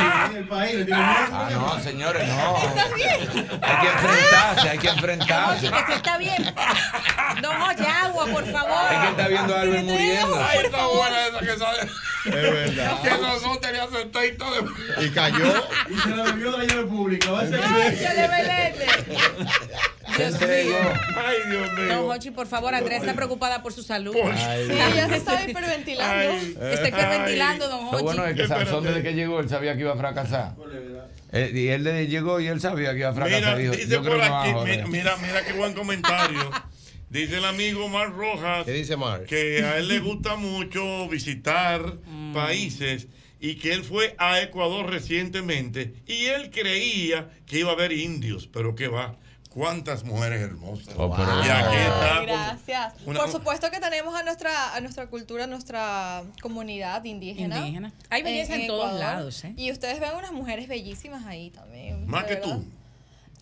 [SPEAKER 16] Ah, no, señores, no. Hay que
[SPEAKER 9] <laughs>
[SPEAKER 16] enfrentarse, hay que enfrentarse.
[SPEAKER 6] Que si está bien. <laughs> Don Oye, agua, por favor.
[SPEAKER 16] Es que está viendo a Albert muriendo.
[SPEAKER 13] Ay, está buena esa que sale.
[SPEAKER 2] Es verdad.
[SPEAKER 13] Que nosotros tenía sentado y todo.
[SPEAKER 2] Y cayó.
[SPEAKER 13] Y se lo bebió de la llave pública. Va a ser
[SPEAKER 6] Ay, se le velete.
[SPEAKER 13] Dios mío. Ay, Dios
[SPEAKER 6] Don Hochi, por favor, Andrea está preocupada por su salud.
[SPEAKER 13] Ay,
[SPEAKER 6] Sí,
[SPEAKER 16] Dios.
[SPEAKER 6] ella se está hiperventilando. Está hiperventilando, don
[SPEAKER 16] Eh, Lo
[SPEAKER 6] Hochi.
[SPEAKER 16] bueno es que Sansón desde que llegó, él sabía que iba a fracasar. Eh, y él desde llegó y él sabía que iba a
[SPEAKER 1] Mira,
[SPEAKER 16] fracasar. dijo,
[SPEAKER 1] dice
[SPEAKER 16] yo creo
[SPEAKER 1] por
[SPEAKER 16] que no va a
[SPEAKER 1] aquí,
[SPEAKER 16] joder.
[SPEAKER 1] mira, mira, mira qué buen comentario. Dice el amigo Mar Rojas que a él le gusta mucho visitar países y que él fue a Ecuador recientemente y él creía que iba a haber indios, pero qué va, cuántas mujeres hermosas.
[SPEAKER 16] Oh, pero-
[SPEAKER 1] Y aquí está
[SPEAKER 9] Ay, gracias.
[SPEAKER 1] una-
[SPEAKER 9] Por supuesto que tenemos a nuestra, a nuestra cultura, a nuestra comunidad indígena.
[SPEAKER 6] Indígena. Hay belleza en todos lados, ¿eh?
[SPEAKER 9] Y ustedes ven unas mujeres bellísimas ahí también.
[SPEAKER 1] Más
[SPEAKER 9] de
[SPEAKER 1] que
[SPEAKER 9] verdad.
[SPEAKER 1] tú.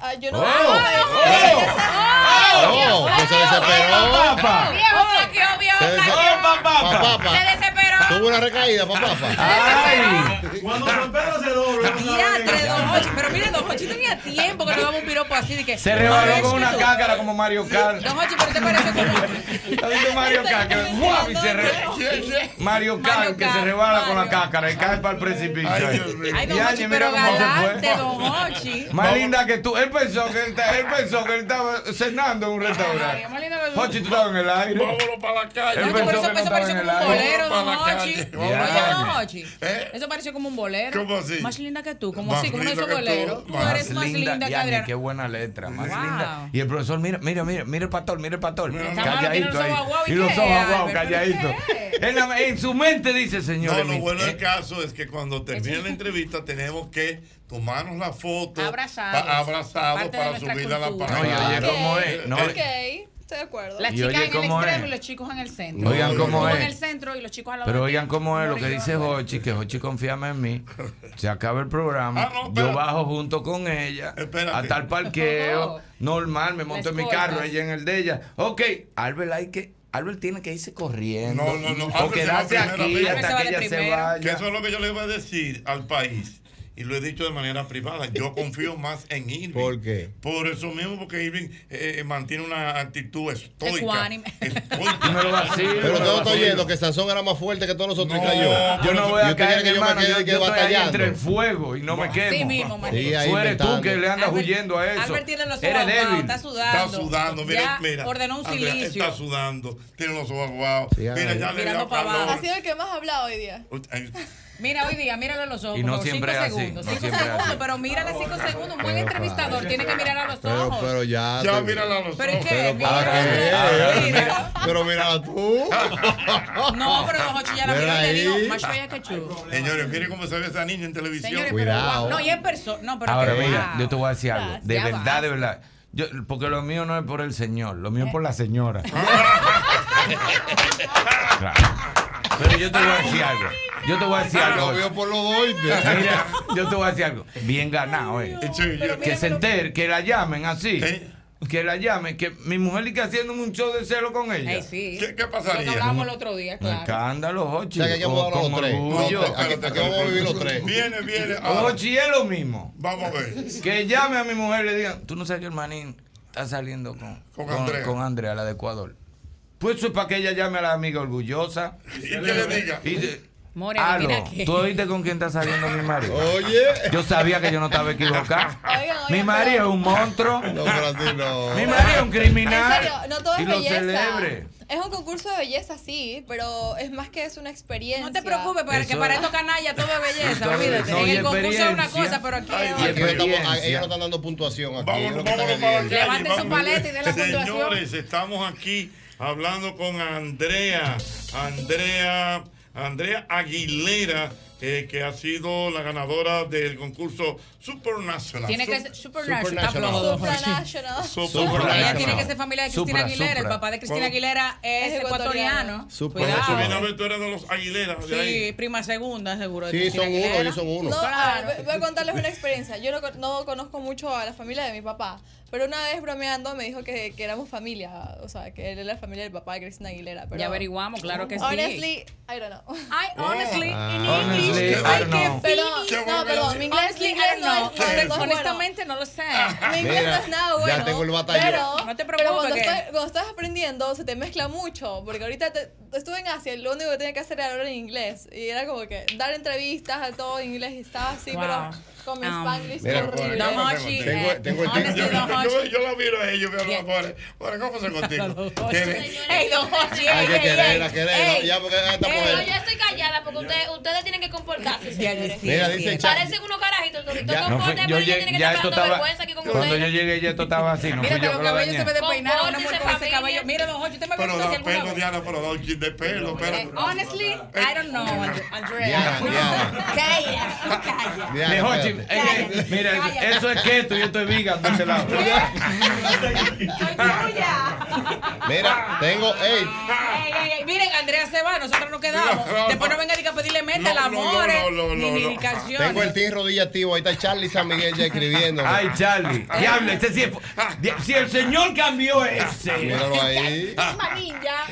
[SPEAKER 9] Ah, yo no.
[SPEAKER 1] ¡Oh!
[SPEAKER 9] Ay,
[SPEAKER 1] ¡Oh!
[SPEAKER 9] ya sé.
[SPEAKER 2] No, pues se desesperó.
[SPEAKER 16] Papá.
[SPEAKER 6] Viejo flaqueó, viejo
[SPEAKER 2] Se dese-
[SPEAKER 6] flaqueó.
[SPEAKER 2] Papá,
[SPEAKER 6] Se desesperó.
[SPEAKER 2] Tuvo una recaída, papá.
[SPEAKER 13] Cuando los perros se doblan.
[SPEAKER 6] Diantre, don Hochi. Pero mire, don Hochi tenía tiempo que no daba un piropo así. De que,
[SPEAKER 16] Se rebaló con una
[SPEAKER 6] Ay,
[SPEAKER 16] cácara como Mario Kart.
[SPEAKER 6] Don Hochi, pero te parece como... <laughs>
[SPEAKER 16] Está viendo Mario Kart que ¡guau! y se re- Mario Kart que se rebala con la cácara y cae para el precipicio.
[SPEAKER 6] Ay,
[SPEAKER 16] Y
[SPEAKER 6] don Hochi,
[SPEAKER 16] Áñez, mira
[SPEAKER 6] pero
[SPEAKER 16] cómo se fue.
[SPEAKER 6] galante, don Hochi.
[SPEAKER 16] Más linda que tú. Él pensó que él, ta- él pensó que él estaba cenando en un restaurante.
[SPEAKER 6] Más linda que tú.
[SPEAKER 16] Hochi, tú estabas en el aire.
[SPEAKER 1] Vámonos para la
[SPEAKER 16] Él
[SPEAKER 6] Hochi, pero eso eso pareció
[SPEAKER 1] calle.
[SPEAKER 16] pensó que no estaba en el
[SPEAKER 6] como un
[SPEAKER 16] aire.
[SPEAKER 6] bolero, don Hochi.
[SPEAKER 16] Vamos para la
[SPEAKER 6] Oye, don
[SPEAKER 16] calle.
[SPEAKER 6] Hochi. Eso pareció como un bolero.
[SPEAKER 16] Eh. ¿Cómo así?
[SPEAKER 6] Más linda que tú, como
[SPEAKER 16] Más
[SPEAKER 6] así, como uno de
[SPEAKER 16] linda
[SPEAKER 6] esos
[SPEAKER 16] que tú.
[SPEAKER 6] boleros. Tú eres más linda que
[SPEAKER 16] Yanni,
[SPEAKER 6] Adriana.
[SPEAKER 16] Qué buena letra. Más
[SPEAKER 6] Wow.
[SPEAKER 16] linda. Y el profesor, mira, mira, mira, mira el pastor, mira el pastor.
[SPEAKER 6] malo, tiene los
[SPEAKER 16] Calladito ahí.
[SPEAKER 6] ojos aguados, ¿y
[SPEAKER 16] Y los
[SPEAKER 6] qué,
[SPEAKER 16] ojos aguados,
[SPEAKER 6] Albert?
[SPEAKER 16] calladito. <laughs> En, la- en su mente dice,
[SPEAKER 1] No,
[SPEAKER 16] señor.
[SPEAKER 1] lo bueno del caso es que cuando termine la entrevista tenemos que tomarnos la foto
[SPEAKER 9] Abrazados.
[SPEAKER 1] pa- abrazados
[SPEAKER 9] Parte de
[SPEAKER 1] para
[SPEAKER 9] nuestra
[SPEAKER 1] subirla a la
[SPEAKER 9] cultura.
[SPEAKER 1] página. Eh,
[SPEAKER 16] No, y oye, ¿cómo es? No,
[SPEAKER 9] Ok, estoy de acuerdo.
[SPEAKER 6] Las
[SPEAKER 16] Y
[SPEAKER 6] chicas
[SPEAKER 16] oye,
[SPEAKER 6] eh. en el
[SPEAKER 16] ¿cómo
[SPEAKER 6] extremo
[SPEAKER 16] es?
[SPEAKER 6] y los chicos en el centro.
[SPEAKER 16] Oigan,
[SPEAKER 6] Los
[SPEAKER 16] ¿cómo
[SPEAKER 6] chicos
[SPEAKER 16] es?
[SPEAKER 6] en el centro y los chicos al lado.
[SPEAKER 16] Pero oigan cómo es lo que dice Hochi, que Hochi confía en mí. Se acaba el
[SPEAKER 6] Ah,
[SPEAKER 16] programa, yo bajo junto con ella hasta el parqueo, normal, me monto en mi
[SPEAKER 1] escoltas.
[SPEAKER 16] carro, ella en el de ella. Ok, Albert hay que, Albert tiene que irse corriendo.
[SPEAKER 1] No, no, no.
[SPEAKER 16] O quedarse aquí hasta que ella se
[SPEAKER 1] Que
[SPEAKER 16] vaya.
[SPEAKER 1] eso es lo que yo le iba a decir al país. Y lo he dicho de manera privada.
[SPEAKER 16] <laughs>
[SPEAKER 1] Yo confío más en Irving. ¿Por
[SPEAKER 2] qué?
[SPEAKER 1] Por eso mismo, porque Irving eh, eh, mantiene una actitud estoica.
[SPEAKER 6] Ecuánime.
[SPEAKER 2] Pero todo está oyendo que Sansón era más fuerte que todos nosotros y cayó.
[SPEAKER 16] Yo Ah, no voy a
[SPEAKER 2] ¿Y usted quiere
[SPEAKER 16] caer,
[SPEAKER 2] que yo me
[SPEAKER 16] hermano,
[SPEAKER 2] quede
[SPEAKER 16] yo,
[SPEAKER 2] que
[SPEAKER 16] yo estoy ahí
[SPEAKER 2] batallando?
[SPEAKER 16] entre el fuego y no me quemo.
[SPEAKER 6] mismo,
[SPEAKER 16] Tú
[SPEAKER 6] María.
[SPEAKER 16] eres tú que le andas huyendo a eso.
[SPEAKER 6] Albert tiene los ojos
[SPEAKER 16] Eres
[SPEAKER 6] aguados,
[SPEAKER 16] débil.
[SPEAKER 6] está sudando.
[SPEAKER 1] Está sudando, mira,
[SPEAKER 6] Ya
[SPEAKER 1] mira.
[SPEAKER 6] Ordenó un
[SPEAKER 1] Andrea,
[SPEAKER 6] silicio.
[SPEAKER 1] Está sudando, tiene los ojos aguados. mira, ya le
[SPEAKER 6] Mirando
[SPEAKER 1] dio
[SPEAKER 6] para abajo.
[SPEAKER 1] calor.
[SPEAKER 9] Ha sido el que más ha hablado hoy día.
[SPEAKER 6] Mira, hoy día, míralo a los ojos.
[SPEAKER 16] Y no
[SPEAKER 6] por favor,
[SPEAKER 16] siempre
[SPEAKER 6] cinco
[SPEAKER 16] es así,
[SPEAKER 6] segundos.
[SPEAKER 16] no
[SPEAKER 6] cinco
[SPEAKER 16] siempre es
[SPEAKER 6] segundos,
[SPEAKER 16] así.
[SPEAKER 6] pero mírale cinco segundos. Un buen
[SPEAKER 2] Pero
[SPEAKER 6] entrevistador tiene que mirar a los
[SPEAKER 2] Pero,
[SPEAKER 6] ojos.
[SPEAKER 2] pero ya.
[SPEAKER 1] Ya,
[SPEAKER 2] te-
[SPEAKER 1] mírala a los
[SPEAKER 6] Pero ¿y
[SPEAKER 1] ojos.
[SPEAKER 6] qué?
[SPEAKER 2] Pero para
[SPEAKER 6] Mírala.
[SPEAKER 2] qué.
[SPEAKER 6] Mírala.
[SPEAKER 2] Pero mírala tú.
[SPEAKER 6] No, pero los ocho ya la miró y le dijo, más bella que tú.
[SPEAKER 1] Señores, miren cómo se ve esa niña en televisión.
[SPEAKER 6] Señores, pero no, y en persona. No, pero
[SPEAKER 16] Ahora,
[SPEAKER 6] que-
[SPEAKER 16] mira, yo te voy a decir
[SPEAKER 6] Ah,
[SPEAKER 16] algo. De
[SPEAKER 6] ya
[SPEAKER 16] verdad,
[SPEAKER 6] basta.
[SPEAKER 16] de verdad. Yo, porque lo mío no
[SPEAKER 6] Ah.
[SPEAKER 16] es por el señor, lo mío es por la señora. Claro. Pero yo te voy a decir algo. Yo te voy a decir
[SPEAKER 34] Ah,
[SPEAKER 16] algo.
[SPEAKER 34] lo veo
[SPEAKER 16] por los Mira, yo te voy a decir algo. Bien ganado, eh. Que se entere, que la llamen así.
[SPEAKER 2] ¿Eh?
[SPEAKER 16] Que la llamen, que mi mujer y que haciendo un show de celo con ella.
[SPEAKER 6] Ey, sí.
[SPEAKER 16] pasaría?
[SPEAKER 6] Lo que hablábamos el otro día,
[SPEAKER 16] Un
[SPEAKER 6] claro.
[SPEAKER 16] escándalo, Ochi.
[SPEAKER 2] O sea, que hay que
[SPEAKER 16] con-
[SPEAKER 2] mudar los
[SPEAKER 16] con
[SPEAKER 2] tres.
[SPEAKER 16] orgullo.
[SPEAKER 2] Los tres, aquí- aquí vamos a vivir los tres.
[SPEAKER 1] Viene, viene.
[SPEAKER 16] Ochi es lo mismo.
[SPEAKER 1] Vamos a ver.
[SPEAKER 16] Que llame a mi mujer y le digan, tú no sabes que el manín está saliendo con, con,
[SPEAKER 1] Andrea.
[SPEAKER 16] con Andrea, la de Ecuador. Pues eso es para que ella llame a la amiga orgullosa.
[SPEAKER 1] ¿Y qué le diga?
[SPEAKER 16] Y de-
[SPEAKER 6] More,
[SPEAKER 16] Aló,
[SPEAKER 6] mira que.
[SPEAKER 16] ¿tú oíste con quién está saliendo mi marido?
[SPEAKER 6] Oye.
[SPEAKER 16] Yo sabía que yo no
[SPEAKER 5] <laughs>
[SPEAKER 16] estaba equivocado.
[SPEAKER 9] Oigan,
[SPEAKER 16] Mi
[SPEAKER 9] oigan,
[SPEAKER 16] marido es un monstruo. Mi marido es un
[SPEAKER 9] En
[SPEAKER 16] criminal.
[SPEAKER 9] serio, no todo es
[SPEAKER 16] y lo
[SPEAKER 9] belleza.
[SPEAKER 16] celebre.
[SPEAKER 9] Es un concurso de belleza, sí, pero es más que es una experiencia. No
[SPEAKER 6] te preocupes, para que Eso para es. estos
[SPEAKER 9] canallas todo es
[SPEAKER 6] belleza,
[SPEAKER 16] <laughs>
[SPEAKER 6] Todo es- <laughs> olvídate. no, En y el concurso es una experiencia. cosa, pero aquí- Ay, y
[SPEAKER 2] Aquí no estamos-
[SPEAKER 6] experiencia.
[SPEAKER 2] ellos no están dando puntuación aquí.
[SPEAKER 1] Vámonos,
[SPEAKER 2] es lo que están
[SPEAKER 1] vámonos para la
[SPEAKER 2] haciendo.
[SPEAKER 1] calle,
[SPEAKER 6] Levante su
[SPEAKER 1] vámonos.
[SPEAKER 6] paleta y dé la puntuación.
[SPEAKER 1] Señores, estamos aquí hablando con Andrea, Andrea, Andrea Aguilera, eh, que ha sido la ganadora del concurso Supernacional.
[SPEAKER 6] Tiene que
[SPEAKER 1] Sup-
[SPEAKER 6] ser Supernational. Aplaudo.
[SPEAKER 9] Supernational.
[SPEAKER 1] Supernational.
[SPEAKER 6] Ella tiene que ser familia de Cristina
[SPEAKER 1] Supra,
[SPEAKER 6] Aguilera. El
[SPEAKER 1] supra.
[SPEAKER 6] papá de Cristina
[SPEAKER 1] Bueno.
[SPEAKER 6] Aguilera es
[SPEAKER 9] Es
[SPEAKER 6] ecuatoriano.
[SPEAKER 1] Super
[SPEAKER 6] Cuidado.
[SPEAKER 1] tú eras de los Aguilera. de ahí.
[SPEAKER 6] Sí, prima segunda, seguro. de
[SPEAKER 1] Sí,
[SPEAKER 6] Cristina
[SPEAKER 1] son uno,
[SPEAKER 6] Aguilera.
[SPEAKER 1] ellos son uno.
[SPEAKER 9] No, a
[SPEAKER 6] Claro.
[SPEAKER 9] ver, voy a contarles una experiencia. Yo no, con- no conozco mucho a la familia de mi papá, pero una vez bromeando me dijo que, que éramos familia, o sea, que él era la familia del papá de Cristina Aguilera. Pero
[SPEAKER 6] Ya averiguamos, claro que sí.
[SPEAKER 9] Honestly, I don't know.
[SPEAKER 6] I honestly, in
[SPEAKER 16] Ah. honestly,
[SPEAKER 6] English,
[SPEAKER 16] I
[SPEAKER 6] ay, qué
[SPEAKER 16] don't know.
[SPEAKER 9] Pero,
[SPEAKER 6] finis.
[SPEAKER 9] no, perdón, mi inglés,
[SPEAKER 6] Honestly, Ah,
[SPEAKER 9] mi
[SPEAKER 6] I
[SPEAKER 9] inglés
[SPEAKER 6] don't know.
[SPEAKER 9] no es- no es bueno.
[SPEAKER 6] Honestamente, no lo sé.
[SPEAKER 9] Mi inglés no es nada bueno.
[SPEAKER 2] ya tengo el batallón.
[SPEAKER 9] Pero,
[SPEAKER 6] No te
[SPEAKER 9] pero
[SPEAKER 6] preocupes
[SPEAKER 9] cuando,
[SPEAKER 6] que-
[SPEAKER 9] estás, cuando estás aprendiendo, se te mezcla mucho. Porque ahorita te- estuve en Asia y lo único que tenía que hacer era hablar en inglés. Y era como que dar entrevistas a todo en inglés y estaba así,
[SPEAKER 6] Wow.
[SPEAKER 9] pero con mi
[SPEAKER 6] Um,
[SPEAKER 9] spanglish
[SPEAKER 2] Mira,
[SPEAKER 9] horrible.
[SPEAKER 2] Don Hochi, Tengo- eh, tengo el honestly,
[SPEAKER 1] yo,
[SPEAKER 2] Don
[SPEAKER 1] <laughs> yo-
[SPEAKER 2] Hochi.
[SPEAKER 1] yo la miro a ellos, que hablan ahora. Ahora, ¿cómo se
[SPEAKER 6] <laughs>
[SPEAKER 1] contigo? Tiene-
[SPEAKER 6] Ey, don Jorge, ey,
[SPEAKER 2] Hay que
[SPEAKER 6] ey,
[SPEAKER 2] quererla,
[SPEAKER 6] ey,
[SPEAKER 2] quererla.
[SPEAKER 6] ey.
[SPEAKER 2] Ya, porque esta
[SPEAKER 5] No,
[SPEAKER 2] mujer-
[SPEAKER 5] yo Eh, estoy callada porque ustedes, ustedes tienen que comportarse. señores.
[SPEAKER 16] sí, Mira, dice sí. Cha-
[SPEAKER 5] Parecen unos carajitos. El doctor
[SPEAKER 16] Ya, no fui-
[SPEAKER 5] comporte,
[SPEAKER 16] yo
[SPEAKER 5] pero ella
[SPEAKER 16] llegué-
[SPEAKER 5] tiene que
[SPEAKER 16] ya
[SPEAKER 5] estar
[SPEAKER 16] esto
[SPEAKER 5] dando
[SPEAKER 16] estaba.
[SPEAKER 5] vergüenza aquí con
[SPEAKER 16] Cuando
[SPEAKER 5] ustedes.
[SPEAKER 16] yo llegué, ya esto estaba así. No
[SPEAKER 6] Mira
[SPEAKER 16] fui
[SPEAKER 6] que
[SPEAKER 16] yo que
[SPEAKER 6] los
[SPEAKER 16] lo
[SPEAKER 6] cabellos se
[SPEAKER 16] dañé.
[SPEAKER 6] me despeinaron. Una mujer con ese
[SPEAKER 5] familia.
[SPEAKER 6] cabello. Mira, don Jorge, usted me
[SPEAKER 1] Pero
[SPEAKER 6] vio así
[SPEAKER 1] da
[SPEAKER 6] alguna
[SPEAKER 1] pelo,
[SPEAKER 6] vez.
[SPEAKER 1] Diana, pero da un chin de pelo. Pero,
[SPEAKER 6] Eh, Honestly, I don't know, And- Andrea.
[SPEAKER 1] Diana, Diana.
[SPEAKER 6] Calla, calla.
[SPEAKER 16] De Hochi, es que, mira, eso es keto, yo estoy vegan de ese lado.
[SPEAKER 2] Mira, tengo, ey,
[SPEAKER 6] Ey, ey, ey, Miren, Andrea se va, nosotros nos quedamos. Después no venga ni que a pedirle meta, el amor, eh, ni ni dedicación.
[SPEAKER 2] tengo el team rodilla activo. Ahí está Charlie San Miguel ya escribiendo.
[SPEAKER 16] Ay, Charlie. Diablo, este sí es. di- Si el señor cambió ese.
[SPEAKER 2] Ah, Míralo ahí.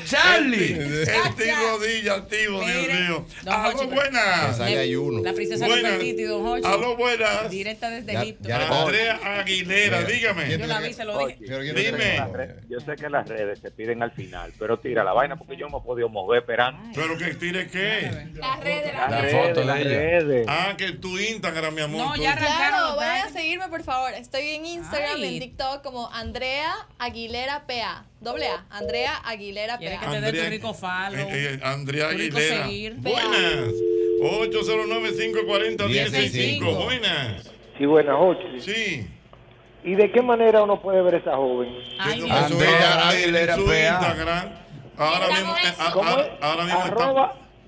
[SPEAKER 16] Charlie.
[SPEAKER 1] El tío rodilla, tío, Dios mío. Ah, Aló, buenas.
[SPEAKER 6] La princesa Nefertiti, don Jorge.
[SPEAKER 1] Aló, buenas.
[SPEAKER 6] Directa desde
[SPEAKER 1] Ya-
[SPEAKER 6] Egipto. Ah.
[SPEAKER 1] ya le- Andrea Aguilera, dígame.
[SPEAKER 6] Yo la vi, se lo dije.
[SPEAKER 2] Oye,
[SPEAKER 1] Dime.
[SPEAKER 13] Yo sé, que las redes- yo sé que las redes se piden al final, pero tira la vaina porque yo no he podido mover, esperando.
[SPEAKER 1] ¿Pero que tire qué?
[SPEAKER 5] Las redes,
[SPEAKER 13] Las
[SPEAKER 1] La
[SPEAKER 13] redes,
[SPEAKER 1] foto de
[SPEAKER 13] las
[SPEAKER 1] ella.
[SPEAKER 13] redes.
[SPEAKER 1] Ah, que tu Instagram, mi amor. tú-
[SPEAKER 9] Claro, vayan a seguirme por favor. Estoy en Instagram,
[SPEAKER 6] Ay.
[SPEAKER 9] en TikTok como Andrea Aguilera PA. Doble A, Andrea Aguilera
[SPEAKER 6] Quiere que
[SPEAKER 9] PA.
[SPEAKER 6] te dé tu
[SPEAKER 1] Andrea-
[SPEAKER 6] rico falo.
[SPEAKER 1] Eh, eh, Andrea
[SPEAKER 6] Tú rico
[SPEAKER 1] Aguilera.
[SPEAKER 6] seguir.
[SPEAKER 1] Buenas. 809-540-165.
[SPEAKER 13] 1065.
[SPEAKER 1] Buenas.
[SPEAKER 13] Sí, buenas, ocho.
[SPEAKER 1] Sí.
[SPEAKER 13] ¿Y de qué manera uno puede ver a esa joven?
[SPEAKER 1] Andrea
[SPEAKER 16] Aguilera
[SPEAKER 1] Ah, Su
[SPEAKER 16] PA.
[SPEAKER 1] Instagram. Ahora mismo, eh, a- a- ahora mismo está.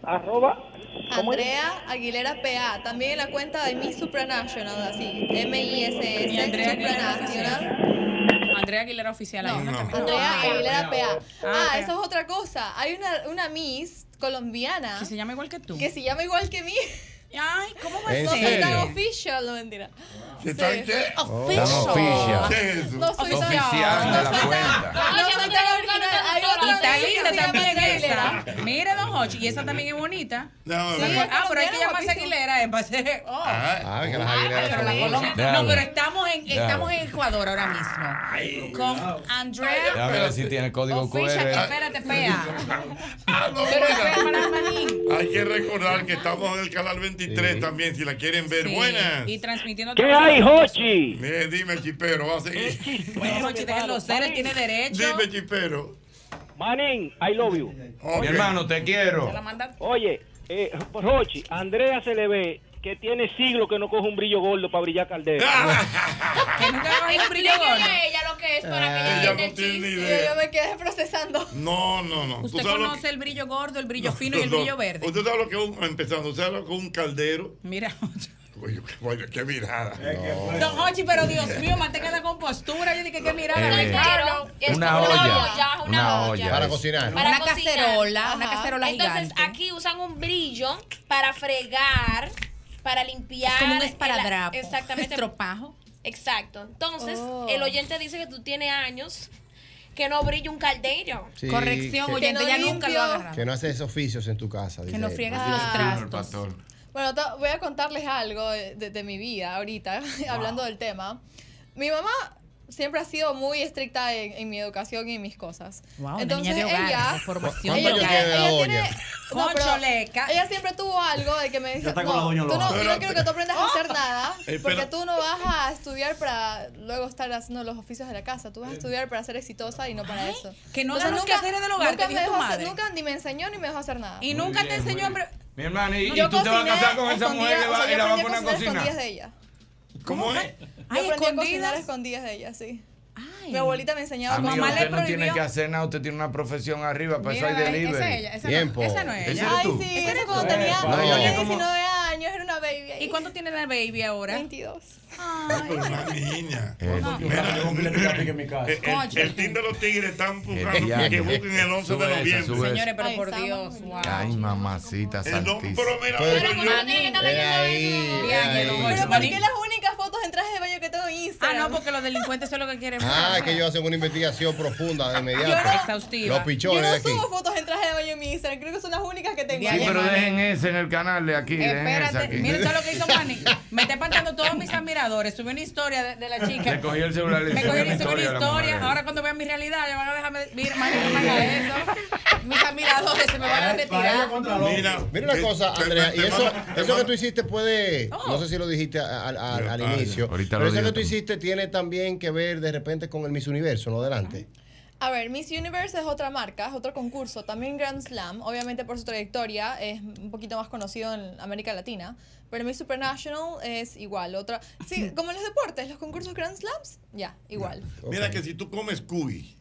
[SPEAKER 13] Arroba
[SPEAKER 9] Andrea Aguilera PA. También en la cuenta de Miss Supranational, así.
[SPEAKER 6] Y Andrea
[SPEAKER 9] M-I-S-S
[SPEAKER 6] Aguilera
[SPEAKER 9] Supranational.
[SPEAKER 6] Andrea Aguilera oficial. ahí, ¿no? También.
[SPEAKER 9] Andrea Aguilera PA.
[SPEAKER 6] Ah,
[SPEAKER 9] Ah,
[SPEAKER 6] PA.
[SPEAKER 9] eso es otra cosa. Hay una, una Miss colombiana. Que se
[SPEAKER 6] llama igual que tú.
[SPEAKER 9] Que se llama igual que mí.
[SPEAKER 6] Ay, ¿cómo
[SPEAKER 9] va a
[SPEAKER 2] ¿En
[SPEAKER 9] ser? No soy tan
[SPEAKER 2] serio?
[SPEAKER 9] official, no mentira.
[SPEAKER 1] ¿Qué tal qué?
[SPEAKER 2] Tan official.
[SPEAKER 1] ¿Qué es eso?
[SPEAKER 9] No soy tan
[SPEAKER 16] Oficial de la cuenta.
[SPEAKER 9] No soy tan original. Hay
[SPEAKER 6] Y
[SPEAKER 9] otra
[SPEAKER 6] está
[SPEAKER 9] Miss que
[SPEAKER 6] linda
[SPEAKER 9] se llama
[SPEAKER 6] también
[SPEAKER 9] Aguilera.
[SPEAKER 6] esa. Mira, don Hochi, y esa también es bonita.
[SPEAKER 1] Déjame
[SPEAKER 6] Sí,
[SPEAKER 1] ver.
[SPEAKER 6] ah, pero hay que
[SPEAKER 9] colombiana,
[SPEAKER 6] llamarse
[SPEAKER 9] guapísima.
[SPEAKER 6] Aguilera, en base. Oh.
[SPEAKER 2] Ah, que las aguileras
[SPEAKER 6] Pero la
[SPEAKER 2] son
[SPEAKER 6] Colombia-
[SPEAKER 16] Déjalo.
[SPEAKER 6] No, pero estamos en,
[SPEAKER 16] Déjalo.
[SPEAKER 6] estamos en Ecuador ahora mismo. con Andrea.
[SPEAKER 16] Déjame ver si tiene el código QR.
[SPEAKER 6] Official,
[SPEAKER 27] Ah,
[SPEAKER 6] espérate, pea.
[SPEAKER 1] Pero Ah, espérate, Hay que recordar que estamos en el canal 23 también, si la quieren ver.
[SPEAKER 6] Sí,
[SPEAKER 1] Buenas.
[SPEAKER 6] Y transmitiendo.
[SPEAKER 1] ¿Qué hay, Hochi? dime, chipero, va a seguir.
[SPEAKER 6] Don Hochi, déjenlo ser, él tiene derecho.
[SPEAKER 1] Dime, chipero.
[SPEAKER 11] Manin, I love you.
[SPEAKER 16] Mi hermano, te quiero.
[SPEAKER 11] Oye, eh, Rochi, Andrea se le ve que tiene siglo que no coge un brillo gordo para brillar caldera.
[SPEAKER 1] <laughs>
[SPEAKER 5] Explíquenle a ella lo que es para que ella
[SPEAKER 1] Ah, Ella
[SPEAKER 5] entienda
[SPEAKER 1] no
[SPEAKER 5] el
[SPEAKER 1] tiene ni
[SPEAKER 5] chiste.
[SPEAKER 1] idea.
[SPEAKER 9] Me quedé procesando.
[SPEAKER 1] No, no, no.
[SPEAKER 6] Usted
[SPEAKER 1] sabes lo que-
[SPEAKER 6] conoce el brillo gordo, el brillo fino y el
[SPEAKER 1] No,
[SPEAKER 6] brillo verde.
[SPEAKER 1] <laughs> Usted sabe lo que es un, empezando, usted sabe lo que es un caldero.
[SPEAKER 6] Mira,
[SPEAKER 1] Oye, oye, qué mirada.
[SPEAKER 6] Don Hochi, pero Dios mío, mantenga la compostura. Yo dije que mirada.
[SPEAKER 1] Eh,
[SPEAKER 6] de Carlos.
[SPEAKER 1] una olla,
[SPEAKER 5] una olla.
[SPEAKER 2] Para cocinar.
[SPEAKER 5] Para
[SPEAKER 6] Una
[SPEAKER 5] cocinar.
[SPEAKER 6] cacerola, una
[SPEAKER 5] Ajá.
[SPEAKER 6] cacerola
[SPEAKER 5] Entonces,
[SPEAKER 6] gigante.
[SPEAKER 5] aquí usan un brillo para fregar, para limpiar.
[SPEAKER 6] Es como un
[SPEAKER 5] el-
[SPEAKER 6] esparadrapo,
[SPEAKER 5] Exactamente.
[SPEAKER 6] estropajo.
[SPEAKER 5] Exacto. Entonces,
[SPEAKER 6] Oh.
[SPEAKER 5] el oyente dice que tú tienes años que no brilla un caldero.
[SPEAKER 2] Sí, Corrección, que-
[SPEAKER 5] oyente,
[SPEAKER 9] ya nunca lo
[SPEAKER 5] agarra.
[SPEAKER 2] Que no hace esos oficios en tu casa. dice él.
[SPEAKER 9] Bueno, to- voy a contarles algo de, de- de mi vida ahorita, <laughs> hablando del tema. Mi mamá siempre ha sido muy estricta en, en mi educación y en mis cosas.
[SPEAKER 6] Wow, una
[SPEAKER 9] Entonces
[SPEAKER 6] niña de hogar,
[SPEAKER 9] ella,
[SPEAKER 6] de formación.
[SPEAKER 9] ella,
[SPEAKER 6] ¿Cuántos
[SPEAKER 9] ella,
[SPEAKER 6] años tiene la
[SPEAKER 9] ella
[SPEAKER 6] doña?
[SPEAKER 9] tiene, no, pero
[SPEAKER 6] Cónchale,
[SPEAKER 9] ella siempre tuvo algo de que me
[SPEAKER 29] Ya
[SPEAKER 9] dijo,
[SPEAKER 29] está con la
[SPEAKER 9] no,
[SPEAKER 29] doña
[SPEAKER 9] tú no, yo
[SPEAKER 29] Lola.
[SPEAKER 9] no quiero que tú aprendas a
[SPEAKER 6] <laughs>
[SPEAKER 9] hacer nada,
[SPEAKER 27] Eh,
[SPEAKER 29] Espera.
[SPEAKER 9] porque tú no vas a estudiar para luego estar haciendo los oficios de la casa,
[SPEAKER 27] Eh.
[SPEAKER 9] tú vas a estudiar para ser exitosa y no para eso.
[SPEAKER 6] que no hagas los quehaceres del hogar,
[SPEAKER 9] nunca,
[SPEAKER 6] te
[SPEAKER 9] me
[SPEAKER 6] dijo tu
[SPEAKER 9] dejó hacer-
[SPEAKER 6] madre.
[SPEAKER 9] nunca ni me enseñó ni me dejó hacer nada.
[SPEAKER 6] Y nunca te enseñó a. pre-
[SPEAKER 27] Mi hermana, y,
[SPEAKER 9] No,
[SPEAKER 27] y
[SPEAKER 9] yo
[SPEAKER 27] tú te vas a
[SPEAKER 9] cociné
[SPEAKER 27] casar con esa mujer y le
[SPEAKER 9] escondida, o
[SPEAKER 27] va-
[SPEAKER 9] sea,
[SPEAKER 27] y la
[SPEAKER 9] yo
[SPEAKER 27] vas a
[SPEAKER 9] aprendí
[SPEAKER 27] poner a
[SPEAKER 9] escondidas
[SPEAKER 27] cocinar.
[SPEAKER 9] de ella.
[SPEAKER 27] ¿Cómo es?
[SPEAKER 9] Yo aprendí a cocinar
[SPEAKER 6] escondidas.
[SPEAKER 9] escondidas de ella, sí. Mi abuelita me enseñaba a
[SPEAKER 27] Amigo,
[SPEAKER 9] cocinar.
[SPEAKER 27] usted no tiene que hacer nada, usted tiene una profesión arriba, pues, para eso hay
[SPEAKER 9] Mira, esa es
[SPEAKER 27] delivery.
[SPEAKER 9] ella, esa no- Tiempo. esa no es
[SPEAKER 27] Ese
[SPEAKER 9] ella.
[SPEAKER 27] eres
[SPEAKER 9] Ay,
[SPEAKER 27] tú.
[SPEAKER 9] sí, esa cuando tenía
[SPEAKER 27] No, yo-
[SPEAKER 9] 19
[SPEAKER 27] yo como-
[SPEAKER 9] años, era una baby.
[SPEAKER 6] ¿Y cuánto tiene la baby ahora?
[SPEAKER 9] 22.
[SPEAKER 1] Niña.
[SPEAKER 27] Eh,
[SPEAKER 6] El-
[SPEAKER 1] El,
[SPEAKER 6] el
[SPEAKER 1] team de los tigres están
[SPEAKER 27] El
[SPEAKER 1] buscando
[SPEAKER 27] diablo.
[SPEAKER 1] que busquen el 11 de
[SPEAKER 27] Sube esa,
[SPEAKER 1] noviembre.
[SPEAKER 27] sube esa. Señores,
[SPEAKER 6] Pero por Dios, wow.
[SPEAKER 27] Ay, mamacita santísima.
[SPEAKER 1] Pero
[SPEAKER 6] como no tiene que estar leyendo eso. Bien,
[SPEAKER 27] ahí.
[SPEAKER 6] don Hochi,
[SPEAKER 9] Pero ¿por
[SPEAKER 6] Marín.
[SPEAKER 9] qué las únicas fotos en traje de baño que tengo en
[SPEAKER 6] Ah,
[SPEAKER 9] Instagram?
[SPEAKER 6] no, porque los delincuentes son lo que quieren.
[SPEAKER 2] Ah, es que ellos hacen una investigación profunda de inmediato.
[SPEAKER 9] Yo no-
[SPEAKER 6] Exhaustiva.
[SPEAKER 2] Los pichones de
[SPEAKER 9] Yo no
[SPEAKER 2] aquí.
[SPEAKER 9] subo fotos en traje de baño en mi Instagram, creo que son las únicas que tengo.
[SPEAKER 27] Sí, pero dejen ese en el canal de aquí. dejen ese
[SPEAKER 6] Espérate,
[SPEAKER 27] aquí.
[SPEAKER 6] miren todo lo que hizo Manny. Me está espantando todos mis admiradores. Subió una historia de, de la chica.
[SPEAKER 27] Le cogió el celular y le
[SPEAKER 6] Me
[SPEAKER 27] subió
[SPEAKER 6] cogió
[SPEAKER 27] una
[SPEAKER 6] y subió una
[SPEAKER 27] historia a la
[SPEAKER 6] historia.
[SPEAKER 27] mujer.
[SPEAKER 6] Ahora cuando vean mi realidad, ya van a dejarme. Mira, Manny, no me haga eso. Mis admiradores se me van a retirar.
[SPEAKER 2] Mira, mira una cosa, Andrea, y eso, eso que tú hiciste puede,
[SPEAKER 9] Oh.
[SPEAKER 2] no sé si lo dijiste a- a- a- al
[SPEAKER 27] Ah,
[SPEAKER 2] inicio,
[SPEAKER 27] ahorita
[SPEAKER 2] pero
[SPEAKER 27] lo
[SPEAKER 2] eso
[SPEAKER 27] digo
[SPEAKER 2] que tú
[SPEAKER 27] también.
[SPEAKER 2] hiciste tiene también que ver de repente con el Miss Universo, ¿no? Adelante.
[SPEAKER 9] A ver, Miss Universe es otra marca, es otro concurso, también Grand Slam, obviamente por su trayectoria es un poquito más conocido en América Latina, pero Miss Supernational es igual, otra,
[SPEAKER 6] Mm.
[SPEAKER 9] sí, como los deportes, los concursos Grand Slams, ya, igual.
[SPEAKER 1] Mira que si tú comes cuy,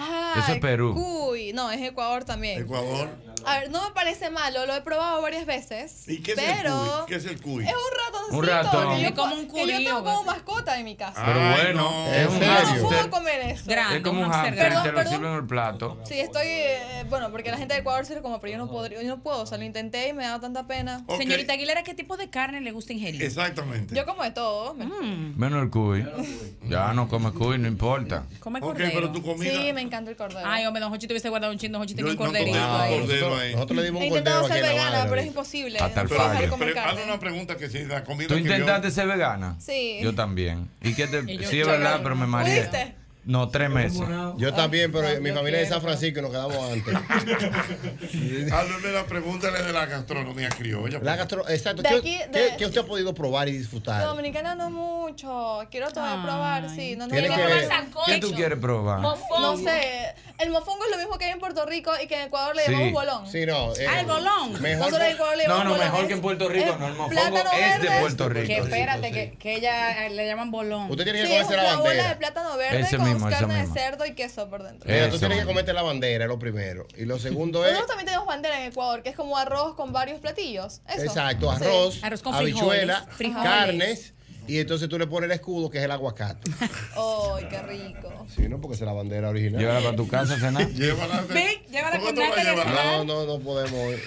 [SPEAKER 9] Ah,
[SPEAKER 1] Eso es Perú.
[SPEAKER 9] Uy, no, es Ecuador también.
[SPEAKER 1] Ecuador,
[SPEAKER 9] A ver, no me parece malo, lo he probado varias veces.
[SPEAKER 1] ¿y qué es el
[SPEAKER 9] pero
[SPEAKER 1] cuy? ¿Qué es el cuy?
[SPEAKER 9] es un ratoncito
[SPEAKER 1] Un ratón.
[SPEAKER 9] que yo,
[SPEAKER 1] Es
[SPEAKER 9] como un que yo tengo como mascota en mi casa.
[SPEAKER 16] Ah.
[SPEAKER 27] Pero
[SPEAKER 1] Ay,
[SPEAKER 27] bueno,
[SPEAKER 1] no.
[SPEAKER 27] es un
[SPEAKER 1] ¿En serio?
[SPEAKER 9] No puedo
[SPEAKER 27] hamster.
[SPEAKER 9] comer eso.
[SPEAKER 27] Es como un hamster,
[SPEAKER 9] Perdón,
[SPEAKER 27] te lo
[SPEAKER 9] perdón.
[SPEAKER 27] sirven en el plato.
[SPEAKER 9] Sí, estoy. eh, bueno, porque la gente de Ecuador sirve como, pero yo no, podría, yo no puedo. O sea, lo intenté y me daba tanta pena.
[SPEAKER 27] Ok. Señorita
[SPEAKER 9] Aguilera, ¿qué tipo de carne le gusta ingerir?
[SPEAKER 1] Exactamente.
[SPEAKER 9] Yo como de todo. me-
[SPEAKER 6] Mm.
[SPEAKER 27] Menos el cuy. Ya no come cuy, no importa.
[SPEAKER 6] Come
[SPEAKER 27] Ok,
[SPEAKER 6] cordero.
[SPEAKER 27] pero tu comida-
[SPEAKER 9] Sí, me encanta el cordero.
[SPEAKER 6] Ay, hombre, don Hochi te hubiese guardado un chin, don Hochi tenía un corderito
[SPEAKER 16] Ah.
[SPEAKER 1] comí
[SPEAKER 6] ahí.
[SPEAKER 1] cordero ahí.
[SPEAKER 2] Nosotros le dimos
[SPEAKER 9] He
[SPEAKER 2] un
[SPEAKER 9] intentado
[SPEAKER 2] cordero
[SPEAKER 9] ser
[SPEAKER 2] aquí en la
[SPEAKER 9] vegana,
[SPEAKER 2] Habana.
[SPEAKER 9] pero es
[SPEAKER 1] <laughs>
[SPEAKER 9] imposible.
[SPEAKER 27] Hasta el
[SPEAKER 9] No puedo dejar de
[SPEAKER 27] fallo.
[SPEAKER 9] comer
[SPEAKER 1] Pero
[SPEAKER 9] carne.
[SPEAKER 1] hazle una pregunta que si la comida
[SPEAKER 27] ¿Tú
[SPEAKER 1] que yo-
[SPEAKER 27] intentaste ser vegana?
[SPEAKER 9] Sí.
[SPEAKER 27] Yo también. ¿Y qué te.?
[SPEAKER 2] Y yo-
[SPEAKER 27] sí,
[SPEAKER 2] yo
[SPEAKER 27] es verdad,
[SPEAKER 2] no.
[SPEAKER 27] pero me mareé.
[SPEAKER 2] ¿Pudiste?
[SPEAKER 27] No, tres meses.
[SPEAKER 2] Yo también, pero mi familia es de San Francisco y nos quedamos antes.
[SPEAKER 1] <laughs> Háblame la pregunta de la gastronomía criolla.
[SPEAKER 2] La gastro- exacto.
[SPEAKER 9] De
[SPEAKER 2] ¿Qué,
[SPEAKER 9] aquí, de-
[SPEAKER 2] qué- qué usted ha podido probar y
[SPEAKER 9] De
[SPEAKER 2] disfrutar?
[SPEAKER 9] Dominicana no mucho. Quiero todavía probar, sí. No, no
[SPEAKER 2] Tiene
[SPEAKER 9] no
[SPEAKER 2] que-
[SPEAKER 9] probar
[SPEAKER 2] ¿Qué
[SPEAKER 9] sancocho.
[SPEAKER 27] ¿Qué tú quieres probar?
[SPEAKER 9] No sé. El mofongo es lo mismo que hay en Puerto Rico y que en Ecuador le
[SPEAKER 27] Sí.
[SPEAKER 9] llamamos bolón.
[SPEAKER 2] Sí, no. eh,
[SPEAKER 9] Ah, el bolón.
[SPEAKER 2] Mejor
[SPEAKER 9] Nosotros en Ecuador le
[SPEAKER 27] No,
[SPEAKER 9] llamamos
[SPEAKER 27] no,
[SPEAKER 9] bolón.
[SPEAKER 27] mejor que en Puerto Rico. No, el mofongo
[SPEAKER 9] plátano
[SPEAKER 27] es de
[SPEAKER 9] verde.
[SPEAKER 27] Puerto Rico.
[SPEAKER 6] Que espérate, que, que ella eh, le llaman bolón.
[SPEAKER 2] Usted tiene
[SPEAKER 9] Sí,
[SPEAKER 2] que
[SPEAKER 9] es
[SPEAKER 2] comerse la
[SPEAKER 9] una bola de
[SPEAKER 2] bandera.
[SPEAKER 9] plátano verde
[SPEAKER 2] Ese
[SPEAKER 9] con
[SPEAKER 2] mismo, ese
[SPEAKER 9] carne
[SPEAKER 2] mismo.
[SPEAKER 9] de cerdo y queso por dentro.
[SPEAKER 2] Mira, tú
[SPEAKER 27] Eso.
[SPEAKER 2] tienes que comerte la bandera, lo primero. Y lo segundo es.
[SPEAKER 9] Nosotros también tenemos bandera en Ecuador, que es como arroz con varios platillos. Eso.
[SPEAKER 2] Exacto,
[SPEAKER 9] Sí.
[SPEAKER 2] arroz, habichuela, carnes. Y entonces tú le pones el escudo, que es el aguacate.
[SPEAKER 9] ¡Ay, qué rico!
[SPEAKER 2] Sí, ¿no? Porque esa es la bandera original.
[SPEAKER 27] Llévala para tu casa a cenar.
[SPEAKER 2] <laughs> Llévala.
[SPEAKER 6] Vic, llévala con
[SPEAKER 2] No,
[SPEAKER 6] Nata de
[SPEAKER 2] no,
[SPEAKER 6] cenar.
[SPEAKER 2] no, no podemos. hoy.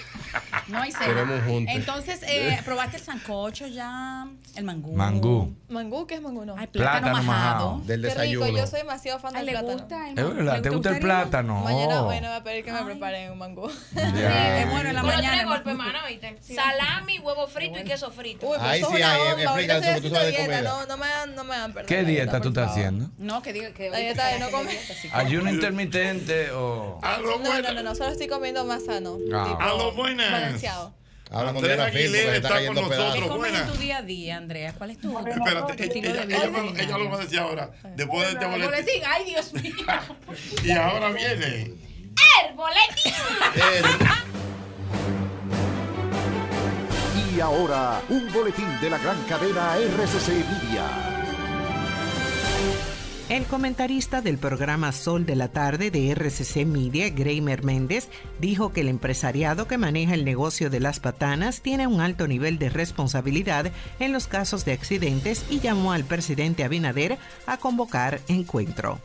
[SPEAKER 6] No hay cena.
[SPEAKER 2] Queremos juntos.
[SPEAKER 6] Entonces, eh, probaste el sancocho ya, el mangú.
[SPEAKER 27] Mangú.
[SPEAKER 9] Mangú, ¿qué es mangú? No.
[SPEAKER 27] Plátano majado.
[SPEAKER 2] Del
[SPEAKER 9] Qué
[SPEAKER 27] desayuno.
[SPEAKER 9] rico, yo soy demasiado fan del plátano.
[SPEAKER 27] Es verdad, ¿te gusta el plátano?
[SPEAKER 9] Mañana,
[SPEAKER 27] Oh.
[SPEAKER 9] bueno, voy a pedir que me preparen un mangú.
[SPEAKER 27] Ya.
[SPEAKER 5] bueno, en
[SPEAKER 9] en la
[SPEAKER 5] la Con
[SPEAKER 9] mañana,
[SPEAKER 5] tres golpes, mano, ¿viste? Salami, huevo frito y queso frito.
[SPEAKER 9] Uy, pero
[SPEAKER 27] Ahí
[SPEAKER 9] eso es
[SPEAKER 27] sí
[SPEAKER 9] una
[SPEAKER 27] hay,
[SPEAKER 9] bomba.
[SPEAKER 27] explica
[SPEAKER 9] Ahorita estoy
[SPEAKER 27] eso, porque tú sabes de
[SPEAKER 9] haciendo dieta,
[SPEAKER 27] comida.
[SPEAKER 9] No, no me dan, no me dan, perdón.
[SPEAKER 27] ¿Qué dieta tú estás haciendo?
[SPEAKER 9] No, que diga que La dieta de no comer.
[SPEAKER 27] ¿Ayuno intermitente o.?
[SPEAKER 9] No, no, no, no, solo estoy comiendo más sano.
[SPEAKER 27] Ah,
[SPEAKER 9] Tipo,
[SPEAKER 27] a lo
[SPEAKER 1] buenas.
[SPEAKER 9] Balanceado.
[SPEAKER 2] Habla con
[SPEAKER 1] Andrea
[SPEAKER 2] Diana Phil, porque
[SPEAKER 1] Aguilera
[SPEAKER 2] le
[SPEAKER 1] está
[SPEAKER 2] está
[SPEAKER 1] con
[SPEAKER 2] cayendo
[SPEAKER 1] nosotros.
[SPEAKER 6] ¿Qué
[SPEAKER 2] pedazos.
[SPEAKER 6] comes
[SPEAKER 1] buena.
[SPEAKER 6] en tu día a día, Andrea? ¿Cuál es tu, tu
[SPEAKER 1] Espérate,
[SPEAKER 6] estilo
[SPEAKER 1] ella,
[SPEAKER 6] de vida?
[SPEAKER 1] ella me lo- ella lo va a decir ahora, después de este
[SPEAKER 6] El
[SPEAKER 1] boletín.
[SPEAKER 6] boletín, ay Dios mío.
[SPEAKER 1] Y ahora viene.
[SPEAKER 5] ¡El boletín!
[SPEAKER 35] Y ahora, un boletín de la gran cadena RCC Media.
[SPEAKER 29] El comentarista del programa Sol de la Tarde de RCC Media, Greimer Méndez, dijo que el empresariado que maneja el negocio de las patanas tiene un alto nivel de responsabilidad en los casos de accidentes y llamó al presidente Abinader a convocar encuentro.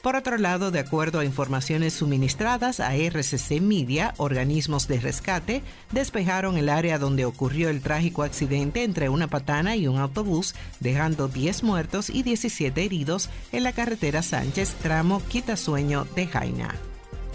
[SPEAKER 29] Por otro lado, de acuerdo a informaciones suministradas a RCC Media, organismos de rescate despejaron el área donde ocurrió el trágico accidente entre una patana y un autobús, dejando 10 muertos y 17 heridos en la carretera Sánchez, tramo Quitasueño de Jaina.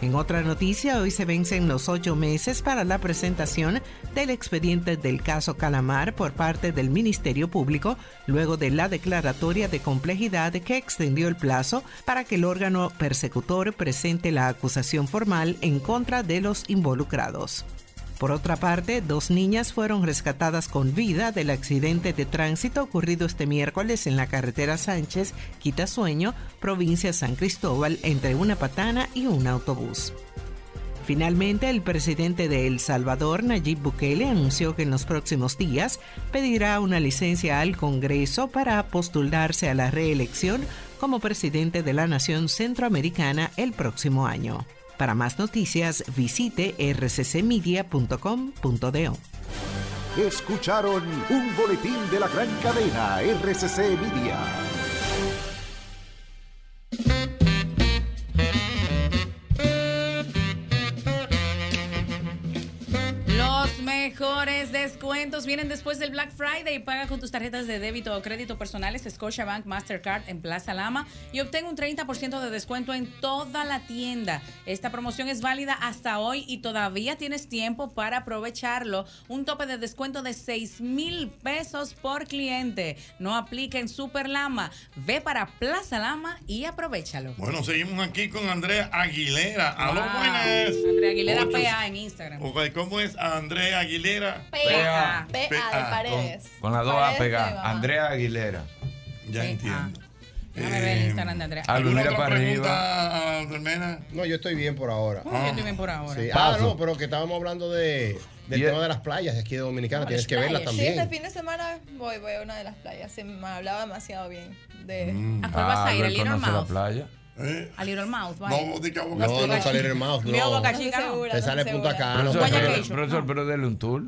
[SPEAKER 29] En otra noticia, hoy se vencen los ocho meses para la presentación del expediente del caso Calamar por parte del Ministerio Público, luego de la declaratoria de complejidad que extendió el plazo para que el órgano persecutor presente la acusación formal en contra de los involucrados. Por otra parte, dos niñas fueron rescatadas con vida del accidente de tránsito ocurrido este miércoles en la carretera Sánchez, Quitasueño, provincia San Cristóbal, entre una patana y un autobús. Finalmente, el presidente de El Salvador, Nayib Bukele, anunció que en los próximos días pedirá una licencia al Congreso para postularse a la reelección como presidente de la Nación Centroamericana el próximo año. Para más noticias, visite rccmedia.com.do.
[SPEAKER 35] Escucharon un boletín de la gran cadena RCC Media.
[SPEAKER 6] Los mejores descuentos vienen después del Black Friday. Paga con tus tarjetas de débito o crédito personales Scotiabank Mastercard en Plaza Lama y obtén un 30% de descuento en toda la tienda. Esta promoción es válida hasta hoy y todavía tienes tiempo para aprovecharlo. Un tope de descuento de 6 mil pesos por cliente. No aplica en Super Lama. Ve para Plaza Lama y aprovechalo.
[SPEAKER 1] Bueno, seguimos aquí con Andrea Aguilera. Aló,
[SPEAKER 6] Wow.
[SPEAKER 1] buenas.
[SPEAKER 6] Andrea Aguilera
[SPEAKER 1] Ocho-
[SPEAKER 6] PA en Instagram.
[SPEAKER 1] Ok, ¿Cómo es Andrea Aguilera?
[SPEAKER 9] PA, PA de
[SPEAKER 1] PA,
[SPEAKER 9] paredes.
[SPEAKER 27] Con las dos A
[SPEAKER 9] Paredes de
[SPEAKER 27] pegadas.
[SPEAKER 9] Baba.
[SPEAKER 27] Andrea Aguilera.
[SPEAKER 1] Ya entiendo.
[SPEAKER 6] Déjame
[SPEAKER 1] Eh,
[SPEAKER 6] ver el Instagram de Andrea.
[SPEAKER 27] Algo, mira para Ah, arriba.
[SPEAKER 1] arriba.
[SPEAKER 2] No, yo estoy bien por ahora.
[SPEAKER 6] ¿Cómo que yo estoy bien por ahora?
[SPEAKER 2] Sí. Ah,
[SPEAKER 6] Paso.
[SPEAKER 2] no, pero que estábamos hablando de, del tema de las playas de aquí de Dominicana. Tienes que verlas
[SPEAKER 9] Sí, este
[SPEAKER 2] también.
[SPEAKER 9] fin de semana voy, voy a una de las playas. Se me hablaba demasiado bien de...
[SPEAKER 1] Mm.
[SPEAKER 6] ¿A cuál vas a ir?
[SPEAKER 27] Ah,
[SPEAKER 6] ¿Al
[SPEAKER 27] él
[SPEAKER 6] Little
[SPEAKER 27] conoce la
[SPEAKER 6] Mouth?
[SPEAKER 27] playa.
[SPEAKER 1] ¿Eh?
[SPEAKER 6] Al Little Mouth,
[SPEAKER 1] No, de que a
[SPEAKER 2] Boca No, Chica. no está Little Mouth, no.
[SPEAKER 6] Ni a Boca
[SPEAKER 2] No
[SPEAKER 6] Chica,
[SPEAKER 2] estoy
[SPEAKER 6] no.
[SPEAKER 2] segura, Te no sale estoy Punta segura. Cana.
[SPEAKER 27] Profesor,
[SPEAKER 2] Guayaquil,
[SPEAKER 27] pero- Profesor, pero dele un tour.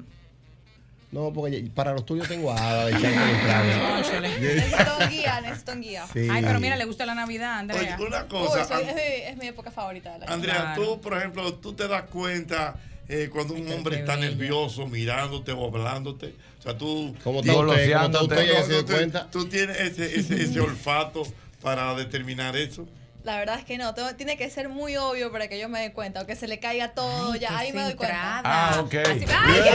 [SPEAKER 2] No, porque ya- para los tuyos tengo agua. de Chaco y Prado. <laughs>
[SPEAKER 9] Necesito un guía, necesito un guía.
[SPEAKER 2] Sí.
[SPEAKER 6] Ay, pero mira, le gusta la Navidad, Andrea.
[SPEAKER 1] una
[SPEAKER 9] Uy,
[SPEAKER 1] cosa,
[SPEAKER 9] soy-
[SPEAKER 1] An-
[SPEAKER 9] es, mi, es mi época favorita de la
[SPEAKER 1] Andrea,
[SPEAKER 9] vida.
[SPEAKER 1] tú, por ejemplo, tú te das cuenta eh, cuando un hombre está nervioso mirándote o hablándote. O sea, tú.
[SPEAKER 2] ¿Cómo está usted? ¿Cómo está usted? Ya se dio
[SPEAKER 1] tú-
[SPEAKER 2] cuenta.
[SPEAKER 1] Tú tienes ese,
[SPEAKER 2] <laughs>
[SPEAKER 1] ese, ese olfato para determinar eso.
[SPEAKER 9] La verdad es que no, tengo- tiene que ser muy obvio para que yo me dé cuenta, o que se le caiga todo, ya ahí me doy cuenta.
[SPEAKER 27] Ah, ok.
[SPEAKER 9] ¡Ay, qué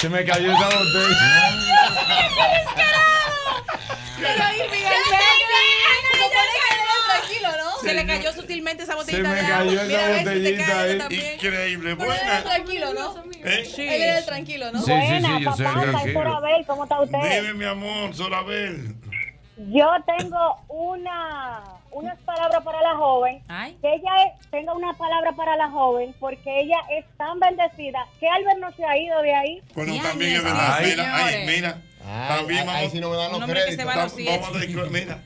[SPEAKER 27] Se me cayó esa botella.
[SPEAKER 6] Pero ahí, Miguel,
[SPEAKER 9] Ya
[SPEAKER 6] ven,
[SPEAKER 9] está,
[SPEAKER 6] ven,
[SPEAKER 9] ya
[SPEAKER 6] ven,
[SPEAKER 9] está, ya está.
[SPEAKER 6] tranquilo, ¿no? Se le cayó sutilmente esa botellita de agua. Mira, a ver si te cae
[SPEAKER 1] botellita
[SPEAKER 6] también.
[SPEAKER 1] Increíble,
[SPEAKER 9] Pero él era
[SPEAKER 1] buena.
[SPEAKER 9] tranquilo, ¿no?
[SPEAKER 1] ¿Eh?
[SPEAKER 9] Él era el tranquilo, ¿no?
[SPEAKER 1] Sí, sí, sí, yo soy el tranquilo.
[SPEAKER 31] Sorabel, ¿cómo está usted?
[SPEAKER 1] Dime, mi amor, Sorabel.
[SPEAKER 31] Yo tengo una, unas palabras para la joven. Que ella es- tenga una palabra para la joven porque ella es tan bendecida que Albert no se ha ido de ahí.
[SPEAKER 1] Bueno, también es verdad.
[SPEAKER 2] sí,
[SPEAKER 1] mira, ay,
[SPEAKER 2] señores.
[SPEAKER 1] mira. también
[SPEAKER 2] ay,
[SPEAKER 1] vamos.
[SPEAKER 2] ahí sí no me dan los Un hombre que créditos. se va a los
[SPEAKER 1] Tam- vamos a decir, mira,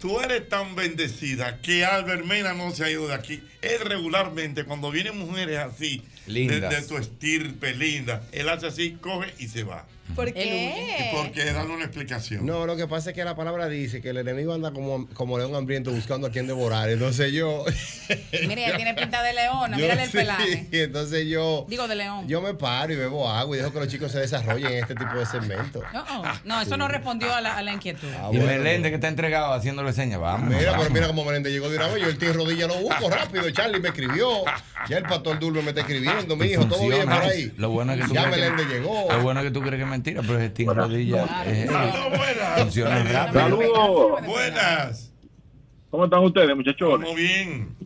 [SPEAKER 1] tú eres tan bendecida que Albert Mena no se ha ido de aquí. Él regularmente, cuando vienen mujeres así, de,
[SPEAKER 27] Lindas.
[SPEAKER 1] de tu estirpe, linda, él hace así, coge y se va.
[SPEAKER 9] ¿Por
[SPEAKER 1] Y <laughs> Porque dan una explicación.
[SPEAKER 2] No, lo que pasa es que la palabra dice que el enemigo anda como, como león hambriento buscando a quien devorar. Entonces <laughs> yo.
[SPEAKER 6] Mira,
[SPEAKER 2] <laughs>
[SPEAKER 6] ella tiene pinta de leona,
[SPEAKER 2] yo
[SPEAKER 6] mírale el
[SPEAKER 2] sí,
[SPEAKER 6] pelaje.
[SPEAKER 2] Entonces yo.
[SPEAKER 6] Digo, de león.
[SPEAKER 2] Yo me paro y bebo agua y dejo que los chicos se desarrollen en este tipo de segmento.
[SPEAKER 6] No, oh, no, eso no respondió a la, a la inquietud.
[SPEAKER 2] Ah,
[SPEAKER 27] Y Meléndez que está entregado haciéndole señas. Vamos.
[SPEAKER 2] Mira,
[SPEAKER 27] vamos.
[SPEAKER 2] pero mira cómo Meléndez llegó de una vez. Yo el tío rodilla lo busco rápido. Charlie me escribió. Ya el pastor Dulme me está escribiendo, mi hijo. Todo bien por
[SPEAKER 27] Funciona.
[SPEAKER 2] ahí.
[SPEAKER 27] Lo bueno es que tú
[SPEAKER 2] ya
[SPEAKER 27] crees que-
[SPEAKER 2] Meléndez llegó.
[SPEAKER 27] Lo bueno es que tú crees que es mentira, pero es Steam Rodilla. es- Funciona rápido.
[SPEAKER 1] Saludos. Buenas.
[SPEAKER 3] ¿Cómo están ustedes, muchachones?
[SPEAKER 1] Muy bien.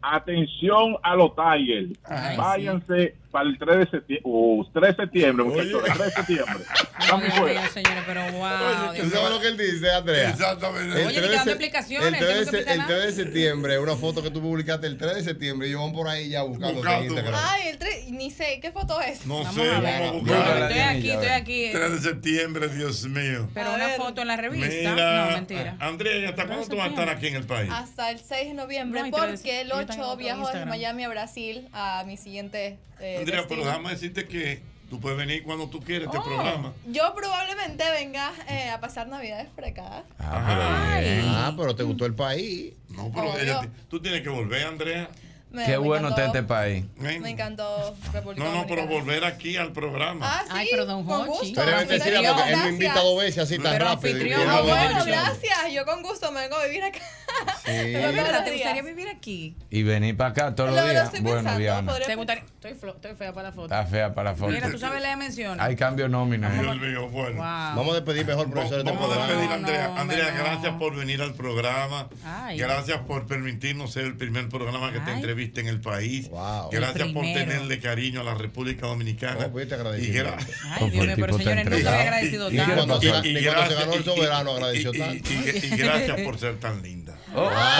[SPEAKER 3] Atención a los Tigers.
[SPEAKER 1] Ay,
[SPEAKER 3] Váyanse
[SPEAKER 4] para el 3 de septiembre, uh, 3 de septiembre, muchachos, el 3 de septiembre. Estamos
[SPEAKER 6] Dios
[SPEAKER 4] fuera.
[SPEAKER 6] mío, señores, pero wow. Dios
[SPEAKER 2] ¿Tú sabes
[SPEAKER 6] mío.
[SPEAKER 2] lo que él dice, Andrea?
[SPEAKER 1] Exactamente.
[SPEAKER 6] Oye, ni que dando explicaciones,
[SPEAKER 2] El
[SPEAKER 6] que no
[SPEAKER 2] 3,
[SPEAKER 6] te
[SPEAKER 2] de,
[SPEAKER 6] explica
[SPEAKER 2] el
[SPEAKER 6] nada.
[SPEAKER 2] 3 de septiembre, una foto que tú publicaste el 3 de septiembre, y yo van por ahí ya buscando en Instagram.
[SPEAKER 6] Ah,
[SPEAKER 9] Ay, el tre- ni sé, ¿qué foto es?
[SPEAKER 1] No
[SPEAKER 9] Vamos
[SPEAKER 1] sé,
[SPEAKER 9] a ver.
[SPEAKER 1] vamos a
[SPEAKER 2] Búscala,
[SPEAKER 1] buscar.
[SPEAKER 6] <laughs> Estoy aquí, estoy aquí.
[SPEAKER 1] 3 de septiembre, Dios mío.
[SPEAKER 6] Pero una foto en la revista.
[SPEAKER 1] Mira,
[SPEAKER 6] No, mentira.
[SPEAKER 1] a- Andrea, ¿y hasta cuándo tú vas a estar aquí en el
[SPEAKER 6] Ah,
[SPEAKER 1] país?
[SPEAKER 9] Hasta el 6 de noviembre,
[SPEAKER 6] No, y te lo decía,
[SPEAKER 9] porque el
[SPEAKER 6] yo tengo
[SPEAKER 9] 8
[SPEAKER 6] otro
[SPEAKER 9] viajo desde
[SPEAKER 6] Instagram.
[SPEAKER 9] Miami a Brasil a mi siguiente. eh,
[SPEAKER 1] Andrea, pero
[SPEAKER 9] destino.
[SPEAKER 1] déjame decirte que tú puedes venir cuando tú quieras
[SPEAKER 6] Oh.
[SPEAKER 1] a este programa.
[SPEAKER 9] Oh, Yo probablemente venga eh, a pasar Navidades por acá.
[SPEAKER 2] Ah, pero, bien. Ah, pero te gustó el país.
[SPEAKER 1] No, pero ella ti- tú tienes que volver, Andrea.
[SPEAKER 9] Me- me encantó-
[SPEAKER 1] país.
[SPEAKER 9] Me encantó República
[SPEAKER 1] No, no,
[SPEAKER 9] Dominicana.
[SPEAKER 1] pero volver aquí al programa.
[SPEAKER 9] Ah, sí, Ay, pero don con Hochi. gusto.
[SPEAKER 2] Pero es mentira,
[SPEAKER 9] Anfitrión,
[SPEAKER 2] porque él me
[SPEAKER 9] gracias.
[SPEAKER 2] invita dos veces así tan
[SPEAKER 9] Pero
[SPEAKER 2] rápido. y
[SPEAKER 9] anfitrión,
[SPEAKER 2] una
[SPEAKER 9] ah,
[SPEAKER 2] vez-
[SPEAKER 9] bueno, gracias. Yo con gusto me vengo a vivir acá. <laughs>
[SPEAKER 2] Sí.
[SPEAKER 9] Pero
[SPEAKER 6] Espera, ¿te
[SPEAKER 9] días.
[SPEAKER 6] gustaría vivir aquí?
[SPEAKER 27] Y venir para acá todos
[SPEAKER 6] Lo-
[SPEAKER 27] los
[SPEAKER 6] lo
[SPEAKER 27] días.
[SPEAKER 6] estoy
[SPEAKER 27] Bueno,
[SPEAKER 6] pensando,
[SPEAKER 27] Diana.
[SPEAKER 6] ¿Te gustaría? Estoy, flo- estoy fea para la foto.
[SPEAKER 27] Está fea para la foto.
[SPEAKER 6] Mira, tú sabes la mención.
[SPEAKER 27] Hay cambio nómina.
[SPEAKER 1] Dios mío, bueno.
[SPEAKER 2] Vamos a despedir mejor, profesor.
[SPEAKER 1] Vamos a despedir a Andrea. Andrea, gracias por venir al programa.
[SPEAKER 2] Ay.
[SPEAKER 1] Gracias por permitirnos ser el primer programa que te entreviste en el país. Gracias
[SPEAKER 6] El
[SPEAKER 1] por
[SPEAKER 6] primero.
[SPEAKER 1] tenerle cariño a la República Dominicana.
[SPEAKER 2] Oh,
[SPEAKER 1] y gra-
[SPEAKER 6] Ay, Dios mío, pero señores, nunca había agradecido
[SPEAKER 1] Y- y-
[SPEAKER 6] tanto.
[SPEAKER 2] Cuando se-
[SPEAKER 1] y- y
[SPEAKER 2] ni cuando se ganó el
[SPEAKER 1] gracias- y-
[SPEAKER 2] soberano
[SPEAKER 1] y-
[SPEAKER 2] agradeció
[SPEAKER 1] y- y-
[SPEAKER 2] tanto. Oh.
[SPEAKER 1] y- y gracias por ser
[SPEAKER 2] <laughs>
[SPEAKER 1] tan linda.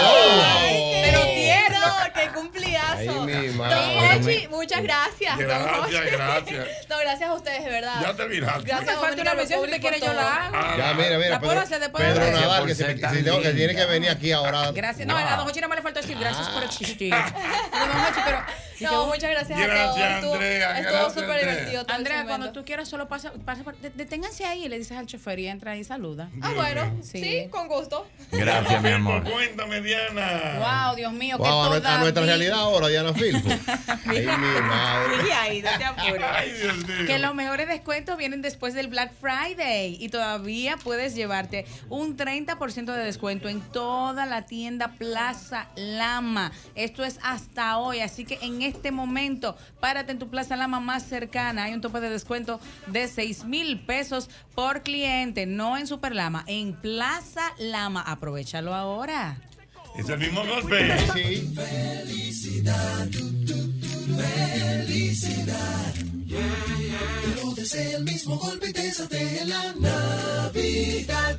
[SPEAKER 9] Ay, Pero
[SPEAKER 1] <laughs>
[SPEAKER 9] tierno, qué cumpliazo.
[SPEAKER 1] Ay, mi madre.
[SPEAKER 9] Don Hochi, muchas gracias. don
[SPEAKER 1] Gracias,
[SPEAKER 9] Hochi.
[SPEAKER 1] gracias.
[SPEAKER 9] No, gracias a ustedes, de verdad.
[SPEAKER 1] Ya terminaste.
[SPEAKER 9] Gracias,
[SPEAKER 6] No me falta una
[SPEAKER 9] Dominicana
[SPEAKER 6] mención, si usted
[SPEAKER 9] Republic,
[SPEAKER 6] quiere
[SPEAKER 9] por
[SPEAKER 6] yo la
[SPEAKER 9] todo.
[SPEAKER 6] hago.
[SPEAKER 2] Ya, mira, mira.
[SPEAKER 6] La
[SPEAKER 1] pues,
[SPEAKER 6] puedo
[SPEAKER 2] Pedro,
[SPEAKER 6] hacer después.
[SPEAKER 2] Pedro
[SPEAKER 6] Gracias
[SPEAKER 2] Nadal,
[SPEAKER 6] por
[SPEAKER 2] que, se,
[SPEAKER 6] ser tan
[SPEAKER 2] si tengo- que
[SPEAKER 6] linda.
[SPEAKER 2] tiene que venir aquí ahora.
[SPEAKER 6] Gracias. No, a la Don Hochi nada más le faltó decir gracias por existir. Pero Don Hochi, pero.
[SPEAKER 9] <laughs> No, muchas gracias a todos.
[SPEAKER 6] Gracias,
[SPEAKER 9] Estuvo-
[SPEAKER 6] Andrea,
[SPEAKER 9] Estuvo
[SPEAKER 6] gracias,
[SPEAKER 9] súper
[SPEAKER 6] Andrea.
[SPEAKER 9] divertido. todo
[SPEAKER 6] Andrea,
[SPEAKER 9] ese
[SPEAKER 6] cuando
[SPEAKER 9] momento.
[SPEAKER 6] tú quieras, solo pasa, pasa por- de- deténganse ahí y le dices al chofer y entra y saluda.
[SPEAKER 9] Ah, bueno, sí, con gusto.
[SPEAKER 27] Gracias, mi amor.
[SPEAKER 1] Cuéntame, Este Diana.
[SPEAKER 6] Wow, Dios mío, que
[SPEAKER 2] Vamos a, nuestra- a
[SPEAKER 6] toda
[SPEAKER 2] nuestra
[SPEAKER 6] mi-
[SPEAKER 2] realidad ahora, Diana Filpo.
[SPEAKER 6] <laughs>
[SPEAKER 2] Ay, mi madre.
[SPEAKER 6] Sigue ahí, no te
[SPEAKER 2] <laughs>
[SPEAKER 6] apures.
[SPEAKER 1] mío.
[SPEAKER 6] Que los mejores descuentos vienen después del Black Friday y todavía puedes llevarte un 30% de descuento en toda la tienda Plaza Lama. Esto es hasta hoy, así que en este momento párate en tu Plaza Lama más cercana. Hay un tope de descuento de 6 mil pesos por cliente, no en Super Lama, en Plaza Lama. Aprovechalo ahora.
[SPEAKER 1] Es el mismo golpe.
[SPEAKER 13] Felicidad, felicidad. No des el mismo golpe y desate la Navidad.